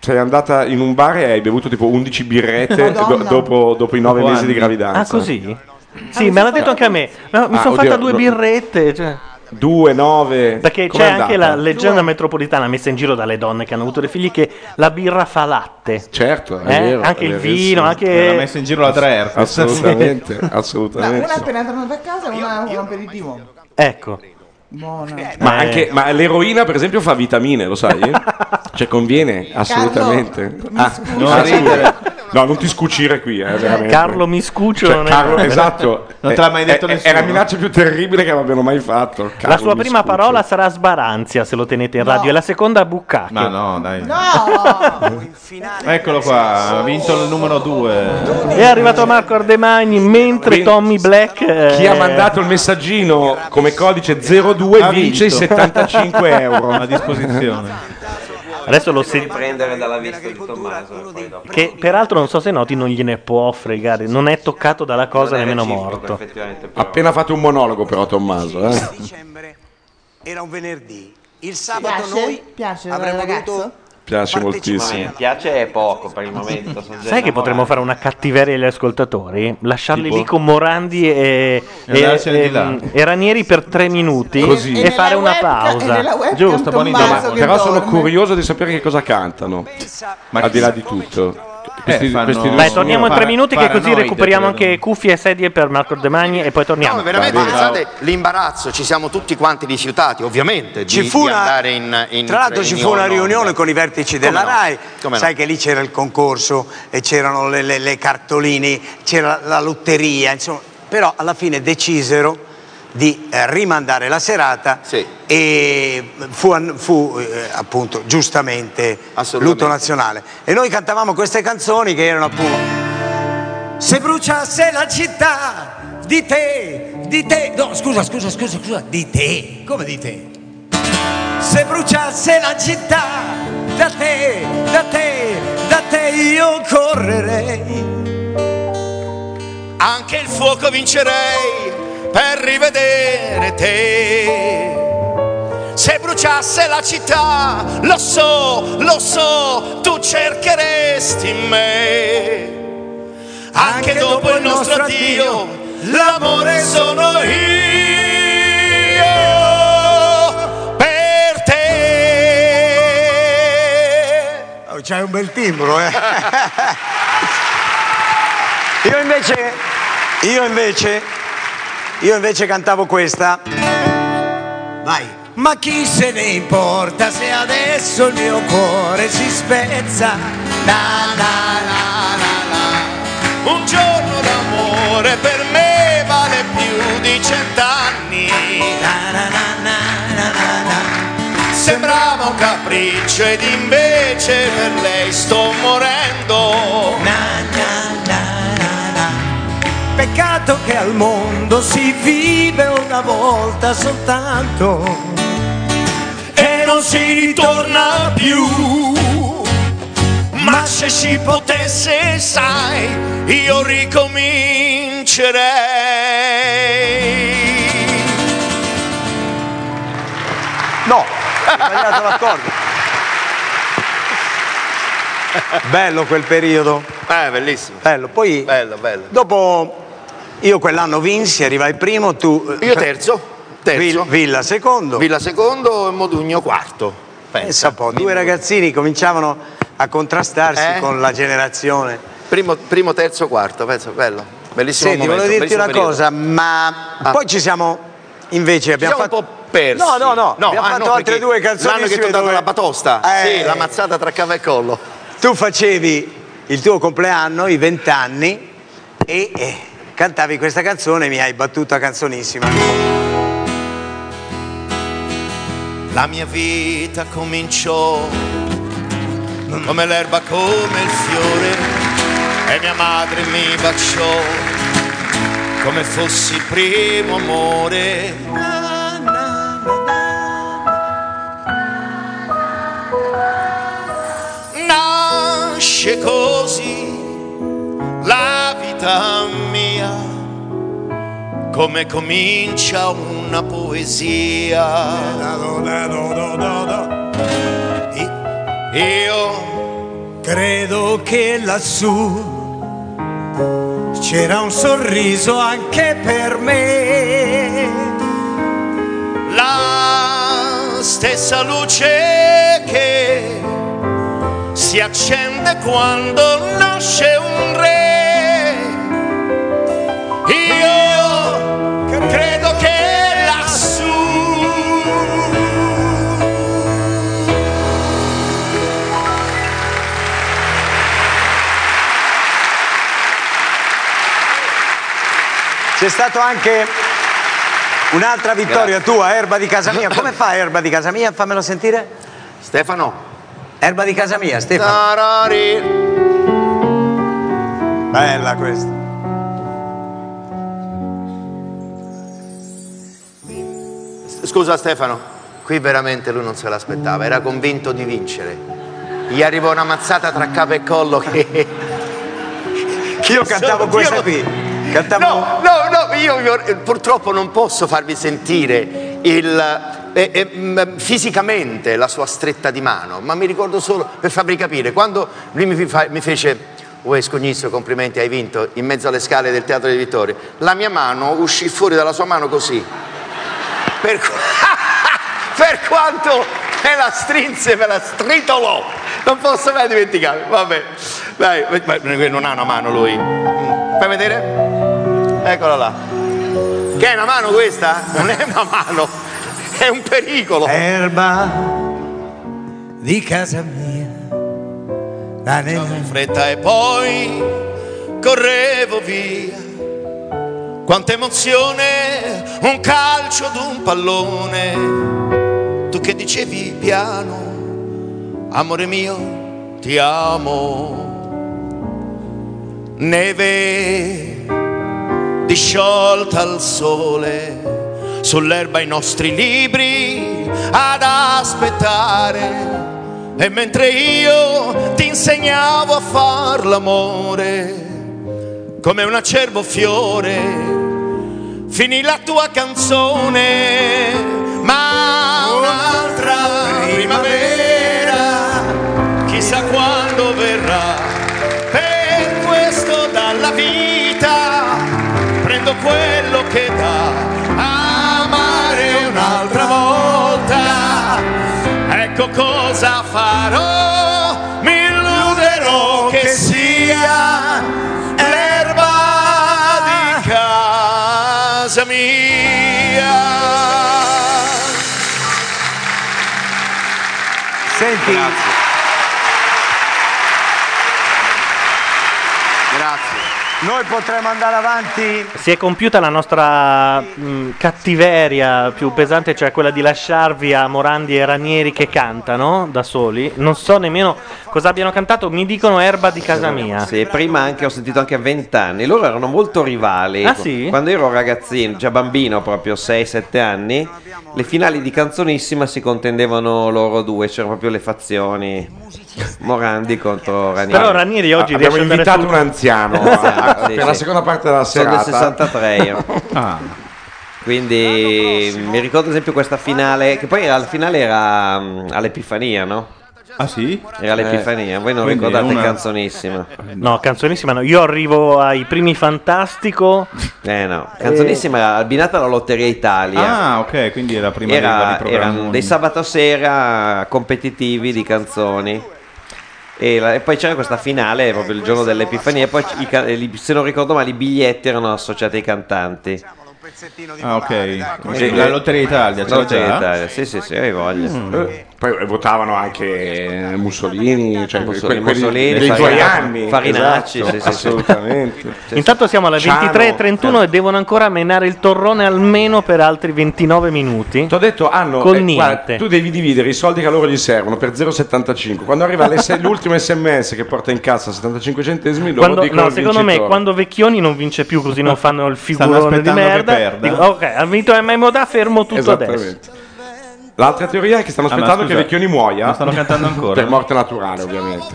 Speaker 6: sei andata in un bar e hai bevuto tipo 11 birrette do-
Speaker 23: Madonna.
Speaker 6: dopo, dopo i 9
Speaker 5: Dopo
Speaker 6: mesi
Speaker 5: anni.
Speaker 6: di gravidanza.
Speaker 4: Ah, così? Sì, me l'ha detto anche a me. Ma mi
Speaker 6: Ah,
Speaker 4: sono
Speaker 6: oddio,
Speaker 4: fatta due
Speaker 6: no.
Speaker 4: birrette. cioè.
Speaker 6: 2, 9.
Speaker 4: Perché c'è anche la leggenda metropolitana messa in giro dalle donne che hanno avuto dei figli che la birra fa latte.
Speaker 6: Certo, è
Speaker 4: Eh,
Speaker 6: vero,
Speaker 4: anche
Speaker 6: è
Speaker 4: il
Speaker 6: verissimo.
Speaker 4: vino, anche...
Speaker 5: L'ha messa in giro la Dreher.
Speaker 6: Assolutamente,
Speaker 23: No, una
Speaker 6: assolutamente.
Speaker 23: appena tornata a casa e una con aperitivo.
Speaker 4: Ecco.
Speaker 23: Buona.
Speaker 6: Ma,
Speaker 4: Eh.
Speaker 6: anche, ma l'eroina, per esempio, fa vitamine, lo sai? cioè, conviene assolutamente.
Speaker 23: mi
Speaker 6: Ah,
Speaker 23: scusi.
Speaker 6: ah, scusa. No, non ti scucire qui, eh, veramente.
Speaker 4: Carlo mi scucio
Speaker 6: Cioè,
Speaker 4: non è-
Speaker 6: Carlo, esatto.
Speaker 4: Eh, Non te l'ha mai
Speaker 6: È-
Speaker 4: detto
Speaker 6: è- È
Speaker 4: nessuno.
Speaker 6: la minaccia più terribile che abbiano mai fatto.
Speaker 4: La
Speaker 6: Carlo
Speaker 4: sua prima
Speaker 6: Miscuccio.
Speaker 4: parola sarà sbaranzia se lo tenete in radio e la seconda bucacche.
Speaker 5: Ma no, dai. Eccolo qua, ha vinto il numero 2.
Speaker 4: È arrivato Marco Ardemagni mentre Tommy Black eh,
Speaker 6: Chi ha mandato il messaggino come codice 02
Speaker 4: Ha
Speaker 6: vince i
Speaker 4: vinto.
Speaker 6: 75 euro
Speaker 4: A disposizione. Adesso lo senti
Speaker 9: prendere dalla vista di Tommaso. e Poi dopo.
Speaker 4: che peraltro non so se noti non gliene può fregare, non è toccato dalla cosa nemmeno morto.
Speaker 9: Effettivamente.
Speaker 6: Appena fatto un monologo però Tommaso, eh.
Speaker 10: Era un venerdì. Il sabato
Speaker 23: Piace?
Speaker 10: noi
Speaker 23: Piace
Speaker 10: avremmo
Speaker 23: ragazzo?
Speaker 10: avuto
Speaker 6: Piace
Speaker 9: Mi piace è poco per il momento. sono già
Speaker 4: Sai che potremmo fare una cattiveria agli ascoltatori? Lasciarli
Speaker 9: Tipo?
Speaker 4: lì con Morandi e,
Speaker 9: E andarsene di là.
Speaker 4: e Ranieri per tre minuti
Speaker 6: Così.
Speaker 4: e fare una pausa.
Speaker 6: Giusto, buona idea.
Speaker 4: Tommaso che
Speaker 6: Però sono
Speaker 4: dorme.
Speaker 6: curioso di sapere che cosa cantano. Ma al di là di tutto.
Speaker 9: Eh,
Speaker 6: Questi-
Speaker 5: fanno-
Speaker 6: questi due
Speaker 5: Beh,
Speaker 6: signori-
Speaker 4: Torniamo in tre minuti che così
Speaker 13: paranoide,
Speaker 4: recuperiamo
Speaker 13: credo.
Speaker 4: anche cuffie e sedie per Marco Demagni e poi torniamo.
Speaker 13: No, veramente pensate l'imbarazzo, ci siamo tutti quanti rifiutati, ovviamente, di,
Speaker 10: Ci fu
Speaker 13: di
Speaker 10: una-
Speaker 13: andare in, in
Speaker 10: Tra l'altro ci fu una riunione con i vertici
Speaker 13: Come
Speaker 10: della
Speaker 13: no?
Speaker 10: RAI,
Speaker 13: Come no?
Speaker 10: sai che lì c'era il concorso e c'erano le, le- le cartoline, c'era la lotteria, insomma, però alla fine decisero di eh, rimandare la serata e fu, ann- fu, eh, appunto giustamente lutto nazionale. E noi cantavamo queste canzoni che erano appunto... Se bruciasse la città di te, di te... No, scusa, scusa, scusa, scusa, di te. Come di te? Se bruciasse la città da te, da te, da te io correrei.
Speaker 16: Anche il fuoco vincerei per rivedere te. Se bruciasse la città, lo so, lo so, tu cercheresti me. Anche dopo il nostro addio, l'amore sono io per te.
Speaker 10: Oh, C'hai un bel timbro, eh. io invece, io invece, io invece cantavo questa. Vai. Ma chi se ne importa se adesso il mio cuore si spezza? Na, na, na, na.
Speaker 16: Un giorno d'amore per me vale più di cent'anni. Sembrava un capriccio ed invece per lei sto morendo.
Speaker 10: Peccato che al mondo si vive una volta soltanto e non si ritorna più.
Speaker 16: Uh, Ma se si potesse, sai, io ricomincerei.
Speaker 10: No, ho sbagliato l'accordo. Bello quel periodo.
Speaker 13: Eh, bellissimo.
Speaker 10: Bello, poi
Speaker 13: Bello, bello.
Speaker 10: dopo io quell'anno vinsi, arrivai primo, tu...
Speaker 13: Io terzo. Terzo.
Speaker 10: Vil- Villa secondo.
Speaker 13: Villa secondo e Modugno quarto.
Speaker 10: Pensa un po', due ragazzini cominciavano diciamo, a contrastarsi
Speaker 13: Eh?
Speaker 10: con la generazione.
Speaker 13: Primo, primo, terzo, quarto, penso, bello. Bellissimo
Speaker 10: Senti,
Speaker 13: momento,
Speaker 10: volevo dirti
Speaker 13: bellissimo
Speaker 10: una
Speaker 13: periodo.
Speaker 10: cosa, ma poi ci siamo invece abbiamo
Speaker 13: siamo
Speaker 10: fatto
Speaker 13: un po' persi.
Speaker 10: No, no, no, abbiamo
Speaker 13: ah,
Speaker 10: fatto
Speaker 13: no,
Speaker 10: altre
Speaker 13: perché
Speaker 10: due canzoni
Speaker 13: L'anno che
Speaker 10: si
Speaker 13: ti ho
Speaker 10: vede
Speaker 13: dato
Speaker 10: dove-
Speaker 13: la batosta.
Speaker 10: Eh.
Speaker 13: Sì, la mazzata tra cava e collo.
Speaker 10: Tu facevi il tuo compleanno, i vent'anni, e eh, cantavi questa canzone, mi hai battuta canzonissima.
Speaker 16: La mia vita cominciò come l'erba, come il fiore e mia madre mi baciò come fossi il primo amore. Nasce così la vita mia, come comincia una poesia.
Speaker 10: Io credo che lassù c'era un sorriso anche per me.
Speaker 16: La stessa luce che si accende quando nasce un re. Io credo che lassù
Speaker 10: C'è stato anche un'altra vittoria tua, Erba di casa mia. Come fa Erba di casa mia? Fammelo sentire. Stefano. Erba di casa mia, Stefano. Bella questa.
Speaker 13: Scusa Stefano, qui veramente lui non se l'aspettava, era convinto di vincere. Gli arrivò una mazzata tra capo e collo che... che
Speaker 10: Io cantavo questa qui. Cantavo...
Speaker 13: No, no, no, io io purtroppo non posso farvi sentire il- eh, eh, mm, fisicamente la sua stretta di mano, ma mi ricordo solo per farvi capire, quando lui mi, fa- mi fece, uè scognizzo, complimenti, hai vinto, in mezzo alle scale del Teatro di Vittorio, la mia mano uscì fuori dalla sua mano così, per, qu- per quanto me la strinse, me la stritolò, non posso mai dimenticarlo, vabbè, dai, ma- ma non ha una mano lui, Mm, fai vedere? Eccola là. Che è una mano questa? Non è una mano, è un pericolo.
Speaker 10: Erba di casa mia. La
Speaker 16: in fretta e poi correvo via. Quanta emozione, un calcio d'un pallone. Tu che dicevi piano, amore mio, ti amo. Neve disciolta al sole, sull'erba i nostri libri ad aspettare. E mentre io ti insegnavo a far l'amore come un acerbo fiore, finì la tua canzone, ma un'altra primavera, chissà quando verrà. Per questo dalla vita prendo quello che dà amare un'altra volta. Ecco cosa farò, mi illuderò che sia l'erba di casa mia.
Speaker 10: Senti. Grazie. Noi potremmo andare avanti.
Speaker 4: Si è compiuta la nostra mh, cattiveria più pesante, cioè quella di lasciarvi a Morandi e Ranieri che cantano da soli. Non so nemmeno cosa abbiano cantato, mi dicono Erba di casa mia.
Speaker 9: Sì, prima anche ho sentito anche a vent'anni, loro erano molto rivali.
Speaker 4: Ah, sì?
Speaker 9: Quando ero ragazzino, già bambino, proprio 6-7 anni, le finali di canzonissima si contendevano loro due, c'erano proprio le fazioni Morandi contro Ranieri.
Speaker 4: Però Ranieri
Speaker 6: Ah,
Speaker 4: oggi
Speaker 9: abbiamo
Speaker 4: riesce a andare sul-
Speaker 9: invitato un anziano
Speaker 6: a- ah, per la seconda parte della serata.
Speaker 9: Sono del 63 io.
Speaker 5: Ah.
Speaker 9: Quindi mi ricordo ad esempio questa finale, che poi era- la finale era mm, all'Epifania, no?
Speaker 5: Ah sì?
Speaker 9: Era l'Epifania, voi non
Speaker 4: Quindi
Speaker 9: ricordate
Speaker 4: una-
Speaker 9: canzonissima.
Speaker 4: No, canzonissima no. Io arrivo ai primi Fantastico. Eh.
Speaker 9: Eh no, canzonissima era abbinata alla Lotteria Italia.
Speaker 5: Ah, ok, quindi era prima deriva di
Speaker 9: Era-
Speaker 5: programma
Speaker 9: erano
Speaker 5: Mondi.
Speaker 9: dei sabato sera competitivi di canzoni. E, la- e poi c'era questa finale proprio il giorno dell'Epifania. e Poi i ca- e li- se non ricordo male, i biglietti erano associati ai cantanti.
Speaker 5: Ah, ok. Come si-
Speaker 9: Sì.
Speaker 5: La Lotteria Italia, c'era
Speaker 9: Lotteria
Speaker 5: già? Mm.
Speaker 9: Italia, sì, sì, sì, hai voglia.
Speaker 6: Eh, Poi votavano anche Mussolini, cioè
Speaker 9: Mussolini,
Speaker 6: quelli-
Speaker 9: Mussolini,
Speaker 6: dei tuoi
Speaker 9: Farinacci,
Speaker 6: anni.
Speaker 9: Farinacci,
Speaker 6: Esatto,
Speaker 9: sì, sì, sì.
Speaker 6: assolutamente.
Speaker 4: Intanto siamo alla
Speaker 6: Ciano.
Speaker 4: 23.31 e devono ancora menare il torrone almeno per altri 29 minuti. Ti
Speaker 6: ho detto, hanno
Speaker 4: Con
Speaker 6: Eh, guarda,
Speaker 4: niente.
Speaker 6: tu devi dividere i soldi che a loro gli servono per 0,75. Quando arriva l'S- l'ultimo sms che porta in cassa 75 centesimi, loro
Speaker 4: Quando-
Speaker 6: dicono
Speaker 4: no,
Speaker 6: il
Speaker 4: secondo me
Speaker 6: vincitore.
Speaker 4: quando Vecchioni non vince più così non fanno il figurone di
Speaker 6: aspettando che
Speaker 4: merda.
Speaker 6: perda.
Speaker 4: dico, ok, ha vinto MMO da fermo tutto adesso.
Speaker 6: Esattamente. L'altra teoria è che stanno
Speaker 5: Ah, ma
Speaker 6: aspettando
Speaker 5: scusa,
Speaker 6: che Vecchioni muoia.
Speaker 5: non stanno cantando ancora?
Speaker 6: Per morte naturale, ovviamente.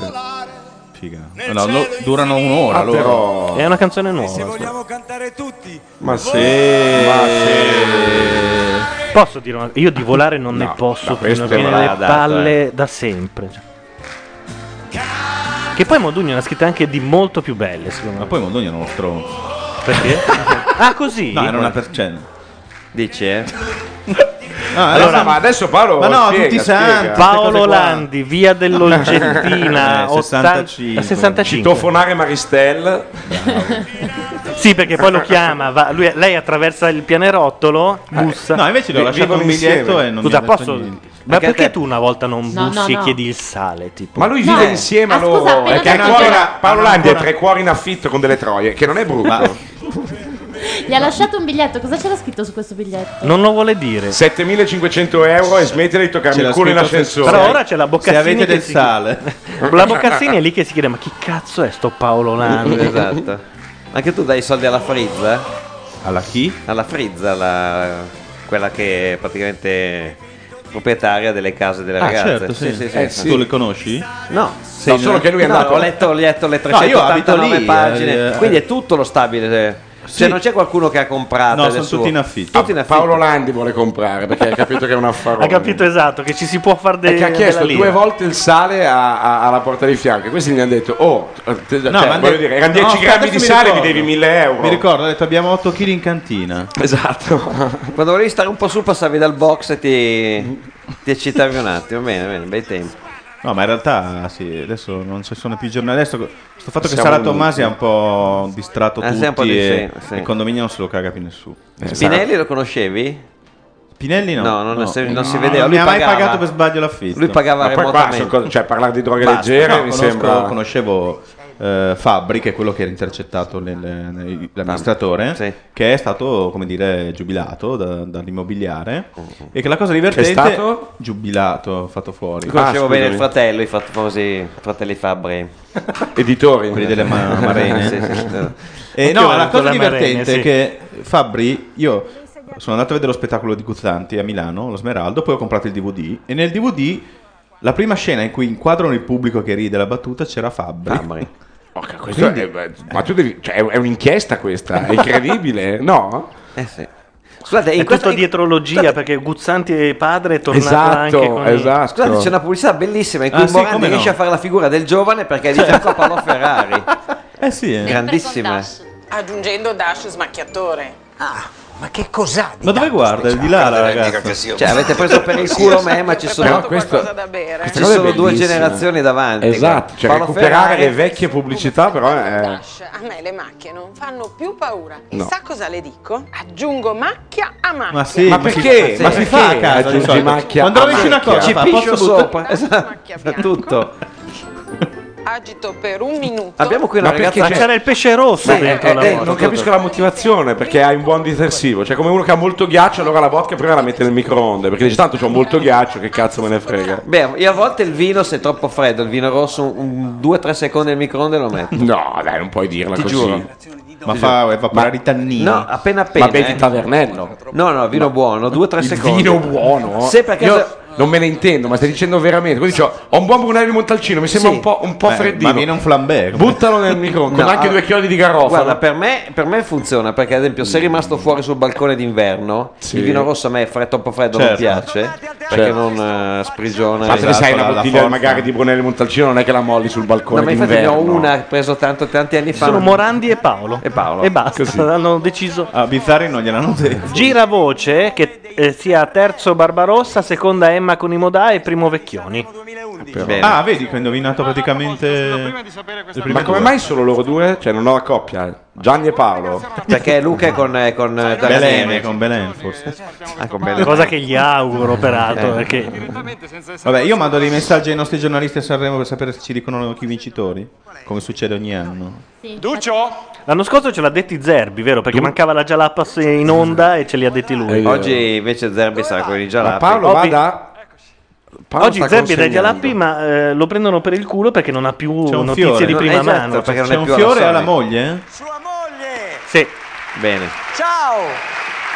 Speaker 5: Figa. No, lo- durano un'ora
Speaker 6: Ah,
Speaker 5: loro.
Speaker 6: però-
Speaker 4: È una canzone nuova.
Speaker 6: Ma sì,
Speaker 4: Posso dire una Io di volare non ne posso
Speaker 5: ma
Speaker 4: più, mi
Speaker 5: questo è
Speaker 4: viene
Speaker 5: una
Speaker 4: le
Speaker 5: data,
Speaker 4: palle
Speaker 6: eh.
Speaker 4: da sempre. cioè. Che poi Modugno ne ha scritte anche di molto più belle, secondo me. Ma
Speaker 5: poi Modugno è uno stronzo.
Speaker 4: Perché? ah, così?
Speaker 5: No, era una per cento.
Speaker 9: Dici, eh?
Speaker 4: Allora,
Speaker 6: Ah, ma adesso Paolo
Speaker 5: Ma no,
Speaker 6: spiega,
Speaker 5: tutti i
Speaker 6: spiega.
Speaker 5: santi.
Speaker 4: Paolo Landi, via dell'Olgettina,
Speaker 6: Eh, 65.
Speaker 4: 80 65.
Speaker 6: Citofonare Maristel.
Speaker 4: Sì, perché poi lo chiama, va- lui- lei attraversa il pianerottolo,
Speaker 6: Eh,
Speaker 4: bussa.
Speaker 5: No, invece gli ho Vi- lasciato vivono un biglietto insieme. e non
Speaker 4: Scusa,
Speaker 5: mi ha detto
Speaker 4: posso-
Speaker 5: niente.
Speaker 4: Ma
Speaker 5: Anche a
Speaker 4: perché
Speaker 5: te.
Speaker 4: tu una volta non
Speaker 5: No,
Speaker 4: bussi
Speaker 5: no, Ah,
Speaker 4: e
Speaker 5: no.
Speaker 4: chiedi il sale? Tipo?
Speaker 6: Ma lui vive insieme a loro.
Speaker 4: Ah,
Speaker 6: è che ha ancora- Paolo Landi ha tre cuori in affitto con delle troie, che non è brutto.
Speaker 7: Gli ha lasciato un biglietto, cosa c'era scritto su questo biglietto?
Speaker 4: Non lo vuole dire.
Speaker 6: 7500 euro e smettere di toccarmi il culo in ascensore.
Speaker 4: Però ora c'è la Boccassini.
Speaker 6: Se avete
Speaker 4: che
Speaker 6: del
Speaker 4: si-
Speaker 6: sale.
Speaker 4: La Boccassini è lì che si chiede: Ma chi cazzo è sto Paolo Nando?
Speaker 9: esatto. Anche tu dai i soldi alla Frizza?
Speaker 5: Alla chi?
Speaker 9: Alla Frizza, la- quella che è praticamente proprietaria delle case delle
Speaker 5: Ah,
Speaker 9: ragazze.
Speaker 5: certo, sì. Eh, sì. Tu le conosci?
Speaker 9: No,
Speaker 5: Sei
Speaker 9: no, solo
Speaker 5: ignorante.
Speaker 9: che lui è
Speaker 5: No,
Speaker 9: andato.
Speaker 5: ho
Speaker 9: ho
Speaker 5: letto-
Speaker 9: letto,
Speaker 5: ho letto le
Speaker 9: le
Speaker 5: 349
Speaker 9: 349
Speaker 5: pagine.
Speaker 9: pagine, quindi è tutto lo stabile. Cioè, non c'è qualcuno che ha comprato.
Speaker 6: del suo.
Speaker 9: Tutti in affitto.
Speaker 6: Ah, Paolo Landi vuole comprare perché ha capito che è un affare.
Speaker 4: Ha capito esatto che ci si può fare
Speaker 6: E
Speaker 4: delle
Speaker 6: che ha chiesto due volte il sale a- a- alla porta di fianco. E questi gli hanno detto: Oh, te- cioè,
Speaker 5: No, ma
Speaker 6: voglio dire, erano 10 grammi di sale, mi devi 1000 euro.
Speaker 5: Mi ricordo, ha detto abbiamo 8 kg in cantina.
Speaker 9: Esatto. Quando volevi stare un po' su, passavi dal box e ti, ti eccitavi un attimo. Bene, bene, bei tempi.
Speaker 5: No, ma in realtà sì, adesso non ci sono più giornali. Adesso questo fatto che
Speaker 9: Siamo
Speaker 5: Sara
Speaker 9: venuti.
Speaker 5: Tommasi ha un po' distratto
Speaker 9: Ah,
Speaker 5: tutti
Speaker 9: sì, un po' di-
Speaker 5: e,
Speaker 9: sì, sì.
Speaker 5: e il condominio non se lo caga più nessuno.
Speaker 9: Spinelli lo conoscevi?
Speaker 5: Esatto. Spinelli no.
Speaker 9: No, non, si- non si
Speaker 5: No,
Speaker 9: vedeva.
Speaker 5: Non
Speaker 9: lui
Speaker 5: mi ha mai
Speaker 9: pagava.
Speaker 5: pagato per sbaglio l'affitto.
Speaker 9: Lui pagava
Speaker 5: Ma poi qua
Speaker 9: remotamente.
Speaker 5: sono cose-
Speaker 6: cioè, parlare di droghe
Speaker 5: Basta,
Speaker 6: leggere
Speaker 5: no,
Speaker 6: mi
Speaker 5: conosco-
Speaker 6: sembra.
Speaker 5: Conoscevo eh, Fabri, che è quello che era intercettato nel- nel-
Speaker 9: Ah,
Speaker 5: l'amministratore, che è stato, come dire, giubilato da- dall'immobiliare.
Speaker 9: Mm.
Speaker 5: E che la cosa divertente
Speaker 9: Che è stato? Ah,
Speaker 5: giubilato, fatto fuori.
Speaker 9: Io conoscevo bene
Speaker 5: Ah,
Speaker 9: il fratello, i famosi fratelli Fabri.
Speaker 6: Editori.
Speaker 5: quelli delle ma- marene.
Speaker 9: Sì, sì, sì.
Speaker 5: E
Speaker 9: Occhio
Speaker 5: no, la
Speaker 9: con
Speaker 5: cosa
Speaker 9: le
Speaker 5: divertente
Speaker 9: marene,
Speaker 5: è
Speaker 9: sì.
Speaker 5: che Fabri, io sono andato a vedere lo spettacolo di Guzzanti a Milano, lo Smeraldo, poi ho comprato il DVD e nel DVD la prima scena in cui inquadrano il pubblico che ride la battuta c'era Fabri.
Speaker 6: Porca, questo è- beh, ma tu devi, cioè, è è un'inchiesta questa, è incredibile, no?
Speaker 9: Eh sì. Scusate,
Speaker 4: È
Speaker 9: in questo-
Speaker 4: tutto dietrologia perché Guzzanti padre è tornato
Speaker 6: Esatto,
Speaker 4: anche con i-
Speaker 6: esatto.
Speaker 9: Scusate, c'è una pubblicità bellissima in cui
Speaker 4: Ah, sì,
Speaker 9: Morandi
Speaker 4: come no.
Speaker 9: riesce a fare la figura del giovane perché è di fianco a Paolo Ferrari.
Speaker 5: Eh sì, eh.
Speaker 9: Grandissima.
Speaker 12: Aggiungendo Dash smacchiatore. Ah,
Speaker 10: Ma che cos'ha?
Speaker 5: Ma dove guarda? Di là la ragazza.
Speaker 9: Cioè, avete preso per il culo me, ma ci sono, ci sono due generazioni davanti.
Speaker 6: Esatto,
Speaker 9: qua.
Speaker 6: cioè
Speaker 9: Paolo
Speaker 6: recuperare
Speaker 9: Ferrari-
Speaker 6: le vecchie pubblicità però eh. è...
Speaker 12: A me le macchie non fanno più paura. E
Speaker 6: No.
Speaker 12: sa cosa le dico? Aggiungo macchia a macchia.
Speaker 5: Ma sì,
Speaker 6: Ma perché?
Speaker 5: si- Ma si
Speaker 6: Perché
Speaker 5: fa a casa di
Speaker 6: aggiungi
Speaker 5: solito.
Speaker 6: macchia
Speaker 5: Quando
Speaker 6: a
Speaker 5: rovesci una
Speaker 6: macchia?
Speaker 5: cosa,
Speaker 6: Ci
Speaker 5: fa,
Speaker 6: piscio
Speaker 5: posso
Speaker 6: sopra.
Speaker 5: buttare
Speaker 9: Esatto. Tutto.
Speaker 12: Agito per un minuto.
Speaker 9: Abbiamo qui una
Speaker 6: Ma perché
Speaker 9: ragazza
Speaker 6: c'è-
Speaker 4: il pesce rosso
Speaker 6: Beh,
Speaker 4: dentro
Speaker 6: eh,
Speaker 4: la
Speaker 6: eh,
Speaker 4: vodka.
Speaker 6: non capisco la motivazione perché hai un buon detersivo. Cioè, come uno che ha molto ghiaccio, allora la vodka prima la mette nel microonde. Perché dice tanto c'ho molto ghiaccio, che cazzo me ne frega.
Speaker 9: Beh, io a volte il vino, se è troppo freddo, il vino rosso, un 2-3 secondi nel microonde lo metto.
Speaker 6: No, dai, non puoi dirla
Speaker 9: Ti
Speaker 6: così. eh,
Speaker 9: giuro.
Speaker 5: Ma fa evaporare i tannini.
Speaker 9: No, appena appena.
Speaker 6: Ma bevi
Speaker 9: eh.
Speaker 6: tavernello.
Speaker 9: No, no, vino buono, 2-3
Speaker 6: Il
Speaker 9: secondi.
Speaker 6: vino buono.
Speaker 9: Se per caso-
Speaker 6: Io non me ne intendo, ma stai dicendo veramente. Così dicevo, ho un buon Brunello di Montalcino, mi sembra
Speaker 9: Sì.
Speaker 6: un po', un po
Speaker 9: Beh,
Speaker 6: freddino.
Speaker 9: ma viene un
Speaker 5: flambè.
Speaker 6: Buttalo nel microonde,
Speaker 9: No,
Speaker 6: con anche
Speaker 9: allora-
Speaker 6: due chiodi di garofano.
Speaker 9: Guarda, per me, per me funziona perché, ad esempio, se è
Speaker 6: Mm.
Speaker 9: rimasto fuori sul balcone d'inverno, il vino rosso a me è fre- troppo freddo, non
Speaker 6: Certo.
Speaker 9: piace perché
Speaker 6: Certo.
Speaker 9: non eh, sprigiona.
Speaker 6: Ma se ne sai
Speaker 9: Esatto,
Speaker 6: una
Speaker 9: la- la
Speaker 6: bottiglia
Speaker 9: forza.
Speaker 6: magari di Brunello di Montalcino, non è che la molli sul balcone
Speaker 9: No, ma infatti ne ho
Speaker 6: d'inverno.
Speaker 9: una preso tanto, tanti anni fa.
Speaker 4: Sono
Speaker 9: ma-
Speaker 4: Morandi e Paolo.
Speaker 9: E Paolo.
Speaker 4: E basta, hanno deciso.
Speaker 5: A Ah, Bizzarri non gliel'hanno detto.
Speaker 4: Gira voce che eh, sia terzo Barbarossa, seconda Emma con i Modà e primo Vecchioni.
Speaker 5: Bene. Ah, vedi che ho indovinato praticamente. le prime
Speaker 6: Ma come
Speaker 5: due.
Speaker 6: mai solo loro due? Cioè, non ho la coppia. Gianni e Paolo.
Speaker 9: Perché Luca è con, è con eh,
Speaker 5: Belen,
Speaker 9: Tagliani.
Speaker 5: con Belen
Speaker 10: Eh,
Speaker 5: forse.
Speaker 9: Ah,
Speaker 6: Ecco,
Speaker 9: con Belen.
Speaker 4: Cosa che gli auguro, peraltro, perché-
Speaker 5: Vabbè, io mando dei messaggi ai nostri giornalisti a Sanremo per sapere se ci dicono chi i vincitori, come succede ogni anno.
Speaker 22: Duccio,
Speaker 4: L'anno scorso ce l'ha detti Zerbi, vero? Perché mancava la Jalapas in onda e ce li ha detti
Speaker 9: Eh,
Speaker 4: lui.
Speaker 9: Oggi invece Zerbi sarà con i
Speaker 4: Ma
Speaker 9: gialappi.
Speaker 4: Paolo va
Speaker 9: Oggi-
Speaker 4: da-
Speaker 9: Paolo
Speaker 4: Oggi
Speaker 9: sta
Speaker 4: Zerbi è dai
Speaker 9: consegnando.
Speaker 4: Jalapi, ma eh, lo prendono per il culo perché non ha più
Speaker 5: C'è un
Speaker 4: notizie
Speaker 5: fiore.
Speaker 4: di prima
Speaker 9: Eh, certo,
Speaker 5: Esatto,
Speaker 4: mano.
Speaker 5: perché non è C'è un più alla fiore alla Sony. moglie?
Speaker 4: Sua moglie! Sì.
Speaker 9: Bene.
Speaker 10: Ciao!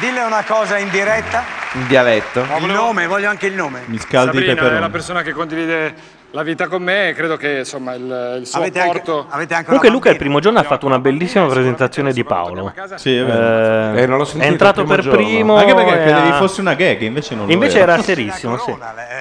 Speaker 10: Dille una cosa in diretta.
Speaker 9: In dialetto.
Speaker 10: Il nome, voglio anche il nome.
Speaker 5: Mi scaldi i
Speaker 22: Sabrina è la
Speaker 5: peperoni.
Speaker 22: persona che condivide la vita con me e credo che insomma il, il suo
Speaker 10: Avete anche-
Speaker 22: apporto
Speaker 4: Comunque Luca il primo giorno ha fatto una bellissima presentazione di Paolo.
Speaker 5: Sì, è
Speaker 4: vero.
Speaker 5: Eh, non l'ho
Speaker 4: è
Speaker 5: sentito
Speaker 4: entrato
Speaker 5: il primo
Speaker 4: per
Speaker 5: giorno.
Speaker 4: primo.
Speaker 5: Anche perché
Speaker 4: e
Speaker 5: credevi
Speaker 4: ha-
Speaker 5: fosse una gag, invece non lo
Speaker 4: Invece
Speaker 5: era.
Speaker 4: era serissimo, sì.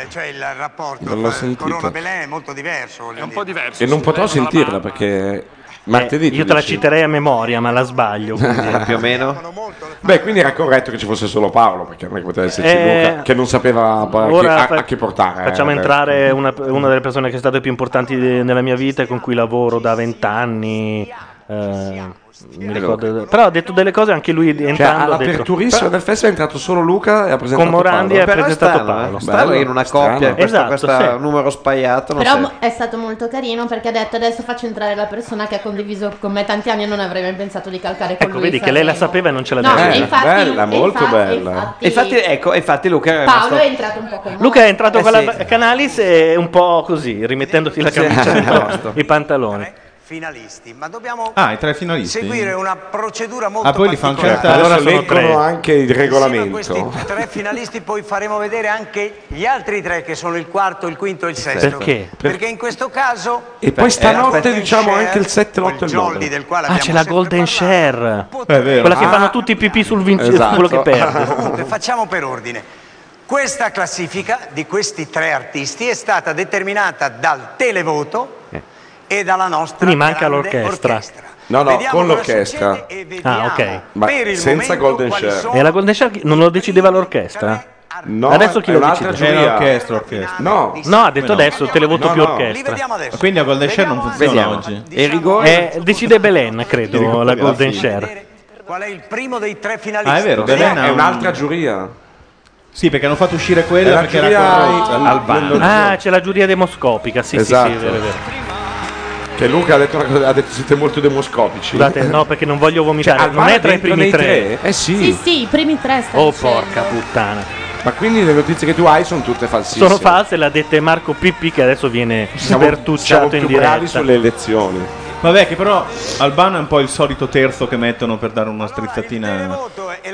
Speaker 10: Cioè il rapporto
Speaker 6: Non l'ho
Speaker 10: tra
Speaker 6: sentito.
Speaker 10: Corona Belen è molto diverso. È un po' diverso.
Speaker 6: E non potrò sentirla perché martedì.
Speaker 4: Eh, Io te la
Speaker 6: dici.
Speaker 4: citerei a memoria, ma la sbaglio. quindi.
Speaker 9: più o meno.
Speaker 6: Beh, quindi era corretto che ci fosse solo Paolo, perché non è che poteva esserci
Speaker 4: Eh,
Speaker 6: Luca, che non sapeva pa- chi-
Speaker 4: Ora
Speaker 6: a,
Speaker 4: fa-
Speaker 6: a chi portare.
Speaker 4: Facciamo
Speaker 6: eh,
Speaker 4: entrare una, una delle persone che è state più importanti de- nella mia vita e con cui lavoro da vent'anni. eh, Eh, mi ricordo- però ha detto delle cose anche lui
Speaker 6: Cioè,
Speaker 4: entrando. ha detto-
Speaker 6: all'aperturissimo del festival è entrato solo Luca e ha
Speaker 4: Con
Speaker 6: presentato
Speaker 4: Morandi
Speaker 6: Paolo.
Speaker 4: ha presentato Paolo.
Speaker 9: Bello, eh? in una
Speaker 6: strano.
Speaker 9: coppia, questo,
Speaker 4: Esatto,
Speaker 9: questo
Speaker 4: sì.
Speaker 9: numero spaiato. Non
Speaker 7: Però
Speaker 9: so.
Speaker 7: mo- è stato molto carino perché ha detto adesso faccio entrare la persona che ha condiviso con me tanti anni e non avrei mai pensato di calcare con
Speaker 4: Ecco,
Speaker 7: lui.
Speaker 4: vedi che lei la
Speaker 7: Sanremo.
Speaker 4: sapeva e non ce l'ha
Speaker 7: No,
Speaker 4: detto.
Speaker 7: e infatti- Bella, e molto infatti- bella. infatti-
Speaker 9: E Infatti, ecco, e infatti Luca era
Speaker 7: Paolo è
Speaker 9: rimasto-
Speaker 7: entrato un po' con me.
Speaker 4: Luca è entrato
Speaker 9: Eh
Speaker 4: con
Speaker 9: sì.
Speaker 4: la Canalis e un po' così, rimettendoti la
Speaker 5: Sì,
Speaker 4: camicia
Speaker 5: a
Speaker 4: dentro
Speaker 5: posto.
Speaker 4: i pantaloni.
Speaker 10: finalisti, ma dobbiamo
Speaker 5: Ah, i tre finalisti?
Speaker 10: seguire una procedura molto
Speaker 5: Ah, poi li fanno
Speaker 10: particolare.
Speaker 5: cantare.
Speaker 6: Allora
Speaker 5: sono
Speaker 6: leggono
Speaker 5: tre.
Speaker 6: anche il
Speaker 10: Insieme a
Speaker 6: regolamento.
Speaker 10: questi tre finalisti poi faremo vedere anche gli altri tre che sono il quarto, il quinto e il sesto.
Speaker 6: Perché?
Speaker 10: Perché in questo caso
Speaker 6: E poi stanotte
Speaker 10: Aspetta,
Speaker 6: diciamo anche il 7, l'8 e il 9.
Speaker 4: Ah, c'è la Golden Share.
Speaker 6: vero.
Speaker 4: Quella che
Speaker 6: Ah.
Speaker 4: fanno tutti i pipì sul vincitore,
Speaker 6: Esatto.
Speaker 4: quello che perde.
Speaker 10: Comunque facciamo per ordine. Questa classifica di questi tre artisti è stata determinata dal televoto e dalla nostra
Speaker 4: Quindi manca
Speaker 10: grande
Speaker 4: l'orchestra.
Speaker 6: Eh. No, no,
Speaker 10: Vediamo
Speaker 6: con
Speaker 10: cosa
Speaker 6: l'orchestra.
Speaker 4: Ah, ok.
Speaker 6: Ma
Speaker 10: Per il
Speaker 6: senza
Speaker 10: momento
Speaker 6: Golden
Speaker 10: quali
Speaker 6: Share.
Speaker 10: sono-
Speaker 4: E la Golden Share chi- non lo decideva l'orchestra?
Speaker 6: No,
Speaker 4: adesso chi
Speaker 6: è
Speaker 4: lo
Speaker 6: un'altra
Speaker 4: decide?
Speaker 6: giuria. Era orchestra,
Speaker 5: orchestra.
Speaker 6: No.
Speaker 4: No, ha detto adesso, televoto
Speaker 5: No,
Speaker 4: più
Speaker 5: no. Li
Speaker 4: orchestra.
Speaker 5: vediamo adesso. Quindi a Golden Share non funziona oggi.
Speaker 4: E rigore? Eh, decide Belen, credo, la Golden Share.
Speaker 10: Qual è il primo dei tre finalisti?
Speaker 5: Ah, è vero,
Speaker 10: Vediamo.
Speaker 5: Belen ha un-
Speaker 6: giuria.
Speaker 5: Sì, perché hanno fatto uscire quella
Speaker 6: Era
Speaker 5: perché
Speaker 6: giuria
Speaker 5: era
Speaker 6: al-
Speaker 5: contro Albano.
Speaker 4: Ah, c'è la giuria demoscopica, sì, sì,
Speaker 6: Esatto.
Speaker 4: sì, è vero, è vero.
Speaker 6: Che Luca ha detto, una cosa, ha detto siete molto demoscopici.
Speaker 4: Scusate, no, perché non voglio vomitare.
Speaker 6: Cioè,
Speaker 4: non
Speaker 6: Albano
Speaker 4: è tra i
Speaker 6: dentro
Speaker 4: primi
Speaker 6: nei
Speaker 4: tre.
Speaker 6: tre? Eh sì.
Speaker 7: Sì, sì, i primi tre stanno
Speaker 4: Oh, porca puttana.
Speaker 6: Ma quindi le notizie che tu hai sono tutte falsissime.
Speaker 4: Sono false, l'ha detta Marco Pippi che adesso viene
Speaker 6: Siamo- siamo
Speaker 4: sbertucciato
Speaker 6: più
Speaker 4: in
Speaker 6: bravi
Speaker 4: diretta.
Speaker 6: sulle elezioni.
Speaker 5: Vabbè, che però Albano è un po' il solito terzo che mettono per dare una strizzatina,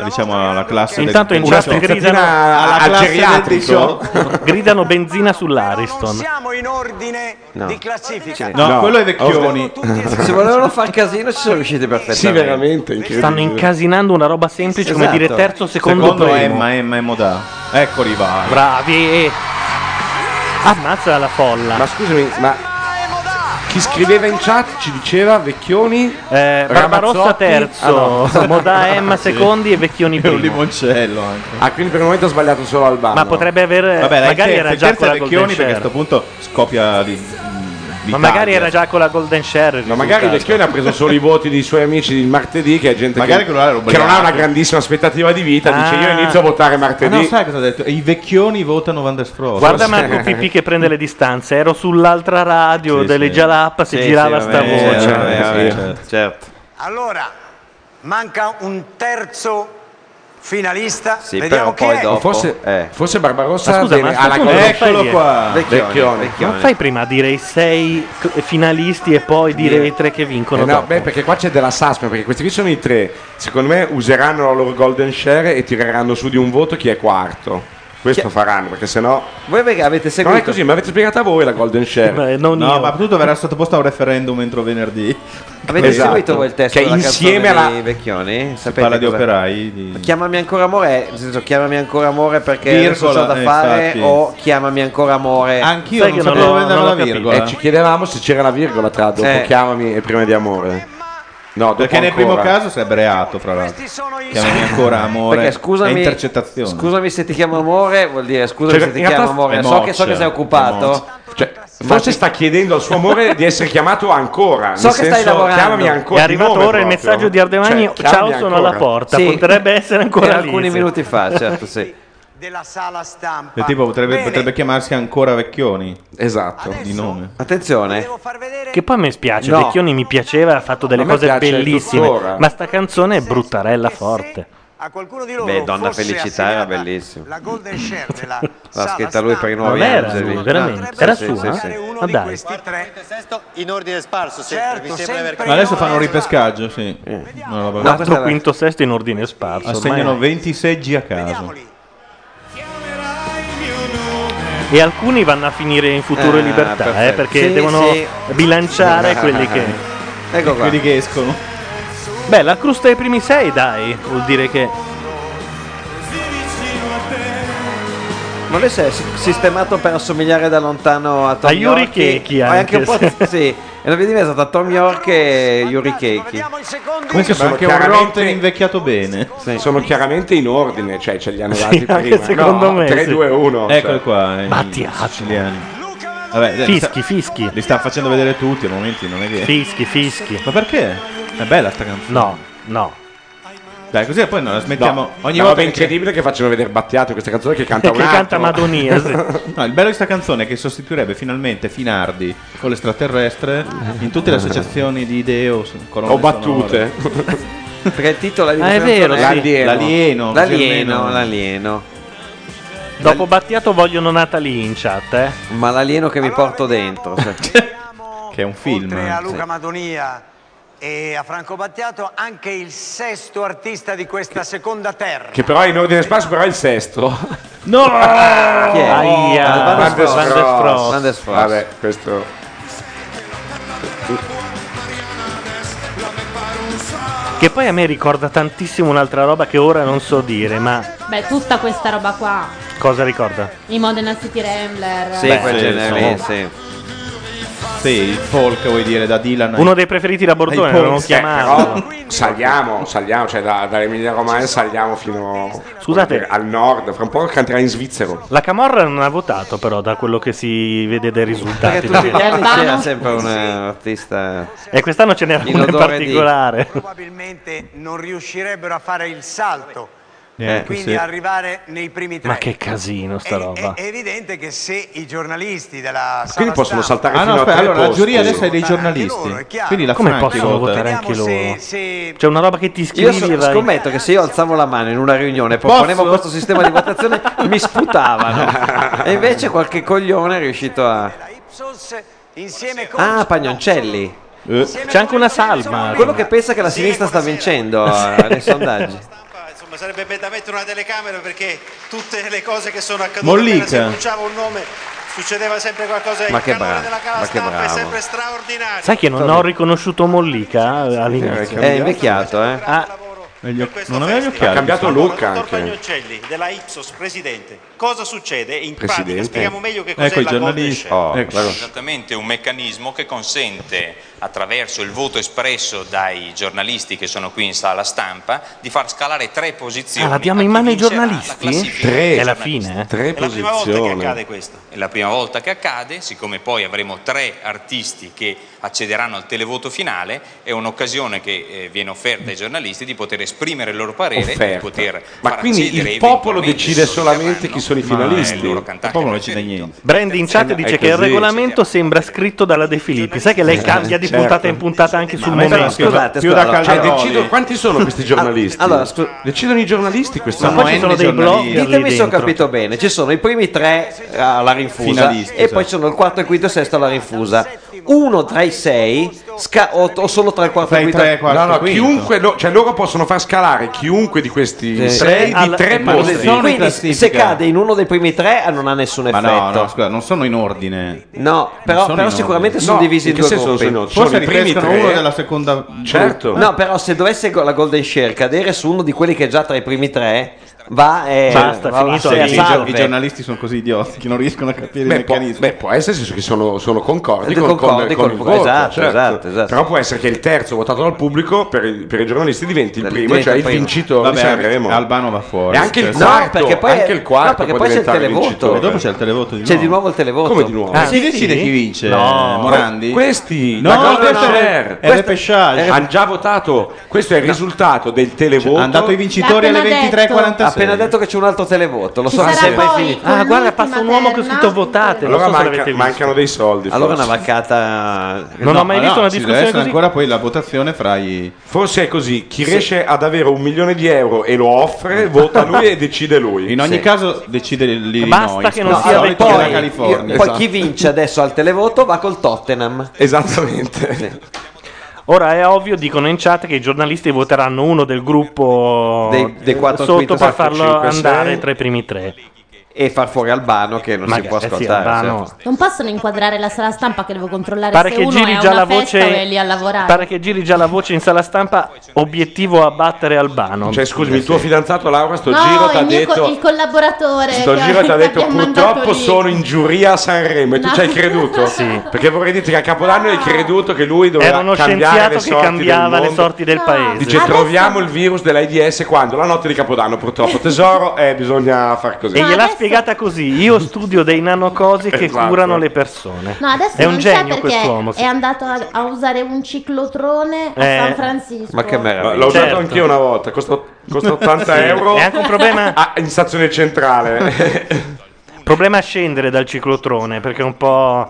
Speaker 5: diciamo, alla
Speaker 6: Cioè,
Speaker 5: classe.
Speaker 4: Intanto in
Speaker 5: del
Speaker 4: chat
Speaker 5: 18.
Speaker 4: gridano
Speaker 5: alla classe del 18.
Speaker 4: gridano benzina sull'Ariston.
Speaker 10: Siamo in ordine
Speaker 9: No.
Speaker 10: di
Speaker 6: Cioè,
Speaker 10: classifica.
Speaker 5: No, quello è Vecchioni.
Speaker 9: Se volevano far casino ci sono riusciti perfettamente.
Speaker 5: Sì, veramente, incredibile.
Speaker 4: Stanno incasinando una roba semplice come
Speaker 5: Esatto.
Speaker 4: dire terzo, secondo, primo.
Speaker 5: Emma, eh. Emma e Modà. Eccoli va.
Speaker 4: Bravi. Ammazza la folla.
Speaker 6: Ma scusami, ma chi scriveva in chat ci diceva Vecchioni,
Speaker 4: Eh, Barbarossa
Speaker 6: Ramazzotti-
Speaker 4: terzo,
Speaker 6: Ah, no.
Speaker 4: Modà Emma secondi e Vecchioni
Speaker 5: È un
Speaker 4: primo.
Speaker 5: limoncello anche.
Speaker 6: Ah, quindi per il momento ho sbagliato solo Albano.
Speaker 4: Ma potrebbe aver
Speaker 5: Vabbè, dai,
Speaker 4: magari
Speaker 5: terzo-
Speaker 4: era
Speaker 5: il
Speaker 4: già
Speaker 5: terzo
Speaker 4: con
Speaker 5: è
Speaker 4: la Golden
Speaker 5: Vecchioni perché a
Speaker 4: Share.
Speaker 5: questo punto scoppia di...
Speaker 4: Ma magari era già con la Golden Share.
Speaker 6: Ma magari Vecchioni ha preso solo i voti dei suoi amici di martedì, che è gente
Speaker 5: Magari
Speaker 6: che,
Speaker 5: quello là era
Speaker 6: che non ha una
Speaker 5: ubriaco.
Speaker 6: grandissima aspettativa di vita. Dice
Speaker 4: Ah.
Speaker 6: io inizio a votare martedì.
Speaker 5: no, sai cosa ha detto? I vecchioni votano Van der Strohe.
Speaker 4: Guarda Marco Pippi che prende le distanze. Ero sull'altra radio
Speaker 5: Sì,
Speaker 4: delle
Speaker 5: sì.
Speaker 4: Jalappa, si
Speaker 5: Sì,
Speaker 4: girava
Speaker 5: sì,
Speaker 9: Eh,
Speaker 4: sta
Speaker 5: vabbè,
Speaker 4: voce.
Speaker 5: sì, vabbè, vabbè, certo.
Speaker 10: Allora, manca un terzo finalista.
Speaker 6: Sì,
Speaker 10: Vediamo chi è.
Speaker 6: Forse,
Speaker 5: eh.
Speaker 6: forse Barbarossa Ah,
Speaker 4: Ma scusa,
Speaker 6: viene
Speaker 4: ma a
Speaker 6: alla
Speaker 4: sto punto non
Speaker 6: Golden-
Speaker 4: fai niente.
Speaker 6: Vecchioni.
Speaker 4: Non fai prima a dire i sei c- finalisti e poi dire i tre che vincono
Speaker 6: Eh no,
Speaker 4: dopo.
Speaker 6: beh, perché qua c'è della suspense, perché questi qui sono i tre. Secondo me useranno la loro golden share e tireranno su di un voto chi è quarto. Questo faranno, perché sennò.
Speaker 9: Voi perché avete
Speaker 6: Non
Speaker 9: seguito
Speaker 6: è così, ma avete spiegata voi la golden share.
Speaker 5: Certo. no, ma tutto verrà sottoposto a un referendum entro venerdì. Esatto.
Speaker 9: Avete seguito quel testo
Speaker 5: Che
Speaker 9: della
Speaker 5: insieme
Speaker 9: canzone
Speaker 5: alla...
Speaker 9: di Vecchioni? Sapete
Speaker 5: parla di
Speaker 9: cosa-
Speaker 5: operai, di-
Speaker 9: Chiamami ancora amore, nel senso chiamami ancora amore perché adesso
Speaker 5: Virgola,
Speaker 9: c'ho da
Speaker 5: eh,
Speaker 9: fare
Speaker 5: infatti.
Speaker 9: o chiamami ancora amore.
Speaker 5: Anch'io Sai non che non sapevo l'ho- dove non andava l'ho la capito. virgola.
Speaker 6: E Eh, ci chiedevamo se c'era la virgola tra dopo
Speaker 5: Eh.
Speaker 6: chiamami e prima di amore. No, dopo
Speaker 5: Perché nel
Speaker 6: ancora.
Speaker 5: primo caso sarebbe reato, fra l'altro. Chiamami ancora amore.
Speaker 9: Perché scusami,
Speaker 5: È intercettazione.
Speaker 9: Scusami se ti chiamo amore, vuol dire scusami
Speaker 6: Cioè,
Speaker 9: se ti
Speaker 6: in realtà
Speaker 9: chiamo amore.
Speaker 6: è
Speaker 9: So che, so che
Speaker 6: moccia,
Speaker 9: sei occupato.
Speaker 6: Cioè, forse sta chiedendo al suo amore di essere chiamato ancora.
Speaker 9: So
Speaker 6: nel
Speaker 9: che stai
Speaker 6: senso,
Speaker 9: lavorando.
Speaker 6: Chiamami ancora.
Speaker 4: È arrivato
Speaker 6: di nome
Speaker 4: ora il
Speaker 6: proprio.
Speaker 4: messaggio di Ardemagni,
Speaker 6: Cioè,
Speaker 4: ciao,
Speaker 6: chiamami
Speaker 4: sono
Speaker 6: ancora.
Speaker 4: alla porta. Potrebbe essere ancora
Speaker 9: Era
Speaker 4: lì,
Speaker 9: alcuni
Speaker 4: sì.
Speaker 9: minuti fa, certo, sì.
Speaker 10: Della sala stampa.
Speaker 5: Cioè, tipo, potrebbe,
Speaker 10: Bene.
Speaker 5: potrebbe chiamarsi ancora Vecchioni.
Speaker 6: Esatto.
Speaker 5: Di nome.
Speaker 9: Attenzione.
Speaker 4: Che poi mi spiace,
Speaker 5: No.
Speaker 4: Vecchioni mi piaceva, ha fatto delle
Speaker 5: A me
Speaker 4: cose
Speaker 5: piace
Speaker 4: bellissime.
Speaker 5: tuttora.
Speaker 4: Ma sta canzone è bruttarella forte.
Speaker 9: Beh, Donna Felicità era bellissima. La
Speaker 10: Golden Share della
Speaker 9: L'ha scritta lui per i nuovi
Speaker 4: Non era
Speaker 9: angeli.
Speaker 4: sua, veramente. Era sua? eh? Ma dai.
Speaker 1: In ordine sparso,
Speaker 10: Certo,
Speaker 1: sempre, mi sembra di aver
Speaker 5: Ma adesso fanno un ripescaggio, sì. Una roba-
Speaker 4: 4, quinto, sesto in ordine sparso.
Speaker 5: Assegnano
Speaker 4: ormai.
Speaker 5: 20 seggi a caso.
Speaker 4: E alcuni vanno a finire in futuro
Speaker 5: Ah,
Speaker 4: in libertà, eh,
Speaker 5: perfetto.
Speaker 4: perché
Speaker 5: Sì,
Speaker 4: devono
Speaker 5: sì.
Speaker 4: bilanciare quelli che...
Speaker 9: Ecco qua.
Speaker 5: Quelli che escono.
Speaker 4: Beh, la crusta dei primi sei, dai, vuol dire che...
Speaker 9: Ma lui si è si- sistemato per assomigliare da lontano a Tom
Speaker 4: A Yuri
Speaker 9: York.
Speaker 4: Keiki
Speaker 9: Ma è anche un po'
Speaker 4: anche,
Speaker 9: sì. È una via diversa tra Tom York e eh, Yuri Keiki.
Speaker 5: Comunque sono anche un Rotten invecchiato bene.
Speaker 6: Sono chiaramente in ordine, cioè ce li hanno
Speaker 5: Sì,
Speaker 6: dati
Speaker 5: anche
Speaker 6: prima.
Speaker 5: secondo
Speaker 6: no,
Speaker 5: me,
Speaker 6: 3,
Speaker 5: sì.
Speaker 6: 2, 1.
Speaker 9: ah.
Speaker 5: Eccoli qua, eh, i
Speaker 6: Battiato.
Speaker 5: siciliani.
Speaker 4: Fischi, fischi.
Speaker 5: Li sta facendo vedere tutti a momenti, non è che.
Speaker 4: Fischi, fischi.
Speaker 5: Ma perché? È bella sta canzone.
Speaker 4: No, no.
Speaker 5: Dai, così poi non la smettiamo.
Speaker 6: No,
Speaker 5: Ogni
Speaker 6: la
Speaker 5: volta
Speaker 6: roba incredibile che facciano vedere Battiato questa canzone che canta un altro.
Speaker 4: eh,
Speaker 5: no, il bello di sta canzone è che sostituirebbe finalmente Finardi con l'estraterrestre in tutte le associazioni di idee o, su- colonne
Speaker 6: O battute.
Speaker 5: sonore.
Speaker 9: Perché il titolo di
Speaker 5: Ah, è
Speaker 9: questa
Speaker 5: vero,
Speaker 9: canzone
Speaker 5: sì. L'alieno,
Speaker 9: L'alieno,
Speaker 5: almeno.
Speaker 9: l'alieno.
Speaker 4: Dopo Battiato vogliono Natali in chat, eh.
Speaker 9: Ma l'alieno che mi porto dentro.
Speaker 5: che è un film. eh.
Speaker 10: oltre a Luca Madonia e a Franco Battiato anche il sesto artista di questa seconda terra
Speaker 6: Che però è in ordine sparso, però è il sesto.
Speaker 5: No!
Speaker 6: Chi
Speaker 9: è? Ah, Aia, Van der Frost. Van
Speaker 6: Van
Speaker 9: der
Speaker 6: der
Speaker 9: Frost.
Speaker 6: Vabbè, questo...
Speaker 4: Che poi a me ricorda tantissimo un'altra roba che ora non so dire, ma
Speaker 3: Beh, tutta questa roba qua.
Speaker 4: cosa ricorda?
Speaker 3: I Modena City Rambler.
Speaker 4: Sì, quel genere lì,
Speaker 5: sì. Sì, il folk vuoi dire da Dylan.
Speaker 4: Uno dei preferiti da Bordone, non lo
Speaker 5: Eh,
Speaker 4: chiamavo.
Speaker 6: saliamo, saliamo, cioè da- dall'Emilia Romagna saliamo fino
Speaker 4: Scusate.
Speaker 6: come dire, al nord, fra un po' canterà in Svizzera.
Speaker 4: La Camorra non ha votato, però, da quello che si vede dai risultati.
Speaker 9: Perché tutti gli anni c'era sempre un eh, artista.
Speaker 4: E quest'anno ce n'era
Speaker 9: In
Speaker 4: uno in
Speaker 9: odore di-
Speaker 4: particolare.
Speaker 10: probabilmente non riuscirebbero a fare il salto
Speaker 4: Eh,
Speaker 10: quindi
Speaker 4: sì.
Speaker 10: arrivare nei primi tre
Speaker 4: Ma che casino
Speaker 24: Eh,
Speaker 4: sta roba.
Speaker 10: è evidente che se i giornalisti della sala
Speaker 6: Quindi possono
Speaker 10: stampa-
Speaker 6: saltare
Speaker 5: Ah,
Speaker 6: fino
Speaker 5: no,
Speaker 6: a tre
Speaker 5: aspetta, allora la
Speaker 6: posti.
Speaker 5: giuria adesso è dei giornalisti. Quindi la
Speaker 4: Come
Speaker 5: Franchi
Speaker 4: possono
Speaker 5: vota.
Speaker 4: votare anche loro?
Speaker 9: Vediamo
Speaker 4: C'è una roba che ti
Speaker 9: Io
Speaker 4: iscrivi
Speaker 9: so-
Speaker 4: e vai-
Speaker 9: scommetto che se io alzavo la mano in una riunione e proponevo
Speaker 4: Posso?
Speaker 9: questo sistema di votazione mi sputavano. E invece qualche coglione è riuscito a.
Speaker 10: insieme con
Speaker 9: Ah, Pagnoncelli.
Speaker 5: Eh.
Speaker 4: C'è anche una salma.
Speaker 9: Quello che pensa che la sinistra sta vincendo eh, nei sondaggi.
Speaker 24: Insomma, sarebbe bene da mettere una telecamera perché tutte le cose che sono accadute
Speaker 9: Mollica.
Speaker 24: appena si pronunciava un nome succedeva sempre qualcosa
Speaker 4: Ma
Speaker 24: il
Speaker 4: che
Speaker 24: canone
Speaker 4: bravo,
Speaker 24: della cala
Speaker 4: ma che
Speaker 24: stampa è
Speaker 4: bravo.
Speaker 24: sempre straordinario
Speaker 4: Sai che non ho riconosciuto Mollica eh, all'inizio.
Speaker 9: Eh, È invecchiato, eh.
Speaker 4: Ah.
Speaker 5: non aveva gli
Speaker 6: occhiali. Ha cambiato look anche.
Speaker 24: Pagnoncelli della Ipsos presidente cosa succede in pratica
Speaker 6: Presidente.
Speaker 24: spieghiamo meglio che cos'è
Speaker 6: Ecco, i
Speaker 24: la
Speaker 6: giornalisti.
Speaker 24: golden share.
Speaker 6: Oh, ecco.
Speaker 17: Esattamente un meccanismo che consente, attraverso il voto espresso dai giornalisti che sono qui in sala stampa, di far scalare tre posizioni.
Speaker 4: Ah, l'abbiamo in mano ai giornalisti?
Speaker 17: classifica. Tre.
Speaker 4: È la fine, eh.
Speaker 17: Tre
Speaker 24: È la prima volta che
Speaker 17: posizioni.
Speaker 24: accade questo.
Speaker 17: È la prima volta che accade, siccome poi avremo tre artisti che accederanno al televoto finale, è un'occasione che eh, viene offerta ai giornalisti di poter esprimere il loro parere e di
Speaker 6: Offerta.
Speaker 17: poter
Speaker 6: Ma
Speaker 17: far
Speaker 6: quindi
Speaker 17: accedere
Speaker 6: il popolo
Speaker 17: eventualmente
Speaker 6: decide solamente chi sono i finalisti.
Speaker 17: loro
Speaker 5: Il popolo non decide niente.
Speaker 4: Brandy in
Speaker 6: Ecco,
Speaker 4: chat
Speaker 5: Eh,
Speaker 4: dice
Speaker 5: è
Speaker 4: che il
Speaker 5: così.
Speaker 4: regolamento sembra scritto dalla De Filippi. Sai che lei
Speaker 6: Eh,
Speaker 4: cambia di
Speaker 6: certo.
Speaker 4: puntata in puntata anche sul
Speaker 6: Ma
Speaker 4: momento.
Speaker 6: però, scusate, più da Calderoli. Cioè, decido- quanti sono questi giornalisti?
Speaker 9: Allora,
Speaker 6: Decidono i giornalisti questa
Speaker 4: Ma poi ci sono dei blog lì
Speaker 9: Ditemi se ho
Speaker 4: dentro.
Speaker 9: capito bene. Ci sono i primi tre eh, alla rinfusa
Speaker 5: Finalisti,
Speaker 9: e
Speaker 5: sì.
Speaker 9: poi ci sono il quarto, il quinto e il sesto alla rinfusa. Uno tra i sei sca- o, o solo tra il quarto e il quinto?
Speaker 6: no, no, chiunque, lo- cioè loro possono far scalare chiunque di questi
Speaker 9: Sì.
Speaker 6: sei di
Speaker 9: Alla-
Speaker 6: tre
Speaker 9: ma
Speaker 6: posti.
Speaker 9: non sono in Quindi, classifica. se cade in uno dei primi tre eh, non ha nessun
Speaker 5: Ma
Speaker 9: effetto.
Speaker 5: no, no, scusa, non sono in ordine.
Speaker 9: No, però,
Speaker 5: sono
Speaker 9: però
Speaker 5: in
Speaker 9: sicuramente
Speaker 5: ordine.
Speaker 9: sono
Speaker 5: No,
Speaker 9: divisi in
Speaker 5: in che
Speaker 9: due
Speaker 5: senso
Speaker 9: gruppi.
Speaker 5: sono- sono Forse i primi ripescono tre. uno della seconda- Certo.
Speaker 9: No, però se dovesse go- la Golden Share cadere su uno di quelli che è già tra i primi tre, va e
Speaker 5: Basta,
Speaker 9: va,
Speaker 5: finito.
Speaker 9: va-
Speaker 5: I,
Speaker 9: sì, salve.
Speaker 5: i giornalisti sono così idioti che non riescono a capire
Speaker 6: Beh,
Speaker 5: il
Speaker 6: può,
Speaker 5: meccanismo.
Speaker 6: beh, può esserci che sono, sono concordi
Speaker 9: Sono
Speaker 6: col,
Speaker 9: concordi
Speaker 6: con, con
Speaker 9: col-
Speaker 6: il voto,
Speaker 9: esatto,
Speaker 6: certo.
Speaker 9: esatto, esatto.
Speaker 6: però può essere che il terzo votato dal pubblico per, i- per i giornalisti diventi il primo,
Speaker 9: diventa
Speaker 6: cioè
Speaker 9: il
Speaker 6: il
Speaker 9: primo.
Speaker 6: vincitore
Speaker 5: Vabbè,
Speaker 6: di Sanremo.
Speaker 5: Albano va fuori.
Speaker 6: E anche il
Speaker 5: Cioè,
Speaker 6: quarto,
Speaker 9: no, perché poi,
Speaker 6: anche il quarto
Speaker 9: no, perché
Speaker 6: può
Speaker 9: poi c'è il
Speaker 6: diventare
Speaker 9: televoto.
Speaker 6: vincitore.
Speaker 5: E dopo c'è il televoto di
Speaker 9: C'è
Speaker 5: nuovo.
Speaker 9: di nuovo il televoto.
Speaker 6: Come di nuovo?
Speaker 9: Ah,
Speaker 5: Ma si
Speaker 9: sì?
Speaker 5: decide chi vince?
Speaker 6: No.
Speaker 5: Morandi?
Speaker 6: Questi
Speaker 5: No,
Speaker 6: la Golden
Speaker 5: no, no.
Speaker 6: Share.
Speaker 5: È Repechage.
Speaker 6: hanno già votato. Questo è il risultato del televoto.
Speaker 5: hanno dato i vincitori L'ha alle appena 23.46. detto.
Speaker 9: Ha appena detto che c'è un altro televoto, lo
Speaker 6: Ci
Speaker 9: so che
Speaker 6: sarà
Speaker 9: sempre
Speaker 6: poi
Speaker 9: finito.
Speaker 6: con
Speaker 4: Ah, guarda, passa un uomo che ho scritto votate.
Speaker 6: Allora
Speaker 4: non so se
Speaker 6: manca-
Speaker 4: l'avete visto.
Speaker 6: mancano dei soldi.
Speaker 9: Allora
Speaker 6: forse.
Speaker 9: una vaccata.
Speaker 4: Non ho mai
Speaker 5: ma
Speaker 4: visto una
Speaker 5: ci deve
Speaker 4: discussione
Speaker 5: essere
Speaker 4: così.
Speaker 5: ancora poi la votazione fra i
Speaker 6: Forse è così, chi riesce ad avere un milione di euro e lo offre, vota lui e decide lui.
Speaker 5: In ogni
Speaker 6: Sì.
Speaker 5: caso decide lì
Speaker 6: Basta
Speaker 5: noi,
Speaker 6: che non
Speaker 5: al
Speaker 6: sia
Speaker 5: solito
Speaker 6: Repechage.
Speaker 5: della
Speaker 6: Poi-
Speaker 5: California. Esatto.
Speaker 9: Poi chi vince adesso al televoto va col Tottenham.
Speaker 6: Esattamente.
Speaker 4: Ora è ovvio, dicono in chat che i giornalisti voteranno uno del gruppo eh,
Speaker 9: Dei- dei quattro,
Speaker 4: sotto
Speaker 9: quinto,
Speaker 4: per
Speaker 9: quarto,
Speaker 4: farlo
Speaker 9: cinque,
Speaker 4: andare
Speaker 9: sei.
Speaker 4: tra i primi tre.
Speaker 9: E far fuori Albano che non si
Speaker 4: Magari-
Speaker 9: può
Speaker 4: eh sì,
Speaker 9: ascoltare.
Speaker 4: Albano.
Speaker 9: certo.
Speaker 7: Non possono inquadrare la sala stampa che devo controllare
Speaker 4: Pare
Speaker 7: se
Speaker 4: che
Speaker 7: uno
Speaker 4: giri
Speaker 7: è a
Speaker 4: già
Speaker 7: una
Speaker 4: la
Speaker 7: festa
Speaker 4: voce-
Speaker 7: o è lì a lavorare.
Speaker 4: Pare che giri già la voce in sala stampa, obiettivo abbattere Albano.
Speaker 6: Cioè, scusami, il tuo fidanzato Laura sto
Speaker 7: no,
Speaker 6: giro ti ha
Speaker 7: il, mio co- il
Speaker 6: detto
Speaker 7: collaboratore.
Speaker 6: sto
Speaker 7: che-
Speaker 6: giro ti ha
Speaker 7: che
Speaker 6: detto
Speaker 7: abbiamo Eh, mandato
Speaker 6: purtroppo
Speaker 7: lì."
Speaker 6: sono in giuria a Sanremo e tu
Speaker 7: No.
Speaker 6: ci hai creduto? Sì. Perché vorrei dirti che a Capodanno hai creduto che lui doveva
Speaker 4: Era uno
Speaker 6: cambiare
Speaker 4: scienziato
Speaker 6: le
Speaker 4: che
Speaker 6: sorti
Speaker 4: cambiava
Speaker 6: del
Speaker 4: le
Speaker 6: mondo.
Speaker 4: sorti del paese.
Speaker 6: Dice troviamo il virus dell'AIDS quando? La notte di Capodanno purtroppo tesoro eh, bisogna far così.
Speaker 4: E gliel'ha spiegato spiegata così: io studio dei nanocosi che
Speaker 9: Esatto.
Speaker 4: curano le persone.
Speaker 7: No, adesso
Speaker 4: è un
Speaker 7: non c'è
Speaker 4: genio
Speaker 7: perché
Speaker 4: quest'uomo.
Speaker 7: è andato a, a usare un ciclotrone a
Speaker 6: Eh,
Speaker 7: San Francisco.
Speaker 6: Ma che meraviglia. L'ho usato
Speaker 9: Certo.
Speaker 6: anch'io una volta, costa, costa 80
Speaker 4: Sì,
Speaker 6: euro.
Speaker 4: è anche un problema-
Speaker 6: Ah, in stazione centrale.
Speaker 4: Problema a scendere dal ciclotrone perché è un po'.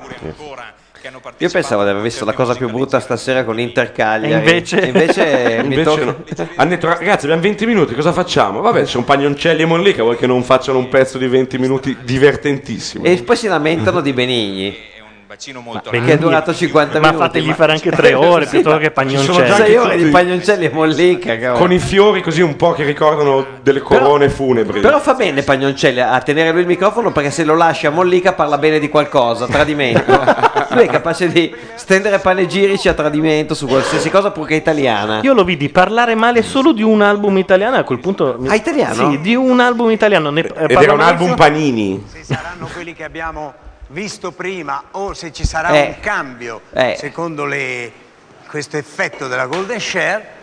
Speaker 9: Io pensavo di aver visto la cosa più brutta stasera con l'Inter Cagliari.
Speaker 6: E invece-
Speaker 9: Invece mi
Speaker 6: Invece
Speaker 9: tocca-
Speaker 6: no. Hanno detto, ragazzi, abbiamo 20 minuti, cosa facciamo? Vabbè, c'è un pagnoncelli e Monlica, vuoi che non facciano un pezzo di 20 minuti divertentissimo?
Speaker 9: E poi si lamentano di Benigni. che è
Speaker 6: Benigni-
Speaker 9: durato 50
Speaker 6: Ma
Speaker 9: minuti.
Speaker 6: fategli fare anche tre ore, piuttosto che pagnoncelli.
Speaker 9: Ci sono già 6 ore di
Speaker 6: tutti-
Speaker 9: pagnoncelli e mollica. cavolo.
Speaker 6: Con i fiori così un po' che ricordano delle corone funebri.
Speaker 9: Però fa bene Pagnoncelli a tenere lui il microfono perché se lo lascia a Mollica parla bene di qualcosa, a tradimento. lui è capace di stendere panegirici a tradimento su qualsiasi cosa purché italiana.
Speaker 4: Io lo vidi parlare male solo di un album italiano. A quel punto. mi-
Speaker 9: Ah, italiano?
Speaker 4: Sì, di un album italiano. Ne, eh,
Speaker 6: Ed era
Speaker 4: parlo
Speaker 6: un
Speaker 4: malissimo.
Speaker 6: album Panini.
Speaker 10: quelli che abbiamo visto prima o se ci sarà
Speaker 4: Eh.
Speaker 10: un cambio
Speaker 9: Eh.
Speaker 10: secondo le- questo effetto della golden share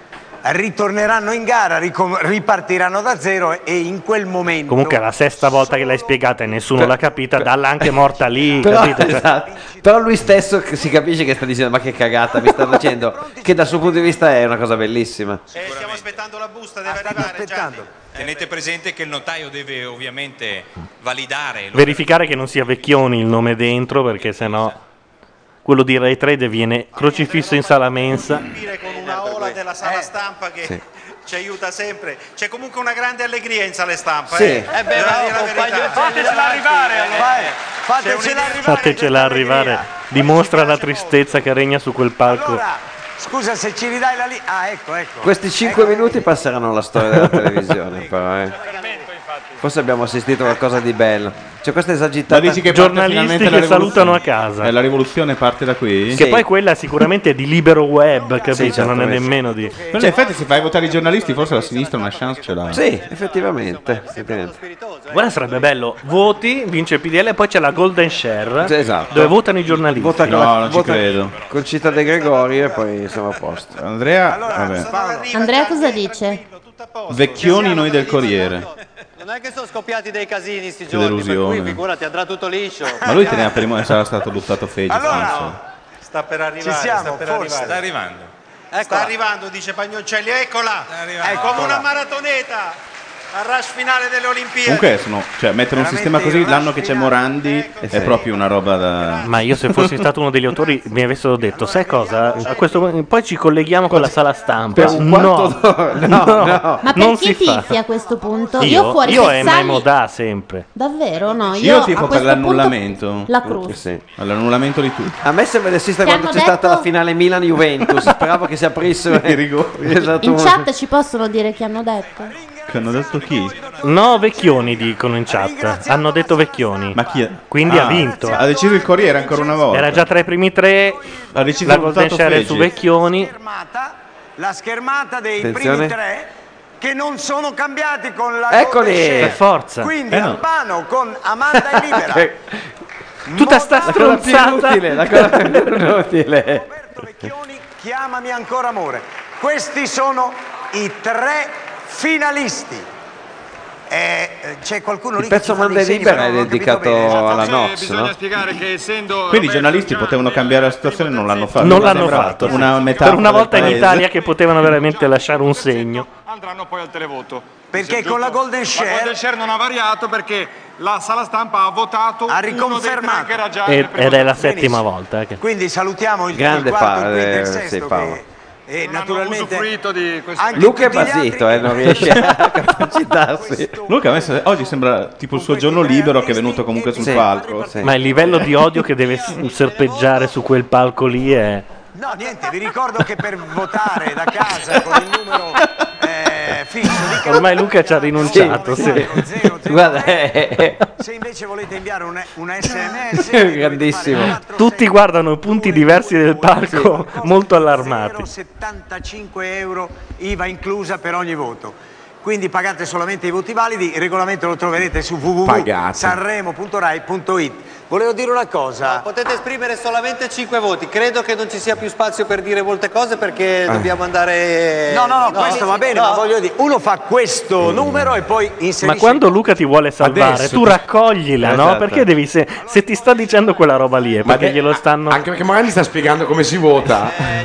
Speaker 10: ritorneranno in gara ricom- ripartiranno da zero e in quel momento
Speaker 4: Comunque è la sesta volta che l'hai spiegata e nessuno l'ha capita. Dalla anche morta lì.
Speaker 9: Però,
Speaker 4: capito? Cioè-
Speaker 9: esatto. Però lui stesso che- si capisce che sta dicendo ma che cagata mi sta facendo, che dal suo punto di vista è una cosa bellissima.
Speaker 17: Tenete presente che il notaio deve ovviamente validare
Speaker 4: Verificare che non sia Vecchioni il nome dentro perché sennò quello di Rai 3 viene crocifisso in sala mensa.
Speaker 24: con una ola della
Speaker 6: Eh.
Speaker 24: sala stampa che
Speaker 4: Sì.
Speaker 24: ci aiuta sempre. C'è comunque una grande allegria in sale stampa.
Speaker 4: Sì.
Speaker 24: Eh,
Speaker 4: Eh
Speaker 24: beh,
Speaker 1: Fatecela arrivare,
Speaker 24: Vai,
Speaker 1: fatecela
Speaker 4: Fatecela arrivare, dimostra la tristezza che regna su quel palco.
Speaker 10: scusa se ci ridai la lì ah ecco ecco
Speaker 9: Questi 5 minuti passeranno alla storia della televisione, però. eh. Forse abbiamo assistito a qualcosa di bello. C'è questa esagitata.
Speaker 5: Ma dici che parte finalmente la rivoluzione? Eh, la rivoluzione parte da qui?
Speaker 4: Che poi quella sicuramente è di libero web, capito?
Speaker 5: Sì,
Speaker 9: certo,
Speaker 4: non è
Speaker 5: certamente.
Speaker 4: nemmeno di...
Speaker 5: Però Cioè, in effetti se fai votare i giornalisti forse la sinistra una chance ce l'ha.
Speaker 9: Sì, effettivamente.
Speaker 4: Guarda, sarebbe bello. Voti, vince il PDL, e poi c'è la Golden Share,
Speaker 9: Sì, esatto.
Speaker 4: dove votano i giornalisti.
Speaker 9: Vota con la- vota Con Città De Gregori e poi siamo a posto.
Speaker 5: Andrea, vabbè.
Speaker 7: Andrea cosa dice?
Speaker 5: Vecchioni noi del Corriere.
Speaker 1: Non è che sono scoppiati dei casini sti
Speaker 5: Che
Speaker 1: giorni, per cui
Speaker 5: delusione.
Speaker 1: figurati andrà tutto liscio.
Speaker 5: Ma lui teneva prima che sarà stato buttato fegi, penso.
Speaker 24: Sta per arrivare,
Speaker 1: Ci siamo,
Speaker 24: sta per
Speaker 1: forse.
Speaker 24: arrivare.
Speaker 1: Sta
Speaker 17: arrivando.
Speaker 24: Sta arrivando, dice Pagnoncelli, eccola. È come
Speaker 5: Eccola.
Speaker 24: una maratoneta al rush finale delle Olimpiadi.
Speaker 5: Comunque sono, cioè, mettere un sistema così l'anno che c'è Morandi è proprio una roba da...
Speaker 4: Eh Ma io se fossi stato uno degli autori mi avessero detto, sai cosa? A questo punto- poi ci colleghiamo con la sala stampa.
Speaker 5: Per un
Speaker 4: no,
Speaker 5: quarto
Speaker 4: no,
Speaker 7: Ma
Speaker 4: non
Speaker 7: perché
Speaker 4: si fa.
Speaker 7: tifi a questo punto?
Speaker 4: Io,
Speaker 7: Io, fuori
Speaker 4: io
Speaker 7: che
Speaker 4: e
Speaker 7: sali-
Speaker 4: Maimodà sempre.
Speaker 7: Davvero? No,
Speaker 5: Io,
Speaker 7: io, a
Speaker 5: tifo per
Speaker 7: questo
Speaker 5: l'annullamento.
Speaker 7: punto La Cruz.
Speaker 5: All'annullamento di tutti.
Speaker 9: A me sembra di assistere
Speaker 7: Che
Speaker 9: quando c'è
Speaker 7: hanno
Speaker 9: stata
Speaker 7: detto-
Speaker 9: la finale Milan-Juventus. Speravo che si aprissero
Speaker 5: I rigori.
Speaker 9: Esatto.
Speaker 7: In chat ci possono dire che hanno detto.
Speaker 5: Che hanno detto chi?
Speaker 4: No, vecchioni dicono in chat. Hanno detto vecchioni.
Speaker 5: Ma chi è?
Speaker 4: Quindi
Speaker 5: Ah,
Speaker 4: ha vinto.
Speaker 5: Ha deciso il Corriere ancora una volta.
Speaker 4: Era già tra i primi tre.
Speaker 5: Ha deciso
Speaker 4: La
Speaker 5: il
Speaker 4: Golden
Speaker 5: votato
Speaker 4: Share è
Speaker 5: Fegi.
Speaker 4: su Vecchioni.
Speaker 10: la schermata dei
Speaker 4: Attenzione.
Speaker 10: primi tre che non sono cambiati con la
Speaker 4: Eccoli!
Speaker 10: golden share.
Speaker 4: Per forza.
Speaker 10: quindi
Speaker 4: Eh no.
Speaker 10: Albano con Amanda e Libera
Speaker 4: Tutta sta
Speaker 10: La cosa più
Speaker 4: stronzata.
Speaker 10: inutile, la cosa più
Speaker 9: inutile.
Speaker 10: chiamami ancora amore questi sono i tre finalisti Eh, eh, c'è qualcuno lì
Speaker 9: Il pezzo
Speaker 10: che ci fa dei
Speaker 9: Manda e
Speaker 10: segni,
Speaker 9: Libera
Speaker 10: però
Speaker 9: è
Speaker 10: non ho capito bene.
Speaker 9: dedicato
Speaker 1: Esatto,
Speaker 9: alla Nox,
Speaker 10: bisogna
Speaker 9: no?
Speaker 1: spiegare che essendo
Speaker 5: Quindi i giornalisti potevano cambiare la situazione e non l'hanno fatto.
Speaker 4: Non
Speaker 5: Mi
Speaker 4: l'hanno
Speaker 5: sembra
Speaker 4: fatto.
Speaker 5: Una metà
Speaker 4: per una volta in Italia che potevano veramente lasciare un segno.
Speaker 1: andranno poi al televoto.
Speaker 10: Perché con la Golden Share-
Speaker 1: La Golden Share non ha variato perché la sala stampa ha votato ha riconfermato che era già
Speaker 4: E-
Speaker 1: nel primo
Speaker 4: ed è la
Speaker 1: turno.
Speaker 4: settima volta. eh, che-
Speaker 10: quindi salutiamo il
Speaker 9: Grande
Speaker 10: il quarto, il
Speaker 9: Paolo,
Speaker 10: quinto, il
Speaker 9: eh,
Speaker 10: sesto
Speaker 9: sì,
Speaker 10: che-
Speaker 9: Paolo.
Speaker 10: e naturalmente anche
Speaker 9: Luca è
Speaker 10: tutti gli altri
Speaker 9: basito, eh, non riesce a capacitarsi.
Speaker 5: Luca a me se- oggi sembra tipo il suo giorno libero che è venuto comunque sul palco.
Speaker 4: Ma il livello di odio che deve s- serpeggiare su quel palco lì è.
Speaker 10: No, niente, vi ricordo che per votare da casa con il numero eh, fisso di
Speaker 4: Ormai Luca ci ha rinunciato.
Speaker 10: Sì.
Speaker 4: sì.
Speaker 9: Guarda,
Speaker 8: eh,
Speaker 9: è
Speaker 10: se invece volete inviare un, un sms
Speaker 4: grandissimo. Tutti guardano punti diversi del palco, molto allarmati.
Speaker 10: 75 euro IVA inclusa per ogni voto quindi pagate solamente i voti validi, il regolamento lo troverete su
Speaker 6: Pagate.
Speaker 10: www.sanremo.rai.it. Volevo dire una cosa.
Speaker 1: Potete esprimere solamente 5 voti. Credo che non ci sia più spazio per dire molte cose perché dobbiamo andare.
Speaker 10: No, no, no, questo va bene,
Speaker 1: No.
Speaker 10: ma voglio dire, uno fa questo numero e poi inserisce...
Speaker 4: Ma quando Luca ti vuole salvare,
Speaker 10: Adesso.
Speaker 4: tu raccoglila, no?
Speaker 6: Esatto.
Speaker 4: Perché devi se, se ti sta dicendo quella roba lì, è perché glielo stanno. Anche
Speaker 6: perché magari sta spiegando come si vota.
Speaker 10: Eh,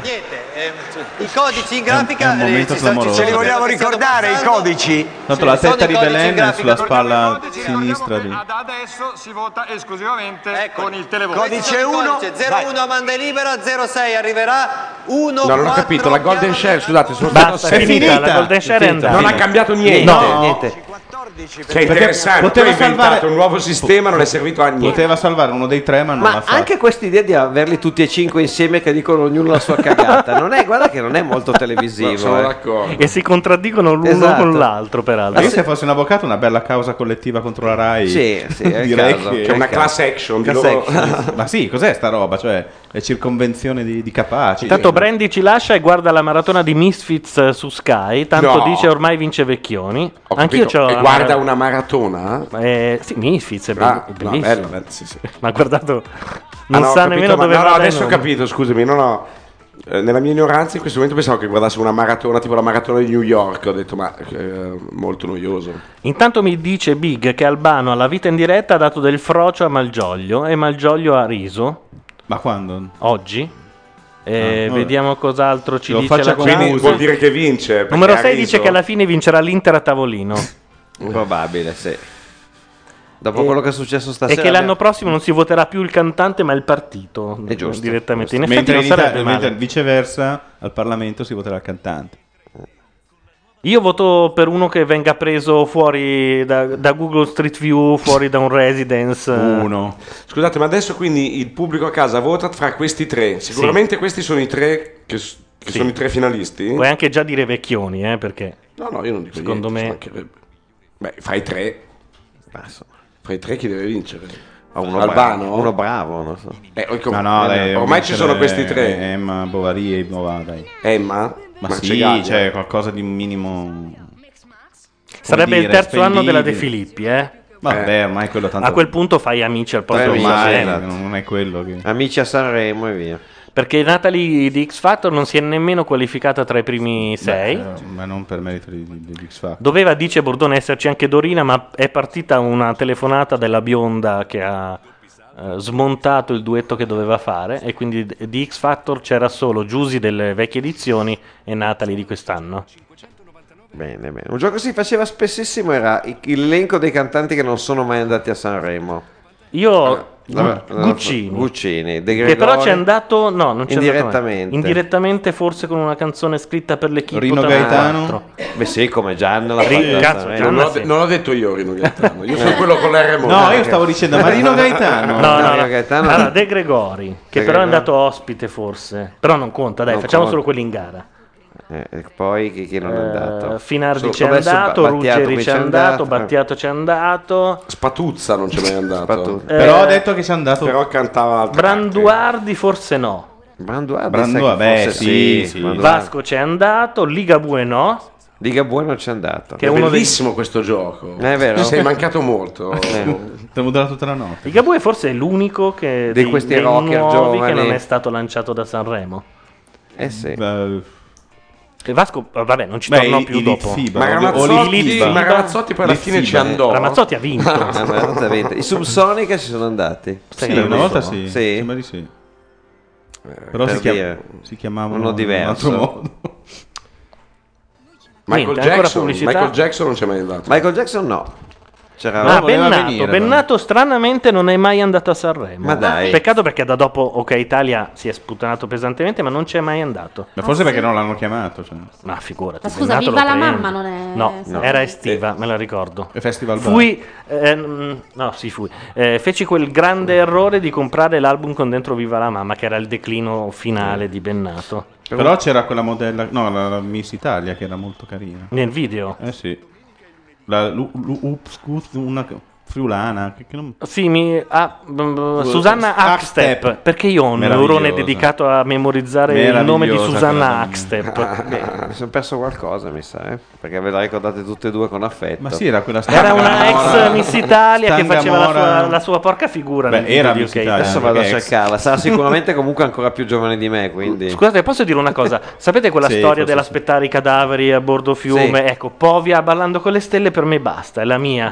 Speaker 1: I codici in grafica.
Speaker 5: un momento
Speaker 1: eh, ci sta- ci-
Speaker 5: clamoroso.
Speaker 1: ce li vogliamo
Speaker 10: ricordare i codici?
Speaker 5: Tanto la
Speaker 1: Ci sono
Speaker 5: testa di
Speaker 1: i codici in
Speaker 5: Belen è
Speaker 1: grafica,
Speaker 5: sulla
Speaker 1: torniamo
Speaker 5: spalla sinistra di...
Speaker 22: Adesso si vota esclusivamente con il televoto.
Speaker 1: Codice 1, 01 a manda libera, 06 arriverà, 1
Speaker 6: No, non ho capito, la Golden Share, scusate, sono
Speaker 4: Basta,
Speaker 6: stato
Speaker 4: è finita,
Speaker 6: assente.
Speaker 4: la Golden Share è andata.
Speaker 6: Non ha cambiato niente.
Speaker 4: No.
Speaker 6: niente. Cioè,
Speaker 5: Perché
Speaker 6: interessante,
Speaker 5: poteva
Speaker 6: poi ha inventato
Speaker 5: salvare-
Speaker 6: un nuovo sistema, non è servito a niente.
Speaker 5: Poteva salvare uno dei tre, ma non l'ha
Speaker 9: Ma
Speaker 5: fatto.
Speaker 9: anche questa idea di averli tutti e cinque insieme che dicono ognuno la sua cagata, non è, guarda che non è molto televisivo.
Speaker 5: No, sono
Speaker 9: eh.
Speaker 6: d'accordo.
Speaker 4: E si contraddicono l'uno
Speaker 9: Esatto.
Speaker 4: con l'altro, peraltro.
Speaker 5: Ma io se fossi un avvocato una bella causa collettiva contro la RAI
Speaker 9: Sì, sì, è il
Speaker 5: direi
Speaker 9: caso,
Speaker 5: che Ecco.
Speaker 9: è Che è una il class caso. action,
Speaker 5: Class
Speaker 9: di loro-
Speaker 5: action. ma sì cos'è sta roba cioè le circonvenzioni di, di capaci
Speaker 4: Intanto Brandy ci lascia e guarda la maratona di Misfits eh, su Sky. Tanto
Speaker 6: No.
Speaker 4: dice ormai vince Vecchioni.
Speaker 6: Ho
Speaker 4: Anch'io
Speaker 6: capito.
Speaker 4: c'ho
Speaker 6: E
Speaker 4: la
Speaker 6: guarda
Speaker 4: mara-
Speaker 6: una maratona?
Speaker 4: Eh, sì, Misfits è be-
Speaker 6: Ah, no,
Speaker 4: bellissimo.
Speaker 6: bello, bello, sì, sì.
Speaker 4: Ma ha guardato,
Speaker 6: Ah,
Speaker 4: non
Speaker 6: no, ho
Speaker 4: sa
Speaker 6: capito,
Speaker 4: nemmeno
Speaker 6: ma-
Speaker 4: dove
Speaker 6: no, no,
Speaker 4: vada
Speaker 6: adesso
Speaker 4: in
Speaker 6: ho
Speaker 4: onda.
Speaker 6: capito, scusami, no, no. Eh, Nella mia ignoranza in questo momento pensavo che guardasse una maratona tipo la maratona di New York, ho detto ma eh, molto noioso.
Speaker 4: Intanto mi dice Big che Albano alla vita in diretta ha dato del frocio a Malgioglio e Malgioglio ha riso.
Speaker 5: Ma quando?
Speaker 4: Oggi. Eh,
Speaker 6: Ah, vabbè.
Speaker 4: vediamo cos'altro ci
Speaker 6: Lo
Speaker 4: dice
Speaker 6: faccia
Speaker 4: la
Speaker 6: con
Speaker 4: chat.
Speaker 6: Musi. Vuol dire che vince, perché
Speaker 4: Numero
Speaker 6: ha
Speaker 4: 6
Speaker 6: riso.
Speaker 4: dice che alla fine vincerà l'Inter a tavolino.
Speaker 9: Probabile, sì. Dopo quello che è successo
Speaker 4: E
Speaker 9: stasera...
Speaker 4: che l'anno prossimo non si voterà più il cantante, ma il partito.
Speaker 9: È giusto,
Speaker 4: Direttamente. In
Speaker 5: mentre,
Speaker 4: effetti non
Speaker 5: in Italia-
Speaker 4: sarebbe male.
Speaker 5: mentre viceversa al Parlamento si voterà il cantante
Speaker 4: Io voto per uno che venga preso fuori da, da Google Street View, fuori da un residence.
Speaker 6: Uno. Scusate, ma adesso quindi il pubblico a casa vota fra questi tre. Sicuramente questi sono i tre che, s- che
Speaker 4: Sì.
Speaker 6: sono i tre finalisti.
Speaker 4: Puoi anche già dire vecchioni, eh, perché...
Speaker 6: No, no, io non dico
Speaker 4: Secondo
Speaker 6: niente, ci mancherebbe. Beh, fra i tre.
Speaker 4: Ah,
Speaker 6: Fra i tre chi deve vincere?
Speaker 9: uno
Speaker 6: Albano?
Speaker 9: bravo, uno bravo, non so.
Speaker 6: Eh, ho-
Speaker 5: No, no,
Speaker 6: eh,
Speaker 5: dai,
Speaker 6: ormai ci
Speaker 5: vincere
Speaker 6: sono questi
Speaker 4: eh,
Speaker 6: tre.
Speaker 5: Emma Bovary e Bova, dai.
Speaker 6: Emma?
Speaker 5: ma
Speaker 6: Marcegaglia?
Speaker 5: sì c'è
Speaker 6: eh?
Speaker 5: qualcosa di un minimo come
Speaker 4: Sarebbe il
Speaker 5: dire,
Speaker 4: terzo anno della De
Speaker 5: spendibile.
Speaker 4: Filippi, eh.
Speaker 5: Vabbè, ormai quello tanto-
Speaker 4: A quel punto fai amici al posto
Speaker 5: Eh,
Speaker 4: di
Speaker 5: ormai,
Speaker 4: Marcello.
Speaker 5: non è quello che
Speaker 9: Amici a Sanremo e via.
Speaker 4: Perché Natalie di X Factor non si è nemmeno qualificata tra i primi sei.
Speaker 9: eh.
Speaker 5: Beh, ma non per merito di, di, di X Factor
Speaker 4: Doveva, dice Bordone, esserci anche Dorina, ma è partita una telefonata della bionda che ha eh, smontato il duetto che doveva fare e quindi d- di X Factor c'era solo Giusy delle vecchie edizioni e Natalie di quest'anno.
Speaker 9: Bene, bene. Un gioco che si faceva spessissimo era il- l'elenco dei cantanti che non sono mai andati a Sanremo.
Speaker 4: Io Gu-
Speaker 9: La- la-
Speaker 4: Guccini.
Speaker 9: Guccini, De
Speaker 4: Che però
Speaker 9: Gregori.
Speaker 4: c'è andato, no, non c'è andato mai.
Speaker 9: Indirettamente.
Speaker 4: indirettamente, forse con una canzone scritta per le
Speaker 9: Rino Gaetano? Beh sì, come Gianna la
Speaker 4: Sì,
Speaker 9: fatta
Speaker 4: cazzo,
Speaker 9: Sanremo.
Speaker 4: Gianna
Speaker 6: Non, l'ho, de- non l'ho detto io Rino Gaetano, io sono quello con l'R
Speaker 5: No, io stavo dicendo Marino Gaetano.
Speaker 4: Eh. No, no,
Speaker 5: Mario
Speaker 4: no.
Speaker 5: Gaetano.
Speaker 4: Allora, De Gregori, che
Speaker 9: De
Speaker 4: però è
Speaker 9: Gregori.
Speaker 4: andato ospite forse. Però non conta, dai,
Speaker 9: Non
Speaker 4: facciamo
Speaker 9: conta.
Speaker 4: solo quelli in gara.
Speaker 9: Eh, e poi chi, chi non è
Speaker 4: Eh,
Speaker 9: andato?
Speaker 4: Finardi
Speaker 9: Su-
Speaker 4: c'è
Speaker 9: vabbè, su Ba-
Speaker 4: andato,
Speaker 9: Battiato
Speaker 4: Ruggeri
Speaker 9: qui
Speaker 4: c'è andato, Battiato c'è andato.
Speaker 6: Spatuzza non c'è mai andato.
Speaker 4: Eh, Però ho
Speaker 5: detto che c'è andato.
Speaker 6: Però cantava altre
Speaker 4: Branduardi forse no.
Speaker 9: Branduardi,
Speaker 5: Brandu-
Speaker 9: sai che
Speaker 5: vabbè,
Speaker 9: forse
Speaker 5: sì,
Speaker 9: sì,
Speaker 5: sì.
Speaker 9: Branduardi.
Speaker 4: Vasco c'è andato, Ligabue no.
Speaker 9: Ligabue non c'è andato.
Speaker 4: Che è uno dei- Eh, Bellissimo
Speaker 6: questo gioco.
Speaker 9: È vero.
Speaker 6: Sei mancato molto.
Speaker 5: Eh. Abbiamo durato tutta la notte.
Speaker 4: Ligabue forse è l'unico che,
Speaker 6: Di questi
Speaker 4: dei
Speaker 6: rocker
Speaker 4: nuovi
Speaker 6: giovani.
Speaker 4: che non è stato lanciato da Sanremo.
Speaker 9: Eh sì.
Speaker 4: E Vasco, oh, vabbè, non ci
Speaker 5: Beh,
Speaker 4: tornò
Speaker 5: i-
Speaker 4: più
Speaker 5: i
Speaker 4: dopo.
Speaker 5: Lizziba, Ma o- Ramazzotti- o i Lizziba. ma Ramazzotti poi alla fine ci andò.
Speaker 4: Ramazzotti ha vinto.
Speaker 9: Ah, ma esattamente. I Subsonica ci sono andati.
Speaker 5: Sì, una volta sì. Sembra di sì.
Speaker 6: Eh,
Speaker 5: Però
Speaker 9: per
Speaker 5: si, chiam-
Speaker 9: dire,
Speaker 5: si chiamavano
Speaker 9: uno diverso.
Speaker 5: in un altro modo.
Speaker 6: Michael,
Speaker 4: Niente, ancora
Speaker 6: Jackson,
Speaker 4: pubblicità.
Speaker 6: Michael Jackson non c'è mai andato.
Speaker 9: Michael Jackson no. C'era
Speaker 4: Ah, Bennato, Bennato stranamente non è mai andato a Sanremo.
Speaker 9: Ma dai.
Speaker 4: Peccato perché da dopo Ok Italia si è sputanato pesantemente, ma non c'è mai andato.
Speaker 5: Ma forse perché non l'hanno chiamato. Cioè.
Speaker 4: Ma figurati.
Speaker 7: Ah, Ma scusa,
Speaker 4: Bennato
Speaker 7: viva
Speaker 4: lo
Speaker 7: la
Speaker 4: prendi.
Speaker 7: mamma non è...
Speaker 4: No,
Speaker 7: sì.
Speaker 4: era estiva, me la ricordo.
Speaker 5: E Festival Bar.
Speaker 4: Fui, ehm, no, sì, fui. Eh, feci quel grande errore di comprare l'album con dentro Viva la mamma, che era il declino finale di Bennato.
Speaker 5: Però c'era quella modella, no, la, la Miss Italia che era molto carina.
Speaker 4: Nel video?
Speaker 5: Eh sì. La, lu- lu- ups, ups, una, Friulana. Che, che non...
Speaker 4: Sì, mi- ah, b- b- Susanna Hackstep. Perché io ho un neurone
Speaker 5: Meravigliosa.
Speaker 4: dedicato a memorizzare il nome di Susanna Hackstep.
Speaker 9: Ah, mi sono perso qualcosa, mi sa, eh? perché ve la ricordate tutte e due con affetto.
Speaker 5: Ma sì, era quella
Speaker 4: Era una ex Miss Italia che faceva la sua, la sua porca figura. nel video di UK.
Speaker 9: Adesso vado a cercarla. Sarà sicuramente comunque ancora più giovane di me. Quindi.
Speaker 4: Scusate, posso dire una cosa? Sapete quella
Speaker 9: Sì,
Speaker 4: storia
Speaker 9: forse
Speaker 4: dell'aspettare i cadaveri a bordo fiume?
Speaker 9: Sì.
Speaker 4: Ecco, Povia ballando con le stelle per me basta, è la mia.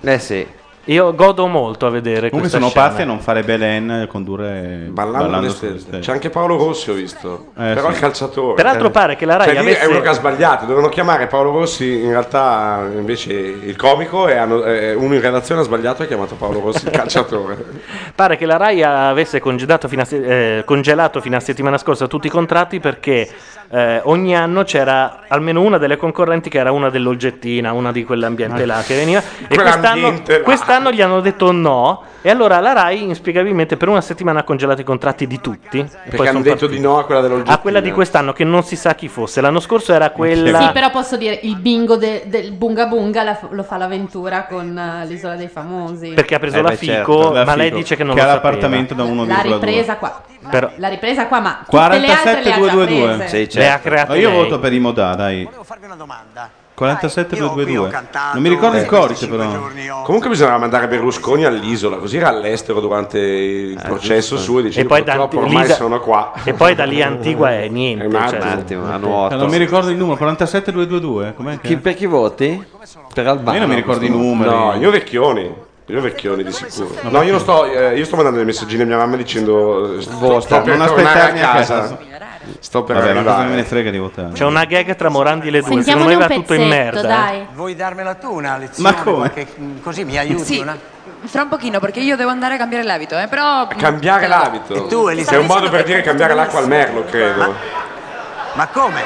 Speaker 9: Eh sì.
Speaker 4: Io godo molto a vedere
Speaker 5: Comunque
Speaker 4: questa
Speaker 5: sono
Speaker 4: scena.
Speaker 5: pazzi a non fare Belen e condurre
Speaker 6: Ballando le
Speaker 5: sulle
Speaker 6: stelle. C'è anche Paolo Rossi, ho visto. Però
Speaker 5: Eh, sì.
Speaker 6: il calciatore.
Speaker 5: Peraltro pare che la Rai
Speaker 6: Cioè, lì
Speaker 5: avesse-
Speaker 6: è uno che ha sbagliato. Dovevano chiamare Paolo Rossi, in realtà invece il comico, e hanno- eh, uno in relazione ha sbagliato e ha chiamato Paolo Rossi il calciatore.
Speaker 4: Pare che la Rai avesse congedato fino a se- eh, congelato fino a settimana scorsa tutti i contratti perché eh, ogni anno c'era almeno una delle concorrenti che era una dell'Olgettina, una di quell'ambiente là che veniva. E quest'anno,
Speaker 6: Quell'ambiente là.
Speaker 4: quest'anno gli hanno detto no. E allora la Rai, inspiegabilmente, per una settimana ha congelato i contratti di tutti. E poi
Speaker 6: Perché hanno
Speaker 4: son
Speaker 6: detto di no a quella dell'Olgettina.
Speaker 4: a quella di quest'anno che non si sa chi fosse. L'anno scorso era quella.
Speaker 3: Sì, però posso dire il bingo de- del Bunga Bunga la- lo fa l'avventura con eh, l'isola dei famosi.
Speaker 4: Perché ha preso
Speaker 5: Eh,
Speaker 4: la
Speaker 5: beh,
Speaker 4: Fico,
Speaker 5: certo. La
Speaker 4: ma lei
Speaker 5: Fico,
Speaker 4: dice che non
Speaker 5: che
Speaker 4: lo
Speaker 5: ha
Speaker 4: sapeva.
Speaker 5: l'appartamento da
Speaker 3: La ripresa qua. La,
Speaker 4: Però-
Speaker 3: la ripresa qua, ma tutte le altre le ha già prese.
Speaker 5: 47222.
Speaker 4: Le ha create
Speaker 5: Ma io
Speaker 4: lei.
Speaker 5: voto per i Modà, dai. Volevo farvi una domanda. 47222. Non mi ricordo
Speaker 6: Eh,
Speaker 5: il codice però.
Speaker 6: Comunque bisognava mandare Berlusconi all'isola, così era all'estero durante
Speaker 5: Eh,
Speaker 6: il processo suo e
Speaker 4: E
Speaker 6: diceva
Speaker 4: poi da-
Speaker 6: purtroppo ormai
Speaker 4: lì da-
Speaker 6: sono qua.
Speaker 4: E poi da lì Antigua è niente.
Speaker 6: un
Speaker 4: cioè-
Speaker 9: Certo.
Speaker 6: attimo, un attimo, a nuoto.
Speaker 5: eh, Non mi ricordo il numero, 47222. eh, Com'è che...
Speaker 9: per chi voti? Per Albano.
Speaker 6: Io non mi ricordo i numeri. No, io vecchioni. Io vecchioni di sicuro. No, io, non sto, eh, io sto mandando dei messaggini a mia mamma dicendo eh, sto, sto per
Speaker 5: non
Speaker 6: tornare a
Speaker 5: aspettarmi a
Speaker 6: casa.
Speaker 5: casa.
Speaker 6: Sto per
Speaker 5: Vabbè, ma cosa
Speaker 6: arrivare.
Speaker 5: me ne frega di votare.
Speaker 4: C'è una gag tra Morandi e le due. Secondo me va tutto in merda. eh.
Speaker 19: Vuoi darmela tu una lezione?
Speaker 4: Ma come?
Speaker 19: Qualche- mm, così mi aiuti
Speaker 20: Sì.
Speaker 19: una?
Speaker 20: Fra un pochino, perché io devo andare a cambiare l'abito, eh, però...
Speaker 6: Cambiare l'abito.
Speaker 19: E tu, Elisa?
Speaker 6: È un modo per dire cambiare l'acqua al merlo, credo.
Speaker 19: Ma come?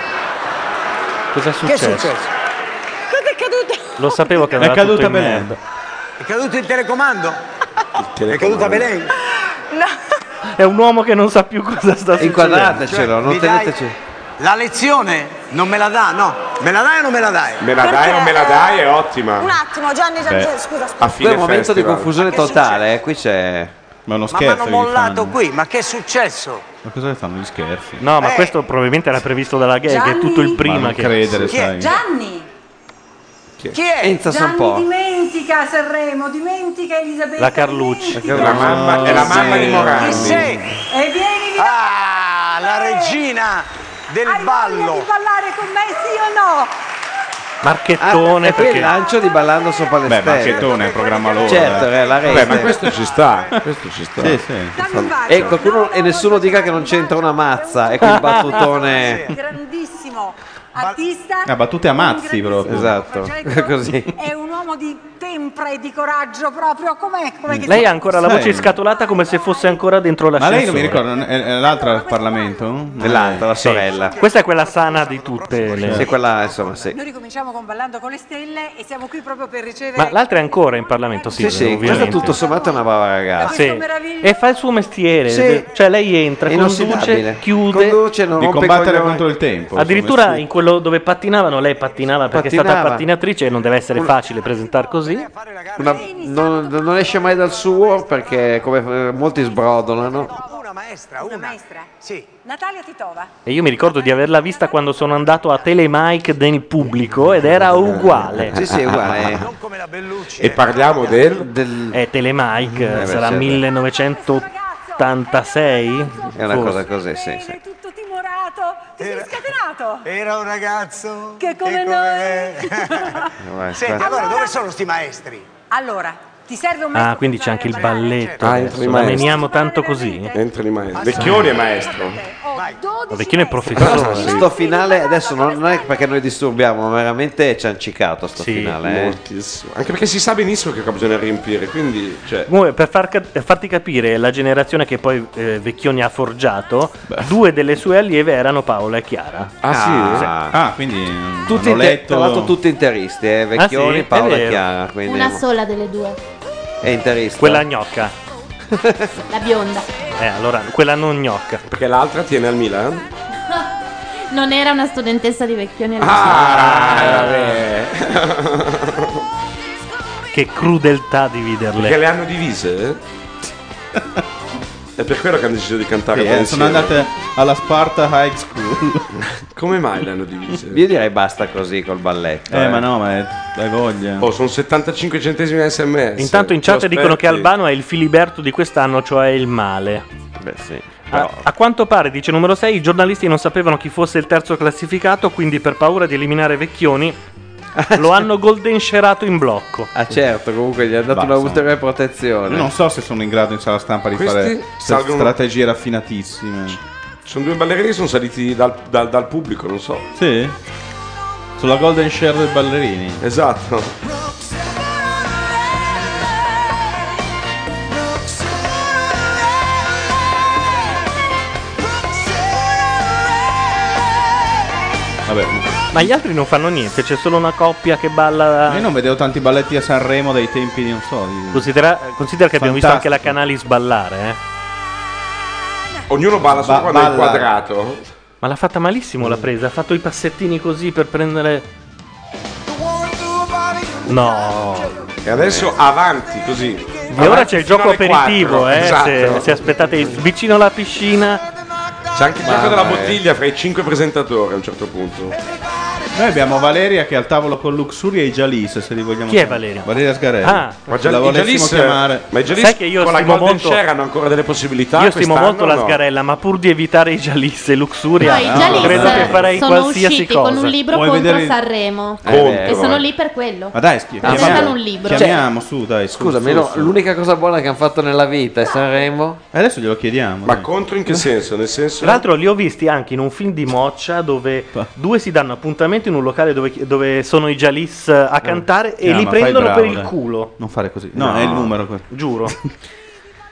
Speaker 4: Cos'è
Speaker 19: Che è
Speaker 4: successo?
Speaker 19: successo?
Speaker 12: Cosa è caduto?
Speaker 4: Lo sapevo che
Speaker 5: È
Speaker 4: aveva
Speaker 5: caduta
Speaker 4: tutto in
Speaker 5: Belen.
Speaker 4: merda.
Speaker 19: È caduto il telecomando? È caduta Belen?
Speaker 4: È un uomo che non sa più cosa sta succedendo.
Speaker 9: Inquadratecelo, non
Speaker 19: Cioè, mi dai
Speaker 9: teneteci-
Speaker 19: La lezione non me la dà, no? Me la dai o non me la dai?
Speaker 6: Me la dai o non me la dai è ottima.
Speaker 19: Un attimo, Gianni,
Speaker 9: Gianni, Beh,
Speaker 19: scusa,
Speaker 9: A fine un momento di confusione
Speaker 19: Ma che
Speaker 9: totale, eh, qui c'è.
Speaker 5: Ma uno
Speaker 19: Ma mi hanno mollato qui, ma che è successo?
Speaker 5: Ma cosa le fanno gli scherzi?
Speaker 4: No, ma
Speaker 19: Eh.
Speaker 4: questo probabilmente era previsto dalla gag. È tutto il
Speaker 19: Gianni?
Speaker 4: prima
Speaker 5: Ma non
Speaker 4: che.
Speaker 5: credere,
Speaker 19: Chi è?
Speaker 25: Gianni!
Speaker 19: Chi è?
Speaker 9: Enza Sampo.
Speaker 25: dimentica Sanremo, dimentica Elisabetta.
Speaker 4: La Carlucci.
Speaker 6: È la mamma, è la mamma di Morandi.
Speaker 19: E vieni Ah, la regina del ballo.
Speaker 25: ballare con me sì o no?
Speaker 9: Marchettone. perché il Ah, lancio di ballando sopra le
Speaker 5: Beh,
Speaker 9: stelle.
Speaker 5: Marchettone è programma loro.
Speaker 9: Certo,
Speaker 5: dai.
Speaker 9: eh, la rete.
Speaker 6: Vabbè, ma questo ci sta. Questo ci sta.
Speaker 5: Sì, sì.
Speaker 9: E, qualcuno- e nessuno dica che non c'entra una mazza. Ecco il battutone.
Speaker 25: Grandissimo artista.
Speaker 5: Ah, battute a mazzi proprio.
Speaker 9: Esatto. Così.
Speaker 25: È un uomo di tempra e di coraggio proprio. Com'è? Com'è che
Speaker 4: Lei
Speaker 25: si-
Speaker 4: ha ancora la
Speaker 5: Sai.
Speaker 4: voce scatolata come se fosse ancora dentro la
Speaker 5: Ma lei non mi ricordo, non- è- è l'altra al Parlamento?
Speaker 9: Dell'altra, la sorella.
Speaker 4: Questa è quella sana di tutte le.
Speaker 9: Sì, quella, insomma, sì.
Speaker 25: Noi ricominciamo con Ballando con le stelle e siamo qui proprio per ricevere
Speaker 4: Ma l'altra è ancora in Parlamento, sì.
Speaker 9: Sì, sì, questa
Speaker 4: ovviamente.
Speaker 9: tutto sommato è una brava ragazza.
Speaker 4: Sì. E fa il suo mestiere.
Speaker 9: Sì.
Speaker 4: Cioè, lei entra,
Speaker 9: Inossidabile.
Speaker 4: conduce, chiude.
Speaker 9: Conduce, non Di rompe i combattere coglioni. contro
Speaker 5: il tempo.
Speaker 4: Addirittura
Speaker 9: insomma, sì.
Speaker 4: in quello dove pattinavano, lei pattinava perché è stata
Speaker 9: Pattinava.
Speaker 4: pattinatrice e non deve essere facile presentare così.
Speaker 9: Una- non, non esce mai dal suo perché come eh, molti sbrodolano.
Speaker 19: Una maestra, una. maestra? Sì.
Speaker 25: Natalia Titova.
Speaker 4: E io mi ricordo di averla vista quando sono andato a Telemike nel pubblico ed era uguale.
Speaker 9: Eh, Sì, sì, è uguale. eh.
Speaker 6: E parliamo del...
Speaker 4: Eh, Telemike,
Speaker 9: Mm, eh beh,
Speaker 4: sarà
Speaker 9: certo.
Speaker 4: 1986?
Speaker 9: È una
Speaker 4: Forse.
Speaker 9: cosa così, sì, sì.
Speaker 25: tutto timorato, ti sei scatenato.
Speaker 19: Era un ragazzo
Speaker 25: che come noi.
Speaker 19: Senti, allora dove sono sti maestri?
Speaker 25: Allora, ti serve un
Speaker 4: Ah, quindi c'è anche il balletto.
Speaker 6: Ah,
Speaker 4: adesso.
Speaker 6: entro i
Speaker 4: La
Speaker 6: maestri.
Speaker 4: meniamo tanto così.
Speaker 6: Entra di maestro. Vecchioni è maestro.
Speaker 4: Ma Vecchione è professore.
Speaker 9: Sto finale adesso non, non è perché noi disturbiamo, ma veramente ci hanno cicato sto finale. eh.
Speaker 6: Moltissimo. Anche perché si sa benissimo che cosa bisogna riempire, quindi... Cioè,
Speaker 4: Comunque, per far cap- per farti capire la generazione che poi eh, Vecchioni ha forgiato, due delle sue allieve erano Paola e Chiara.
Speaker 9: Ah,
Speaker 5: Ah, quindi mm,
Speaker 9: Tutti
Speaker 5: hanno
Speaker 9: inter-
Speaker 5: letto...
Speaker 9: Tra l'altro tutti interisti, eh,
Speaker 4: Ah, sì?
Speaker 9: Vecchioni,
Speaker 4: È
Speaker 9: Paola e
Speaker 4: vero.
Speaker 9: Chiara. Quindi
Speaker 7: Una sola delle due,
Speaker 9: è interista.
Speaker 4: Quella gnocca.
Speaker 7: la bionda.
Speaker 4: Eh, allora, quella non gnocca.
Speaker 6: Perché l'altra tiene al Milan?
Speaker 7: Non era una studentessa di Vecchioni al
Speaker 6: Ah,
Speaker 7: liceo.
Speaker 6: vabbè.
Speaker 4: Che crudeltà dividerle.
Speaker 6: Perché le hanno divise? eh? È per quello che hanno deciso di cantare.
Speaker 5: Sì,
Speaker 6: poi
Speaker 5: eh, sono
Speaker 6: insieme.
Speaker 5: andate alla Sparta High School.
Speaker 6: Come mai le hanno divise?
Speaker 9: Io direi basta così col balletto.
Speaker 5: Eh, ma no, ma è- hai voglia.
Speaker 6: Oh, sono 75 centesimi sms.
Speaker 4: Intanto in
Speaker 6: Te lo
Speaker 4: chat dicono
Speaker 6: aspetti?
Speaker 4: che Albano è il Filiberto di quest'anno, cioè il male.
Speaker 9: Beh, sì.
Speaker 6: Ah.
Speaker 4: A, a quanto pare, dice numero 6, i giornalisti non sapevano chi fosse il terzo classificato, quindi per paura di eliminare Vecchioni lo hanno golden sherato in blocco.
Speaker 9: Ah certo, comunque gli ha dato
Speaker 5: Basta.
Speaker 9: una ulteriore protezione.
Speaker 5: Io non so se sono in grado in sala stampa di
Speaker 6: Questi
Speaker 5: fare
Speaker 6: salgono-
Speaker 5: strategie raffinatissime.
Speaker 6: Sono due ballerini che sono saliti dal, dal- dal pubblico, non so.
Speaker 5: Sì? Sulla golden share dei ballerini.
Speaker 6: Esatto.
Speaker 5: Vabbè.
Speaker 4: Ma gli altri non fanno niente, c'è solo una coppia che balla.
Speaker 5: Io non vedevo tanti balletti a Sanremo dai tempi di non so. Di...
Speaker 4: Considera, considera che abbiamo visto anche
Speaker 5: Fantastico.
Speaker 4: la Canalis ballare, eh.
Speaker 6: Ognuno balla solo
Speaker 4: Ba-
Speaker 6: quando è
Speaker 4: balla.
Speaker 6: inquadrato.
Speaker 4: Ma l'ha fatta malissimo la presa, ha fatto i passettini così per prendere. No.
Speaker 6: E adesso avanti, così.
Speaker 4: E ora c'è il gioco aperitivo, eh. Se, se
Speaker 6: C'è
Speaker 4: aspettate vicino alla piscina.
Speaker 6: anche il gioco
Speaker 5: Mamma
Speaker 6: della
Speaker 5: mia.
Speaker 6: bottiglia fra i cinque presentatori a un certo punto.
Speaker 5: Noi abbiamo Valeria che è al tavolo con Luxuria e i Jalis, se li vogliamo
Speaker 6: Chi è
Speaker 5: chiamare.
Speaker 6: Valeria?
Speaker 5: Valeria Sgarella.
Speaker 6: Ah. Ma
Speaker 5: se
Speaker 6: Gia-
Speaker 5: la
Speaker 6: i
Speaker 5: volessimo
Speaker 6: Jalis-
Speaker 5: chiamare.
Speaker 6: ma i Jalis Sai che io con la stimo Golden molto- Share hanno ancora delle possibilità
Speaker 4: Io stimo
Speaker 6: quest'anno
Speaker 4: molto la
Speaker 6: o no?
Speaker 4: sgarella, ma pur di evitare i Jalis e Luxuria,
Speaker 7: No, i Jalis
Speaker 4: credo che farei
Speaker 7: sono
Speaker 4: qualsiasi
Speaker 7: usciti
Speaker 4: cosa.
Speaker 7: con un libro contro Sanremo.
Speaker 9: Eh, Contro,
Speaker 7: e sono
Speaker 9: eh.
Speaker 7: lì per quello.
Speaker 5: Ma dai, schi-
Speaker 7: Presentano
Speaker 5: chiamiamo-
Speaker 7: un libro.
Speaker 5: Chiamiamo,
Speaker 4: Cioè,
Speaker 5: su, dai. su,
Speaker 9: Scusami,
Speaker 5: su,
Speaker 9: no,
Speaker 5: su.
Speaker 9: l'unica cosa buona che hanno fatto nella vita è Sanremo.
Speaker 5: E adesso glielo chiediamo.
Speaker 6: Ma contro in che senso? Nel senso.
Speaker 4: Tra l'altro li ho visti anche in un film di Moccia dove due si danno appuntamento in un locale dove, dove sono i Jalis
Speaker 6: Eh.
Speaker 4: a cantare e
Speaker 5: No,
Speaker 4: li
Speaker 5: ma fai
Speaker 4: prendono
Speaker 5: bravo,
Speaker 4: per il
Speaker 5: dai.
Speaker 4: culo.
Speaker 5: Non fare così. No, è il numero. que-
Speaker 4: Giuro.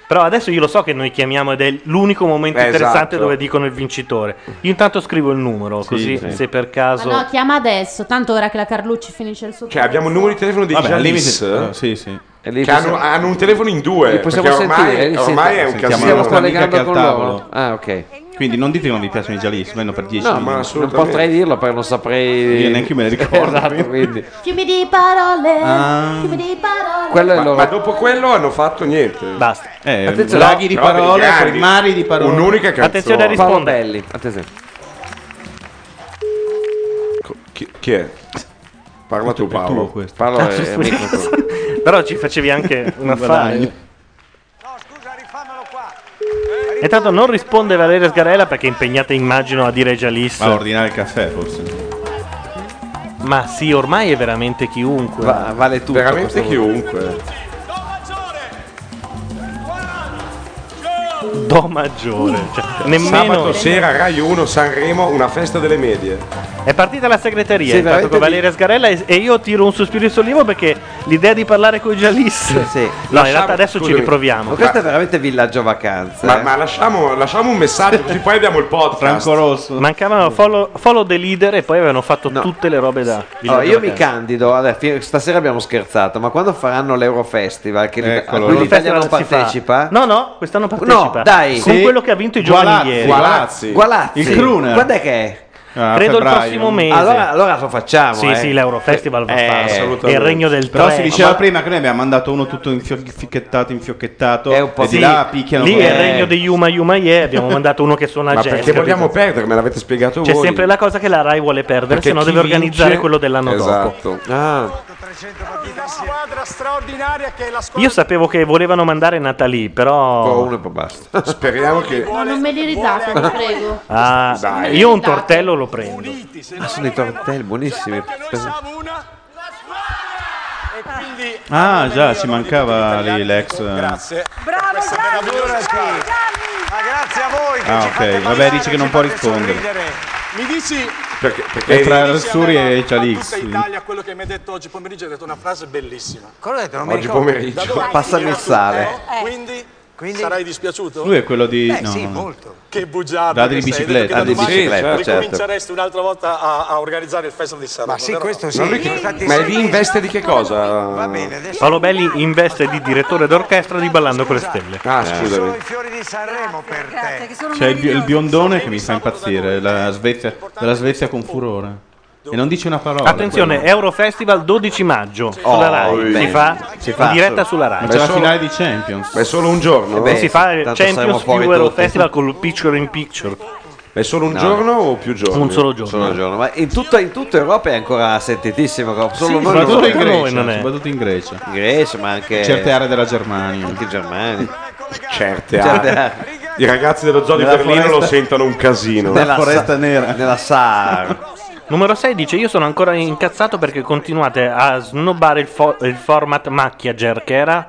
Speaker 4: Però adesso io lo so che noi chiamiamo ed è l'unico momento
Speaker 5: Eh,
Speaker 4: interessante
Speaker 5: esatto.
Speaker 4: dove dicono il vincitore. Io intanto scrivo il numero, così
Speaker 5: sì.
Speaker 4: se per
Speaker 7: Ma
Speaker 4: caso...
Speaker 7: Cioè, no, chiama adesso. Tanto ora che la Carlucci finisce il suo
Speaker 6: Cioè,
Speaker 7: tempo.
Speaker 6: di telefono dei
Speaker 5: Vabbè, al
Speaker 6: Jalis?
Speaker 5: limite- eh, Sì, sì.
Speaker 6: Che hanno, hanno un telefono in due.
Speaker 9: Li possiamo
Speaker 6: perché ormai,
Speaker 9: sentire? Li
Speaker 6: ormai è un
Speaker 9: sentiamo.
Speaker 6: casino.
Speaker 9: Stiamo collegando
Speaker 5: che è al
Speaker 9: con loro.
Speaker 5: tavolo.
Speaker 9: Ah, ok.
Speaker 5: Quindi non dite che non vi piacciono i Jalis, almeno per 10
Speaker 9: No,
Speaker 5: minuti.
Speaker 9: ma non potrei dirlo perché non saprei.
Speaker 5: Io neanche me ne ricordo.
Speaker 9: Esatto, quindi.
Speaker 7: Fiumi di parole.
Speaker 6: Ah.
Speaker 7: Fiumi di parole.
Speaker 9: Quello è
Speaker 6: ma,
Speaker 9: loro.
Speaker 6: ma dopo quello hanno fatto niente.
Speaker 4: Basta.
Speaker 5: Eh,
Speaker 6: Attenzione.
Speaker 5: laghi di
Speaker 6: Però
Speaker 5: parole,
Speaker 6: grandi.
Speaker 5: mari di parole.
Speaker 6: Un'unica canzone.
Speaker 4: Attenzione a
Speaker 9: Paolo
Speaker 4: rispondere.
Speaker 9: Belli. Attenzione.
Speaker 6: Chi, chi è? Parla tu, Paolo.
Speaker 9: Paolo
Speaker 4: Ah,
Speaker 9: è
Speaker 4: scusa.
Speaker 9: amico tuo.
Speaker 4: Però ci facevi anche un
Speaker 9: Guadagno.
Speaker 4: affare. E tanto non risponde Valeria Sgarella perché è impegnata, immagino, a dire ai Jalis.
Speaker 5: Ma ordinare il caffè, forse.
Speaker 4: Ma sì, ormai è veramente chiunque.
Speaker 5: Va- vale tutto
Speaker 6: Veramente
Speaker 4: a questo punto.
Speaker 6: chiunque.
Speaker 4: Do maggiore. Cioè, nemmeno
Speaker 6: Sabato sera, Rai 1, Sanremo, una festa delle medie.
Speaker 4: È partita la segreteria
Speaker 6: Sì,
Speaker 4: intanto, con
Speaker 6: veramente
Speaker 4: Valeria Sgarella e, e io tiro un sospiro di sollievo perché l'idea di parlare con i Jalis. No, in realtà adesso ci riproviamo.
Speaker 9: Ma questo è veramente villaggio vacanze.
Speaker 6: Ma, ma lasciamo, lasciamo un messaggio, così poi abbiamo il podcast.
Speaker 5: Rosso.
Speaker 4: Mancavano follow, follow the leader e poi avevano fatto tutte le robe da.
Speaker 9: Allora, io mi
Speaker 4: canto
Speaker 9: candido, vabbè, fi- stasera abbiamo scherzato, ma quando faranno l'Eurofestival che l'Ita- a
Speaker 4: Eccolo.
Speaker 9: cui l'Italia non partecipa?
Speaker 4: No, no, quest'anno partecipa.
Speaker 9: No, dai.
Speaker 4: Con
Speaker 9: Sì.
Speaker 4: quello che ha vinto i giovani
Speaker 9: Gualazzi,
Speaker 4: ieri.
Speaker 9: Gualazzi. Gualazzi. Il crooner. Quando è che è? Ah,
Speaker 4: Credo il
Speaker 9: febbraio.
Speaker 4: prossimo mese.
Speaker 9: Allora- allora lo facciamo,
Speaker 4: Sì,
Speaker 9: eh.
Speaker 4: sì, l'Eurofestival va
Speaker 9: Eh,
Speaker 4: fatto.
Speaker 9: assolutamente.
Speaker 4: È il regno del
Speaker 5: Però si
Speaker 4: tre.
Speaker 5: diceva
Speaker 4: Ma-
Speaker 5: prima che noi abbiamo mandato uno tutto infiocchettato, infiocchettato.
Speaker 9: È un po'
Speaker 5: e di
Speaker 9: sì.
Speaker 5: là picchiano.
Speaker 4: Lì
Speaker 5: con-
Speaker 4: è il
Speaker 5: Eh.
Speaker 4: regno degli Yuma Yuma Ye, abbiamo mandato uno che suona
Speaker 6: Ma
Speaker 4: jazz.
Speaker 6: perché vogliamo
Speaker 4: capito?
Speaker 6: perdere? Me l'avete spiegato
Speaker 4: C'è
Speaker 6: voi.
Speaker 4: sempre la cosa che la Rai vuole perdere,
Speaker 6: Perché
Speaker 4: se no
Speaker 6: chi
Speaker 4: deve
Speaker 6: vince-
Speaker 4: organizzare quello dell'anno dopo.
Speaker 6: esatto.
Speaker 9: Ah.
Speaker 2: Una squadra straordinaria che è la squadra
Speaker 4: Io sapevo che volevano mandare Natalie, però.
Speaker 9: uno e poi basta.
Speaker 6: Speriamo che.
Speaker 7: No, non me li risate, vi prego.
Speaker 4: Ah,
Speaker 9: Dai.
Speaker 4: io un tortello lo prendo.
Speaker 9: Ah, sono i
Speaker 6: Eh,
Speaker 9: tortelli buonissimi.
Speaker 2: e quindi
Speaker 5: Ah, già, ci mancava lì l'ex. eh.
Speaker 2: grazie. Bravo, Gianni, Ma grazie a voi che
Speaker 5: Ah,
Speaker 2: ci
Speaker 5: ok.
Speaker 2: fate
Speaker 5: Vabbè,
Speaker 2: ballare,
Speaker 5: dice che non
Speaker 2: ci
Speaker 5: può
Speaker 2: fate
Speaker 5: rispondere.
Speaker 2: sorridere. Mi dici
Speaker 6: Perché,
Speaker 5: È tra Suri e Cialix.
Speaker 2: tutta Italia quello che mi hai detto oggi pomeriggio hai detto una frase bellissima.
Speaker 10: Cosa ho detto? Non mi
Speaker 5: Oggi
Speaker 10: ricordo.
Speaker 5: pomeriggio.
Speaker 10: Da dove-
Speaker 9: Passami il sale.
Speaker 10: Eh,
Speaker 2: Quindi, sarai dispiaciuto?
Speaker 5: Lui è quello di-
Speaker 2: Eh,
Speaker 5: no,
Speaker 2: sì,
Speaker 5: no, no.
Speaker 2: molto. Che bugiardo.
Speaker 5: Dadi
Speaker 2: che
Speaker 5: di
Speaker 2: sei, hai
Speaker 5: bicicletta.
Speaker 2: detto che
Speaker 5: Dadi
Speaker 2: da
Speaker 5: di
Speaker 2: domani
Speaker 5: bicicletta, certo.
Speaker 2: Ricominceresti un'altra volta a, a organizzare il festival di Sanremo.
Speaker 10: Ma sì,
Speaker 2: vero?
Speaker 10: questo sì.
Speaker 2: Ma lui che-
Speaker 10: Infatti
Speaker 2: ma
Speaker 10: sì.
Speaker 2: è lì in
Speaker 6: veste di che cosa?
Speaker 10: Va bene, adesso
Speaker 4: Paolo Belli in veste di direttore d'orchestra di Ballando con le Stelle.
Speaker 6: Ah,
Speaker 10: sono i fiori di Sanremo per te.
Speaker 5: C'è il, bi- il biondone che mi fa impazzire. La Svezia, della Svezia con furore. E non dice una parola.
Speaker 4: Attenzione,
Speaker 10: Eh.
Speaker 4: Eurofestival 12 maggio sulla
Speaker 5: Oh,
Speaker 6: Oh,
Speaker 4: Rai. si, fa, in diretta sulla Rai.
Speaker 5: Ma c'è la finale di Champions.
Speaker 6: Ma è solo un giorno.
Speaker 4: Eh beh, si fa Champions più Eurofestival con il picture in picture.
Speaker 6: È solo un
Speaker 9: No.
Speaker 6: giorno o più giorni?
Speaker 4: Un solo giorno.
Speaker 9: Solo giorno, ma in tutta, in tutta Europa è ancora sentitissimo. co- Solo noi
Speaker 5: Sì, soprattutto
Speaker 9: non-
Speaker 5: in Grecia, Noi non è. soprattutto in Grecia.
Speaker 9: In Grecia, ma anche
Speaker 5: In certe aree della Germania.
Speaker 9: Anche in Germania.
Speaker 6: Certe aree. I ragazzi dello zoo di
Speaker 9: Nella
Speaker 6: Berlino
Speaker 9: foresta-
Speaker 6: lo sentono un casino.
Speaker 4: nera. Nella SAR. Numero 6 dice: Io sono ancora incazzato perché continuate a snobbare il, fo- il format Macchiager, che era.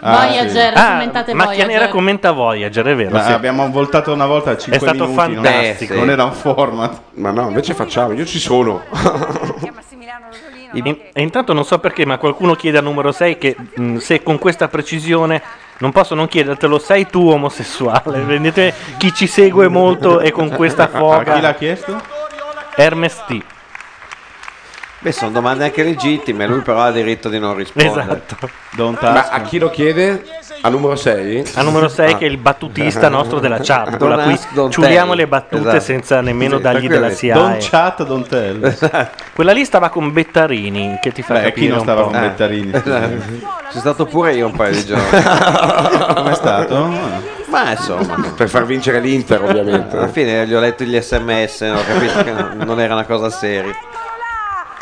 Speaker 7: Ah, Voyager, sì. commentate
Speaker 4: Macchia
Speaker 7: Voyager.
Speaker 4: Nera commenta Voyager, è vero.
Speaker 5: Ma
Speaker 4: sì.
Speaker 5: abbiamo voltato una volta a 5
Speaker 4: stato
Speaker 5: minuti. non-
Speaker 4: fantastico.
Speaker 5: Non era un format.
Speaker 6: Ma no, invece facciamo, io ci sono.
Speaker 4: E, e intanto non so perché, ma qualcuno chiede al numero 6 che mh, se con questa precisione non posso non chiedertelo, sei tu omosessuale? Vedete chi ci segue molto e con questa foga.
Speaker 5: A chi l'ha chiesto?
Speaker 4: Hermes T.
Speaker 9: Beh, sono domande anche legittime, lui però ha diritto di non rispondere.
Speaker 6: Ma a chi lo chiede? A numero 6?
Speaker 4: A numero
Speaker 6: Ah.
Speaker 4: 6 che è il battutista nostro della chat, con la
Speaker 6: Don't
Speaker 4: cui
Speaker 6: ask, don't
Speaker 4: ciuliamo
Speaker 6: tell.
Speaker 4: le battute
Speaker 6: Esatto.
Speaker 4: senza nemmeno
Speaker 5: Sì,
Speaker 4: dargli della CIA.
Speaker 5: Don chat, don tell.
Speaker 6: Esatto.
Speaker 4: Quella lì stava con Bettarini, che ti fa
Speaker 5: Beh, chi
Speaker 4: capire
Speaker 5: non
Speaker 4: un
Speaker 5: stava
Speaker 4: po'.
Speaker 5: con Ah, Bettarini? esatto.
Speaker 9: Sono stato pure io un paio di giorni.
Speaker 5: Com'è stato?
Speaker 9: Ma insomma.
Speaker 6: Per far vincere l'Inter, ovviamente.
Speaker 9: Alla fine gli ho letto gli sms, ho capito che non era una cosa seria.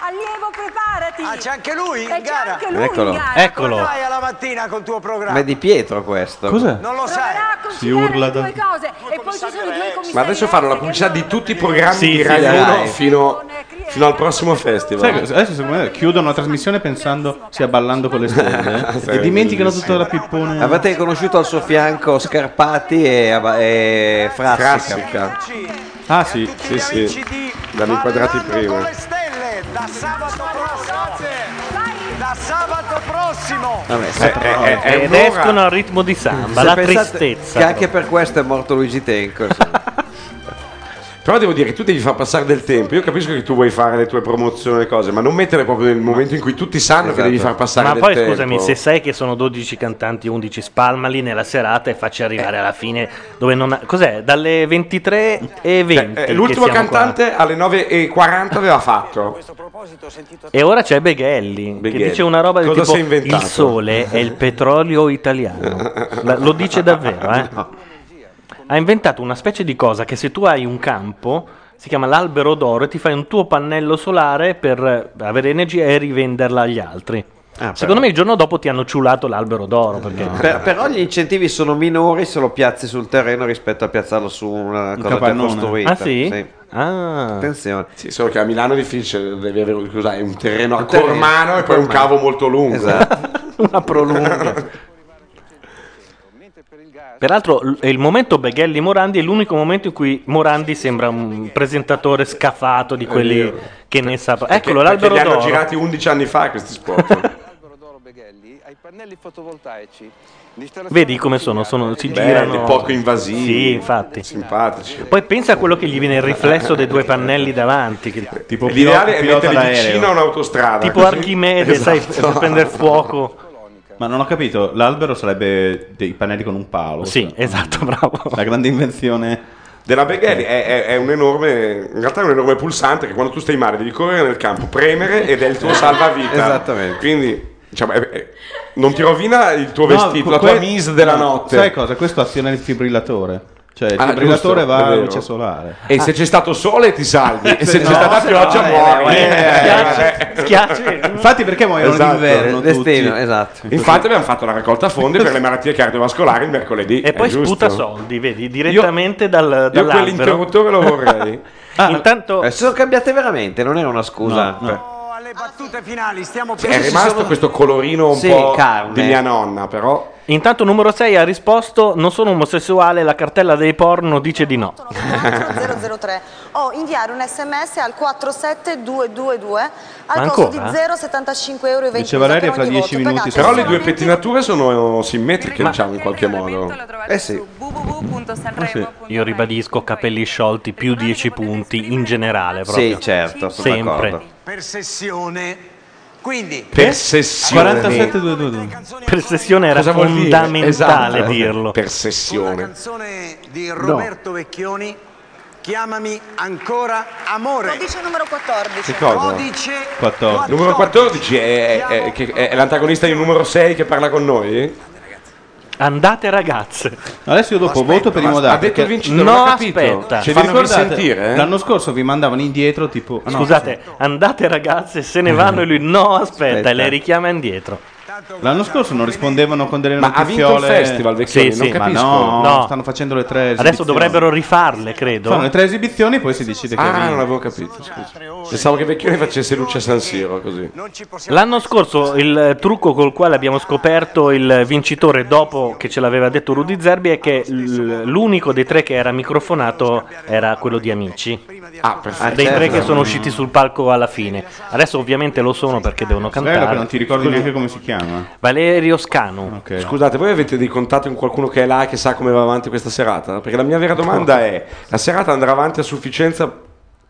Speaker 2: Allievo, preparati. Ah, c'è anche lui in gara.
Speaker 9: Eccolo.
Speaker 4: Eccolo.
Speaker 2: Come fai alla mattina col tuo programma?
Speaker 9: Ma è di Pietro questo.
Speaker 5: Cos'è?
Speaker 2: Non lo sai.
Speaker 6: Si urla da...
Speaker 2: cose e poi ci sono i due
Speaker 6: Ma adesso fanno la pubblicità di tutti i programmi
Speaker 5: Sì,
Speaker 6: di
Speaker 5: sì,
Speaker 6: Rai
Speaker 5: dai.
Speaker 6: 1 fino, fino al prossimo festival.
Speaker 5: Sai cosa- adesso secondo me chiudono la trasmissione pensando sia ballando con le stelle eh, e
Speaker 9: Sarebbe
Speaker 5: dimenticano
Speaker 9: bellissimo.
Speaker 5: tutta la pippone.
Speaker 9: Avete conosciuto al suo fianco Scarpati e, Aba-
Speaker 2: Eh,
Speaker 9: e Frassica.
Speaker 5: Ah sì,
Speaker 6: sì, sì. L'hanno inquadrati prima.
Speaker 2: da sabato prossimo. Da sabato prossimo.
Speaker 9: Vabbè,
Speaker 4: Eh, eh, eh, è Ed un'ora. escono al ritmo di samba,
Speaker 9: Se
Speaker 4: la
Speaker 9: pensate
Speaker 4: tristezza.
Speaker 9: Che anche per questo è morto Luigi Tenco. insomma.
Speaker 6: Però devo dire che tu devi far passare del tempo. Io capisco che tu vuoi fare le tue promozioni e le cose, ma non mettere proprio nel momento in cui tutti sanno che
Speaker 9: Esatto.
Speaker 6: devi far passare
Speaker 4: Ma
Speaker 6: del
Speaker 4: poi
Speaker 6: tempo. Eh,
Speaker 4: scusami, se sai che sono 12 cantanti, 11 spalmali nella serata e facci arrivare
Speaker 6: Eh.
Speaker 4: alla fine dove non ha- Cos'è? Dalle 23 e 20.
Speaker 6: Eh, l'ultimo
Speaker 4: che siamo qua.
Speaker 6: cantante alle 9.40 aveva fatto.
Speaker 4: E ora c'è Beghelli, che
Speaker 6: Beghelli.
Speaker 4: dice una roba del
Speaker 6: Cosa si è
Speaker 4: tipo
Speaker 6: inventato?"
Speaker 4: il sole è il petrolio italiano. La- lo dice davvero, eh? Ha inventato una specie di cosa che se tu hai un campo si chiama l'albero d'oro e ti fai un tuo pannello solare per eh, avere energia e rivenderla agli altri.
Speaker 6: Ah,
Speaker 4: Secondo me il giorno dopo ti hanno ciulato l'albero d'oro perché
Speaker 6: Eh.
Speaker 9: Per- però gli incentivi sono minori se lo piazzi sul terreno rispetto a piazzarlo su una cosa già
Speaker 6: capannone.
Speaker 9: costruita.
Speaker 6: Ah, sì?
Speaker 4: Ah.
Speaker 9: Attenzione.
Speaker 6: Sì, solo che a Milano è difficile, devi avere cos'hai, un terreno a
Speaker 9: Un terreno,
Speaker 6: Cormano e poi un
Speaker 9: Cormano.
Speaker 6: cavo molto lungo.
Speaker 9: Esatto.
Speaker 4: una prolunga. Peraltro l- è il momento Beghelli Morandi è l'unico momento in cui Morandi sembra un presentatore scafato di quelli
Speaker 6: vero.
Speaker 4: che ne sa.
Speaker 6: Perché-
Speaker 4: Eccolo
Speaker 6: perché
Speaker 4: l'albero
Speaker 6: li hanno
Speaker 4: d'oro.
Speaker 6: girati 11 anni fa questi spot.
Speaker 4: Vedi come sono, sono si
Speaker 6: Belli,
Speaker 4: girano
Speaker 6: poco invasivi.
Speaker 4: Sì, infatti.
Speaker 6: Simpatici.
Speaker 4: Poi pensa a quello che gli viene il riflesso dei due pannelli davanti che-
Speaker 6: Tipo L'ideale è metterli vicino a un'autostrada.
Speaker 4: Tipo
Speaker 6: così-
Speaker 4: Archimede, sai,
Speaker 6: Esatto.
Speaker 4: per prendere fuoco.
Speaker 5: Ma non ho capito, l'albero sarebbe dei pannelli con un palo. Cioè,
Speaker 4: Sì, esatto, bravo.
Speaker 5: La grande invenzione
Speaker 6: della Beghelli è, è- è un enorme, in realtà è un enorme pulsante che quando tu stai male devi correre nel campo, premere ed è il tuo salvavita.
Speaker 9: Esattamente.
Speaker 6: Quindi diciamo, è- è- non ti rovina il tuo
Speaker 5: No,
Speaker 6: vestito,
Speaker 5: que-
Speaker 6: la tua
Speaker 5: que-
Speaker 6: mise della
Speaker 5: no,
Speaker 6: notte.
Speaker 5: Sai cosa? Questo aziona il fibrillatore. Cioè, il
Speaker 6: Ah,
Speaker 5: fibrillatore
Speaker 6: giusto,
Speaker 5: va
Speaker 6: è
Speaker 5: alla
Speaker 6: vero.
Speaker 5: luce solare. Ah.
Speaker 6: E se c'è stato sole ti salvi, e se
Speaker 5: No,
Speaker 6: c'è stata
Speaker 5: se
Speaker 6: pioggia
Speaker 5: no,
Speaker 6: muori.
Speaker 5: eh, eh,
Speaker 6: Eh,
Speaker 5: eh,
Speaker 6: eh.
Speaker 5: schiacci. Infatti perché muoiono
Speaker 6: Esatto,
Speaker 5: d'inverno
Speaker 6: il destino,
Speaker 5: tutti?
Speaker 9: esatto.
Speaker 6: Infatti abbiamo fatto la raccolta fondi per le malattie cardiovascolari il mercoledì.
Speaker 4: E poi sputa soldi, vedi, direttamente dal, dall'albero.
Speaker 6: quell'interruttore lo vorrei.
Speaker 4: Ah, Intanto...
Speaker 9: Eh, sono cambiate veramente, non era una scusa.
Speaker 2: Alle battute finali, stiamo
Speaker 6: È rimasto questo colorino un
Speaker 4: Sì,
Speaker 6: po'
Speaker 4: carne.
Speaker 6: di mia nonna, però.
Speaker 4: Intanto numero 6 ha risposto non sono omosessuale, la cartella dei porno dice di no.
Speaker 14: 003
Speaker 17: Oh,
Speaker 14: o inviare un sms al 47222
Speaker 6: Ma
Speaker 14: al costo di
Speaker 6: ancora?
Speaker 14: 0,75 euro e 20 per ogni voto. Pagate
Speaker 6: Però le
Speaker 14: solamente-
Speaker 6: due pettinature sono simmetriche, diciamo, in qualche modo. Eh sì.
Speaker 4: Io ribadisco capelli sciolti più
Speaker 5: Ecco,
Speaker 4: 10 punti in generale proprio.
Speaker 9: Sì, certo, sono
Speaker 4: sempre.
Speaker 9: d'accordo.
Speaker 2: Per sessione. Quindi
Speaker 4: Per
Speaker 6: sessione.
Speaker 4: 47-222. Per sessione era
Speaker 6: Cosa vuol dire?
Speaker 4: fondamentale
Speaker 6: Esatto.
Speaker 4: dirlo.
Speaker 6: Per sessione.
Speaker 2: di Roberto Vecchioni
Speaker 10: Chiamami ancora amore.
Speaker 14: Codice numero 14.
Speaker 6: Che cosa?
Speaker 10: Codice
Speaker 6: 14. Numero 14 è, è- che- è l'antagonista di numero 6 che parla con noi?
Speaker 4: Andate ragazze.
Speaker 5: Adesso io dopo voto per i
Speaker 6: ma
Speaker 5: modali.
Speaker 6: ha detto il
Speaker 5: perché-
Speaker 6: vincitore, non ho capito.
Speaker 5: Cioè, vi
Speaker 6: Fammi
Speaker 5: ricordate?
Speaker 6: risentire, eh?
Speaker 5: L'anno scorso vi mandavano indietro tipo... ah, no,
Speaker 4: Scusate, andate ragazze, se ne vanno e lui no, aspetta,
Speaker 5: Aspetta.
Speaker 4: e le richiama indietro.
Speaker 5: L'anno scorso non rispondevano con delle
Speaker 4: Ma ha
Speaker 5: notiziole.
Speaker 4: vinto il festival, Vecchioni, non
Speaker 5: ma
Speaker 4: capisco.
Speaker 5: no,
Speaker 4: No.
Speaker 5: stanno facendo le tre esibizioni.
Speaker 4: Adesso dovrebbero rifarle, credo.
Speaker 5: Fanno le tre esibizioni poi si decide che
Speaker 6: Ah,
Speaker 5: vince.
Speaker 6: non avevo capito. scusa. Pensavo che Vecchioni facesse Lucia San Siro così.
Speaker 4: L'anno scorso il eh, trucco col quale abbiamo scoperto il vincitore dopo che ce l'aveva detto Rudy Zerbi è che l- l'unico dei tre che era microfonato era quello di Amici.
Speaker 5: Ah,
Speaker 4: Ah, Dei tre che
Speaker 5: Mm.
Speaker 4: sono usciti sul palco alla fine. Adesso ovviamente lo sono perché devono
Speaker 5: Bello che
Speaker 4: cantare.
Speaker 5: non ti ricordi
Speaker 4: Scusi.
Speaker 5: neanche come si chiama.
Speaker 4: Valerio Scanu.
Speaker 6: Scusate, voi avete dei contatti con qualcuno che è là e che sa come va avanti questa serata? Perché la mia vera domanda è: la serata andrà avanti a sufficienza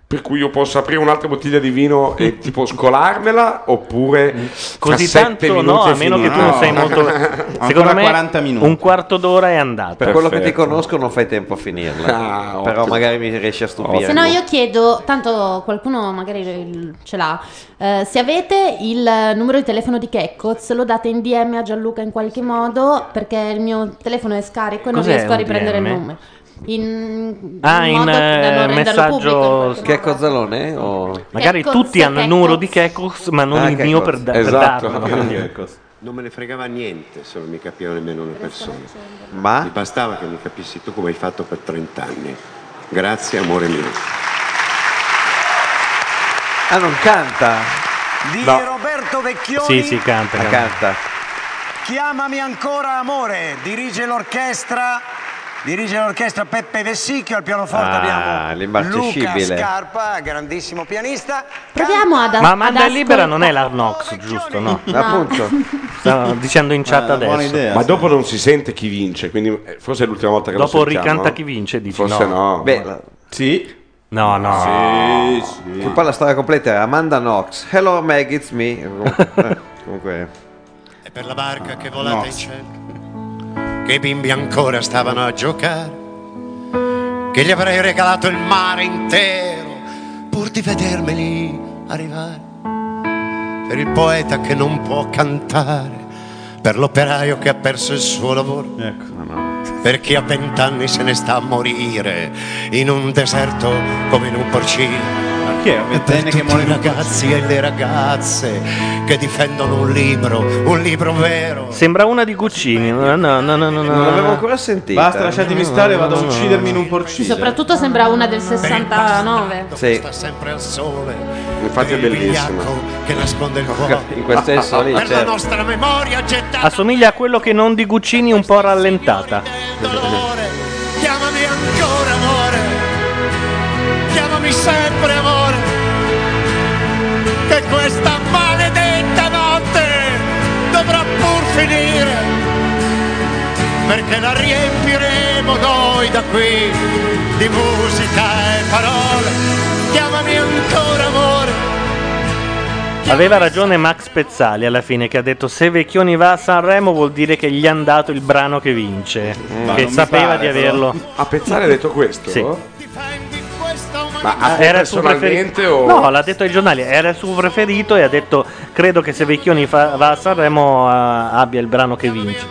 Speaker 6: per cui io possa aprire un'altra bottiglia di vino e tipo scolarmela? Oppure
Speaker 4: Mm. Così
Speaker 6: tra sette
Speaker 4: tanto no,
Speaker 6: minuti è
Speaker 4: a meno che
Speaker 6: finita?
Speaker 4: tu non sei
Speaker 6: No.
Speaker 4: molto... Secondo me un quarto d'ora è andato.
Speaker 9: Per quello che ti
Speaker 4: Perfetto.
Speaker 9: conosco non fai tempo a finirla.
Speaker 4: Ah,
Speaker 9: Però
Speaker 4: ottimo.
Speaker 9: magari mi riesci a stupire.
Speaker 7: Se no io chiedo, tanto qualcuno magari il- ce l'ha, eh, se avete il numero di telefono di Checcoz lo date in DM a Gianluca in qualche modo perché il mio telefono è scarico e non
Speaker 4: Cos'è
Speaker 7: riesco a
Speaker 4: un
Speaker 7: riprendere il
Speaker 4: DM?
Speaker 7: numero. In,
Speaker 4: Ah, in,
Speaker 7: modo da non
Speaker 4: eh,
Speaker 7: renderlo pubblico.
Speaker 4: messaggio
Speaker 9: che cozzalone? O...
Speaker 4: Magari
Speaker 7: Checos,
Speaker 4: tutti hanno il
Speaker 7: Checos.
Speaker 4: numero di Kekos, ma non
Speaker 9: Ah,
Speaker 4: il
Speaker 9: Checos.
Speaker 4: mio per, da- per
Speaker 9: Esatto.
Speaker 4: darlo. quindi-
Speaker 11: Non me ne fregava niente se non mi capiva nemmeno una persona.
Speaker 9: Ma?
Speaker 11: Mi bastava che mi capissi tu come hai fatto per 30 anni. Grazie, amore mio.
Speaker 9: Ah, non canta?
Speaker 10: Di
Speaker 9: No.
Speaker 10: Roberto Vecchioni.
Speaker 9: Ah, canta.
Speaker 10: Chiamami ancora amore. Eh, Dirige l'orchestra. Dirige l'orchestra Peppe Vessicchio. Al pianoforte
Speaker 9: Ah,
Speaker 10: abbiamo Luca
Speaker 9: l'imbarcescibile.
Speaker 10: Scarpa, grandissimo pianista.
Speaker 7: Proviamo ad
Speaker 4: Ma Amanda
Speaker 7: ad
Speaker 4: Libera
Speaker 7: ascol-
Speaker 4: non è l'Arnox, giusto? No.
Speaker 7: No. Appunto.
Speaker 4: Stanno dicendo in
Speaker 5: Ah,
Speaker 6: Eh,
Speaker 4: chat adesso.
Speaker 6: Ma dopo non si sente chi vince, quindi eh, forse è l'ultima volta che
Speaker 4: Dopo
Speaker 6: lo sentiamo.
Speaker 4: ricanta chi vince, dici
Speaker 6: Forse
Speaker 4: no.
Speaker 6: no.
Speaker 9: Beh, la-
Speaker 5: Sì.
Speaker 4: No, no.
Speaker 9: Sì,
Speaker 5: sì.
Speaker 9: Che poi la storia completa era Amanda Knox. Hello Meg, it's me. Eh, Comunque.
Speaker 15: E per la barca che volata
Speaker 9: no.
Speaker 15: in cielo, che i bimbi ancora stavano a giocare, che gli avrei regalato il mare intero pur di vedermeli arrivare. Per il poeta che non può cantare, per l'operaio che ha perso il suo lavoro,
Speaker 5: Ecco,
Speaker 15: per chi a vent'anni se ne sta a morire in un deserto come in un porcino.
Speaker 5: Chi è?
Speaker 15: E per
Speaker 5: Ventenne che
Speaker 15: tutti
Speaker 5: muore
Speaker 15: i ragazzi e le ragazze che difendono un libro, un libro vero.
Speaker 4: Sembra una di Guccini. No, no, no, no, no, no.
Speaker 15: Non l'avevo
Speaker 9: ancora sentita.
Speaker 5: Basta,
Speaker 4: Mm,
Speaker 5: lasciatemi stare, vado a uccidermi in un porcino.
Speaker 7: Soprattutto sembra una del 69.
Speaker 9: Sì.
Speaker 15: Sta sempre al sole.
Speaker 6: Infatti è
Speaker 15: per il
Speaker 6: bellissima.
Speaker 15: vigliacco Che nasconde il cuore.
Speaker 9: In quel senso lì,
Speaker 15: Per la
Speaker 9: certo.
Speaker 15: nostra memoria gettata
Speaker 4: Assomiglia a quello che non di Guccini un po' rallentata.
Speaker 15: Chiamami ancora amore, chiamami sempre amore, che questa maledetta notte dovrà pur finire, perché la riempiremo noi da qui di musica e parole. Chiamami ancora amore,
Speaker 4: Aveva ragione Max Pezzali alla fine che ha detto se Vecchioni va a Sanremo vuol dire che gli hanno dato il brano che vince.
Speaker 6: Ma
Speaker 4: Che
Speaker 6: non mi
Speaker 4: sapeva
Speaker 6: pare,
Speaker 4: di
Speaker 6: però.
Speaker 4: averlo.
Speaker 6: A Pezzali ha detto questo?
Speaker 4: Sì. Eh,
Speaker 6: Ma a te
Speaker 4: Era il suo
Speaker 6: personalmente
Speaker 4: preferito.
Speaker 6: o...
Speaker 4: No, l'ha detto ai giornali, era il suo preferito e ha detto credo che se Vecchioni fa- va a Sanremo ah, abbia il brano che vince.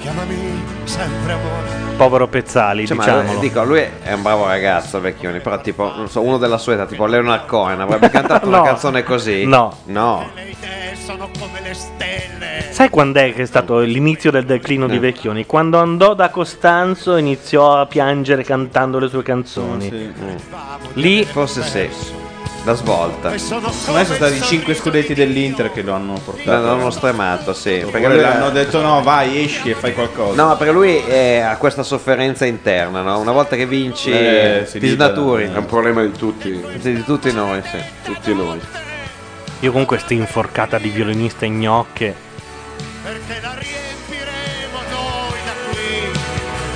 Speaker 15: chiamami sempre amore.
Speaker 4: Povero Pezzali,
Speaker 9: Cioè, ma,
Speaker 4: diciamolo.
Speaker 9: eh, dico, lui è un bravo ragazzo, vecchioni, però tipo, non so, uno della sua età, tipo Leonard Cohen, avrebbe cantato
Speaker 4: No.
Speaker 9: una canzone così?
Speaker 4: No.
Speaker 9: No.
Speaker 4: Sai quando è che è stato l'inizio del declino
Speaker 9: Eh.
Speaker 4: di Vecchioni? Quando andò da Costanzo iniziò a piangere cantando le sue canzoni. Mm. Lì
Speaker 9: forse sì. La svolta.
Speaker 5: Secondo me sono stati i 5 scudetti dell'Inter che lo hanno portato.
Speaker 9: L'hanno stremato, sì.
Speaker 5: Perché
Speaker 9: lui era-
Speaker 5: hanno detto no, vai, esci e fai qualcosa.
Speaker 9: No, ma perché lui eh, ha questa sofferenza interna, no? Una volta che vinci,
Speaker 5: Eh, si
Speaker 9: ti snaturi.
Speaker 5: libera.
Speaker 9: È un
Speaker 6: problema di tutti.
Speaker 9: di tutti noi, sì.
Speaker 6: Tutti noi.
Speaker 4: Io con questa inforcata di violinista gnocche.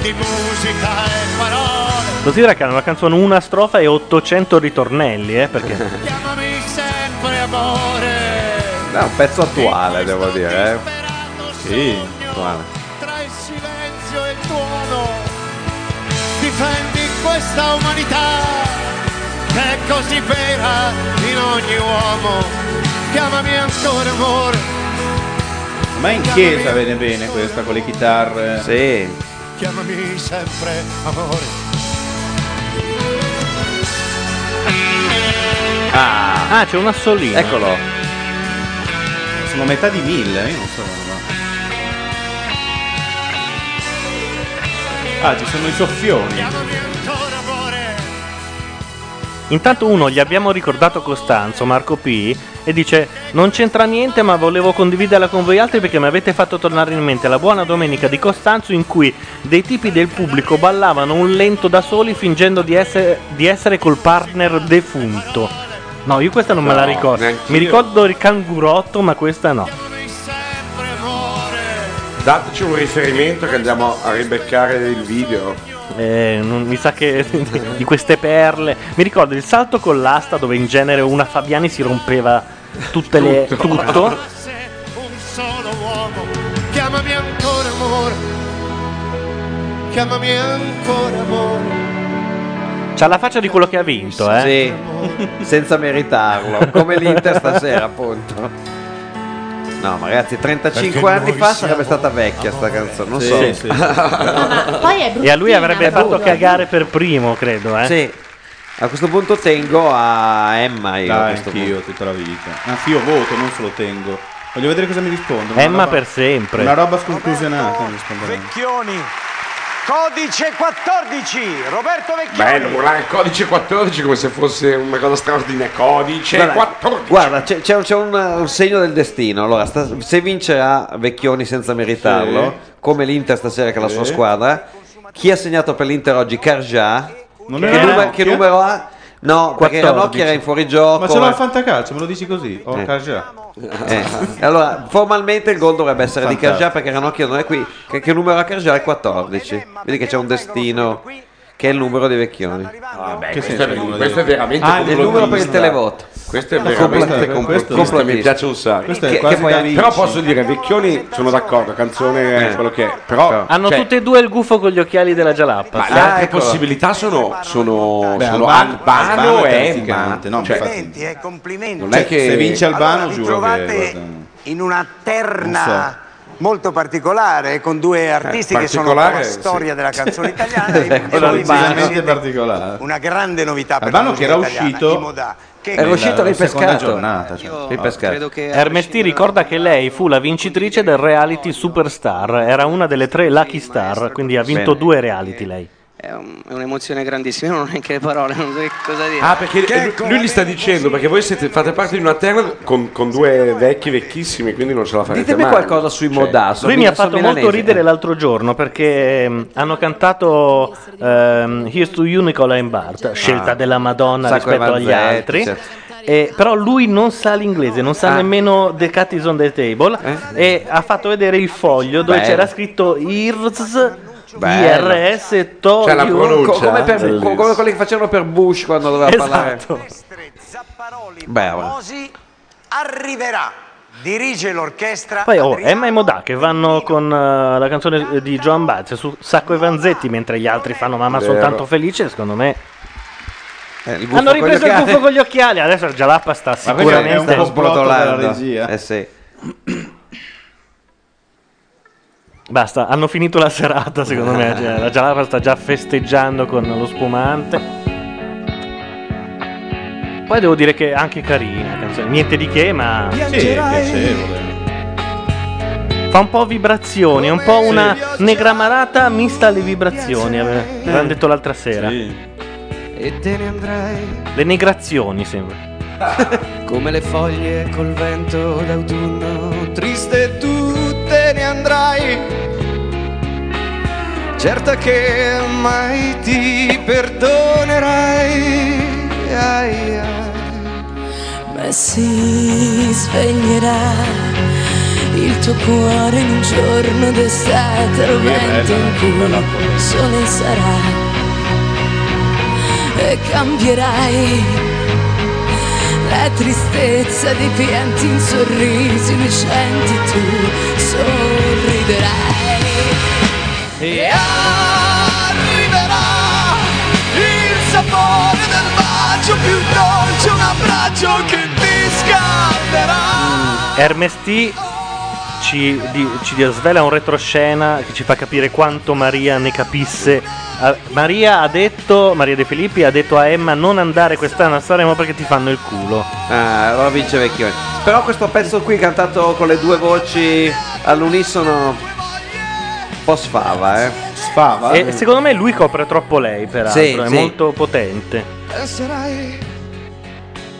Speaker 15: di musica e parole.
Speaker 4: Considera che hanno una canzone una strofa e 800 ritornelli, eh, perché...
Speaker 15: Chiamami sempre amore.
Speaker 9: È un pezzo attuale, devo dire, eh. Sì. Attuale.
Speaker 15: Tra il silenzio e il tuono. Difendi
Speaker 11: questa umanità che è così vera in ogni uomo. Chiamami ancora amore,
Speaker 5: Ma in chiesa viene bene questa con le chitarre.
Speaker 9: Sì.
Speaker 11: chiamami sempre amore.
Speaker 5: Ah,
Speaker 4: c'è un assolino.
Speaker 9: Eccolo.
Speaker 5: Sono a metà di mille, io non so. ma- Ah, ci sono i soffioni.
Speaker 4: Intanto uno gli abbiamo ricordato Costanzo, Marco P, e dice Non c'entra niente ma volevo condividerla con voi altri perché mi avete fatto tornare in mente la buona domenica di Costanzo in cui dei tipi del pubblico ballavano un lento da soli fingendo di essere, di essere col partner defunto. No, io questa non me la
Speaker 6: No,
Speaker 4: ricordo.
Speaker 6: neanch'io.
Speaker 4: Mi ricordo il cangurotto ma questa no.
Speaker 6: Dateci un riferimento che andiamo a ribeccare il video.
Speaker 4: Eh, non- mi sa che di queste perle. Mi ricordo il salto con l'asta dove in genere una Fabiani si rompeva tutte le,
Speaker 11: Tutto.
Speaker 4: tutto.
Speaker 11: Chiamami ancora amore, chiamami ancora amore.
Speaker 4: C'ha la faccia di quello che ha vinto, eh?
Speaker 9: Sì, senza meritarlo. Come l'Inter stasera, appunto. No, ma ragazzi, 35
Speaker 4: Perché
Speaker 9: anni
Speaker 4: noi
Speaker 9: fa sarebbe stata vecchia
Speaker 5: Ah,
Speaker 9: sta canzone, non
Speaker 4: Sì,
Speaker 9: so.
Speaker 4: sì, sì.
Speaker 7: Poi è
Speaker 4: E a lui avrebbe
Speaker 7: bruttina,
Speaker 4: fatto
Speaker 7: brutta.
Speaker 4: cagare per primo, credo, eh?
Speaker 9: Sì. A questo punto tengo a Emma io. a
Speaker 5: Dai,
Speaker 9: questo
Speaker 5: anch'io
Speaker 9: punto.
Speaker 5: tutta la vita. Anzi, io voto, non solo tengo. Voglio vedere cosa mi rispondono. Una
Speaker 4: Emma
Speaker 5: roba-
Speaker 4: per sempre.
Speaker 5: Una roba sconclusionata mi risponderanno.
Speaker 26: Vecchioni. Codice 14, Roberto Vecchioni.
Speaker 6: Bello, volare codice 14 come se fosse una cosa straordinaria. Codice
Speaker 9: Guarda,
Speaker 6: 14.
Speaker 9: Guarda, c'è, c'è un, c'è un- un segno del destino. Allora, sta- se vincerà Vecchioni senza meritarlo, come l'Inter stasera che è la sua
Speaker 6: Sì.
Speaker 9: squadra, chi ha segnato per l'Inter oggi? Cargià. Che,
Speaker 5: era
Speaker 9: numero-
Speaker 5: Ranocchia?
Speaker 9: che numero ha? No, perché
Speaker 5: 14.
Speaker 9: Ranocchia era in fuorigioco.
Speaker 5: Ma ce l'ho
Speaker 9: eh.
Speaker 5: al fantacalcio, me lo dici così? Oh, Ho
Speaker 9: Eh.
Speaker 5: già.
Speaker 9: Eh, allora, formalmente il gol dovrebbe essere di
Speaker 5: Fantastico.
Speaker 9: Cargià perché Ranocchio non è qui. Che, che numero ha Cargià? È 14. Vedi che c'è un destino che è il numero dei vecchioni.
Speaker 6: Ah, Vabbè, questo, è, questo è veramente
Speaker 9: Ah, il numero per il
Speaker 6: complottista.
Speaker 9: televoto.
Speaker 6: Questo è veramente
Speaker 9: Complottista,
Speaker 6: complottista,
Speaker 9: questo-
Speaker 6: mi piace un sacco.
Speaker 9: Questo è Che- quasi che poi- da Vinci.
Speaker 6: però posso dire, Vecchioni, sono d'accordo, canzone è quello che è. Però,
Speaker 4: Hanno
Speaker 6: cioè,
Speaker 4: tutte e due il gufo con gli occhiali della Gialappa.
Speaker 6: ma
Speaker 4: sì.
Speaker 6: le altre
Speaker 10: Ecco,
Speaker 6: possibilità sono, sono,
Speaker 5: Beh, Albano-
Speaker 6: sono Albano,
Speaker 5: Albano è
Speaker 6: e Emma.
Speaker 5: terrificante, no,
Speaker 6: Cioè,
Speaker 5: infatti.
Speaker 10: Eh, complimenti.
Speaker 6: Non è
Speaker 10: Cioè,
Speaker 6: che-
Speaker 5: Se vince Albano,
Speaker 10: Allora, vi
Speaker 5: giuro che.
Speaker 10: trovate
Speaker 5: guarda.
Speaker 10: in una
Speaker 5: Non Eh,
Speaker 10: terna molto particolare eh, con due artisti che sono un po' la
Speaker 5: particolare,
Speaker 10: storia
Speaker 5: sì.
Speaker 10: della canzone italiana e-
Speaker 9: Ecco,
Speaker 10: e
Speaker 5: Quello
Speaker 10: voi
Speaker 5: decisamente
Speaker 10: vedete
Speaker 5: particolare.
Speaker 10: una grande novità per
Speaker 5: Albano
Speaker 10: la
Speaker 5: che era
Speaker 10: musica italiana,
Speaker 5: uscito-
Speaker 10: i Modà, che
Speaker 5: Era uscito
Speaker 10: nella
Speaker 5: ripescato.
Speaker 10: seconda
Speaker 5: giornata, cioè. Io Ripescato. credo che-
Speaker 4: Ernesti ricorda che lei fu la vincitrice del reality Superstar, era una delle tre Lucky Star, quindi ha vinto
Speaker 2: Bene.
Speaker 4: due reality lei.
Speaker 2: È, un- è un'emozione grandissima, io non ho neanche le parole, non so che cosa dire.
Speaker 6: Ah, perché lui- lui gli sta dicendo, perché voi siete, fate parte di una terra con, con due vecchi vecchissimi, quindi non ce la farete
Speaker 9: Ditemi
Speaker 6: mai.
Speaker 9: qualcosa sui
Speaker 6: Cioè,
Speaker 9: Modasso.
Speaker 4: Lui mi ha fatto molto
Speaker 9: eh.
Speaker 4: ridere l'altro giorno perché ehm, hanno cantato ehm, Here's to You Nicola and Bart, scelta della Madonna
Speaker 9: Sacco e
Speaker 4: rispetto agli
Speaker 9: Vanzetti,
Speaker 4: altri.
Speaker 9: Ah. certo.
Speaker 4: E- però lui non sa l'inglese, non sa
Speaker 9: Ah. Eh?
Speaker 4: nemmeno The Cat is on the Table e ha fatto vedere il foglio dove
Speaker 9: Bello.
Speaker 4: c'era scritto IRS,
Speaker 9: Bello.
Speaker 4: IRS, to
Speaker 9: Cioè, la
Speaker 4: you.
Speaker 9: pronuncia, Co- come per- bellissimo. Esatto. co- come quelli che facevano per Bush quando doveva parlare. Bravo.
Speaker 10: Osi arriverà, dirige l'orchestra.
Speaker 4: Poi oh, Emma e Modà che vanno con eh, la canzone eh, di Joan Baez su Sacco e Vanzetti mentre gli altri fanno Mamma
Speaker 9: Vero. Eh,
Speaker 4: sono tanto felice, secondo me.
Speaker 9: gufo
Speaker 4: Hanno
Speaker 9: con gli
Speaker 4: ripreso il
Speaker 9: occhiali.
Speaker 4: gufo con gli occhiali, adesso il Jalappa sta
Speaker 9: Ma questo è un
Speaker 4: sicuramente
Speaker 9: po' sbrotolando. Eh sì.
Speaker 4: Basta, hanno finito la serata secondo me, cioè, la Jalappa sta già festeggiando con lo spumante. Poi devo dire che è anche carina la canzone, niente di che, ma
Speaker 5: Sì, piacevole.
Speaker 4: fa un po' vibrazioni, è un po' una negramarata mista alle vibrazioni, ave- l'hanno detto l'altra sera.
Speaker 2: E te ne andrai
Speaker 4: Le negrazioni sembra.
Speaker 2: come le foglie col vento d'autunno.
Speaker 6: Triste tu te ne andrai,
Speaker 2: Certa che mai ti perdonerai. Ai, ai.
Speaker 8: Ma si sveglierà il tuo cuore in un giorno d'estate al
Speaker 4: eh,
Speaker 8: vento in cui il sole sarà e cambierai la tristezza dei pianti in sorrisi lucenti tu sorriderai
Speaker 2: E arriverà il
Speaker 8: più dolce un abbraccio che ti scatterà
Speaker 4: Hermes T ci, di- ci svela un retroscena che ci fa capire quanto Maria ne capisse. Ah, Maria ha detto, Maria De Filippi ha detto a Emma non andare quest'anno a Sanremo perché ti fanno il culo.
Speaker 9: Ah, allora vince Vecchioni. Però questo pezzo qui cantato con le due voci all'unisono un po' sfava, eh.
Speaker 5: Sfava?
Speaker 4: E secondo me lui copre troppo lei, peraltro,
Speaker 9: Sì,
Speaker 4: è
Speaker 9: sì.
Speaker 4: molto potente.
Speaker 8: E sarai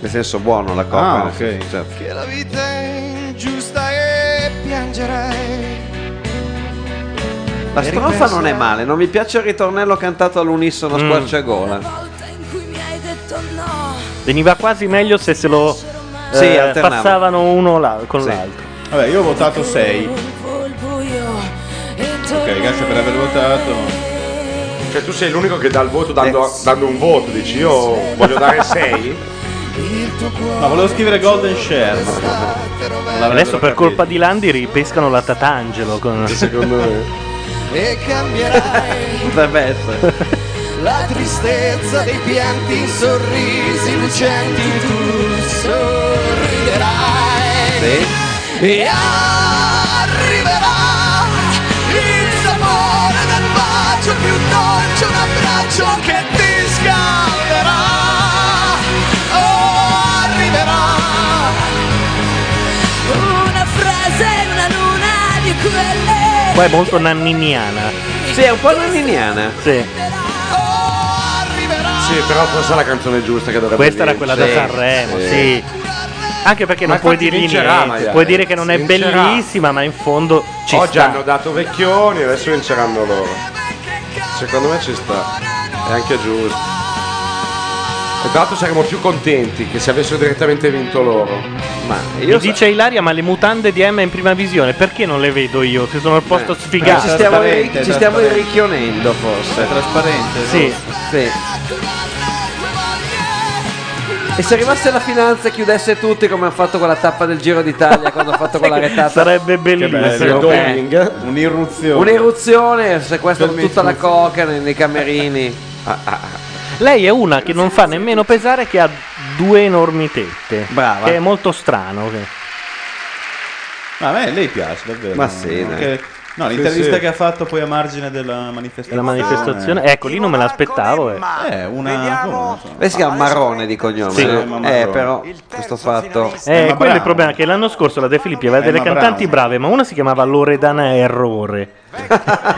Speaker 9: Nel senso buono la copre.
Speaker 5: Ah,
Speaker 9: nel
Speaker 5: ok.
Speaker 9: senso, certo.
Speaker 8: che la vita è ingiusta e piangerai
Speaker 9: La strofa non è male, non mi piace il ritornello cantato all'unisono squarciagola.
Speaker 4: Veniva quasi meglio se se lo
Speaker 9: Sì,
Speaker 4: eh,
Speaker 9: alternavano.
Speaker 4: passavano uno la- con l'altro.
Speaker 5: Vabbè, io ho votato 6.
Speaker 27: Ok,
Speaker 5: grazie per aver votato.
Speaker 6: Cioè, tu sei l'unico che dà il voto
Speaker 9: Eh.
Speaker 6: dando, dando un voto, dici io voglio dare 6.
Speaker 5: No, volevo scrivere Golden Share.
Speaker 4: Adesso per colpa di Landi ripescano la Tatangelo. Con...
Speaker 6: Secondo me.
Speaker 8: e cambierai
Speaker 9: Potrebbe essere.
Speaker 8: la tristezza dei pianti in sorrisi lucenti tu sorriderai e arriverà il sapore del bacio più dolce un abbraccio che ti scalderà oh arriverà
Speaker 28: Una frase, una luna di quelle
Speaker 4: Qua è molto nanniniana.
Speaker 9: Sì, è un po' nanniniana.
Speaker 4: Sì.
Speaker 6: Sì, però forse è la canzone giusta che dovrebbe
Speaker 4: Questa era quella
Speaker 6: vincere.
Speaker 4: da Sanremo, sì. Anche perché
Speaker 6: Ma
Speaker 4: non puoi
Speaker 6: infatti
Speaker 4: dirgli
Speaker 6: vincerà,
Speaker 4: niente.
Speaker 6: magari.
Speaker 4: Puoi dire che non è
Speaker 6: Vincerà.
Speaker 4: bellissima, ma in fondo ci
Speaker 6: Oggi
Speaker 4: sta.
Speaker 6: hanno dato vecchioni, adesso vinceranno loro. Secondo me ci sta. È anche giusto. E tra l'altro saremmo più contenti che se avessero direttamente vinto loro.
Speaker 9: Ma
Speaker 4: Mi dice Ilaria, ma le mutande di Emma in prima visione, perché non le vedo io? Che sono al posto sfigato.
Speaker 9: Eh, Ci stiamo, ci stiamo irricchionendo forse. È trasparente.
Speaker 4: Sì.
Speaker 9: sì. E se arrivasse la finanza e chiudesse tutti come hanno fatto con la tappa del Giro d'Italia quando ha fatto quella retata.
Speaker 4: Sarebbe bellissimo.
Speaker 9: bello. Eh.
Speaker 5: Un'irruzione.
Speaker 9: Un'eruzione, sequestro
Speaker 4: Fermi
Speaker 9: tutta la
Speaker 4: tutti.
Speaker 9: coca nei, nei camerini. Ah,
Speaker 4: Ah, Lei è una che non fa nemmeno pesare che ha due enormi tette.
Speaker 9: Brava.
Speaker 4: Che è molto strano. che-
Speaker 5: Ma a me lei piace, davvero.
Speaker 4: Ma sì, dai.
Speaker 5: Anche- No,
Speaker 4: Sì,
Speaker 5: l'intervista
Speaker 4: sì.
Speaker 5: che ha fatto poi a margine della manifestazione.
Speaker 4: La manifestazione, ecco lì non me l'aspettavo. Eh.
Speaker 5: Eh, una. come,
Speaker 9: Lei
Speaker 4: Ah,
Speaker 9: si chiama Marrone di cognome.
Speaker 4: Sì.
Speaker 9: no?
Speaker 4: Emma
Speaker 9: Eh,
Speaker 4: Marrone.
Speaker 9: però questo fatto.
Speaker 4: Eh, quello è il problema che l'anno scorso la De Filippi aveva delle
Speaker 9: Emma
Speaker 4: cantanti brave, ma una si chiamava Loredana Errore.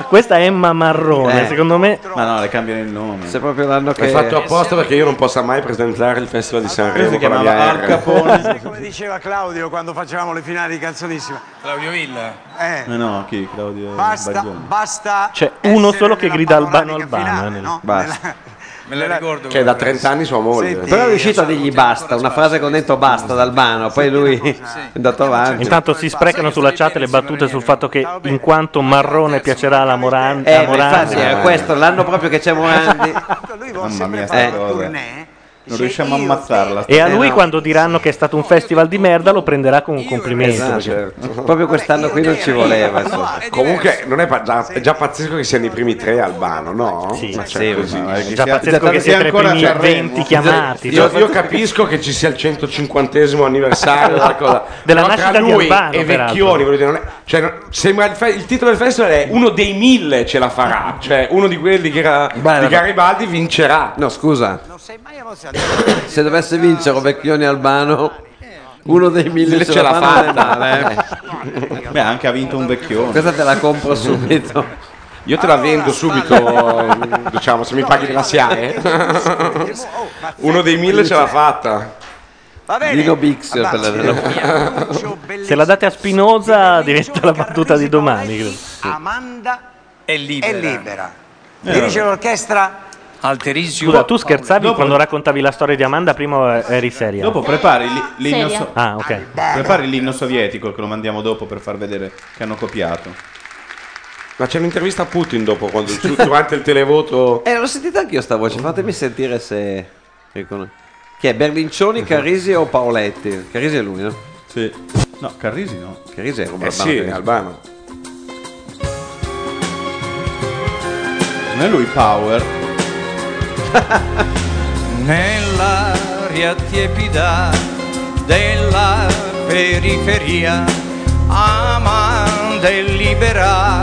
Speaker 4: Questa è Emma Marrone,
Speaker 6: Eh.
Speaker 4: secondo me.
Speaker 5: Ma no, le cambiano il nome.
Speaker 9: Se proprio l'hanno
Speaker 6: È fatto apposta perché io non possa mai presentare il Festival di Sanremo
Speaker 5: si
Speaker 6: con la
Speaker 5: chiamava
Speaker 6: mia
Speaker 5: Al
Speaker 6: R.
Speaker 5: Capone.
Speaker 10: Come diceva Claudio quando facevamo le finali di canzonissima.
Speaker 24: Claudio Villa.
Speaker 10: Eh,
Speaker 5: No, no, chi? Claudio
Speaker 10: basta,
Speaker 5: Baglioni.
Speaker 10: basta.
Speaker 4: C'è Cioè, uno solo che grida albano eh, albano. nel-
Speaker 9: Basta.
Speaker 24: Me la ricordo.
Speaker 9: Che da 30 anni sua moglie. Però è riuscito a dirgli basta, una frase con dentro basta dal Albano, poi lui è andato avanti.
Speaker 4: Intanto si sprecano sulla chat le battute sul fatto che in quanto Marrone piacerà alla Moran-
Speaker 9: Eh,
Speaker 4: a
Speaker 9: ma
Speaker 4: Morandi.
Speaker 9: infatti era questo, l'anno proprio che c'è Morandi.
Speaker 5: Mamma mia,
Speaker 9: Eh.
Speaker 5: sta cosa. Non riusciamo a ammazzarla.
Speaker 4: E a
Speaker 9: Eh,
Speaker 4: lui
Speaker 9: no.
Speaker 4: quando diranno che è stato un festival di merda lo prenderà come un complimento.
Speaker 9: Esatto,
Speaker 4: perché-
Speaker 9: certo. Proprio quest'anno qui non ci voleva. insomma.
Speaker 6: Comunque non è, pa- già, è già pazzesco che siano i primi tre Albano, no? Sì, ma cioè,
Speaker 9: sì, ma è che Già sia-
Speaker 4: pazzesco che siete tra i primi 20 chiamati,
Speaker 6: Io,
Speaker 4: cioè-
Speaker 6: io capisco che ci sia il 150 anniversario della cosa.
Speaker 4: Della
Speaker 6: però
Speaker 4: nascita
Speaker 6: tra
Speaker 4: di
Speaker 6: lui
Speaker 4: Albano,
Speaker 6: e
Speaker 4: peraltro.
Speaker 6: Vecchioni, voglio dire, non è- cioè, non- sembra il, fe- il titolo del festival è uno dei mille ce la farà, cioè uno di quelli che era di Garibaldi vincerà.
Speaker 9: No, scusa. Se dovesse vincere Vecchioni Albano, uno dei mille ce Eh. la fa ad andare. eh.
Speaker 5: Beh, anche ha vinto un vecchione.
Speaker 9: Questa te la compro subito.
Speaker 6: Io te la vendo subito, diciamo, se mi paghi la SIAE. eh. Uno dei mille ce l'ha fatta.
Speaker 9: Dino Bix per la
Speaker 4: Se la date a Spinoza diventa la battuta di domani. credo.
Speaker 10: Amanda
Speaker 24: è libera.
Speaker 5: Eh,
Speaker 10: Dirige l'orchestra.
Speaker 24: Alterissimo.
Speaker 4: Scusa, tu scherzavi quando raccontavi la storia di Amanda, prima eri seria.
Speaker 5: Dopo prepari li- l'inno,
Speaker 4: Seria.
Speaker 5: so-
Speaker 4: Ah, ok.
Speaker 5: prepari l'inno sovietico che lo mandiamo dopo per far vedere che hanno copiato.
Speaker 6: Ma c'è un'intervista a Putin dopo, quando, su- durante il televoto.
Speaker 9: Eh, l'ho sentita anch'io sta voce, fatemi sentire se. riconos- Chi è Berlincioni, Carrisi o Paoletti? Carrisi è lui, no?
Speaker 5: Sì. No, Carrisi no.
Speaker 9: Carrisi è Roma
Speaker 6: Eh sì, è Albano.
Speaker 5: Non è lui Power.
Speaker 8: Nella
Speaker 24: l'aria tiepida della periferia, amante libera,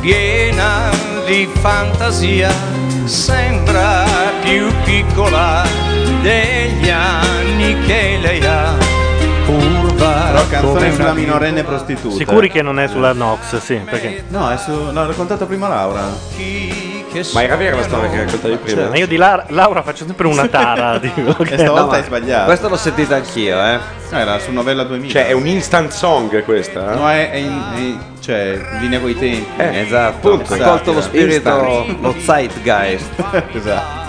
Speaker 24: piena di fantasia, sembra più piccola degli anni che lei ha, curva
Speaker 5: Però canzone
Speaker 24: come
Speaker 5: sulla
Speaker 24: una
Speaker 5: minorenne prostituta.
Speaker 4: Sicuri che non è sulla Nox, sì, perché...
Speaker 5: No, è su... no, l'ho raccontato prima Laura.
Speaker 4: Ma era vera la storia che raccontavi prima? Ma io di Lara- Laura faccio sempre una tara, dico, ok.
Speaker 5: E stavolta
Speaker 4: No, ma-
Speaker 5: hai sbagliato.
Speaker 4: questa
Speaker 5: l'ho sentita anch'io, eh. era su Novella 2000.
Speaker 4: Cioè, è
Speaker 5: un instant song questa? eh? No, è, è in, è in- cioè, in linea coi tempi.
Speaker 9: esatto.
Speaker 5: Punto.
Speaker 9: Ha colto lo
Speaker 5: Esatto.
Speaker 9: spirito,
Speaker 5: Instant.
Speaker 9: lo zeitgeist.
Speaker 5: esatto.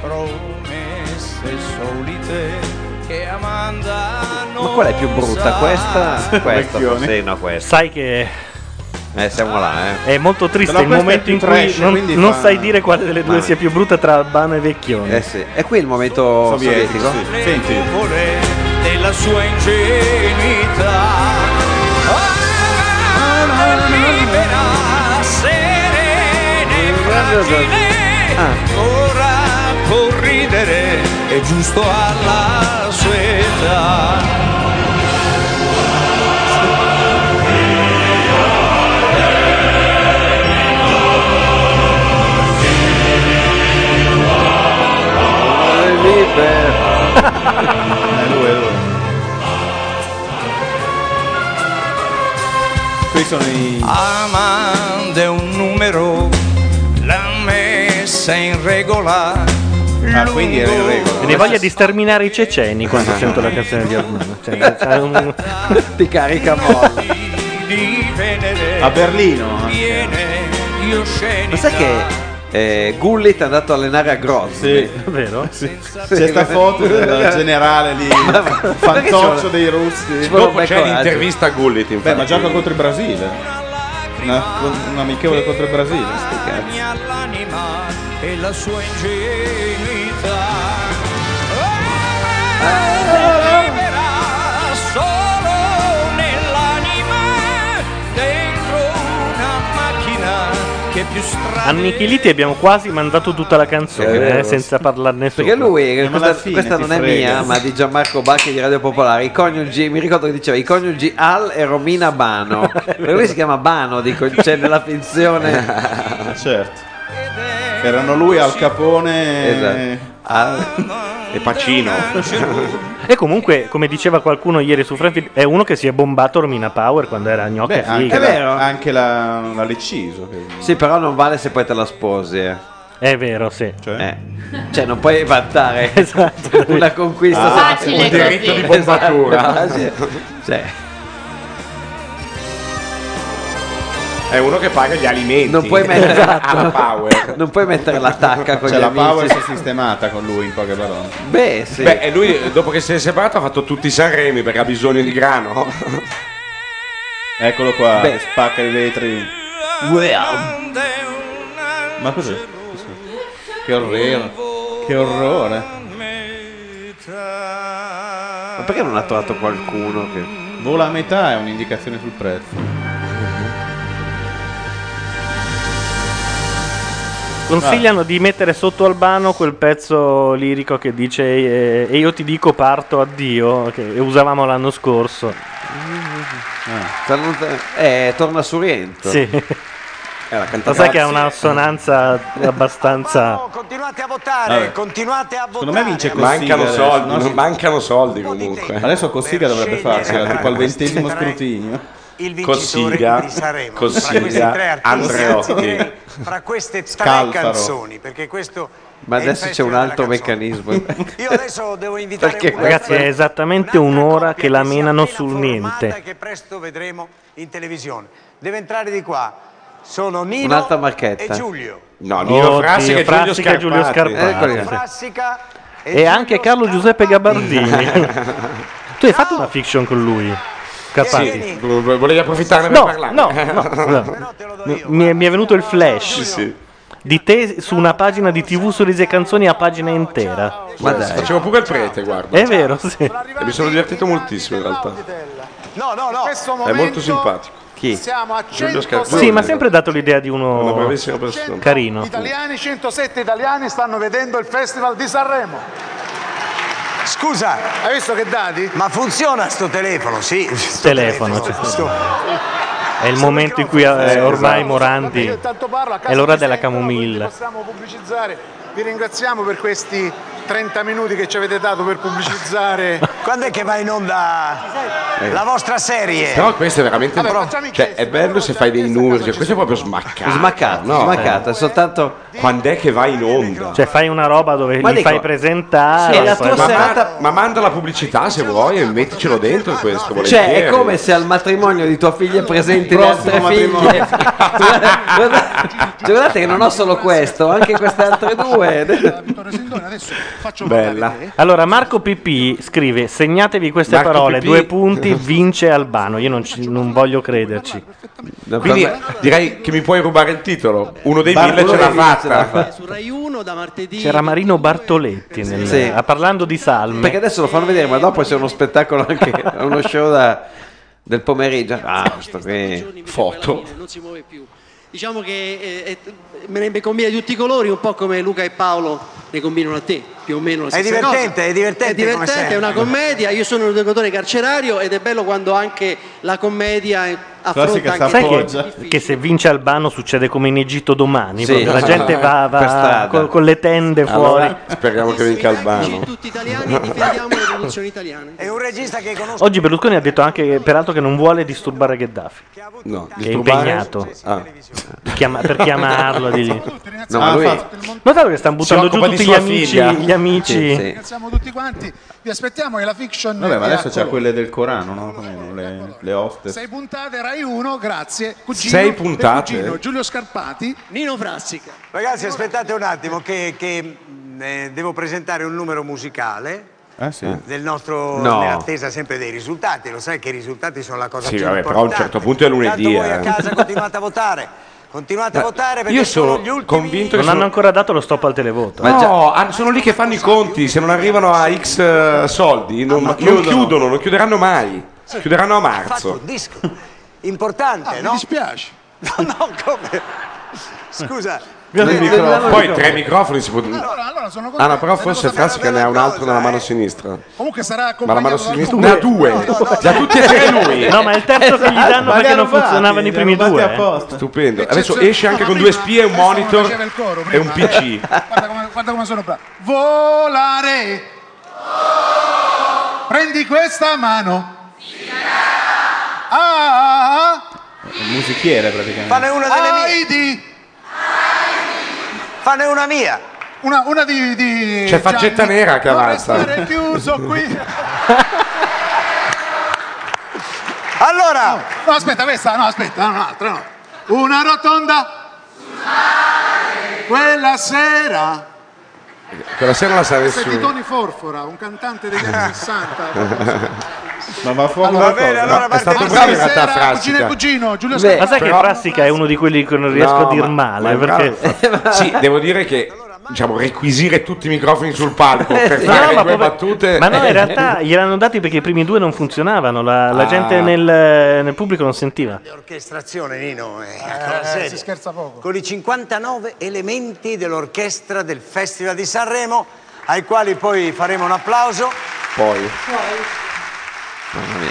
Speaker 24: promesse solite che Amanda non
Speaker 9: Ma qual è più brutta? Questa? Questa?
Speaker 4: Vecchione.
Speaker 9: Sì, no, questa.
Speaker 4: Sai che
Speaker 9: Eh, siamo là, eh.
Speaker 4: è molto triste
Speaker 9: Però
Speaker 4: il
Speaker 9: questa
Speaker 4: momento
Speaker 9: è
Speaker 4: in
Speaker 9: più
Speaker 4: cui
Speaker 9: trash,
Speaker 4: non,
Speaker 9: quindi
Speaker 4: non
Speaker 9: fa-
Speaker 4: sai dire quale delle due
Speaker 9: Ma-
Speaker 4: sia più brutta tra Albano e Vecchione.
Speaker 9: Eh sì. È qui il momento sovietico?
Speaker 4: Sovietico,
Speaker 24: le nuvole della sua ingenuità. Anna libera, serena e fragile, ora può ridere, è giusto alla sua età.
Speaker 5: È lui, è lui. Questi sono i...
Speaker 24: Amante un numero, l'ha messa in regola. Ah, quindi era in regola.
Speaker 4: E ne voglia di sterminare i ceceni quando sento la canzone di Albano. Cioè, c'è un-
Speaker 9: Eh. Ti carica molla.
Speaker 24: di Venere.
Speaker 9: A Berlino, anche.
Speaker 24: Viene io
Speaker 9: Ma sai che eh, Gullit è andato a allenare a Grozny?
Speaker 4: Sì, vero?
Speaker 5: C'è sta foto del generale lì, fantoccio dei russi.
Speaker 9: ci vuole un bel coraggio.
Speaker 5: a Gullit. Beh, ma gioca contro il Brasile. Una, un amichevole contro il Brasile.
Speaker 24: l'anima e la sua ingenuità. Libera solo nell'anima dentro una macchina che più strana.
Speaker 4: Annichiliti abbiamo quasi mandato tutta la canzone
Speaker 9: È vero.
Speaker 4: eh, senza parlarne sopra.
Speaker 9: Perché lui,
Speaker 4: Ma
Speaker 9: questa,
Speaker 4: alla fine
Speaker 9: questa
Speaker 4: ti
Speaker 9: non è
Speaker 4: frega.
Speaker 9: mia, ma di Gianmarco Bacchi di Radio Popolare, i coniugi, mi ricordo che diceva i coniugi Al e Romina Bano. Perché lui si chiama Bano, dico, c'è nella finzione.
Speaker 5: certo. Erano lui al capone
Speaker 9: Esatto.
Speaker 5: Ah, e Pacino.
Speaker 4: E comunque, come diceva qualcuno ieri su Franfil, è uno che si è bombato Romina Power quando era gnocca
Speaker 5: Beh,
Speaker 4: figa.
Speaker 5: anche, la, anche la, la Lecciso. Che...
Speaker 9: Sì, però non vale se poi te la sposi. eh.
Speaker 4: È vero, sì. Esatto.
Speaker 5: Cioè,
Speaker 9: Cioè, non puoi vantare una conquista
Speaker 4: Ah,
Speaker 9: senza-
Speaker 4: facile Un diritto così. di bombatura.
Speaker 9: Esatto, sì. Cioè,
Speaker 13: È uno che paga gli alimenti.
Speaker 9: non puoi mettere
Speaker 6: Esatto.
Speaker 13: alla Power.
Speaker 9: Non puoi mettere l'attacca con
Speaker 5: Cioè,
Speaker 9: gli
Speaker 5: la
Speaker 9: amici.
Speaker 5: Power si è sistemata con lui in poche parole.
Speaker 9: Beh, sì.
Speaker 13: Beh, e lui eh, dopo che si è separato ha fatto tutti i Sanremi perché ha bisogno di grano.
Speaker 5: Eccolo qua,
Speaker 13: Beh.
Speaker 5: spacca i vetri. Ma cos'è? Che orrore. Che orrore.
Speaker 9: Ma perché non ha trovato qualcuno che...
Speaker 5: Vola a metà è un'indicazione sul prezzo.
Speaker 4: Consigliano di mettere sotto Albano quel pezzo lirico che dice eh, E io ti dico parto addio, che usavamo l'anno scorso.
Speaker 9: Torna- Eh, torna su Riento.
Speaker 4: Sì. Lo sai che ha un'assonanza abbastanza...
Speaker 5: Vabbè.
Speaker 10: Continuate a
Speaker 5: Secondo me vince Cossiga.
Speaker 13: Mancano
Speaker 5: adesso,
Speaker 13: soldi,
Speaker 5: no?
Speaker 13: non mancano soldi comunque.
Speaker 5: Adesso Cossiga dovrebbe farsela, tipo al ventesimo scrutinio.
Speaker 13: Cossiga, Cossiga, Andreotti.
Speaker 10: fra queste tre
Speaker 9: Scalfaro.
Speaker 10: canzoni, perché questo
Speaker 9: Ma
Speaker 10: è il
Speaker 9: adesso c'è un
Speaker 10: festival
Speaker 9: altro
Speaker 10: della
Speaker 9: meccanismo.
Speaker 10: canzone. Io adesso devo invitare
Speaker 9: Perché
Speaker 10: un
Speaker 4: Ragazzi, è esattamente un'ora che la menano sul niente.
Speaker 10: che presto vedremo in televisione. Deve entrare di qua. Sono Nino
Speaker 9: Un'altra marchetta.
Speaker 10: e Giulio.
Speaker 13: No,
Speaker 4: Nino Oddio, Frassica e Giulio Frassica e Giulio Scarpati. Scarpati.
Speaker 10: Nino
Speaker 4: Eccoli.
Speaker 10: Frassica e,
Speaker 4: E anche Carlo Giuseppe Gabardini. tu hai fatto una fiction con lui? Capati.
Speaker 13: Sì, vo- vo- volevi approfittarne per
Speaker 4: No,
Speaker 13: parlare?
Speaker 4: no, no, no. Mi, è, mi è venuto il flash di te su una pagina di TV su Risi e Canzoni a pagina intera.
Speaker 13: Ma dai. Facevo pure il prete, guarda.
Speaker 4: È vero, sì.
Speaker 13: E mi sono divertito moltissimo in realtà.
Speaker 17: No, no, no. In questo
Speaker 13: È
Speaker 17: momento
Speaker 13: molto simpatico.
Speaker 17: Siamo a
Speaker 13: Giulio
Speaker 17: 100
Speaker 13: Scarpati.
Speaker 4: Sì, ma ha sempre dato l'idea di uno
Speaker 13: Una bravissima persona.
Speaker 4: carino.
Speaker 17: italiani, 107 italiani stanno vedendo il Festival di Sanremo.
Speaker 10: Scusa! Hai visto che dadi? Ma funziona sto telefono, sì. Sto
Speaker 4: Telefono, cioè. È il momento in cui eh, ormai Morandi è l'ora della camomilla.
Speaker 17: Possiamo pubblicizzare. Vi ringraziamo per questi 30 minuti che ci avete dato per pubblicizzare.
Speaker 10: Quando è che va in onda
Speaker 6: Eh.
Speaker 10: la vostra serie?
Speaker 6: Però questo è veramente.
Speaker 10: Vabbè,
Speaker 6: cioè, è bello se fai dei numeri. Cioè, questo è proprio smaccato.
Speaker 9: Smaccato,
Speaker 6: no?
Speaker 9: smaccato,
Speaker 13: eh.
Speaker 6: È soltanto. Quando è che vai in onda?
Speaker 4: Cioè, fai una roba dove
Speaker 6: Ma
Speaker 4: li
Speaker 6: dico-
Speaker 4: fai presentare.
Speaker 6: Sì,
Speaker 4: poi-
Speaker 6: ma, ma manda la pubblicità se vuoi e metticelo dentro questo. volentieri.
Speaker 9: Cioè, è come se al matrimonio di tua figlia è presente le
Speaker 6: Prossimo
Speaker 9: altre figlie.
Speaker 6: matrimonio.
Speaker 9: Guarda- guarda- cioè, guardate che non ho solo questo, anche queste altre due.
Speaker 4: Bella. Allora, Marco PP scrive: Segnatevi queste
Speaker 9: Marco
Speaker 4: parole,
Speaker 9: PP.
Speaker 4: due punti, vince Albano. Io non, ci- non voglio crederci.
Speaker 6: Quindi direi che mi puoi rubare il titolo. Uno dei
Speaker 4: Bartolo
Speaker 6: mille ce l'ha
Speaker 4: dei mille ce l'ha
Speaker 6: fatta.
Speaker 4: C'era Marino Bartoletti nel-
Speaker 9: Sì.
Speaker 4: ah, parlando di salme.
Speaker 9: Perché adesso lo fanno vedere, ma dopo c'è uno spettacolo anche, uno show da- del pomeriggio. Ah, sto qui. Foto.
Speaker 8: non si muove più. Diciamo che eh, eh, me ne combina di tutti i colori, un po' come Luca e Paolo ne combinano a te, più o meno la
Speaker 10: È
Speaker 8: stessa
Speaker 10: divertente,
Speaker 8: cosa.
Speaker 10: è divertente
Speaker 8: È divertente,
Speaker 10: come
Speaker 8: è una
Speaker 10: sempre.
Speaker 8: commedia, io sono un educatore carcerario ed è bello quando anche la commedia eh, affronta anche
Speaker 4: Sai che, che se vince Albano succede come in Egitto domani.
Speaker 6: Sì.
Speaker 4: proprio, la gente va, va
Speaker 6: Per strada.
Speaker 4: con, con le tende fuori.
Speaker 6: Allora, speriamo che vinca Albano.
Speaker 8: le produzioni italiane.
Speaker 10: È un regista che conosco.
Speaker 4: Oggi Berlusconi ha detto anche, peraltro, che non vuole disturbare Gheddafi.
Speaker 6: No,
Speaker 4: Che è impegnato Chiama- per chiamarlo. Digli.
Speaker 6: No, ma Ah, lui- fa-
Speaker 4: Notate che stanno
Speaker 6: Si
Speaker 4: buttando giù
Speaker 6: occupa di
Speaker 4: tutti gli
Speaker 6: sua
Speaker 4: amici.
Speaker 6: figlia.
Speaker 4: Gli amici.
Speaker 17: Ringraziamo tutti quanti. Vi aspettiamo che la fiction
Speaker 5: Vabbè, ma
Speaker 17: è
Speaker 5: adesso
Speaker 17: a
Speaker 5: c'è
Speaker 23: Ecco.
Speaker 17: colori.
Speaker 5: quelle del Corano, no? Come no? Le, le hostess.
Speaker 17: Sei puntate Rai 1, grazie. Cugino,
Speaker 5: Sei
Speaker 17: del
Speaker 5: puntate?
Speaker 17: Cugino, Giulio Scarpati.
Speaker 8: Nino Frassica.
Speaker 10: Ragazzi, aspettate un attimo che, che, mh, eh, devo presentare un numero musicale
Speaker 5: Eh sì.
Speaker 10: del nostro
Speaker 6: Ah, No.
Speaker 10: nell'attesa sempre dei risultati. Lo sai che i risultati sono la cosa
Speaker 6: Sì,
Speaker 10: più
Speaker 6: vabbè, però a un
Speaker 10: importante.
Speaker 6: certo punto è lunedì.
Speaker 10: Voi a
Speaker 6: eh.
Speaker 10: casa continuate a votare. Continuate a votare perché
Speaker 6: io
Speaker 10: sono,
Speaker 6: sono
Speaker 10: gli ultimi.
Speaker 6: convinto che
Speaker 4: Non hanno
Speaker 6: sono...
Speaker 4: ancora dato lo stop al televoto.
Speaker 6: No, ah, sono lì che fanno i conti, se non arrivano a X eh, soldi non, non chiudono. non chiuderanno mai, chiuderanno a marzo.
Speaker 10: disco
Speaker 17: Ah,
Speaker 10: importante, no? Mi dispiace. No, no, come? Scusa.
Speaker 6: Nel
Speaker 10: Eh,
Speaker 6: microfono.
Speaker 10: eh,
Speaker 6: Poi tre microfoni si può...
Speaker 17: Allora, allora sono contento.
Speaker 6: Ah
Speaker 4: Eh,
Speaker 6: no, però forse Frassica ne ha un altro nella mano sinistra.
Speaker 17: Comunque sarà
Speaker 6: Ma la
Speaker 17: accompagnato
Speaker 6: mano
Speaker 17: da
Speaker 6: sinistra ne ha due, già tutti e tre lui. Eh,
Speaker 4: No, ma è il terzo che gli danno perché non funzionavano i primi due. eh.
Speaker 6: Stupendo. Adesso esce anche con due spie, un
Speaker 17: faceva
Speaker 6: monitor
Speaker 17: il coro
Speaker 6: e un
Speaker 17: prima, eh.
Speaker 6: PC.
Speaker 17: Guarda come, guarda come sono bravo. Volare. Prendi questa mano. Ah, ah, ah.
Speaker 5: Un musichiere praticamente.
Speaker 10: Fanne una delle mie.
Speaker 17: Heidi.
Speaker 10: Fanne una mia.
Speaker 17: Una, una di, di
Speaker 6: C'è faccetta
Speaker 17: Gianni.
Speaker 6: nera che
Speaker 17: Non
Speaker 6: avanza.
Speaker 17: restare chiuso qui.
Speaker 10: Allora.
Speaker 17: No, no, aspetta, questa, no, aspetta, no, un'altra, no. Una rotonda. Quella sera.
Speaker 6: Quella sera non la sa
Speaker 17: Questa è di
Speaker 6: nessuno.
Speaker 17: Tony Forfora, un cantante degli anni 60.
Speaker 5: Ma va fuori
Speaker 17: Allora,
Speaker 5: una
Speaker 17: va bene,
Speaker 5: cosa.
Speaker 17: allora,
Speaker 5: No,
Speaker 17: parte-
Speaker 5: stato
Speaker 17: parte-
Speaker 5: bravo in
Speaker 17: stasera, cugino e
Speaker 5: realtà Frassica.
Speaker 17: cugino, Giulio
Speaker 5: Beh,
Speaker 4: Ma sai che
Speaker 6: però-
Speaker 4: Frassica è uno di quelli che non riesco
Speaker 6: No,
Speaker 4: a dir
Speaker 6: ma-
Speaker 4: male.
Speaker 6: ma è
Speaker 4: perché...
Speaker 6: bravo. sì, devo dire che diciamo, requisire tutti i microfoni sul palco per
Speaker 4: Sì.
Speaker 6: fare
Speaker 4: No,
Speaker 6: le
Speaker 4: ma proprio-
Speaker 6: due battute.
Speaker 4: Ma no, in realtà gliel'hanno dati perché i primi due non funzionavano, la, la
Speaker 6: Ah. Eh,
Speaker 4: gente nel, nel pubblico non sentiva.
Speaker 10: Orchestrazione, Nino. è
Speaker 17: Eh,
Speaker 10: ancora seria.
Speaker 17: si scherza poco.
Speaker 10: Con i 59 elementi dell'orchestra del Festival di Sanremo, ai quali poi faremo un applauso.
Speaker 6: Poi.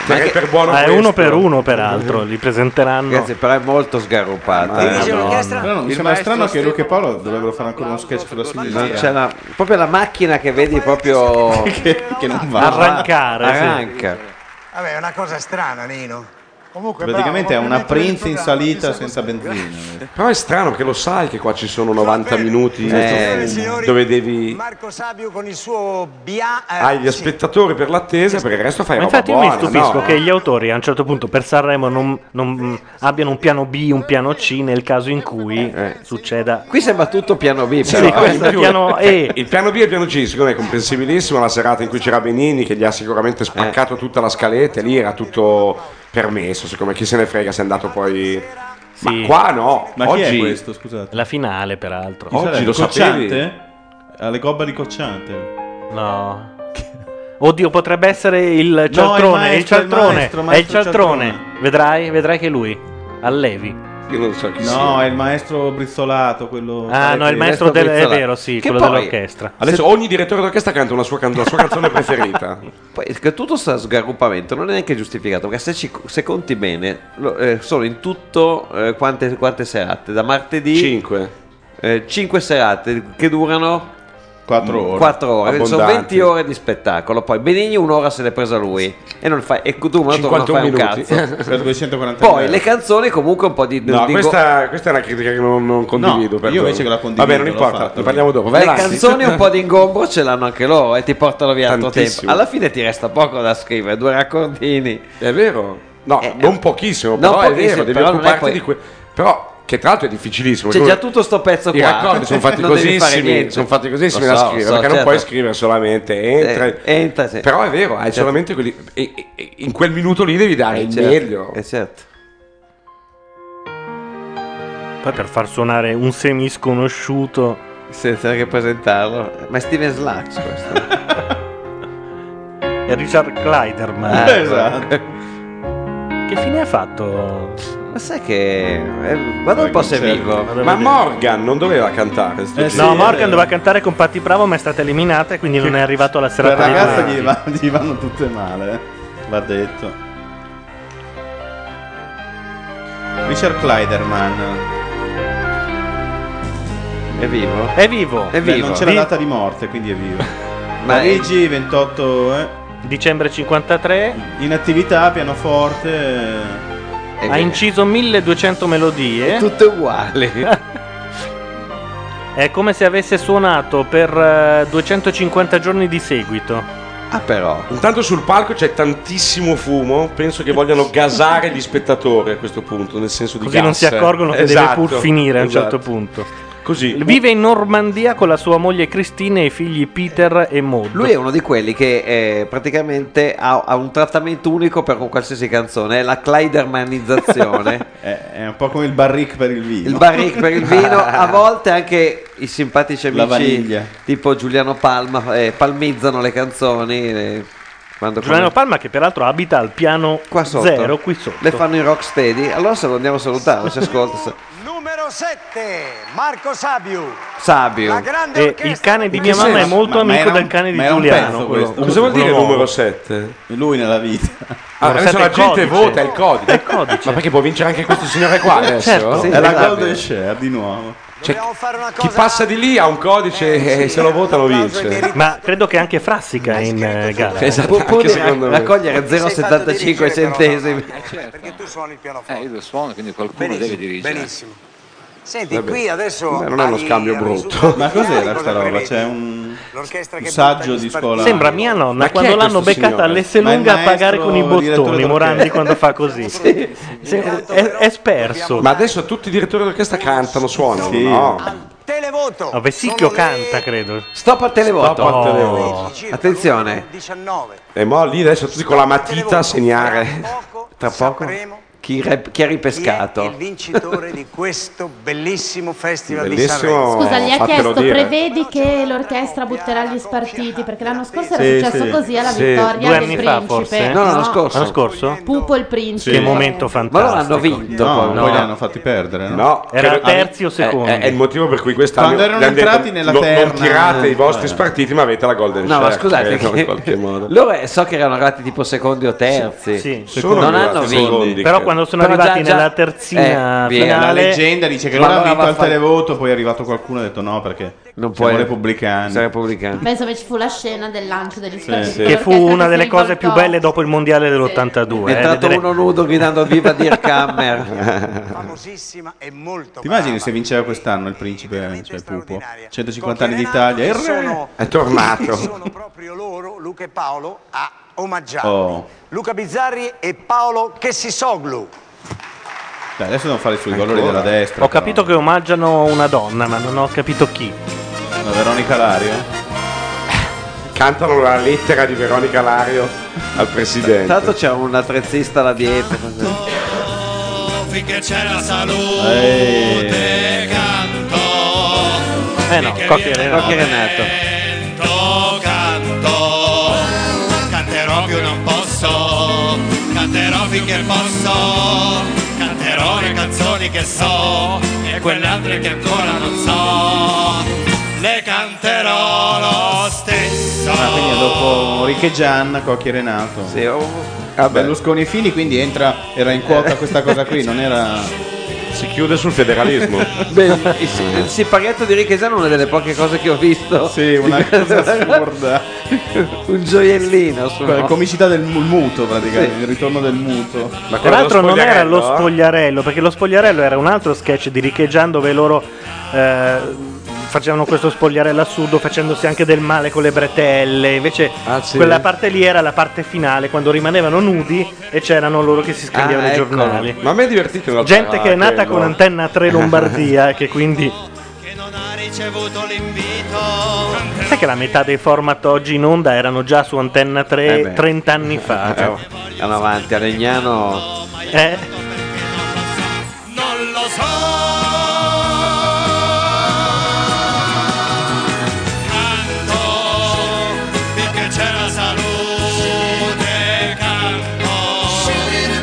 Speaker 9: Ma
Speaker 6: che- per buono
Speaker 4: ma è
Speaker 6: questo.
Speaker 4: uno per uno, peraltro, li presenteranno.
Speaker 9: Ragazzi, però è molto sgarruppata. eh, Madonna.
Speaker 5: Però non mi sembra strano che Luca e Paolo dovrebbero fare ancora uno sketch sulla sinistra.
Speaker 9: Non c'è la- proprio la macchina che vedi proprio
Speaker 5: che, non va.
Speaker 9: arrancare.
Speaker 5: Arranca.
Speaker 9: Arranca.
Speaker 10: Vabbè, è una cosa strana, Nino.
Speaker 17: Comunque,
Speaker 5: Praticamente è una Prince in salita senza benzina.
Speaker 6: Però è strano che lo sai che qua ci sono 90 minuti
Speaker 5: Eh,
Speaker 6: eh,
Speaker 10: signori,
Speaker 6: dove devi
Speaker 10: Marco Sabio con il suo bia... eh,
Speaker 6: hai gli aspettatori per l'attesa, per il resto fai
Speaker 4: Ma
Speaker 6: roba
Speaker 4: infatti io mi
Speaker 6: buona.
Speaker 4: stupisco
Speaker 6: no?
Speaker 4: che gli autori a un certo punto per Sanremo non, non abbiano un piano B, un piano C nel caso in cui
Speaker 6: Eh.
Speaker 4: succeda.
Speaker 9: Qui sembra tutto piano B.
Speaker 4: Sì,
Speaker 6: Però, eh.
Speaker 4: questo
Speaker 6: in
Speaker 4: è
Speaker 6: più,
Speaker 4: piano E.
Speaker 6: Il piano B e il piano C, secondo me è comprensibilissimo. La serata in cui c'era Benini, che gli ha sicuramente spaccato
Speaker 9: Eh.
Speaker 6: tutta la scaletta, lì era tutto permesso. Siccome chi se ne frega se è andato poi. Ma qua no,
Speaker 5: Ma chi
Speaker 6: oggi
Speaker 5: è questo, scusate?
Speaker 4: La finale, peraltro.
Speaker 6: Oggi lo
Speaker 5: Cocciante?
Speaker 6: sapevi?
Speaker 5: Alle gobba di Cocciante.
Speaker 4: No. Oddio, potrebbe essere il cialtrone.
Speaker 5: maestro,
Speaker 4: il cialtrone.
Speaker 5: il maestro,
Speaker 4: è il
Speaker 5: maestro
Speaker 4: cialtrone. Vedrai, vedrai che è lui. Allevi.
Speaker 6: Io non so chi sia.
Speaker 5: No, è il maestro brizzolato, quello...
Speaker 4: Ah, no, è il maestro del- è vero, sì,
Speaker 6: Che
Speaker 4: quello
Speaker 6: poi-
Speaker 4: dell'orchestra.
Speaker 6: Adesso
Speaker 4: Se-
Speaker 6: ogni direttore d'orchestra canta una sua, can- la sua canzone preferita.
Speaker 9: Poi che tutto questo sgarruppamento non è neanche giustificato, perché se, ci- se conti bene, lo- eh, sono in tutto eh, quante, quante serate? Da martedì 5. 5 serate che durano 4
Speaker 5: ore.
Speaker 9: sono
Speaker 5: Abbondanti.
Speaker 9: 20 ore di spettacolo. Poi Benigni un'ora se l'è presa lui e non fai e tu non torna a
Speaker 6: 51
Speaker 9: fare un
Speaker 6: minuti. Per
Speaker 9: cazzo.
Speaker 6: 240
Speaker 9: Poi le canzoni comunque un po' di
Speaker 6: No,
Speaker 9: di-
Speaker 6: questa, questa è una critica che non, non condivido.
Speaker 9: io
Speaker 6: perdono.
Speaker 9: invece che la condivido,
Speaker 6: Vabbè, non
Speaker 9: l'ho
Speaker 6: importa,
Speaker 9: fatto.
Speaker 6: ne parliamo dopo. Vai
Speaker 9: Le
Speaker 6: avanti.
Speaker 9: canzoni un po' di ingombro ce l'hanno anche loro e ti portano via altro tempo.
Speaker 6: Tantissimo.
Speaker 9: Alla fine ti resta poco da scrivere, due raccordini.
Speaker 6: È vero? No, non pochissimo,
Speaker 9: non
Speaker 6: però è
Speaker 9: Eh, pochissimo,
Speaker 6: vero, devi
Speaker 9: però non è
Speaker 6: occuparti
Speaker 9: poi-
Speaker 6: di que- Però, che tra l'altro è difficilissimo.
Speaker 9: C'è
Speaker 6: tu-
Speaker 9: già tutto sto pezzo
Speaker 6: I
Speaker 9: qua.
Speaker 6: raccordi sono fatti
Speaker 9: Non devi fare
Speaker 6: cosissimi,
Speaker 9: niente.
Speaker 6: sono fatti cosissimi
Speaker 9: Lo
Speaker 6: da
Speaker 9: so,
Speaker 6: scrivere,
Speaker 9: so,
Speaker 6: perché non
Speaker 9: certo.
Speaker 6: puoi scrivere solamente entra.
Speaker 9: Eh, entra, sì.
Speaker 6: Però è vero, hai
Speaker 9: Certo.
Speaker 6: solamente quelli. e- e- e in quel minuto lì devi dare
Speaker 9: Eh,
Speaker 6: il
Speaker 9: certo,
Speaker 6: meglio.
Speaker 9: eh, certo.
Speaker 4: Poi per far suonare un semisconosciuto
Speaker 9: senza che presentarlo. Ma è Steven Slacks questo.
Speaker 4: è Richard Kleiderman.
Speaker 9: Ah, esatto.
Speaker 4: Che fine ha fatto?
Speaker 9: Ma sai che eh, guarda un po' se è vivo.
Speaker 6: Certo. Ma Morgan non doveva cantare.
Speaker 5: Eh,
Speaker 6: sto
Speaker 4: Eh, no,
Speaker 6: giro.
Speaker 4: Morgan doveva cantare con Patti Bravo, ma è stata eliminata e quindi non è arrivato alla serata
Speaker 5: Quella
Speaker 4: di
Speaker 5: ragazza
Speaker 4: domani.
Speaker 5: gli, va- gli vanno tutte male, eh. va detto. Richard Kleiderman.
Speaker 9: È vivo?
Speaker 4: È vivo.
Speaker 5: Beh, non c'è la data di morte, quindi è vivo.
Speaker 4: Ma è-
Speaker 5: Parigi, 28 eh.
Speaker 4: dicembre 53.
Speaker 5: In attività, pianoforte.
Speaker 4: Ha inciso 1200 melodie.
Speaker 9: Tutte uguali.
Speaker 4: È come se avesse suonato per eh, 250 giorni di seguito.
Speaker 9: Ah, però.
Speaker 6: Intanto sul palco c'è tantissimo fumo, penso che vogliano gasare gli spettatori a questo punto, nel senso di
Speaker 4: Così non
Speaker 6: gas.
Speaker 4: si accorgono che
Speaker 6: Esatto,
Speaker 4: deve pur finire a un
Speaker 6: esatto.
Speaker 4: certo punto.
Speaker 6: Così.
Speaker 4: Vive in Normandia con la sua moglie Christine e i figli Peter e Maud.
Speaker 9: Lui è uno di quelli che eh, praticamente ha, ha un trattamento unico per con qualsiasi canzone, è la Kleidermanizzazione.
Speaker 5: È, è un po' come il barric per il vino.
Speaker 9: Il barric per il vino, a volte anche i simpatici
Speaker 5: La
Speaker 9: amici
Speaker 5: vaniglia.
Speaker 9: tipo Giuliano Palma eh, palmezzano le canzoni. eh, quando
Speaker 4: Giuliano Palma che peraltro abita al piano
Speaker 9: Qua sotto.
Speaker 4: zero qui sotto.
Speaker 9: Le fanno in rocksteady, allora se lo andiamo a salutare, non si ascolta. sa-
Speaker 10: Numero 7, Marco Sabiu.
Speaker 9: Sabio.
Speaker 10: La grande E orchestra.
Speaker 4: il cane di mia
Speaker 10: Che
Speaker 4: mamma è
Speaker 10: senso?
Speaker 4: molto
Speaker 10: Ma- ma
Speaker 4: amico
Speaker 10: era un-
Speaker 4: del cane di
Speaker 5: ma era un
Speaker 4: Giuliano.
Speaker 5: pezzo
Speaker 4: quello-
Speaker 5: questo.
Speaker 4: quello
Speaker 5: Cosa vuol dire
Speaker 4: nuovo.
Speaker 5: numero
Speaker 6: 7?
Speaker 5: Lui nella vita.
Speaker 6: Ah, adesso la gente vota il codice.
Speaker 4: il codice. Eh,
Speaker 6: Ma perché può vincere anche questo signore qua adesso?
Speaker 5: Certo, è la Golden Share di nuovo.
Speaker 6: Cioè, chi passa di lì ha un codice e se lo votano vince.
Speaker 4: Ma credo che anche Frassica è in eh, gara.
Speaker 6: Esatto, Può- può anche dire- secondo me.
Speaker 9: raccogliere
Speaker 10: Sei fatto
Speaker 9: 0,75
Speaker 10: dirigere, però,
Speaker 9: centesimi.
Speaker 10: no? Eh, certo. Perché tu suoni il pianoforte.
Speaker 3: Eh, io lo suono, quindi qualcuno
Speaker 10: Benissimo,
Speaker 3: deve dirigere.
Speaker 10: benissimo. Senti,
Speaker 5: Vabbè.
Speaker 10: qui adesso...
Speaker 5: Beh, non è uno
Speaker 10: hai eh,
Speaker 5: scambio
Speaker 10: il
Speaker 5: brutto.
Speaker 10: risultato
Speaker 5: Ma cos'era
Speaker 10: finale,
Speaker 5: sta
Speaker 10: cosa
Speaker 5: roba?
Speaker 10: prevedi?
Speaker 5: C'è un-
Speaker 10: L'orchestra
Speaker 5: un
Speaker 10: che
Speaker 5: saggio
Speaker 10: butta gli
Speaker 5: di
Speaker 10: spartiti.
Speaker 5: scuola.
Speaker 4: Sembra mia nonna
Speaker 5: Ma chi
Speaker 4: quando
Speaker 5: è
Speaker 4: l'hanno
Speaker 5: questo
Speaker 4: beccata
Speaker 5: signore?
Speaker 4: all'esse
Speaker 5: Ma il
Speaker 4: lunga a
Speaker 5: maestro
Speaker 4: pagare con i
Speaker 5: direttore
Speaker 4: bottoni.
Speaker 5: d'orchestra.
Speaker 4: Morandi quando fa così. Se- è, è sperso.
Speaker 6: Ma adesso tutti i direttori d'orchestra cantano, suonano,
Speaker 4: Sì.
Speaker 6: no?
Speaker 4: No, Vessicchio canta, credo.
Speaker 9: Stop al televoto.
Speaker 6: Stop al televoto.
Speaker 9: Attenzione.
Speaker 6: E mo' lì adesso tutti con la matita a segnare. Tra poco?
Speaker 9: Chi, re- chi ha ripescato?
Speaker 10: vincitore di questo bellissimo festival
Speaker 9: Bellissimo.
Speaker 10: di Sanremo.
Speaker 7: Scusa, gli ha
Speaker 9: fatelo
Speaker 7: chiesto,
Speaker 9: dire.
Speaker 7: prevedi che l'orchestra butterà gli spartiti, perché l'anno scorso era
Speaker 4: Sì,
Speaker 7: successo
Speaker 4: sì.
Speaker 7: così alla
Speaker 4: Sì.
Speaker 7: vittoria
Speaker 4: Due
Speaker 7: del
Speaker 4: anni fa,
Speaker 7: principe.
Speaker 4: forse?
Speaker 7: no?
Speaker 5: scorso.
Speaker 4: L'anno scorso?
Speaker 7: Pupo il principe.
Speaker 4: Che momento fantastico.
Speaker 5: No,
Speaker 4: poi,
Speaker 5: poi li hanno fatti perdere. No,
Speaker 4: Era
Speaker 6: credo-
Speaker 4: terzi o secondo?
Speaker 6: eh, È, è il motivo per cui quest'anno
Speaker 5: Quando erano
Speaker 6: gli han detto,
Speaker 5: entrati nella
Speaker 6: "No, Non
Speaker 5: terna".
Speaker 6: tirate i vostri
Speaker 5: Eh.
Speaker 6: spartiti, ma avete la Golden
Speaker 9: No, ma
Speaker 6: Share,
Speaker 9: scusate,
Speaker 6: credo,
Speaker 9: che-
Speaker 6: in qualche modo.
Speaker 9: loro eh, so che erano arrivati tipo secondi o terzi.
Speaker 6: Sì, sì. Sono
Speaker 9: Non
Speaker 6: arrivati
Speaker 9: hanno
Speaker 6: secondi,
Speaker 9: vinto.
Speaker 6: Però credo. quando
Speaker 4: sono arrivati nella eh, terzina
Speaker 9: via.
Speaker 5: Eh, La leggenda dice che
Speaker 9: Ma
Speaker 5: loro hanno
Speaker 9: allora
Speaker 5: vinto al
Speaker 9: vaffa-
Speaker 5: televoto, poi è arrivato qualcuno e ha detto no perché non
Speaker 9: puoi-
Speaker 5: siamo repubblicani.
Speaker 9: Sei repubblicani.
Speaker 7: Penso che ci fu la scena del lancio degli spartiti.
Speaker 4: Che fu
Speaker 7: L'orchestra
Speaker 4: una
Speaker 7: che
Speaker 4: delle
Speaker 7: si
Speaker 4: cose
Speaker 7: rivoltò.
Speaker 4: più belle dopo il mondiale dell'82.
Speaker 9: È entrato uno nudo gridando viva Dirk Hammer.
Speaker 10: Famosissima e molto
Speaker 5: Ti immagini se vinceva quest'anno il principe, cioè Pupo, 150 anni d'Italia, il re
Speaker 10: Sono-
Speaker 5: è tornato.
Speaker 10: Sono proprio loro, Luca e Paolo, a omaggiarli.
Speaker 5: Oh,
Speaker 10: Luca Bizzarri e Paolo Chessisoglu.
Speaker 5: dai, adesso devono fare i suoi colori della destra.
Speaker 4: Ho capito che omaggiano una donna, ma non ho capito chi.
Speaker 5: però. La Veronica Lario.
Speaker 6: Cantano la lettera di Veronica Lario al presidente.
Speaker 9: Tanto c'è un attrezzista là dietro.
Speaker 2: Finché c'è la salute
Speaker 9: Eh.
Speaker 2: canto
Speaker 4: Eh no, Cocchi Renato.
Speaker 9: Cocchi Renato.
Speaker 16: Oh,
Speaker 2: canto, canto Canterò più non posso Canterò finché posso Canterò
Speaker 16: Però le canzoni che so e quelle altre che ancora non so, le canterò lo stesso.
Speaker 5: Ah, quindi dopo Ricche Gian, Cocchi e Renato. Sì,
Speaker 9: ah,
Speaker 5: Berlusconi e Fini, quindi entra, era in quota questa cosa qui, non era...
Speaker 6: Si chiude sul federalismo.
Speaker 9: Beh, il, si- il siparietto di Richesano è una delle poche cose che ho visto.
Speaker 5: Sì, una cosa assurda.
Speaker 9: Un gioiellino.
Speaker 5: Quella
Speaker 9: sono.
Speaker 5: comicità del mu- muto praticamente,
Speaker 9: Sì.
Speaker 5: il ritorno del muto. Ma eh?
Speaker 4: Tra l'altro non era lo spogliarello, perché lo spogliarello era un altro sketch di Riccheggian dove loro eh, facevano questo spogliarello assurdo facendosi anche del male con le bretelle. Invece
Speaker 5: Ah,
Speaker 9: sì.
Speaker 4: quella parte lì era la parte finale, quando rimanevano nudi e c'erano loro che si scambiavano
Speaker 6: Ah,
Speaker 4: i
Speaker 6: ecco.
Speaker 4: giornali.
Speaker 6: Ma a me è divertito eh, in realtà.
Speaker 5: ah,
Speaker 4: Gente che è nata
Speaker 6: quello.
Speaker 4: con Antenna 3 Lombardia e che quindi... Sai che la metà dei format oggi in onda erano già su Antenna 3
Speaker 9: Eh beh.
Speaker 4: 30 anni fa?
Speaker 9: Eh, Andiamo avanti, a Legnano.
Speaker 4: Eh?
Speaker 16: Non lo so. Canto finché c'è la salute, canto finché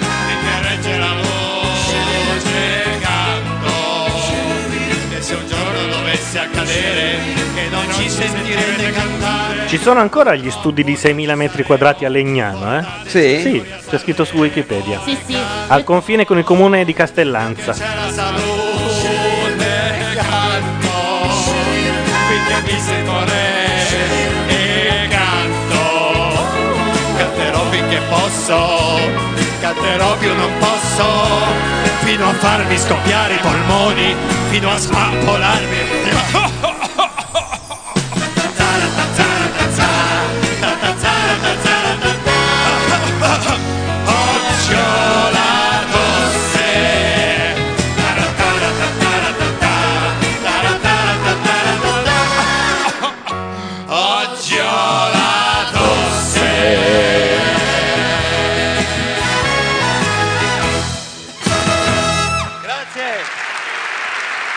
Speaker 16: regge la voce, canto. E se un giorno dovesse accadere che non ci sentirete cantare.
Speaker 4: Ci sono ancora gli studi di 6.000 metri quadrati a Legnano, eh? Sì? Sì, c'è scritto su Wikipedia.
Speaker 16: Sì, sì.
Speaker 4: Al confine con il comune di Castellanza.
Speaker 16: la salute canto finché mi sentirò e canto canterò finché posso canterò più non posso fino a farmi scoppiare i polmoni fino a spappolarmi Occiola tosse Oggi ho la tosse.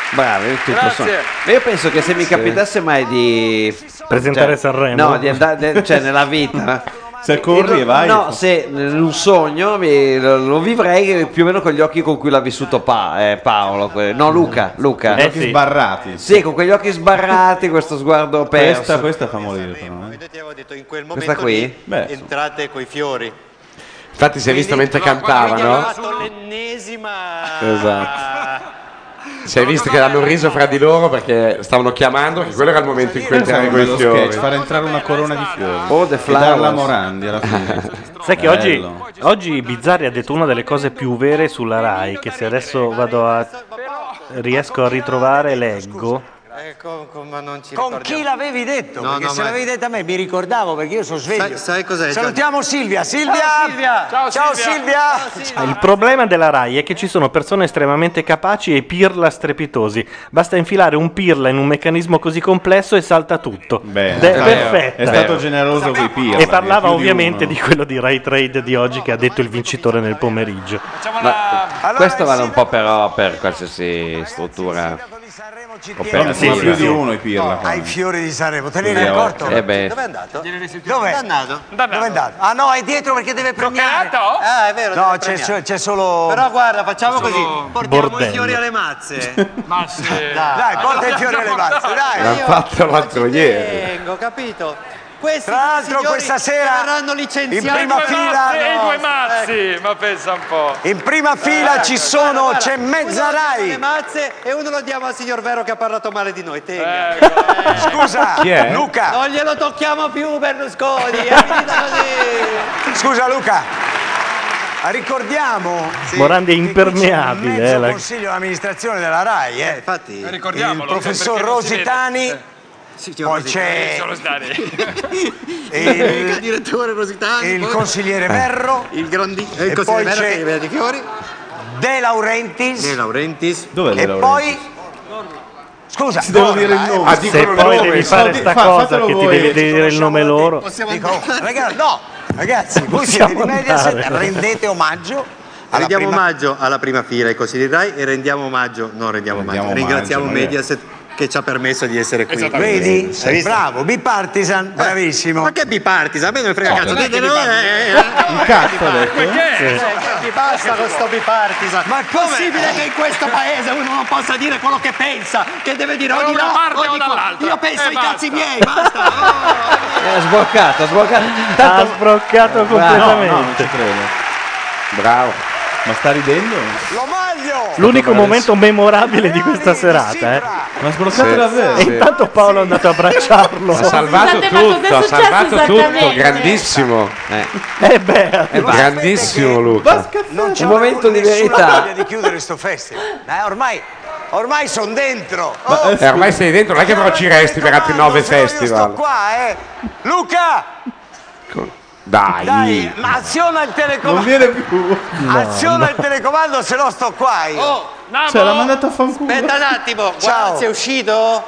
Speaker 9: Bravi, tutti
Speaker 16: Grazie.
Speaker 9: sono. Ma Io penso che se mi
Speaker 16: Sì.
Speaker 9: capitasse mai di cioè,
Speaker 4: Presentare Sanremo?
Speaker 9: no, di andare, de- cioè nella vita.
Speaker 5: Se corri e vai.
Speaker 9: No, se in un sogno mi- lo, lo vivrei più o meno con gli occhi con cui l'ha vissuto Pa- eh, Paolo, que- no Luca, Luca.
Speaker 5: Gli occhi sbarrati.
Speaker 9: Sì, con quegli occhi sbarrati, questo sguardo perso.
Speaker 5: Questa, questa fa morire però, eh.
Speaker 9: Questa qui?
Speaker 1: Entrate coi fiori.
Speaker 13: Infatti si è visto mentre cantava, no? Esatto. Si è visto che l'hanno riso fra di loro perché stavano chiamando, che quello era il momento in cui entrare
Speaker 5: Pensavo
Speaker 13: quei
Speaker 5: quello sketch,
Speaker 13: fiori.
Speaker 5: far entrare una corona di fiori.
Speaker 9: Oh, the
Speaker 5: E
Speaker 9: flowers.
Speaker 5: darla a Morandi alla fine.
Speaker 4: Sai che oggi,
Speaker 5: Bello.
Speaker 4: oggi Bizzarri ha detto una delle cose più vere sulla Rai, che se adesso vado a... riesco a ritrovare, leggo.
Speaker 9: eh.
Speaker 1: Eh,
Speaker 10: Con chi l'avevi detto?
Speaker 4: No,
Speaker 10: perché
Speaker 4: no,
Speaker 10: se
Speaker 4: ma-
Speaker 10: l'avevi detto a me mi ricordavo perché io sono sveglio.
Speaker 4: Sai- sai cos'è,
Speaker 10: Salutiamo Silvia. Silvia!
Speaker 1: Ciao, Silvia!
Speaker 10: Ciao,
Speaker 1: Ciao, Silvia!
Speaker 10: Silvia!
Speaker 4: Ah, Il problema della RAI è che ci sono persone estremamente capaci e pirla strepitosi. Basta infilare un pirla in un meccanismo così complesso e salta tutto. Ed è
Speaker 5: Vero.
Speaker 4: perfetta.
Speaker 5: È stato generoso coi pirla.
Speaker 4: E parlava
Speaker 5: più di
Speaker 4: ovviamente
Speaker 5: uno.
Speaker 4: di quello di Rai Trade di oggi che ha detto il vincitore nel pomeriggio.
Speaker 9: Ma questo vale un po' però per qualsiasi struttura. Eh, O
Speaker 5: Però ne sono più di uno i pirla. qua.
Speaker 10: Ai fiori di Sanremo, te ne eri
Speaker 9: Sì,
Speaker 10: accorto?
Speaker 9: eh beh. Dov'è
Speaker 10: andato? Dove? Dannato. Dove è andato? Ah no, è dietro perché deve premiare.
Speaker 1: Ah, è vero,
Speaker 10: No,
Speaker 1: deve
Speaker 10: c'è,
Speaker 1: premiare.
Speaker 10: so- c'è solo.
Speaker 1: Però guarda, facciamo così: portiamo i
Speaker 10: bordello.
Speaker 1: fiori alle mazze.
Speaker 10: Ma sì.
Speaker 1: Dai,
Speaker 10: Dai, porta i fiori alle mazze, dai.
Speaker 13: L'hanno fatto l'altro ieri.
Speaker 1: Vengo, capito? Questi
Speaker 10: Tra l'altro
Speaker 1: signori
Speaker 10: questa sera
Speaker 1: verranno licenziati
Speaker 10: in prima
Speaker 1: due
Speaker 10: fila-
Speaker 1: mazze e
Speaker 10: no.
Speaker 1: due mazzi.
Speaker 3: ma pensa un po'.
Speaker 10: In prima fila ci sono, c'è mezza Rai.
Speaker 1: Le mazze e uno lo diamo al signor Vero che ha parlato male di noi. Tenga.
Speaker 10: Scusa, Chi è? Luca.
Speaker 1: Non glielo tocchiamo più Berlusconi. eh, mi dite così.
Speaker 10: Scusa Luca, ricordiamo
Speaker 4: Morandi è impermeabile. eh,
Speaker 10: il
Speaker 4: la-
Speaker 10: consiglio d'amministrazione della RAI, eh.
Speaker 1: infatti,
Speaker 10: il professor
Speaker 1: cioè, perché non si Eh,
Speaker 10: Rositani, poi c'è il,
Speaker 1: il direttore Rositani,
Speaker 10: il
Speaker 1: poi-
Speaker 4: Eh.
Speaker 10: consigliere Verro,
Speaker 1: il, grandi, eh,
Speaker 10: e
Speaker 1: il consigliere
Speaker 10: poi
Speaker 1: Verro
Speaker 10: c'è-
Speaker 1: che vede i fiori,
Speaker 10: De Laurentiis
Speaker 1: De Laurentiis,
Speaker 5: Dov'è
Speaker 10: e poi... Scusa,
Speaker 5: Si devono
Speaker 10: Norma,
Speaker 5: dire il
Speaker 10: eh.
Speaker 5: nome. Ah, dicono
Speaker 4: Se
Speaker 5: il
Speaker 4: poi
Speaker 5: nome,
Speaker 4: devi
Speaker 5: no,
Speaker 4: fare
Speaker 5: di-
Speaker 4: sta
Speaker 5: fa-
Speaker 4: cosa
Speaker 5: fatelo
Speaker 4: che ti
Speaker 5: voi. eh,
Speaker 4: devi dire il nome loro.
Speaker 10: Dico, raga- no, ragazzi, voi
Speaker 4: Possiamo
Speaker 10: siete di Mediaset,
Speaker 4: andare.
Speaker 10: rendete omaggio alla
Speaker 1: Rendiamo
Speaker 10: prima
Speaker 1: omaggio alla prima fila ai consigli di Rai e rendiamo omaggio, non rendiamo, omaggio,
Speaker 5: omaggio,
Speaker 1: ringraziamo
Speaker 5: magari.
Speaker 1: Mediaset che ci ha permesso di essere qui.
Speaker 10: Esattamente. Vedi?
Speaker 1: Hai visto?
Speaker 10: Bravo, bipartisan, bravissimo. Ma
Speaker 1: Eh, che bipartisan? A me non frega
Speaker 10: No,
Speaker 1: cazzo.
Speaker 10: non è che
Speaker 1: Dite, no,
Speaker 10: bipartisan.
Speaker 1: eh, eh,
Speaker 10: Il
Speaker 1: eh,
Speaker 10: cazzo
Speaker 1: eh,
Speaker 10: ha detto, eh?
Speaker 1: Perché?
Speaker 10: Sì.
Speaker 1: Cioè, che basta con sto bipartisan. Ma è possibile che in questo paese uno non possa dire quello che pensa, che deve dire
Speaker 2: Da
Speaker 1: o di
Speaker 2: una
Speaker 1: là
Speaker 2: parte
Speaker 1: o
Speaker 2: o
Speaker 1: di qua.
Speaker 2: dall'altra.
Speaker 1: Io penso
Speaker 2: E
Speaker 1: ai cazzi
Speaker 2: basta.
Speaker 1: miei, basta.
Speaker 9: Ha sbroccato, ha sbroccato.
Speaker 4: Ha sbroccato completamente.
Speaker 5: Ah, No, non ci credo. Bravo. Ma sta ridendo?
Speaker 4: L'unico momento memorabile di questa serata, eh.
Speaker 5: Ma sbloccate davvero?
Speaker 4: E intanto Paolo è andato a abbracciarlo.
Speaker 13: Ha salvato tutto, ha salvato tutto, grandissimo.
Speaker 4: Eh beh,
Speaker 13: grandissimo Luca.
Speaker 10: Non c'è
Speaker 13: Un momento di
Speaker 10: nessuna
Speaker 13: verità.
Speaker 10: voglia di chiudere sto festival. Ma ormai, ormai sono dentro.
Speaker 13: Ma,
Speaker 10: Oh,
Speaker 13: eh, ormai sei dentro, non è che però ci resti per altri nove festival.
Speaker 10: qua, eh. Luca,
Speaker 13: Dai.
Speaker 10: dai, ma aziona il telecomando.
Speaker 5: più.
Speaker 10: Aziona il telecomando, se no sto qua io. Oh,
Speaker 5: Cioè, l'ha mandato a fanculo.
Speaker 10: Aspetta un attimo,
Speaker 1: Guarda, sei
Speaker 10: uscito?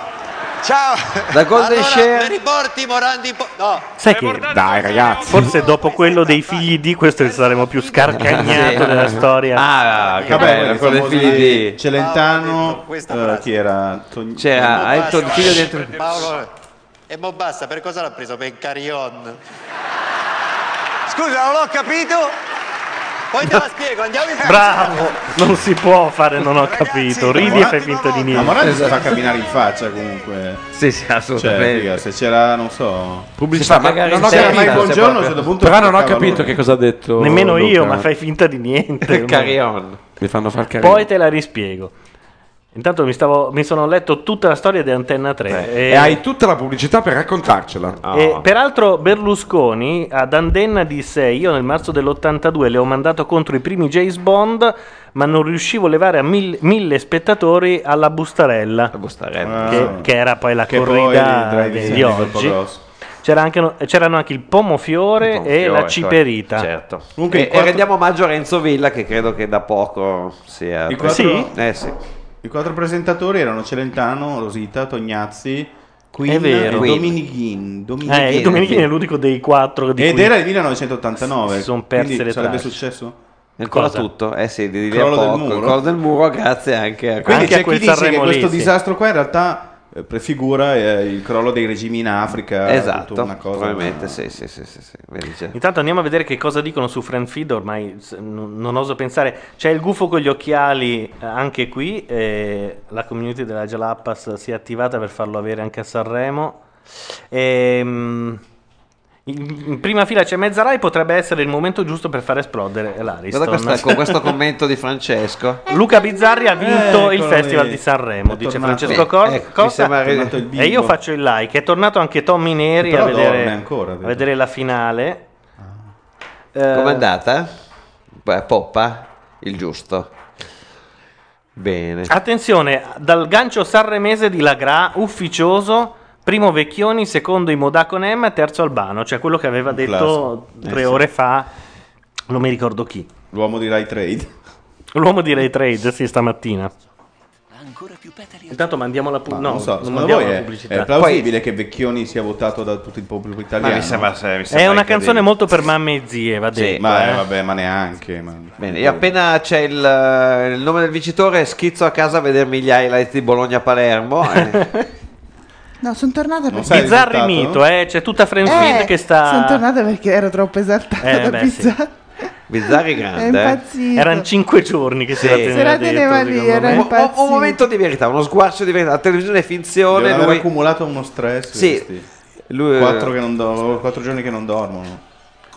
Speaker 10: Ciao.
Speaker 9: Da Golden
Speaker 1: Allora,
Speaker 9: Share.
Speaker 1: mi riporti Morandi po- No.
Speaker 4: Sai che
Speaker 13: Dai ragazzi.
Speaker 4: Forse dopo quello dei figli di questo è il saremo più scarcagnato della storia.
Speaker 9: Ah, che bello, con le figlie di...
Speaker 5: Celentano, eh, chi era? Togn-
Speaker 9: C'era Elton, il figlio di Elton-
Speaker 1: Ah, Paolo, e mo basta, per cosa l'ha preso? Per Carion.
Speaker 10: Scusa, non l'ho capito.
Speaker 1: Poi te la spiego, andiamo in
Speaker 4: Bravo, non si può fare, non ho capito. Ridi e fai finta di
Speaker 5: Ma
Speaker 4: niente.
Speaker 5: Morandi si fa camminare in faccia comunque.
Speaker 9: Sì, sì,
Speaker 5: Cioè, figa, se c'era, non so.
Speaker 13: Pubblicità, ma non ho
Speaker 5: c'era
Speaker 13: capito.
Speaker 5: mai buongiorno, a un
Speaker 13: Però
Speaker 5: certo punto
Speaker 13: non ho
Speaker 5: toccava
Speaker 13: capito
Speaker 5: lui.
Speaker 13: che cosa ha detto.
Speaker 4: Nemmeno io,
Speaker 13: Luca.
Speaker 4: ma fai finta di niente.
Speaker 9: Carion.
Speaker 13: Mi fanno far carino.
Speaker 4: Poi te la rispiego. Intanto mi, stavo, mi sono letto tutta la storia di Antenna 3.
Speaker 13: Eh, E hai tutta la pubblicità per raccontarcela.
Speaker 4: E peraltro Berlusconi ad Andenna disse io nel marzo dell'82 le ho mandato contro i primi James Bond ma non riuscivo a levare a mil- mille spettatori alla bustarella, Che,
Speaker 5: Ah.
Speaker 4: che era poi la
Speaker 5: Che poi il
Speaker 4: corrida
Speaker 5: drive-in
Speaker 4: di
Speaker 5: di Corpo
Speaker 4: oggi
Speaker 5: Grosso.
Speaker 4: C'era anche no- c'erano anche il pomofiore, e la
Speaker 9: Fiore,
Speaker 4: ciperita
Speaker 9: Certo.
Speaker 4: Comunque,
Speaker 9: e,
Speaker 4: il quarto-
Speaker 9: e rendiamo omaggio a Renzo Villa che credo che da poco sia...
Speaker 5: I quattro- Sì?
Speaker 9: Eh sì.
Speaker 5: I quattro presentatori erano Celentano, Rosita, Tognazzi, Queen
Speaker 4: È vero.
Speaker 5: e
Speaker 4: Queen.
Speaker 5: Dominighin. Dominighin.
Speaker 4: Eh, Domenichini è l'unico dei quattro di
Speaker 5: Ed
Speaker 4: cui-
Speaker 5: era il 1989.
Speaker 4: Si sono perse
Speaker 5: quindi
Speaker 4: le
Speaker 5: sarebbe
Speaker 4: tracce.
Speaker 5: successo?
Speaker 9: Ancora
Speaker 5: Cosa?
Speaker 9: tutto, eh sì, di, di
Speaker 5: Crollo
Speaker 9: a
Speaker 5: del
Speaker 9: poco.
Speaker 5: muro.
Speaker 9: il crollo del muro, grazie anche a
Speaker 5: Quindi
Speaker 9: anche a
Speaker 5: c'è chi
Speaker 9: quel
Speaker 5: dice che
Speaker 9: Sanremo lì,
Speaker 5: questo
Speaker 9: sì.
Speaker 5: disastro qua in realtà eh, prefigura eh, il crollo dei regimi in Africa. tutta
Speaker 9: Esatto,
Speaker 5: una cosa-
Speaker 9: probabilmente sì, sì, sì, sì, sì. Vedi, c'è-
Speaker 4: Intanto andiamo a vedere che cosa dicono su Friend Feed, ormai s- n- non oso pensare. C'è il gufo con gli occhiali eh, anche qui, eh, la community della Jalapas si è attivata per farlo avere anche a Sanremo. Ehm, in, in prima fila c'è Mezza Rai, potrebbe essere il momento giusto per far esplodere l'Ariston.
Speaker 9: Guarda questa- con questo commento di Francesco.
Speaker 4: Luca Bizzarri ha vinto
Speaker 5: Eh,
Speaker 9: Eccolo
Speaker 5: ecco,
Speaker 4: il Festival
Speaker 9: lì.
Speaker 4: di Sanremo,
Speaker 9: È
Speaker 4: dice
Speaker 9: tornato.
Speaker 4: Francesco
Speaker 9: Eh,
Speaker 4: Cor-
Speaker 9: ecco, mi
Speaker 4: Costa.
Speaker 9: sembra che- È tornato il bimbo.
Speaker 4: E io faccio il like. È tornato anche Tommy Neri
Speaker 9: Però
Speaker 4: a vedere,
Speaker 9: dorme ancora,
Speaker 4: a
Speaker 9: vedo.
Speaker 4: vedere la finale. eh,
Speaker 9: Com'è andata? Beh, poppa? Il giusto. Bene.
Speaker 4: Attenzione, dal gancio sanremese di Lagrà, ufficioso, primo Vecchioni, secondo Imodà con M, terzo Albano, cioè quello che aveva detto
Speaker 5: classico.
Speaker 4: tre
Speaker 5: Eh, sì.
Speaker 4: ore fa, non mi ricordo chi.
Speaker 5: L'uomo di Rai Trade.
Speaker 4: L'uomo di Ray Trade, sì, stamattina. Intanto mandiamo la, pu-
Speaker 5: Ma
Speaker 4: no,
Speaker 5: non so,
Speaker 4: non
Speaker 5: secondo
Speaker 4: mandiamo
Speaker 5: voi
Speaker 4: la
Speaker 5: è,
Speaker 4: pubblicità.
Speaker 5: è plausibile che Vecchioni sia votato da tutto il pubblico italiano?
Speaker 9: mi sembra- mi sembra
Speaker 4: È una canzone molto per mamme e zie, va detto.
Speaker 5: Sì, ma, eh,
Speaker 4: eh.
Speaker 5: vabbè, ma neanche. ma-
Speaker 9: Bene, io appena c'è il, eh, il nome del vincitore schizzo a casa a vedermi gli highlights di Bologna-Palermo. eh.
Speaker 3: No, sono tornata
Speaker 9: Non
Speaker 3: perché...
Speaker 9: sai il
Speaker 4: Bizzarri
Speaker 9: risultato?
Speaker 4: mito, eh, c'è tutta Friends Feed che
Speaker 3: Sono
Speaker 4: sta...
Speaker 3: tornata perché ero troppo esaltata
Speaker 4: Eh,
Speaker 3: da
Speaker 4: beh, sì.
Speaker 3: Bizzarri.
Speaker 9: Bizzarri
Speaker 3: È
Speaker 9: grande. eh.
Speaker 3: impazzito.
Speaker 4: Erano cinque giorni che si
Speaker 5: Eh,
Speaker 9: Sì.
Speaker 4: era tenuta
Speaker 3: Se la teneva
Speaker 4: dentro,
Speaker 3: lì,
Speaker 4: secondo
Speaker 3: era
Speaker 4: me.
Speaker 9: Un, un
Speaker 3: impazzito.
Speaker 9: momento di verità, uno sguarcio di verità. La televisione è
Speaker 5: Devono
Speaker 9: finzione.
Speaker 5: aver
Speaker 9: Lui...
Speaker 5: accumulato uno stress.
Speaker 9: Sì.
Speaker 5: questi.
Speaker 9: Lui-
Speaker 5: quattro, che non do- quattro giorni che non dormono.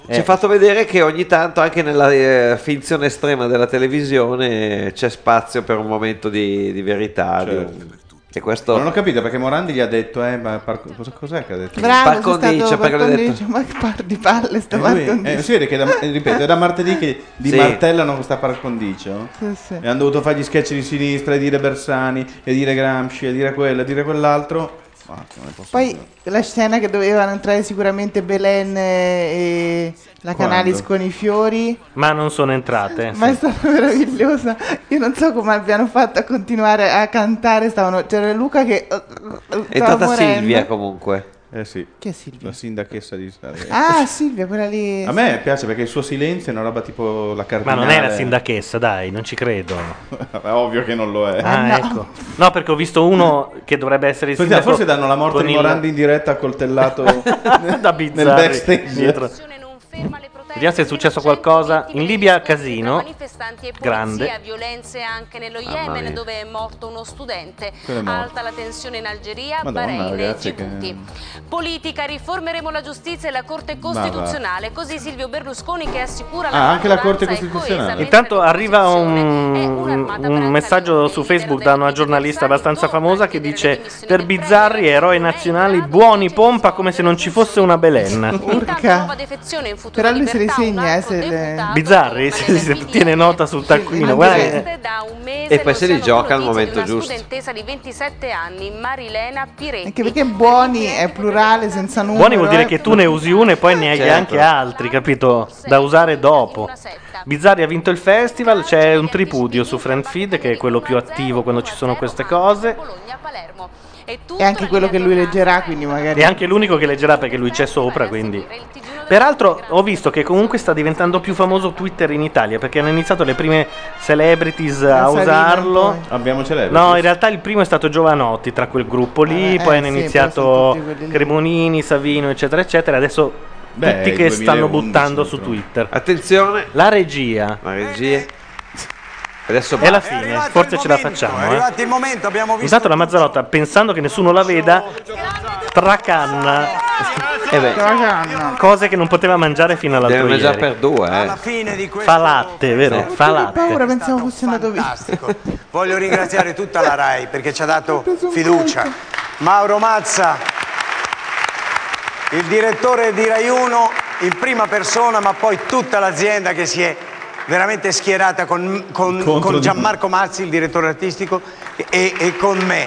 Speaker 9: Ci ha fatto vedere che ogni tanto anche nella eh, finzione estrema della televisione eh, c'è spazio per un momento di, di verità. di
Speaker 5: Certo.
Speaker 9: un- E questo
Speaker 5: Non ho capito perché Morandi gli ha detto, eh, ma par- cosa- cos'è che ha detto?
Speaker 3: Bravo,
Speaker 9: Par
Speaker 3: sono
Speaker 9: condicio,
Speaker 3: stato
Speaker 9: perché
Speaker 3: par
Speaker 9: l'ho detto.
Speaker 3: condicio, ma che par di palle sta par
Speaker 5: Lui- eh,
Speaker 3: condicio.
Speaker 5: si vede che da, ripeto, è da martedì che di
Speaker 9: Sì.
Speaker 5: martellano questa par condicio
Speaker 3: Sì, sì.
Speaker 5: e hanno dovuto fare gli sketch di sinistra e dire Bersani e dire Gramsci e dire quello e dire quell'altro. Ma non ne posso
Speaker 3: Poi la scena che dovevano entrare sicuramente Belen e la
Speaker 4: Quando?
Speaker 3: Canalis con i fiori,
Speaker 4: Ma non sono
Speaker 5: Eh,
Speaker 4: entrate.
Speaker 3: ma è stata meravigliosa. Io non so come abbiano fatto a continuare a cantare. Stavano, c'era Luca che. eh,
Speaker 9: è entrata
Speaker 3: stava morendo.
Speaker 9: Silvia comunque.
Speaker 5: Eh sì.
Speaker 3: Chi è Silvia?
Speaker 5: La sindachessa di Salerno.
Speaker 3: Ah, Silvia, quella lì.
Speaker 5: Eh, A me piace perché il suo silenzio è una roba tipo la
Speaker 4: Ma
Speaker 5: cardinale.
Speaker 4: non è la sindachessa, dai, non ci credo.
Speaker 5: È ovvio che non lo è.
Speaker 4: Ah, ecco. No, perché ho visto uno che dovrebbe essere il
Speaker 5: Forse,
Speaker 4: sindaco
Speaker 5: forse danno la morte
Speaker 4: con
Speaker 5: di
Speaker 4: il-
Speaker 5: Morandi in diretta coltellato
Speaker 4: da
Speaker 5: nel
Speaker 4: bizzarri
Speaker 5: backstage.
Speaker 4: dietro. Vediamo se è successo qualcosa. In Libia casino
Speaker 12: manifestanti e polizia,
Speaker 4: grande.
Speaker 12: violenze anche nello
Speaker 4: Mamma
Speaker 12: Yemen
Speaker 4: mia.
Speaker 12: dove è morto uno studente.
Speaker 4: Quello è morto.
Speaker 12: Alta la tensione in Algeria,
Speaker 5: Madonna,
Speaker 12: Bahrain e
Speaker 5: ragazzi, che...
Speaker 12: Djibouti. Politica, riformeremo la giustizia e la Corte
Speaker 5: va.
Speaker 12: Costituzionale, così Silvio Berlusconi che assicura la
Speaker 4: Ah, anche la Corte
Speaker 12: maggioranza è coesa, mentre
Speaker 4: Intanto arriva un, un messaggio su Facebook da una giornalista abbastanza famosa che dice per bizzarri eroi nazionali buoni pompa come se non ci fosse una Belen.
Speaker 3: Porca. Però lui se li segna, eh, se le...
Speaker 4: Bizzarri si si tiene nota sul taccuino. guarda che-
Speaker 9: E poi se li gioca al momento
Speaker 12: una
Speaker 9: giusto.
Speaker 12: studentessa di 27 anni, Marilena Piretti.
Speaker 3: Anche perché buoni è plurale, senza numero.
Speaker 4: Buoni vuol dire
Speaker 3: eh.
Speaker 4: che tu ne usi uno e poi ne hai
Speaker 3: Certo.
Speaker 4: anche altri, capito? Da usare dopo. Bizzarri ha vinto il festival, c'è un tripudio su Friend Feed che è quello più attivo quando ci sono queste cose.
Speaker 3: È anche quello che lui leggerà, quindi magari.
Speaker 4: È anche l'unico che leggerà perché lui c'è sopra, quindi. Peraltro ho visto che comunque sta diventando più famoso Twitter in Italia perché hanno iniziato le prime celebrities a
Speaker 5: Salvini,
Speaker 4: usarlo.
Speaker 5: poi. Abbiamo celebrity.
Speaker 4: No, in realtà il primo è stato Giovanotti tra quel gruppo lì,
Speaker 5: Vabbè,
Speaker 4: poi
Speaker 5: eh,
Speaker 4: hanno
Speaker 5: sì,
Speaker 4: iniziato
Speaker 5: poi sono tutti quelli lì.
Speaker 4: Cremonini, Savino, eccetera, eccetera. Adesso
Speaker 9: Beh,
Speaker 4: tutti
Speaker 9: il
Speaker 4: che stanno
Speaker 9: 2011
Speaker 4: buttando su
Speaker 9: insomma.
Speaker 4: Twitter.
Speaker 9: Attenzione.
Speaker 4: La regia.
Speaker 9: La regia. Adesso
Speaker 4: È la
Speaker 9: basta.
Speaker 4: fine, forse ce la facciamo. Eh.
Speaker 10: il momento, abbiamo visto.
Speaker 4: Intanto Esatto, la Mazzarotta, pensando che nessuno la veda, tracanna cose che non poteva mangiare fino all'altro
Speaker 9: Deve mangiare
Speaker 4: ieri.
Speaker 9: per due, eh.
Speaker 10: fine di
Speaker 4: Fa latte, vero? Fa
Speaker 3: Ho
Speaker 4: latte.
Speaker 3: paura, pensavo fosse andato via.
Speaker 10: Voglio ringraziare tutta la RAI perché ci ha dato fiducia. Mauro Mazza, il direttore di Rai 1 in prima persona, ma poi tutta l'azienda che si è veramente schierata con, con-
Speaker 5: Contro
Speaker 10: con
Speaker 5: di-
Speaker 10: Gianmarco Mazzi, il direttore artistico, e, e con me.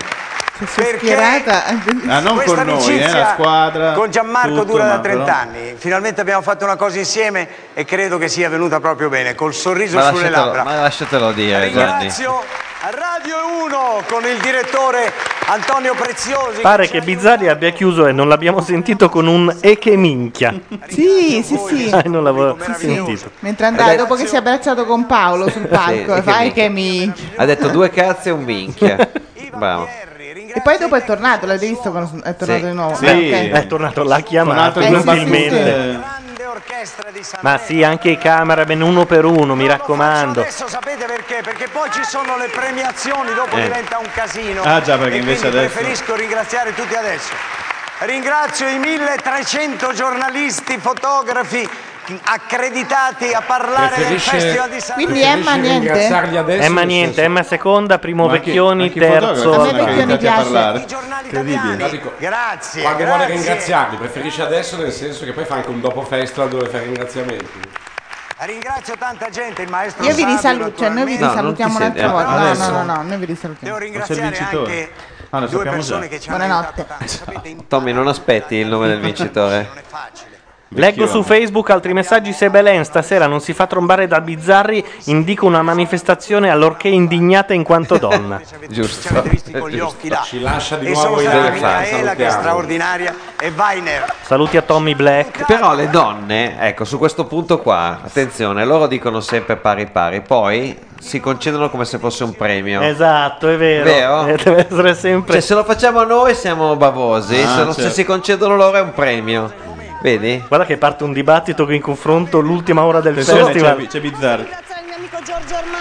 Speaker 3: schierata.
Speaker 5: Ah, non
Speaker 10: questa
Speaker 5: con noi,
Speaker 10: amicizia
Speaker 5: eh, la squadra.
Speaker 10: con Gianmarco
Speaker 5: tutto,
Speaker 10: dura da
Speaker 5: ma
Speaker 10: 30
Speaker 5: però-
Speaker 10: anni. Finalmente abbiamo fatto una cosa insieme e credo che sia venuta proprio bene, col sorriso
Speaker 9: Ma
Speaker 10: sulle
Speaker 9: lasciatelo,
Speaker 10: labbra.
Speaker 9: ma lasciatelo dire, Gianni.
Speaker 10: Ringrazio Radio 1 con il direttore Antonio Preziosi.
Speaker 4: Pare che Bizzarri abbia chiuso e non l'abbiamo sentito con un e che minchia.
Speaker 3: Sì, sì, sì.
Speaker 4: Eh, non l'avevo sentito.
Speaker 3: Mentre andava,
Speaker 9: Ragazzi-
Speaker 3: dopo che si è abbracciato con Paolo sul palco,
Speaker 9: Sì,
Speaker 3: e fai
Speaker 9: che
Speaker 3: che mi.
Speaker 9: Ha detto due cazzi e un minchia. Bravo.
Speaker 3: E poi dopo è tornato, l'avete visto quando è tornato
Speaker 9: Sì.
Speaker 3: di nuovo?
Speaker 9: Sì.
Speaker 3: Beh, ok.
Speaker 4: È tornato la chiamata,
Speaker 5: Tornato in due
Speaker 4: inutilmente. Ma sì, anche i cameraman uno per uno, mi raccomando.
Speaker 10: Adesso sapete perché? Perché poi ci sono le premiazioni, dopo
Speaker 4: Eh.
Speaker 10: diventa un casino.
Speaker 5: Ah, già, perché
Speaker 10: E
Speaker 5: invece
Speaker 10: quindi
Speaker 5: adesso-
Speaker 10: preferisco ringraziare tutti adesso. Ringrazio i 1300 giornalisti, fotografi accreditati a parlare del Festival di Sanremo.
Speaker 3: Quindi Emma niente.
Speaker 4: Emma niente, Emma seconda, primo
Speaker 5: Ma anche-
Speaker 4: Vecchioni,
Speaker 5: anche i
Speaker 4: terzo.
Speaker 5: fotografi sono accreditati a parlare.
Speaker 6: Ma
Speaker 5: Incredibile.
Speaker 6: dico,
Speaker 10: Grazie.
Speaker 6: Quando vuole
Speaker 10: grazie.
Speaker 6: ringraziarli, preferisce adesso, nel senso che poi fa anche un dopo festival dove fa i ringraziamenti.
Speaker 10: Ringrazio tanta gente, il maestro
Speaker 3: Io vi
Speaker 10: Sabio,
Speaker 3: risaluto, cioè noi vi
Speaker 10: naturalmente.
Speaker 3: risalutiamo un'altra
Speaker 10: eh,
Speaker 3: volta.
Speaker 10: adesso.
Speaker 3: No, no, no, no, noi vi risalutiamo.
Speaker 10: Ringraziare anche
Speaker 9: Ah, lo
Speaker 10: due
Speaker 9: sappiamo
Speaker 10: persone
Speaker 5: Eh,
Speaker 9: già.
Speaker 10: che ci hanno
Speaker 3: Buonanotte.
Speaker 9: Tommy, non aspetti il nome del vincitore.
Speaker 4: Leggo su Facebook altri messaggi. Se Belen stasera non si fa trombare da Bizzarri, indico una manifestazione allorché indignata in quanto donna.
Speaker 9: Giusto.
Speaker 10: Ci lascia
Speaker 6: di
Speaker 10: e
Speaker 6: nuovo
Speaker 10: sono
Speaker 6: in
Speaker 10: stata
Speaker 6: realtà,
Speaker 10: Micaela che è
Speaker 6: salutiamo.
Speaker 10: straordinaria e Weiner
Speaker 4: Saluti a Tommy Black.
Speaker 9: Però le donne, ecco, su questo punto qua, attenzione, loro dicono sempre pari pari, poi si concedono come se fosse un premio.
Speaker 4: Esatto, è vero.
Speaker 9: Vero?
Speaker 4: Eh, Deve essere sempre.
Speaker 9: Cioè, se lo facciamo noi siamo bavosi,
Speaker 4: Ah,
Speaker 9: se, lo- se
Speaker 4: certo.
Speaker 9: si concedono loro è un premio. Vedi?
Speaker 4: Guarda che parte un dibattito che in confronto l'ultima ora del
Speaker 5: Attenzione,
Speaker 4: festival.
Speaker 5: c'è, c'è Bizzarri.
Speaker 14: il mio amico Giorgio Armani.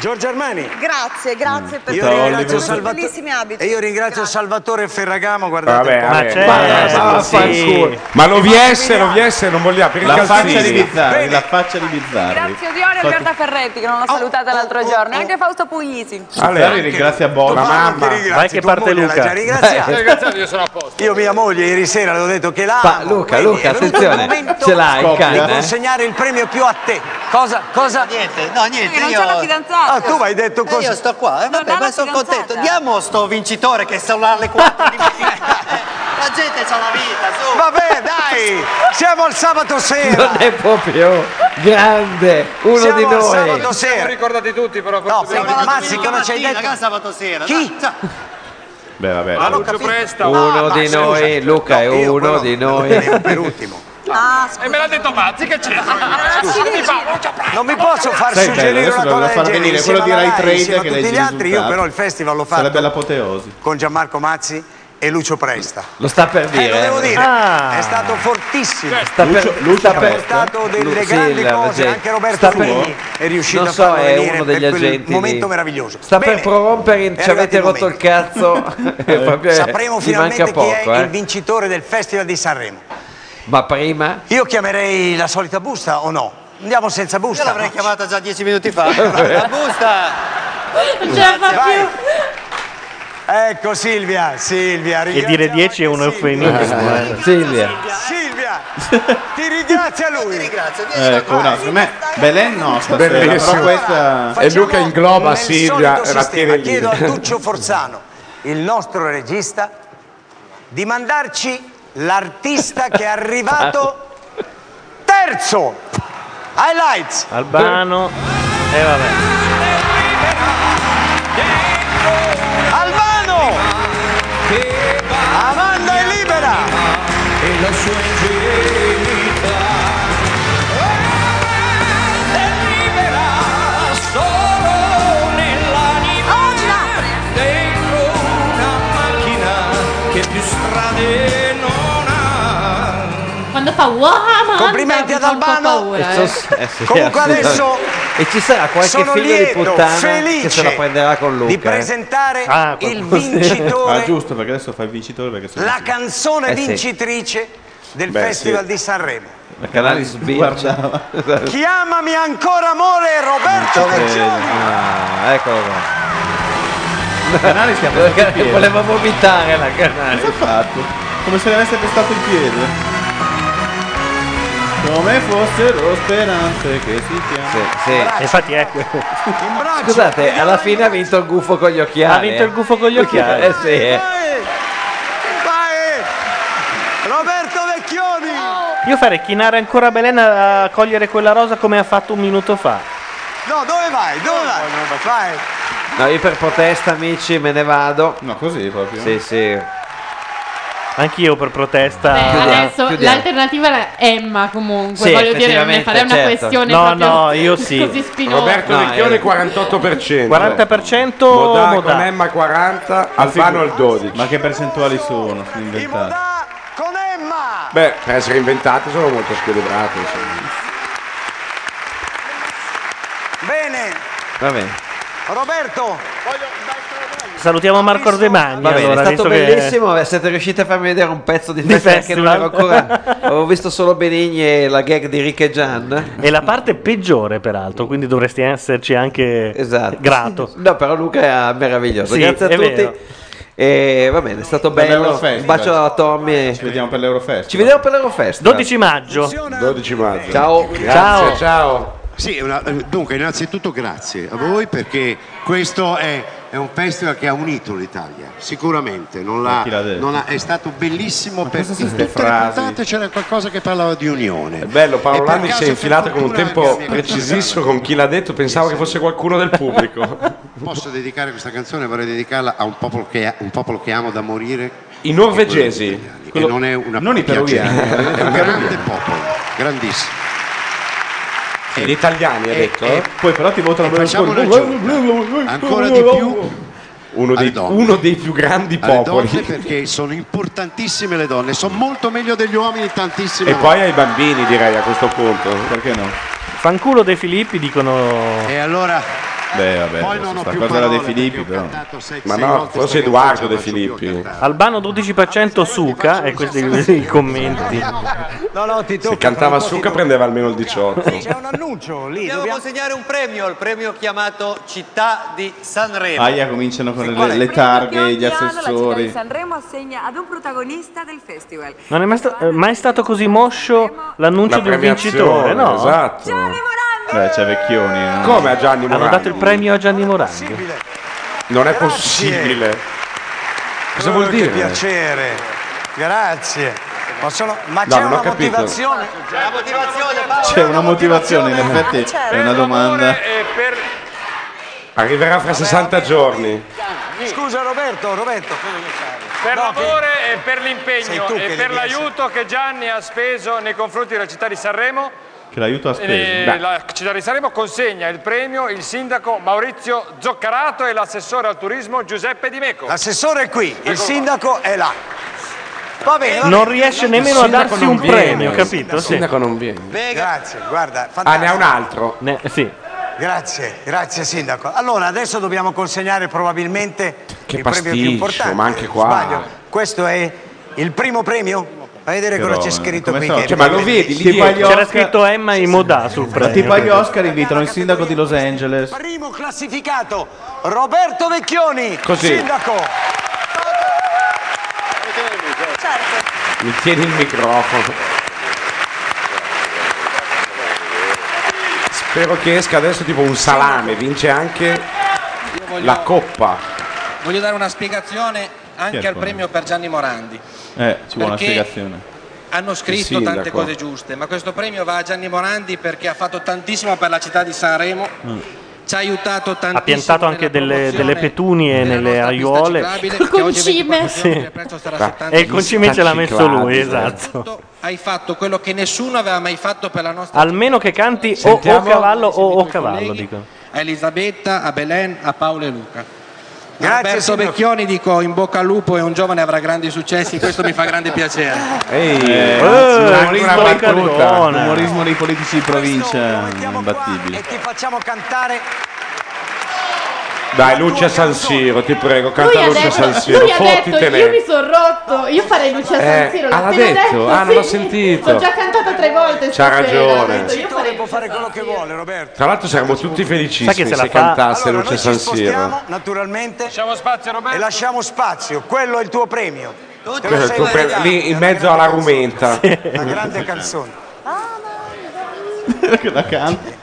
Speaker 10: Giorgio Armani
Speaker 14: Grazie, grazie per
Speaker 10: Mm. io
Speaker 14: tutti i
Speaker 10: ringrazio,
Speaker 14: tuoi
Speaker 10: Salvat-
Speaker 14: bellissimi abiti.
Speaker 10: e io ringrazio Salvatore Ferragamo guardate
Speaker 6: Vabbè,
Speaker 10: un po'. Ah,
Speaker 6: vabbè.
Speaker 14: certo.
Speaker 6: Ma,
Speaker 10: vaffanculo.
Speaker 6: ma non vi essere, non vi essere, non vogliamo. per i
Speaker 5: La faccia di
Speaker 6: calzini.
Speaker 5: Bizzarri, la faccia di Bizzarri.
Speaker 20: Grazie Dione e Alberta Ferretti che non l'ho salutata l'altro giorno, e anche Fausto Puglisi.
Speaker 5: Bizzarri ringrazia Bob.
Speaker 10: Ma mamma,
Speaker 5: Vai che parte Luca.
Speaker 10: ringraziato, io sono a posto. Io mia moglie ieri sera le ho detto che la
Speaker 9: Pa- Luca, Luca, attenzione, ce l'hai in
Speaker 10: Devo
Speaker 9: canna. eh?
Speaker 10: consegnare il premio più a te. Cosa? cosa? Niente, no,
Speaker 20: niente, non io- c'ho la fidanzata.
Speaker 10: Ah, tu mi hai detto così.
Speaker 20: io sto qua, eh, Non vabbè, ha ma la sono fidanzata. contento.
Speaker 10: Diamo sto vincitore che sarà alle 4 di
Speaker 20: La gente c'ha la vita, su.
Speaker 10: Vabbè, dai, siamo al sabato sera.
Speaker 9: eh? Non è proprio grande, uno
Speaker 10: Siamo
Speaker 9: di
Speaker 10: al
Speaker 9: noi.
Speaker 10: sabato sera.
Speaker 1: Ricordati tutti, però.
Speaker 10: No, Mazzi, cosa ci hai detto?
Speaker 20: sabato sera.
Speaker 10: Chi?
Speaker 5: Beh,
Speaker 16: Eh,
Speaker 5: vabbè.
Speaker 9: Ma l'ho
Speaker 1: Ah,
Speaker 10: Ah,
Speaker 9: Uno di noi, Luca è uno di noi. Per
Speaker 10: ultimo. Ah,
Speaker 16: e Eh, me l'ha detto Mazzi che c'entra mi fa Lucio Prati.
Speaker 10: Non mi posso far
Speaker 5: Sai, bello,
Speaker 10: suggerire
Speaker 5: adesso
Speaker 10: una
Speaker 5: doveva
Speaker 10: cosa
Speaker 5: far
Speaker 10: del
Speaker 5: venire
Speaker 10: genere
Speaker 5: quello di
Speaker 10: insieme alla
Speaker 5: Rai Trade
Speaker 10: insieme a
Speaker 5: che
Speaker 10: tutti
Speaker 5: legge
Speaker 10: gli
Speaker 5: i
Speaker 10: altri, io
Speaker 5: risultati.
Speaker 10: però il festival l'ho fatto
Speaker 5: Sarebbe l'apoteosi.
Speaker 10: con Gianmarco Mazzi e Lucio Presta.
Speaker 9: Lo sta per
Speaker 10: Eh,
Speaker 9: dire.
Speaker 10: lo devo dire,
Speaker 9: Ah.
Speaker 10: è stato fortissimo.
Speaker 9: Sta per- sta
Speaker 10: è
Speaker 9: per-
Speaker 10: stato delle
Speaker 9: Lu- sì,
Speaker 10: grandi
Speaker 9: la-
Speaker 10: cose,
Speaker 9: sì.
Speaker 10: anche Roberto
Speaker 9: Sta per-
Speaker 10: Fini è riuscito
Speaker 9: non
Speaker 10: a
Speaker 9: so,
Speaker 10: farlo
Speaker 9: è
Speaker 10: venire
Speaker 9: uno degli
Speaker 10: per quel
Speaker 9: agenti
Speaker 10: momento
Speaker 9: lì.
Speaker 10: meraviglioso.
Speaker 9: Sta
Speaker 10: Bene,
Speaker 9: per prorompere,
Speaker 10: è
Speaker 9: ci avete
Speaker 10: arrivato
Speaker 9: rotto il cazzo. Eh, proprio, eh,
Speaker 10: sapremo
Speaker 9: gli
Speaker 10: finalmente
Speaker 9: manca poco,
Speaker 10: chi è
Speaker 9: eh.
Speaker 10: il vincitore del Festival di Sanremo.
Speaker 9: Ma prima
Speaker 10: Io chiamerei la solita busta o no? Andiamo senza busta. Io l'avrei chiamata già dieci minuti fa.
Speaker 16: La
Speaker 10: busta! Non ce la fa più! Ecco Silvia, Silvia,
Speaker 4: Che
Speaker 10: ringrazio-
Speaker 4: dire 10 è un eufemismo. eh.
Speaker 10: Silvia, ti ringrazia lui. Ti ringrazio,
Speaker 5: Ecco, no, secondo me Belen no, stasera, però
Speaker 13: Bellissimo.
Speaker 5: questa
Speaker 13: E Luca ingloba Silvia
Speaker 10: solito sistema.
Speaker 13: Rattieri.
Speaker 10: Chiedo a Tuccio Forzano, il nostro regista, di mandarci l'artista che è arrivato terzo. Highlights.
Speaker 4: Albano. E vabbè.
Speaker 10: Albano. Amanda è libera. E la sua
Speaker 16: solo nell'anima dentro una macchina che più strade non ha
Speaker 7: Quando fa wow, ma
Speaker 10: Complimenti ad Albano.
Speaker 7: Paura,
Speaker 9: E
Speaker 7: eh.
Speaker 9: so- eh, sì,
Speaker 10: Comunque
Speaker 9: assolutamente.
Speaker 10: adesso
Speaker 9: E ci sarà qualche
Speaker 10: sono
Speaker 9: figlio
Speaker 10: lieto,
Speaker 9: di puttana
Speaker 10: felice
Speaker 9: che se la prenderà con Luca.
Speaker 10: di
Speaker 9: eh.
Speaker 10: presentare
Speaker 9: Ah,
Speaker 10: il
Speaker 9: qualcuno-
Speaker 10: vincitore
Speaker 5: Ah, giusto, perché adesso fai il vincitore perché sono
Speaker 10: la canzone
Speaker 5: Eh sì.
Speaker 10: vincitrice del
Speaker 5: Beh,
Speaker 10: Festival
Speaker 5: sì.
Speaker 10: di Sanremo.
Speaker 5: la canale sbircia.
Speaker 10: Chiamami ancora amore
Speaker 5: Certo,
Speaker 10: Roberto De Giorgi.
Speaker 9: Ah, eccolo qua.
Speaker 5: Canali si è aperto il
Speaker 9: Voleva-
Speaker 5: piede.
Speaker 9: Voleva vomitare la canale.
Speaker 5: Cosa ha fatto? Come se ne avesse pestato il piede. Come fossero speranze che si chiama.
Speaker 9: Sì, sì.
Speaker 4: Infatti ecco. è
Speaker 9: Scusate, alla fine ha vinto il gufo con gli occhiali.
Speaker 4: Ha vinto il gufo con gli occhiali.
Speaker 9: Eh sì, eh.
Speaker 10: Roberto Vecchioni.
Speaker 4: Io farei chinare ancora Belen a cogliere quella rosa come ha fatto un minuto fa.
Speaker 5: Eh,
Speaker 10: No, dove vai? Dove vai? Vai.
Speaker 9: No, io per protesta, amici, me ne vado.
Speaker 5: No, così proprio.
Speaker 9: Sì, sì.
Speaker 4: Anch'io per protesta.
Speaker 19: Beh, adesso l'alternativa era Emma comunque,
Speaker 4: Sì,
Speaker 19: voglio dire, non ne farei una
Speaker 4: effettivamente,
Speaker 19: questione
Speaker 4: certo. No,
Speaker 19: proprio
Speaker 4: no, io sì.
Speaker 19: così spinosa.
Speaker 13: Roberto
Speaker 4: No,
Speaker 13: Vecchione
Speaker 4: eh.
Speaker 13: 48%.
Speaker 4: 40%
Speaker 13: Modà con
Speaker 4: Modà.
Speaker 13: Emma 40,
Speaker 5: Ah,
Speaker 13: Alfano al 12.
Speaker 5: Ma che percentuali sono? Sono inventate.
Speaker 13: Beh, per essere inventate sono molto squilibrate. insomma.
Speaker 10: Bene,
Speaker 9: Va bene.
Speaker 10: Roberto.
Speaker 4: Salutiamo Marco Ordemagni.
Speaker 9: Va bene,
Speaker 4: allora,
Speaker 9: è
Speaker 4: visto
Speaker 9: stato
Speaker 4: che-
Speaker 9: bellissimo. eh, Siete riusciti a farmi vedere un pezzo di
Speaker 4: Di
Speaker 9: festa che non ero
Speaker 4: festival.
Speaker 9: ancora. Avevo visto solo Benigni e la gag di Rick e Gian.
Speaker 4: È la parte peggiore, peraltto, quindi dovresti esserci anche grato.
Speaker 9: No, però Luca era meraviglioso.
Speaker 4: Sì,
Speaker 9: Grazie a
Speaker 4: è
Speaker 9: tutti.
Speaker 4: vero.
Speaker 9: E va bene, è stato
Speaker 5: Per
Speaker 9: bello.
Speaker 5: l'Eurofestival.
Speaker 9: Un bacio a Tommy.
Speaker 5: Ci vediamo per l'Eurofest.
Speaker 9: Ci vediamo per l'Eurofest.
Speaker 5: 12
Speaker 4: maggio.
Speaker 13: 12 maggio.
Speaker 9: Ciao.
Speaker 13: Grazie,
Speaker 9: Ciao.
Speaker 13: ciao.
Speaker 11: Sì, una- eh, dunque innanzitutto grazie a voi perché questo è, è un festival che ha unito l'Italia, sicuramente, non l'ha-
Speaker 5: Ma chi l'ha detto?
Speaker 11: non ha- è stato bellissimo per in
Speaker 13: sono
Speaker 11: tutte
Speaker 13: queste
Speaker 11: le
Speaker 13: frasi?
Speaker 11: puntate c'era qualcosa che parlava di unione.
Speaker 13: È bello,
Speaker 11: E
Speaker 13: Paolo
Speaker 11: per
Speaker 13: Landi
Speaker 11: caso
Speaker 13: si è
Speaker 11: per
Speaker 13: infilato con un
Speaker 11: fortuna
Speaker 13: tempo
Speaker 11: anche a me.
Speaker 13: precisissimo con chi l'ha detto, pensavo che fosse qualcuno del pubblico.
Speaker 11: Posso dedicare questa canzone, vorrei dedicarla a un popolo che, un popolo che amo da morire.
Speaker 13: I norvegesi.
Speaker 11: E non è una
Speaker 13: Non i
Speaker 11: piacevolezza,
Speaker 13: peruviani.
Speaker 11: è un grande popolo, grandissimo.
Speaker 13: E gli italiani ha
Speaker 11: E-
Speaker 13: detto? eh?
Speaker 11: e-
Speaker 5: Poi però ti votano
Speaker 11: e
Speaker 5: per
Speaker 11: facciamo
Speaker 5: Berlusconi.
Speaker 11: un'aggiunta. Ancora di più
Speaker 13: Uno dei,
Speaker 11: alle donne.
Speaker 13: uno dei più grandi
Speaker 11: alle donne
Speaker 13: popoli.
Speaker 11: perché sono importantissime le donne, sono molto meglio degli uomini tantissime
Speaker 13: E poi ai bambini direi a questo punto.
Speaker 5: Perché no?
Speaker 4: Fanculo De Filippi dicono.
Speaker 11: E allora.
Speaker 5: Beh, vabbè,
Speaker 11: Poi
Speaker 5: adesso
Speaker 11: non ho
Speaker 5: sta
Speaker 11: più
Speaker 5: cosa era
Speaker 11: parole
Speaker 5: De Filippi, però.
Speaker 11: Ma sei no, volte
Speaker 13: forse Edoardo De Filippi.
Speaker 4: Albano 12% Suca e questi i commenti.
Speaker 10: No, no, ti
Speaker 13: Se cantava Succa prendeva almeno il 18.
Speaker 10: un annuncio lì.
Speaker 1: Dobbiamo consegnare un premio, il premio chiamato Città di Sanremo.
Speaker 5: Aia cominciano con
Speaker 1: qual è?
Speaker 5: le, le targhe, gli
Speaker 20: La città di
Speaker 5: assessori.
Speaker 20: Sanremo assegna ad un protagonista del festival.
Speaker 4: Non è mai, sta- eh, mai stato così moscio l'annuncio
Speaker 5: La
Speaker 4: di un
Speaker 5: premiazione,
Speaker 4: vincitore, no?
Speaker 5: esatto. Beh, c'è Vecchioni. eh. no?
Speaker 13: Come a Gianni
Speaker 4: Hanno
Speaker 13: Morandi?
Speaker 4: dato il premio a Gianni Morandi.
Speaker 13: Non è possibile. Cosa vuol
Speaker 10: Oh,
Speaker 13: dire?
Speaker 10: Che piacere. Grazie. Ma, sono- ma
Speaker 5: No,
Speaker 10: c'è
Speaker 5: non ho
Speaker 10: una
Speaker 5: capito.
Speaker 10: motivazione.
Speaker 1: La motivazione, Paolo.
Speaker 5: C'è una motivazione, in effetti è una domanda.
Speaker 6: Arriverà fra 60 giorni.
Speaker 10: Scusa Roberto, Roberto.
Speaker 1: Per
Speaker 10: No, che-
Speaker 1: l'amore e per
Speaker 10: Sei
Speaker 1: l'impegno
Speaker 10: tu che
Speaker 1: e per
Speaker 10: devi
Speaker 1: l'aiuto che Gianni ha speso nei confronti della città di Sanremo,
Speaker 5: Ce l'aiuto a
Speaker 1: eh,
Speaker 5: spese.
Speaker 1: la città di Sanremo consegna il premio il sindaco Maurizio Zoccarato e l'assessore al turismo Giuseppe Di Meco.
Speaker 10: L'assessore è qui, il sindaco è là. Va bene, va
Speaker 4: Non
Speaker 10: bene.
Speaker 4: riesce nemmeno a darsi un premio, capito?
Speaker 6: Il sindaco non viene.
Speaker 10: Beh, Grazie, guarda,
Speaker 6: Ah, ne ha un
Speaker 10: fantastico.
Speaker 6: altro?
Speaker 4: sì.
Speaker 10: Grazie, grazie sindaco. Allora, adesso dobbiamo consegnare probabilmente
Speaker 6: Che
Speaker 10: il premio più
Speaker 6: pasticcio,
Speaker 10: importante.
Speaker 6: ma anche qua.
Speaker 10: Sbaglio. Questo è il primo premio? Vai a vedere
Speaker 5: Però,
Speaker 10: cosa c'è
Speaker 5: eh,
Speaker 10: scritto
Speaker 5: come
Speaker 10: qui.
Speaker 5: sono?
Speaker 10: che-
Speaker 5: Cioè, ma lo vedi lì
Speaker 10: Tipo
Speaker 5: dietro?
Speaker 10: agli Oscar-
Speaker 4: C'era scritto Emma Imodà sul premio.
Speaker 5: Tipo agli Oscar invitano il sindaco di Los Angeles.
Speaker 10: Primo classificato, Roberto Vecchioni,
Speaker 5: Così.
Speaker 10: sindaco.
Speaker 6: Mi tieni il microfono. Spero che esca adesso tipo un salame, vince anche la coppa.
Speaker 22: Voglio dare una spiegazione anche al
Speaker 6: Certo.
Speaker 22: premio per Gianni Morandi.
Speaker 5: Eh, ci vuole una
Speaker 22: Perché-
Speaker 5: spiegazione.
Speaker 22: Hanno
Speaker 5: Il
Speaker 22: scritto
Speaker 5: sindaco.
Speaker 22: tante cose giuste, ma questo premio va a Gianni Morandi perché ha fatto tantissimo per la città di Sanremo,
Speaker 5: Mm.
Speaker 22: ci ha aiutato tantissimo.
Speaker 4: Ha piantato anche delle, delle petunie nelle aiuole.
Speaker 22: concime.
Speaker 4: Sì.
Speaker 22: sarà
Speaker 4: E il concime ce l'ha messo lui,
Speaker 22: Pista ciclabile.
Speaker 4: esatto.
Speaker 22: Hai fatto quello che nessuno aveva mai fatto per la nostra
Speaker 4: Almeno che canti o, o
Speaker 22: Sentiamo-
Speaker 4: cavallo o, o cavallo, dicono.
Speaker 22: a Elisabetta, a Belen, a Paolo e Luca.
Speaker 10: Grazie,
Speaker 22: Alberto
Speaker 10: signor-
Speaker 22: Vecchioni dico in bocca al lupo e un giovane avrà grandi successi, questo mi fa grande piacere.
Speaker 5: Ehi,
Speaker 22: eh,
Speaker 5: umorismo,
Speaker 22: una
Speaker 5: battuta.
Speaker 22: baccardona.
Speaker 5: Umorismo dei politici di provincia imbattibile.
Speaker 10: Ti facciamo cantare
Speaker 6: Dai, Lucia San Siro, ti prego,
Speaker 7: Lui
Speaker 6: canta
Speaker 7: ha
Speaker 6: Lucia
Speaker 7: detto,
Speaker 6: San Siro,
Speaker 7: lui ha detto io mi
Speaker 6: fottitene.
Speaker 7: sono rotto, io farei Lucia San
Speaker 6: Eh,
Speaker 7: Siro.
Speaker 6: ah, l'ha
Speaker 7: appena
Speaker 6: detto? Ah, non
Speaker 7: sì.
Speaker 6: l'ho sentito.
Speaker 7: L'ho già cantata tre volte.
Speaker 6: C'ha
Speaker 7: stasera,
Speaker 6: ragione.
Speaker 7: ha detto, Io farei
Speaker 10: può fare quello che vuole, Roberto.
Speaker 6: Tra l'altro saremmo tutti felicissimi
Speaker 10: Sai che
Speaker 6: se,
Speaker 10: se la fa?
Speaker 6: cantasse
Speaker 10: Allora,
Speaker 6: Lucia
Speaker 10: noi ci
Speaker 6: San Siro.
Speaker 10: spostiamo naturalmente. Lasciamo spazio Roberto. E lasciamo spazio, quello è il tuo premio. Te lo
Speaker 6: Quello è il
Speaker 10: sei
Speaker 6: tuo pre-
Speaker 10: guadagnato.
Speaker 6: lì in mezzo alla rumenta.
Speaker 10: Una grande canzone.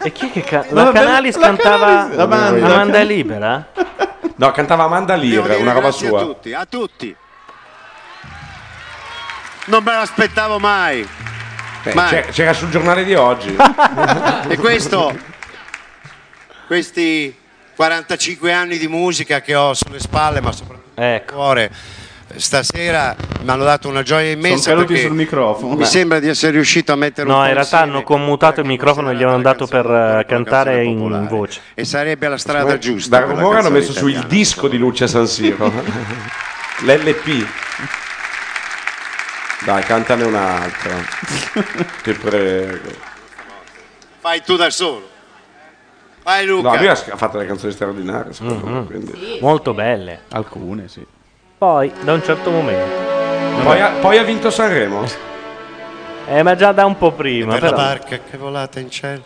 Speaker 4: E chi è che ca-
Speaker 6: La
Speaker 4: la,
Speaker 6: Bel-
Speaker 4: Canalis
Speaker 6: la
Speaker 4: cantava
Speaker 6: Canalis- la banda.
Speaker 4: Amanda è libera?
Speaker 6: No, cantava Amanda Lear, una roba
Speaker 11: Grazie a
Speaker 6: sua.
Speaker 11: tutti, a tutti. Non me l'aspettavo mai.
Speaker 6: Beh,
Speaker 11: Mai.
Speaker 6: Eh, c'è- c'era sul giornale di oggi.
Speaker 11: e questo, questi 45 anni di musica che ho sulle spalle, ma soprattutto
Speaker 13: Ecco.
Speaker 11: nel cuore, stasera mi hanno dato una gioia immensa.
Speaker 5: caduti
Speaker 11: perché
Speaker 5: sul microfono.
Speaker 11: Mi sembra di essere riuscito a mettere un
Speaker 4: No,
Speaker 11: po'
Speaker 4: in realtà
Speaker 11: insieme
Speaker 4: hanno commutato il microfono e gli hanno dato per eh, cantare in voce.
Speaker 11: e sarebbe la strada giusta.
Speaker 6: Da
Speaker 11: per la
Speaker 6: rumore hanno
Speaker 11: canzone
Speaker 6: messo su il
Speaker 11: italiana.
Speaker 6: disco di Lucia San Siro. L'LP. Dai, cantane un'altra. Ti prego.
Speaker 11: Fai tu da solo. Vai Luca.
Speaker 6: No, lui ha, ha fatto delle canzoni straordinarie. secondo me,
Speaker 4: Mhm.
Speaker 6: quindi.
Speaker 4: Molto belle.
Speaker 5: Alcune, sì.
Speaker 4: Poi, da un certo momento.
Speaker 6: Poi ha, poi ha vinto Sanremo.
Speaker 4: Eh, ma già da un po' prima.
Speaker 11: per la
Speaker 4: Però.
Speaker 11: barca che volata in cielo.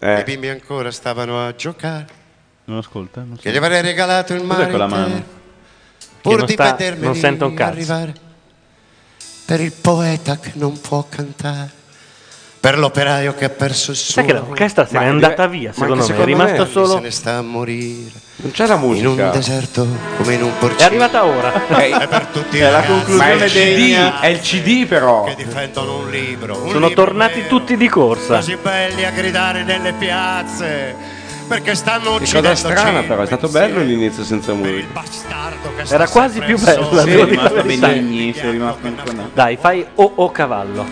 Speaker 6: Eh.
Speaker 11: I bimbi ancora stavano a giocare.
Speaker 5: Non ascolta. Non so.
Speaker 11: Che gli avrei regalato il mare.
Speaker 5: Cos'è quella
Speaker 11: intero,
Speaker 5: mano?
Speaker 11: Pur
Speaker 4: non
Speaker 11: di
Speaker 4: sta-
Speaker 11: vedermeli
Speaker 4: non sente un cazzo.
Speaker 11: arrivare. Per il poeta che non può cantare. Per l'operaio che ha perso il suo.
Speaker 4: Sai che l'orchestra se
Speaker 11: Ma
Speaker 4: n'è
Speaker 11: dire-
Speaker 4: andata via,
Speaker 11: ma
Speaker 4: secondo me.
Speaker 11: anche
Speaker 4: È rimasta
Speaker 11: me.
Speaker 4: solo.
Speaker 11: Se ne sta a morire.
Speaker 6: Non c'è la musica.
Speaker 11: In un deserto come in un porcino.
Speaker 4: È arrivata ora.
Speaker 11: È per tutti i
Speaker 6: È la
Speaker 11: ragazzi
Speaker 6: conclusione Ma è il degna. CD, è il CD però.
Speaker 11: Che difendono un libro. un
Speaker 4: Sono
Speaker 11: libro
Speaker 4: tornati tutti di corsa.
Speaker 11: così belli a gridare nelle piazze perché stanno
Speaker 6: Che cosa
Speaker 11: uccidendoci
Speaker 6: strana però, è stato bello l'inizio senza musica.
Speaker 4: Era quasi più bella. devo
Speaker 5: Sì, è
Speaker 4: dire la
Speaker 5: rimasta
Speaker 4: verità.
Speaker 5: Benigni, sì, è rimasta ancora.
Speaker 4: Dai, fai o o cavallo.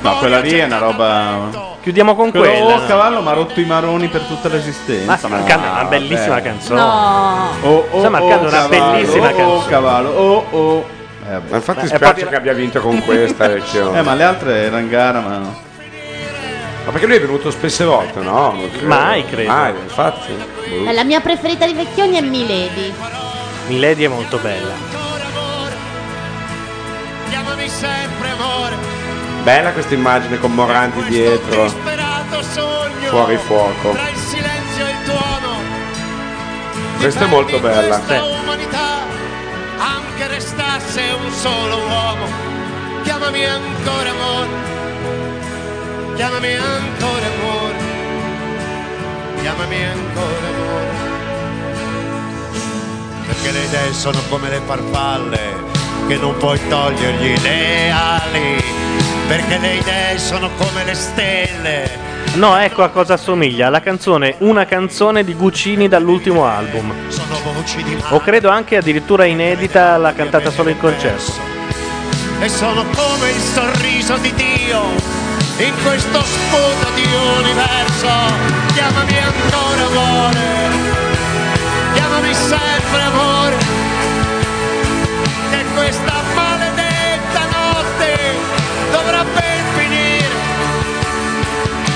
Speaker 5: No, quella lì è una roba.
Speaker 4: Chiudiamo con
Speaker 5: Quello,
Speaker 4: quella.
Speaker 5: Oh, cavallo mi ha rotto i maroni per tutta l'esistenza.
Speaker 4: Ma sta marcando una bellissima
Speaker 5: vabbè.
Speaker 4: canzone. No.
Speaker 5: Oh, oh,
Speaker 4: Sta marcando
Speaker 5: oh,
Speaker 4: una
Speaker 5: cavallo,
Speaker 4: bellissima
Speaker 5: oh,
Speaker 4: canzone.
Speaker 5: Oh, cavallo, oh, oh. Eh,
Speaker 6: Ma infatti
Speaker 5: Beh,
Speaker 6: spiace
Speaker 5: è proprio-
Speaker 6: che abbia vinto con questa elezione.
Speaker 5: Eh, ma le altre erano in gara, ma no.
Speaker 6: Ma perché lui è venuto spesse volte, no? Non
Speaker 4: Mai, credo.
Speaker 6: Mai, infatti. Boh.
Speaker 29: Eh, La mia preferita di Vecchioni è Milady.
Speaker 4: Milady è molto bella.
Speaker 16: Chiamami sempre amore,
Speaker 6: Bella questa immagine con Morandi dietro,
Speaker 16: disperato sogno.
Speaker 6: fuori fuoco.
Speaker 16: Tra il silenzio e il tuono,
Speaker 6: Questa è molto bella.
Speaker 16: questa umanità, anche restasse un solo uomo. Chiamami ancora amore, chiamami ancora amore, chiamami ancora amore.
Speaker 11: perché le idee sono come le farfalle
Speaker 16: che non puoi togliergli le ali, perché le idee sono come le stelle.
Speaker 4: No, ecco a cosa assomiglia la canzone Una canzone di Guccini dall'ultimo album. O credo anche addirittura inedita la cantata solo in concerto.
Speaker 16: e sono come il sorriso di Dio in questo sputo di universo. Chiamami ancora amore, chiamami sempre amore, che questa maledetta notte dovrà ben finire,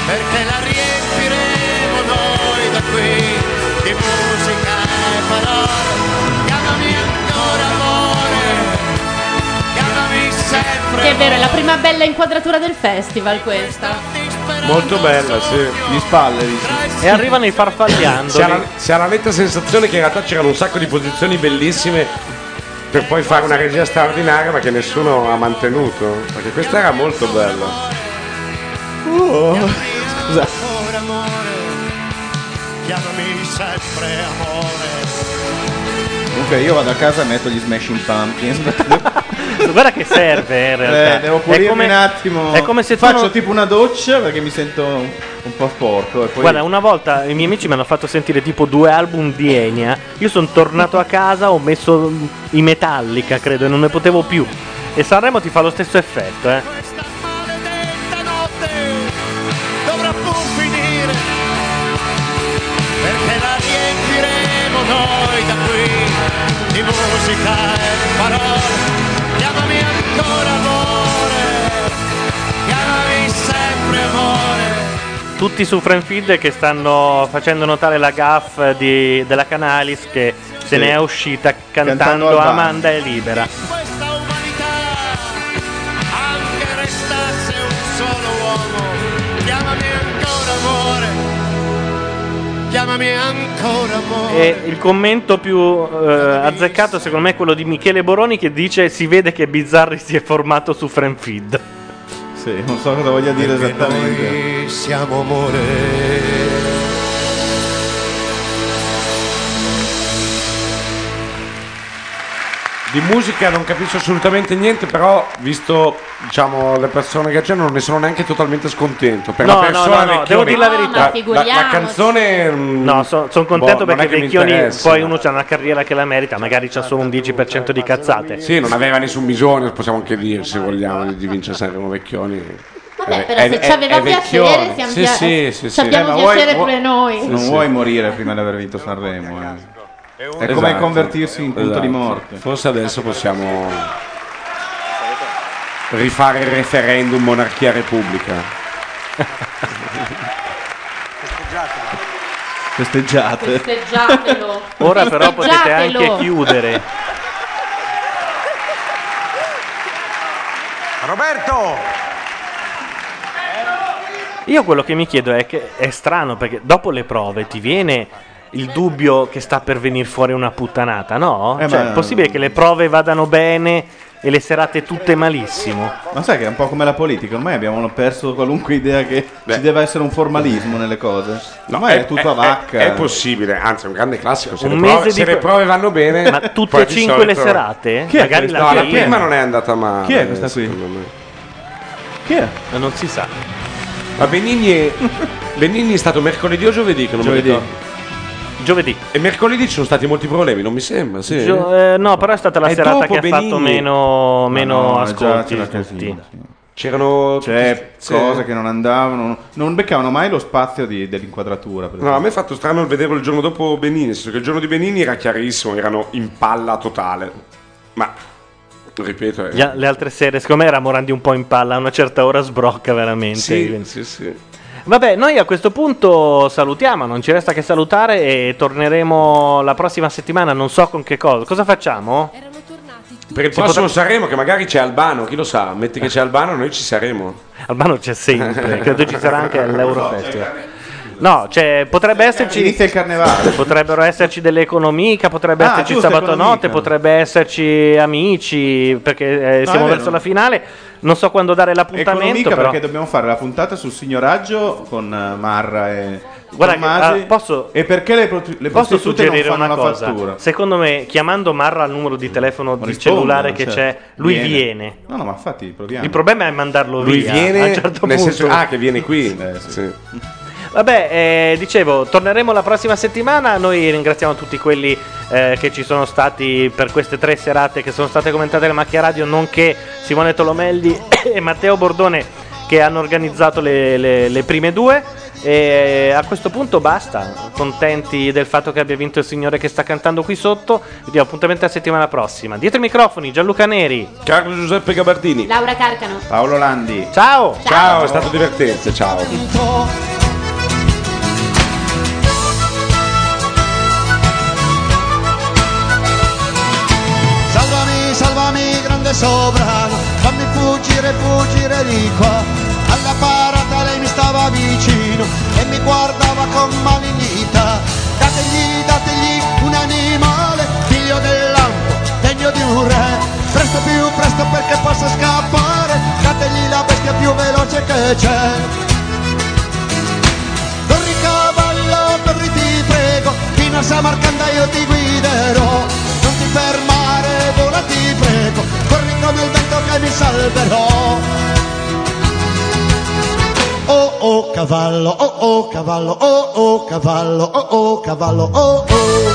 Speaker 16: perché la riempiremo noi da qui di musica e parole. Chiamami ancora amore. Chiamami sempre
Speaker 7: Che è vero, è la prima bella inquadratura del festival questa.
Speaker 6: Molto bella, sì.
Speaker 5: Gli spalle.
Speaker 4: E arrivano i farfagliando.
Speaker 6: Si ha, la, si ha la netta sensazione che in realtà c'erano un sacco di posizioni bellissime per poi fare una regia straordinaria ma che nessuno ha mantenuto. Perché questa era molto bella.
Speaker 5: Oh, Scusa.
Speaker 16: Amore, amore, chiamami sempre amore.
Speaker 5: Comunque io vado a casa e metto gli Smashing Pumpkins.
Speaker 4: Guarda che serve in realtà.
Speaker 5: Eh, devo
Speaker 4: È
Speaker 5: pulirmi
Speaker 4: come-
Speaker 5: un attimo.
Speaker 4: è come se tu
Speaker 5: faccio
Speaker 4: non-
Speaker 5: tipo una doccia perché mi sento un, un po' sporco. E poi...
Speaker 4: Guarda, una volta i miei amici mi hanno fatto sentire tipo due album di Enya. Io sono tornato a casa, ho messo mm, i Metallica, credo, e non ne potevo più. E Sanremo ti fa lo stesso effetto, eh.
Speaker 16: dovrà pur finire perché la riempiremo noi da qui di musica e parole chiamami ancora amore chiamami sempre amore
Speaker 4: Tutti su Friendfield che stanno facendo notare la gaff di- della Canalis che se
Speaker 5: Sì.
Speaker 4: ne è uscita cantando,
Speaker 5: Cantando al bando.
Speaker 4: Amanda è libera.
Speaker 16: che restasse un solo uomo chiamami ancora amore chiamami ancora amore
Speaker 4: E il commento più eh, azzeccato secondo me è quello di Michele Boroni che dice si vede che Bizzarri si è formato su Friendfield.
Speaker 5: Sì, non so cosa voglia dire esattamente.
Speaker 16: siamo amore
Speaker 6: Di musica non capisco assolutamente niente, però visto diciamo, le persone che c'è non ne sono neanche totalmente scontento. Per
Speaker 4: No,
Speaker 6: la
Speaker 4: no,
Speaker 6: persona
Speaker 4: no, no,
Speaker 6: Vecchioni-
Speaker 4: devo dire la verità. No, ma
Speaker 6: La, la,
Speaker 4: figuriamoci.
Speaker 6: canzone...
Speaker 4: No, sono
Speaker 6: boh,
Speaker 4: contento perché Vecchioni poi
Speaker 6: uno
Speaker 4: uno c'ha una carriera che la merita, magari c'ha solo un 10% di cazzate.
Speaker 6: Sì, non aveva nessun bisogno, possiamo anche dire se vogliamo, di, di vincere Sanremo Vecchioni.
Speaker 7: Vabbè, però se ci aveva piacere, siamo
Speaker 6: sì,
Speaker 7: pia-
Speaker 6: sì, sì,
Speaker 7: ci
Speaker 6: sì.
Speaker 7: abbiamo
Speaker 5: Eh, ma vuoi-
Speaker 7: piacere
Speaker 5: vuoi-
Speaker 7: pure noi.
Speaker 5: non
Speaker 6: sì.
Speaker 5: vuoi morire prima di aver vinto Sanremo. eh. È come
Speaker 6: Esatto.
Speaker 5: convertirsi in punto
Speaker 6: Esatto.
Speaker 5: di morte.
Speaker 6: Forse adesso possiamo rifare il referendum monarchia repubblica.
Speaker 5: Festeggiate.
Speaker 7: Festeggiatelo.
Speaker 4: Ora però potete
Speaker 7: Festeggiatelo.
Speaker 4: anche chiudere.
Speaker 16: Roberto
Speaker 4: Io quello che mi chiedo è che è strano perché dopo le prove ti viene il dubbio che sta per venire fuori una puttanata, no?
Speaker 5: Eh,
Speaker 4: cioè,
Speaker 5: ma-
Speaker 4: è possibile che le prove vadano bene e le serate tutte malissimo?
Speaker 5: Ma sai che è un po' come la politica, ormai abbiamo perso qualunque idea che ci deva essere un formalismo nelle cose. Ormai è, tutto a vacca.
Speaker 6: È, è possibile, anzi è un grande classico. Se,
Speaker 5: Un
Speaker 6: le,
Speaker 5: mese
Speaker 6: prove,
Speaker 5: di
Speaker 6: se le
Speaker 5: pro-
Speaker 6: prove vanno bene...
Speaker 5: Ma tutte
Speaker 6: poi
Speaker 5: e
Speaker 6: di
Speaker 5: cinque
Speaker 6: solito-
Speaker 5: le serate?
Speaker 6: Chi è
Speaker 5: Magari
Speaker 6: questa?
Speaker 5: la
Speaker 6: No, la
Speaker 5: prima.
Speaker 6: prima non è andata male.
Speaker 5: Chi è questa qui?
Speaker 6: secondo me.
Speaker 5: Chi è?
Speaker 4: Ma non si sa.
Speaker 6: Ma Benigni è, Benigni è stato mercoledì o giovedì? Che non mi
Speaker 4: Giovedì.
Speaker 6: ricordo.
Speaker 4: Giovedì.
Speaker 6: E mercoledì ci sono stati molti problemi, non mi sembra, sì.
Speaker 4: Gio- eh, no, però è stata la
Speaker 6: È
Speaker 4: serata
Speaker 6: dopo
Speaker 4: che ha fatto
Speaker 6: Benigni.
Speaker 4: meno, meno
Speaker 5: no,
Speaker 4: ascolti.
Speaker 5: già c'era
Speaker 4: di
Speaker 5: casino,
Speaker 4: tutti.
Speaker 6: C'erano
Speaker 5: C'è
Speaker 6: sì.
Speaker 5: cose che non andavano, non beccavano mai lo spazio di- dell'inquadratura. Per
Speaker 6: No, a me è fatto strano vederlo il giorno dopo Benini, nel senso che il giorno di Benini era chiarissimo, erano in palla totale. Ma, ripeto, eh, è...
Speaker 4: Gli a- le altre sere, secondo me, era Morandi un po' in palla. A una certa ora sbrocca veramente.
Speaker 6: sì, sì, sì.
Speaker 4: Vabbè, noi a questo punto salutiamo, non ci resta che salutare e torneremo la prossima settimana, non so con che cosa. Cosa facciamo?
Speaker 6: Per il
Speaker 4: Si
Speaker 6: prossimo
Speaker 4: potrà-
Speaker 6: saremo, che magari c'è Albano, chi lo sa, metti
Speaker 4: Eh.
Speaker 6: che c'è Albano, noi ci saremo.
Speaker 4: Albano c'è sempre, credo ci sarà anche all'Eurofestival. No, cioè, potrebbe esserci.
Speaker 5: Inizia il carnevale.
Speaker 4: Potrebbero esserci delle economica, potrebbe
Speaker 5: Ah,
Speaker 4: esserci
Speaker 5: giusto,
Speaker 4: sabato
Speaker 5: economica.
Speaker 4: notte, potrebbe esserci amici, perché eh,
Speaker 5: No,
Speaker 4: siamo
Speaker 5: è vero.
Speaker 4: verso la finale. Non so quando dare l'appuntamento,
Speaker 5: Economica
Speaker 4: però.
Speaker 5: perché dobbiamo fare la puntata sul signoraggio con eh, Marra e
Speaker 4: Guarda che,
Speaker 5: Tommasi.
Speaker 4: ah, posso-
Speaker 5: e perché le, pro- le
Speaker 4: Posso
Speaker 5: prostitute non
Speaker 4: suggerire
Speaker 5: fanno
Speaker 4: una
Speaker 5: la
Speaker 4: cosa?
Speaker 5: fattura?
Speaker 4: Secondo me, chiamando Marra al numero di telefono di
Speaker 5: Rispondono,
Speaker 4: cellulare che
Speaker 5: certo.
Speaker 4: c'è, lui viene.
Speaker 5: No, no, ma infatti proviamo.
Speaker 4: Il problema è mandarlo
Speaker 5: Lui
Speaker 4: via.
Speaker 5: viene,
Speaker 4: a un certo punto.
Speaker 5: nel
Speaker 4: Eh,
Speaker 5: senso- ah, che
Speaker 6: viene qui.
Speaker 4: Vabbè, eh, dicevo, torneremo la prossima settimana. Noi ringraziamo tutti quelli eh, che ci sono stati per queste tre serate che sono state commentate alla Macchia Radio, nonché Simone Tolomelli e Matteo Bordone che hanno organizzato le, le- le prime due. E eh, a questo punto basta. Contenti del fatto che abbia vinto il signore che sta cantando qui sotto. Vi diamo appuntamento la settimana prossima. Dietro i microfoni, Gianluca Neri,
Speaker 6: Carlo Giuseppe Gabardini,
Speaker 7: Laura Carcano.
Speaker 6: Paolo Landi.
Speaker 4: Ciao.
Speaker 6: Ciao, è stato divertente. Ciao.
Speaker 2: Salvami, salvami, grande sovrano, fammi fuggire, fuggire di qua. Alla parata lei mi stava vicino e mi guardava con malignità. Dategli, dategli un animale, figlio del lampo, degno di un re. Presto più, presto perché possa scappare, dategli la bestia più veloce che c'è. Corri cavallo, corri ti prego, fino a Samarcanda io ti guiderò. Non ti fermare, vola ti prego, corri come il vento che mi salverò. Oh oh cavallo, oh oh cavallo, oh oh cavallo, oh oh cavallo, oh oh.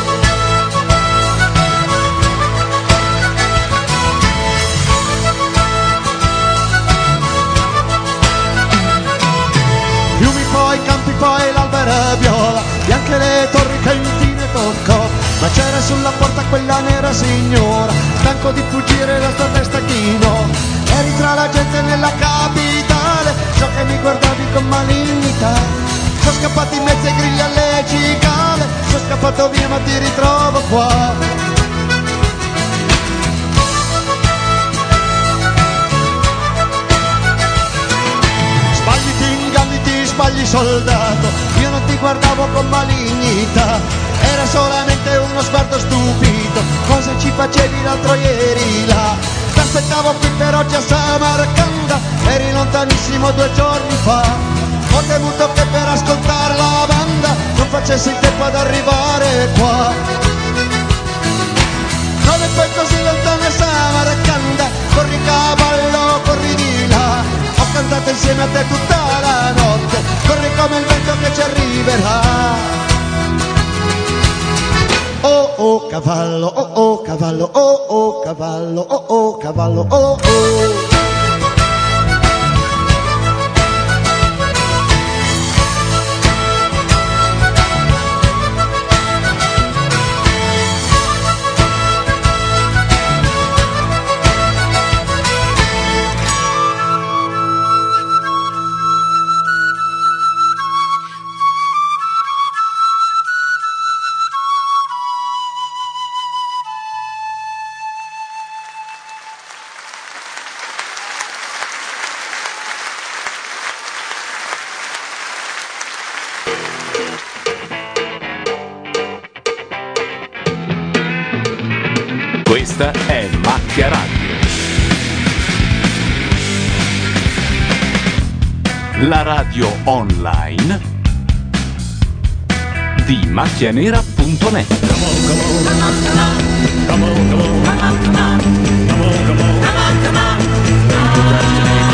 Speaker 2: Fiumi poi, campi poi, l'albera viola E anche le torri che infine toccò Ma c'era sulla porta quella nera signora Stanco di fuggire la tua testa chinò Eri tra la gente nella capitale So che mi guardavi con malignità Sono scappato in mezzo ai grigli alle cicale Sono scappato via ma ti ritrovo qua Sbagli, ti inganni, ti sbagli soldato Io non ti guardavo con malignità Era solamente uno sguardo stupito Cosa ci facevi l'altro ieri là? T'aspettavo qui per oggi a Samarcanda Eri lontanissimo due giorni fa Ho temuto che per ascoltare la banda Non facessi il tempo ad arrivare qua non è poi così lontana Samarcanda Corri cavallo, corri di là Ho cantato insieme a te tutta la notte Corri come il vento che ci arriverà Oh oh cavallo, oh oh cavallo, oh oh cavallo, oh oh cavallo, oh oh
Speaker 8: Questa è Macchia Radio. La radio online di macchianera.net.
Speaker 2: Come on, come on.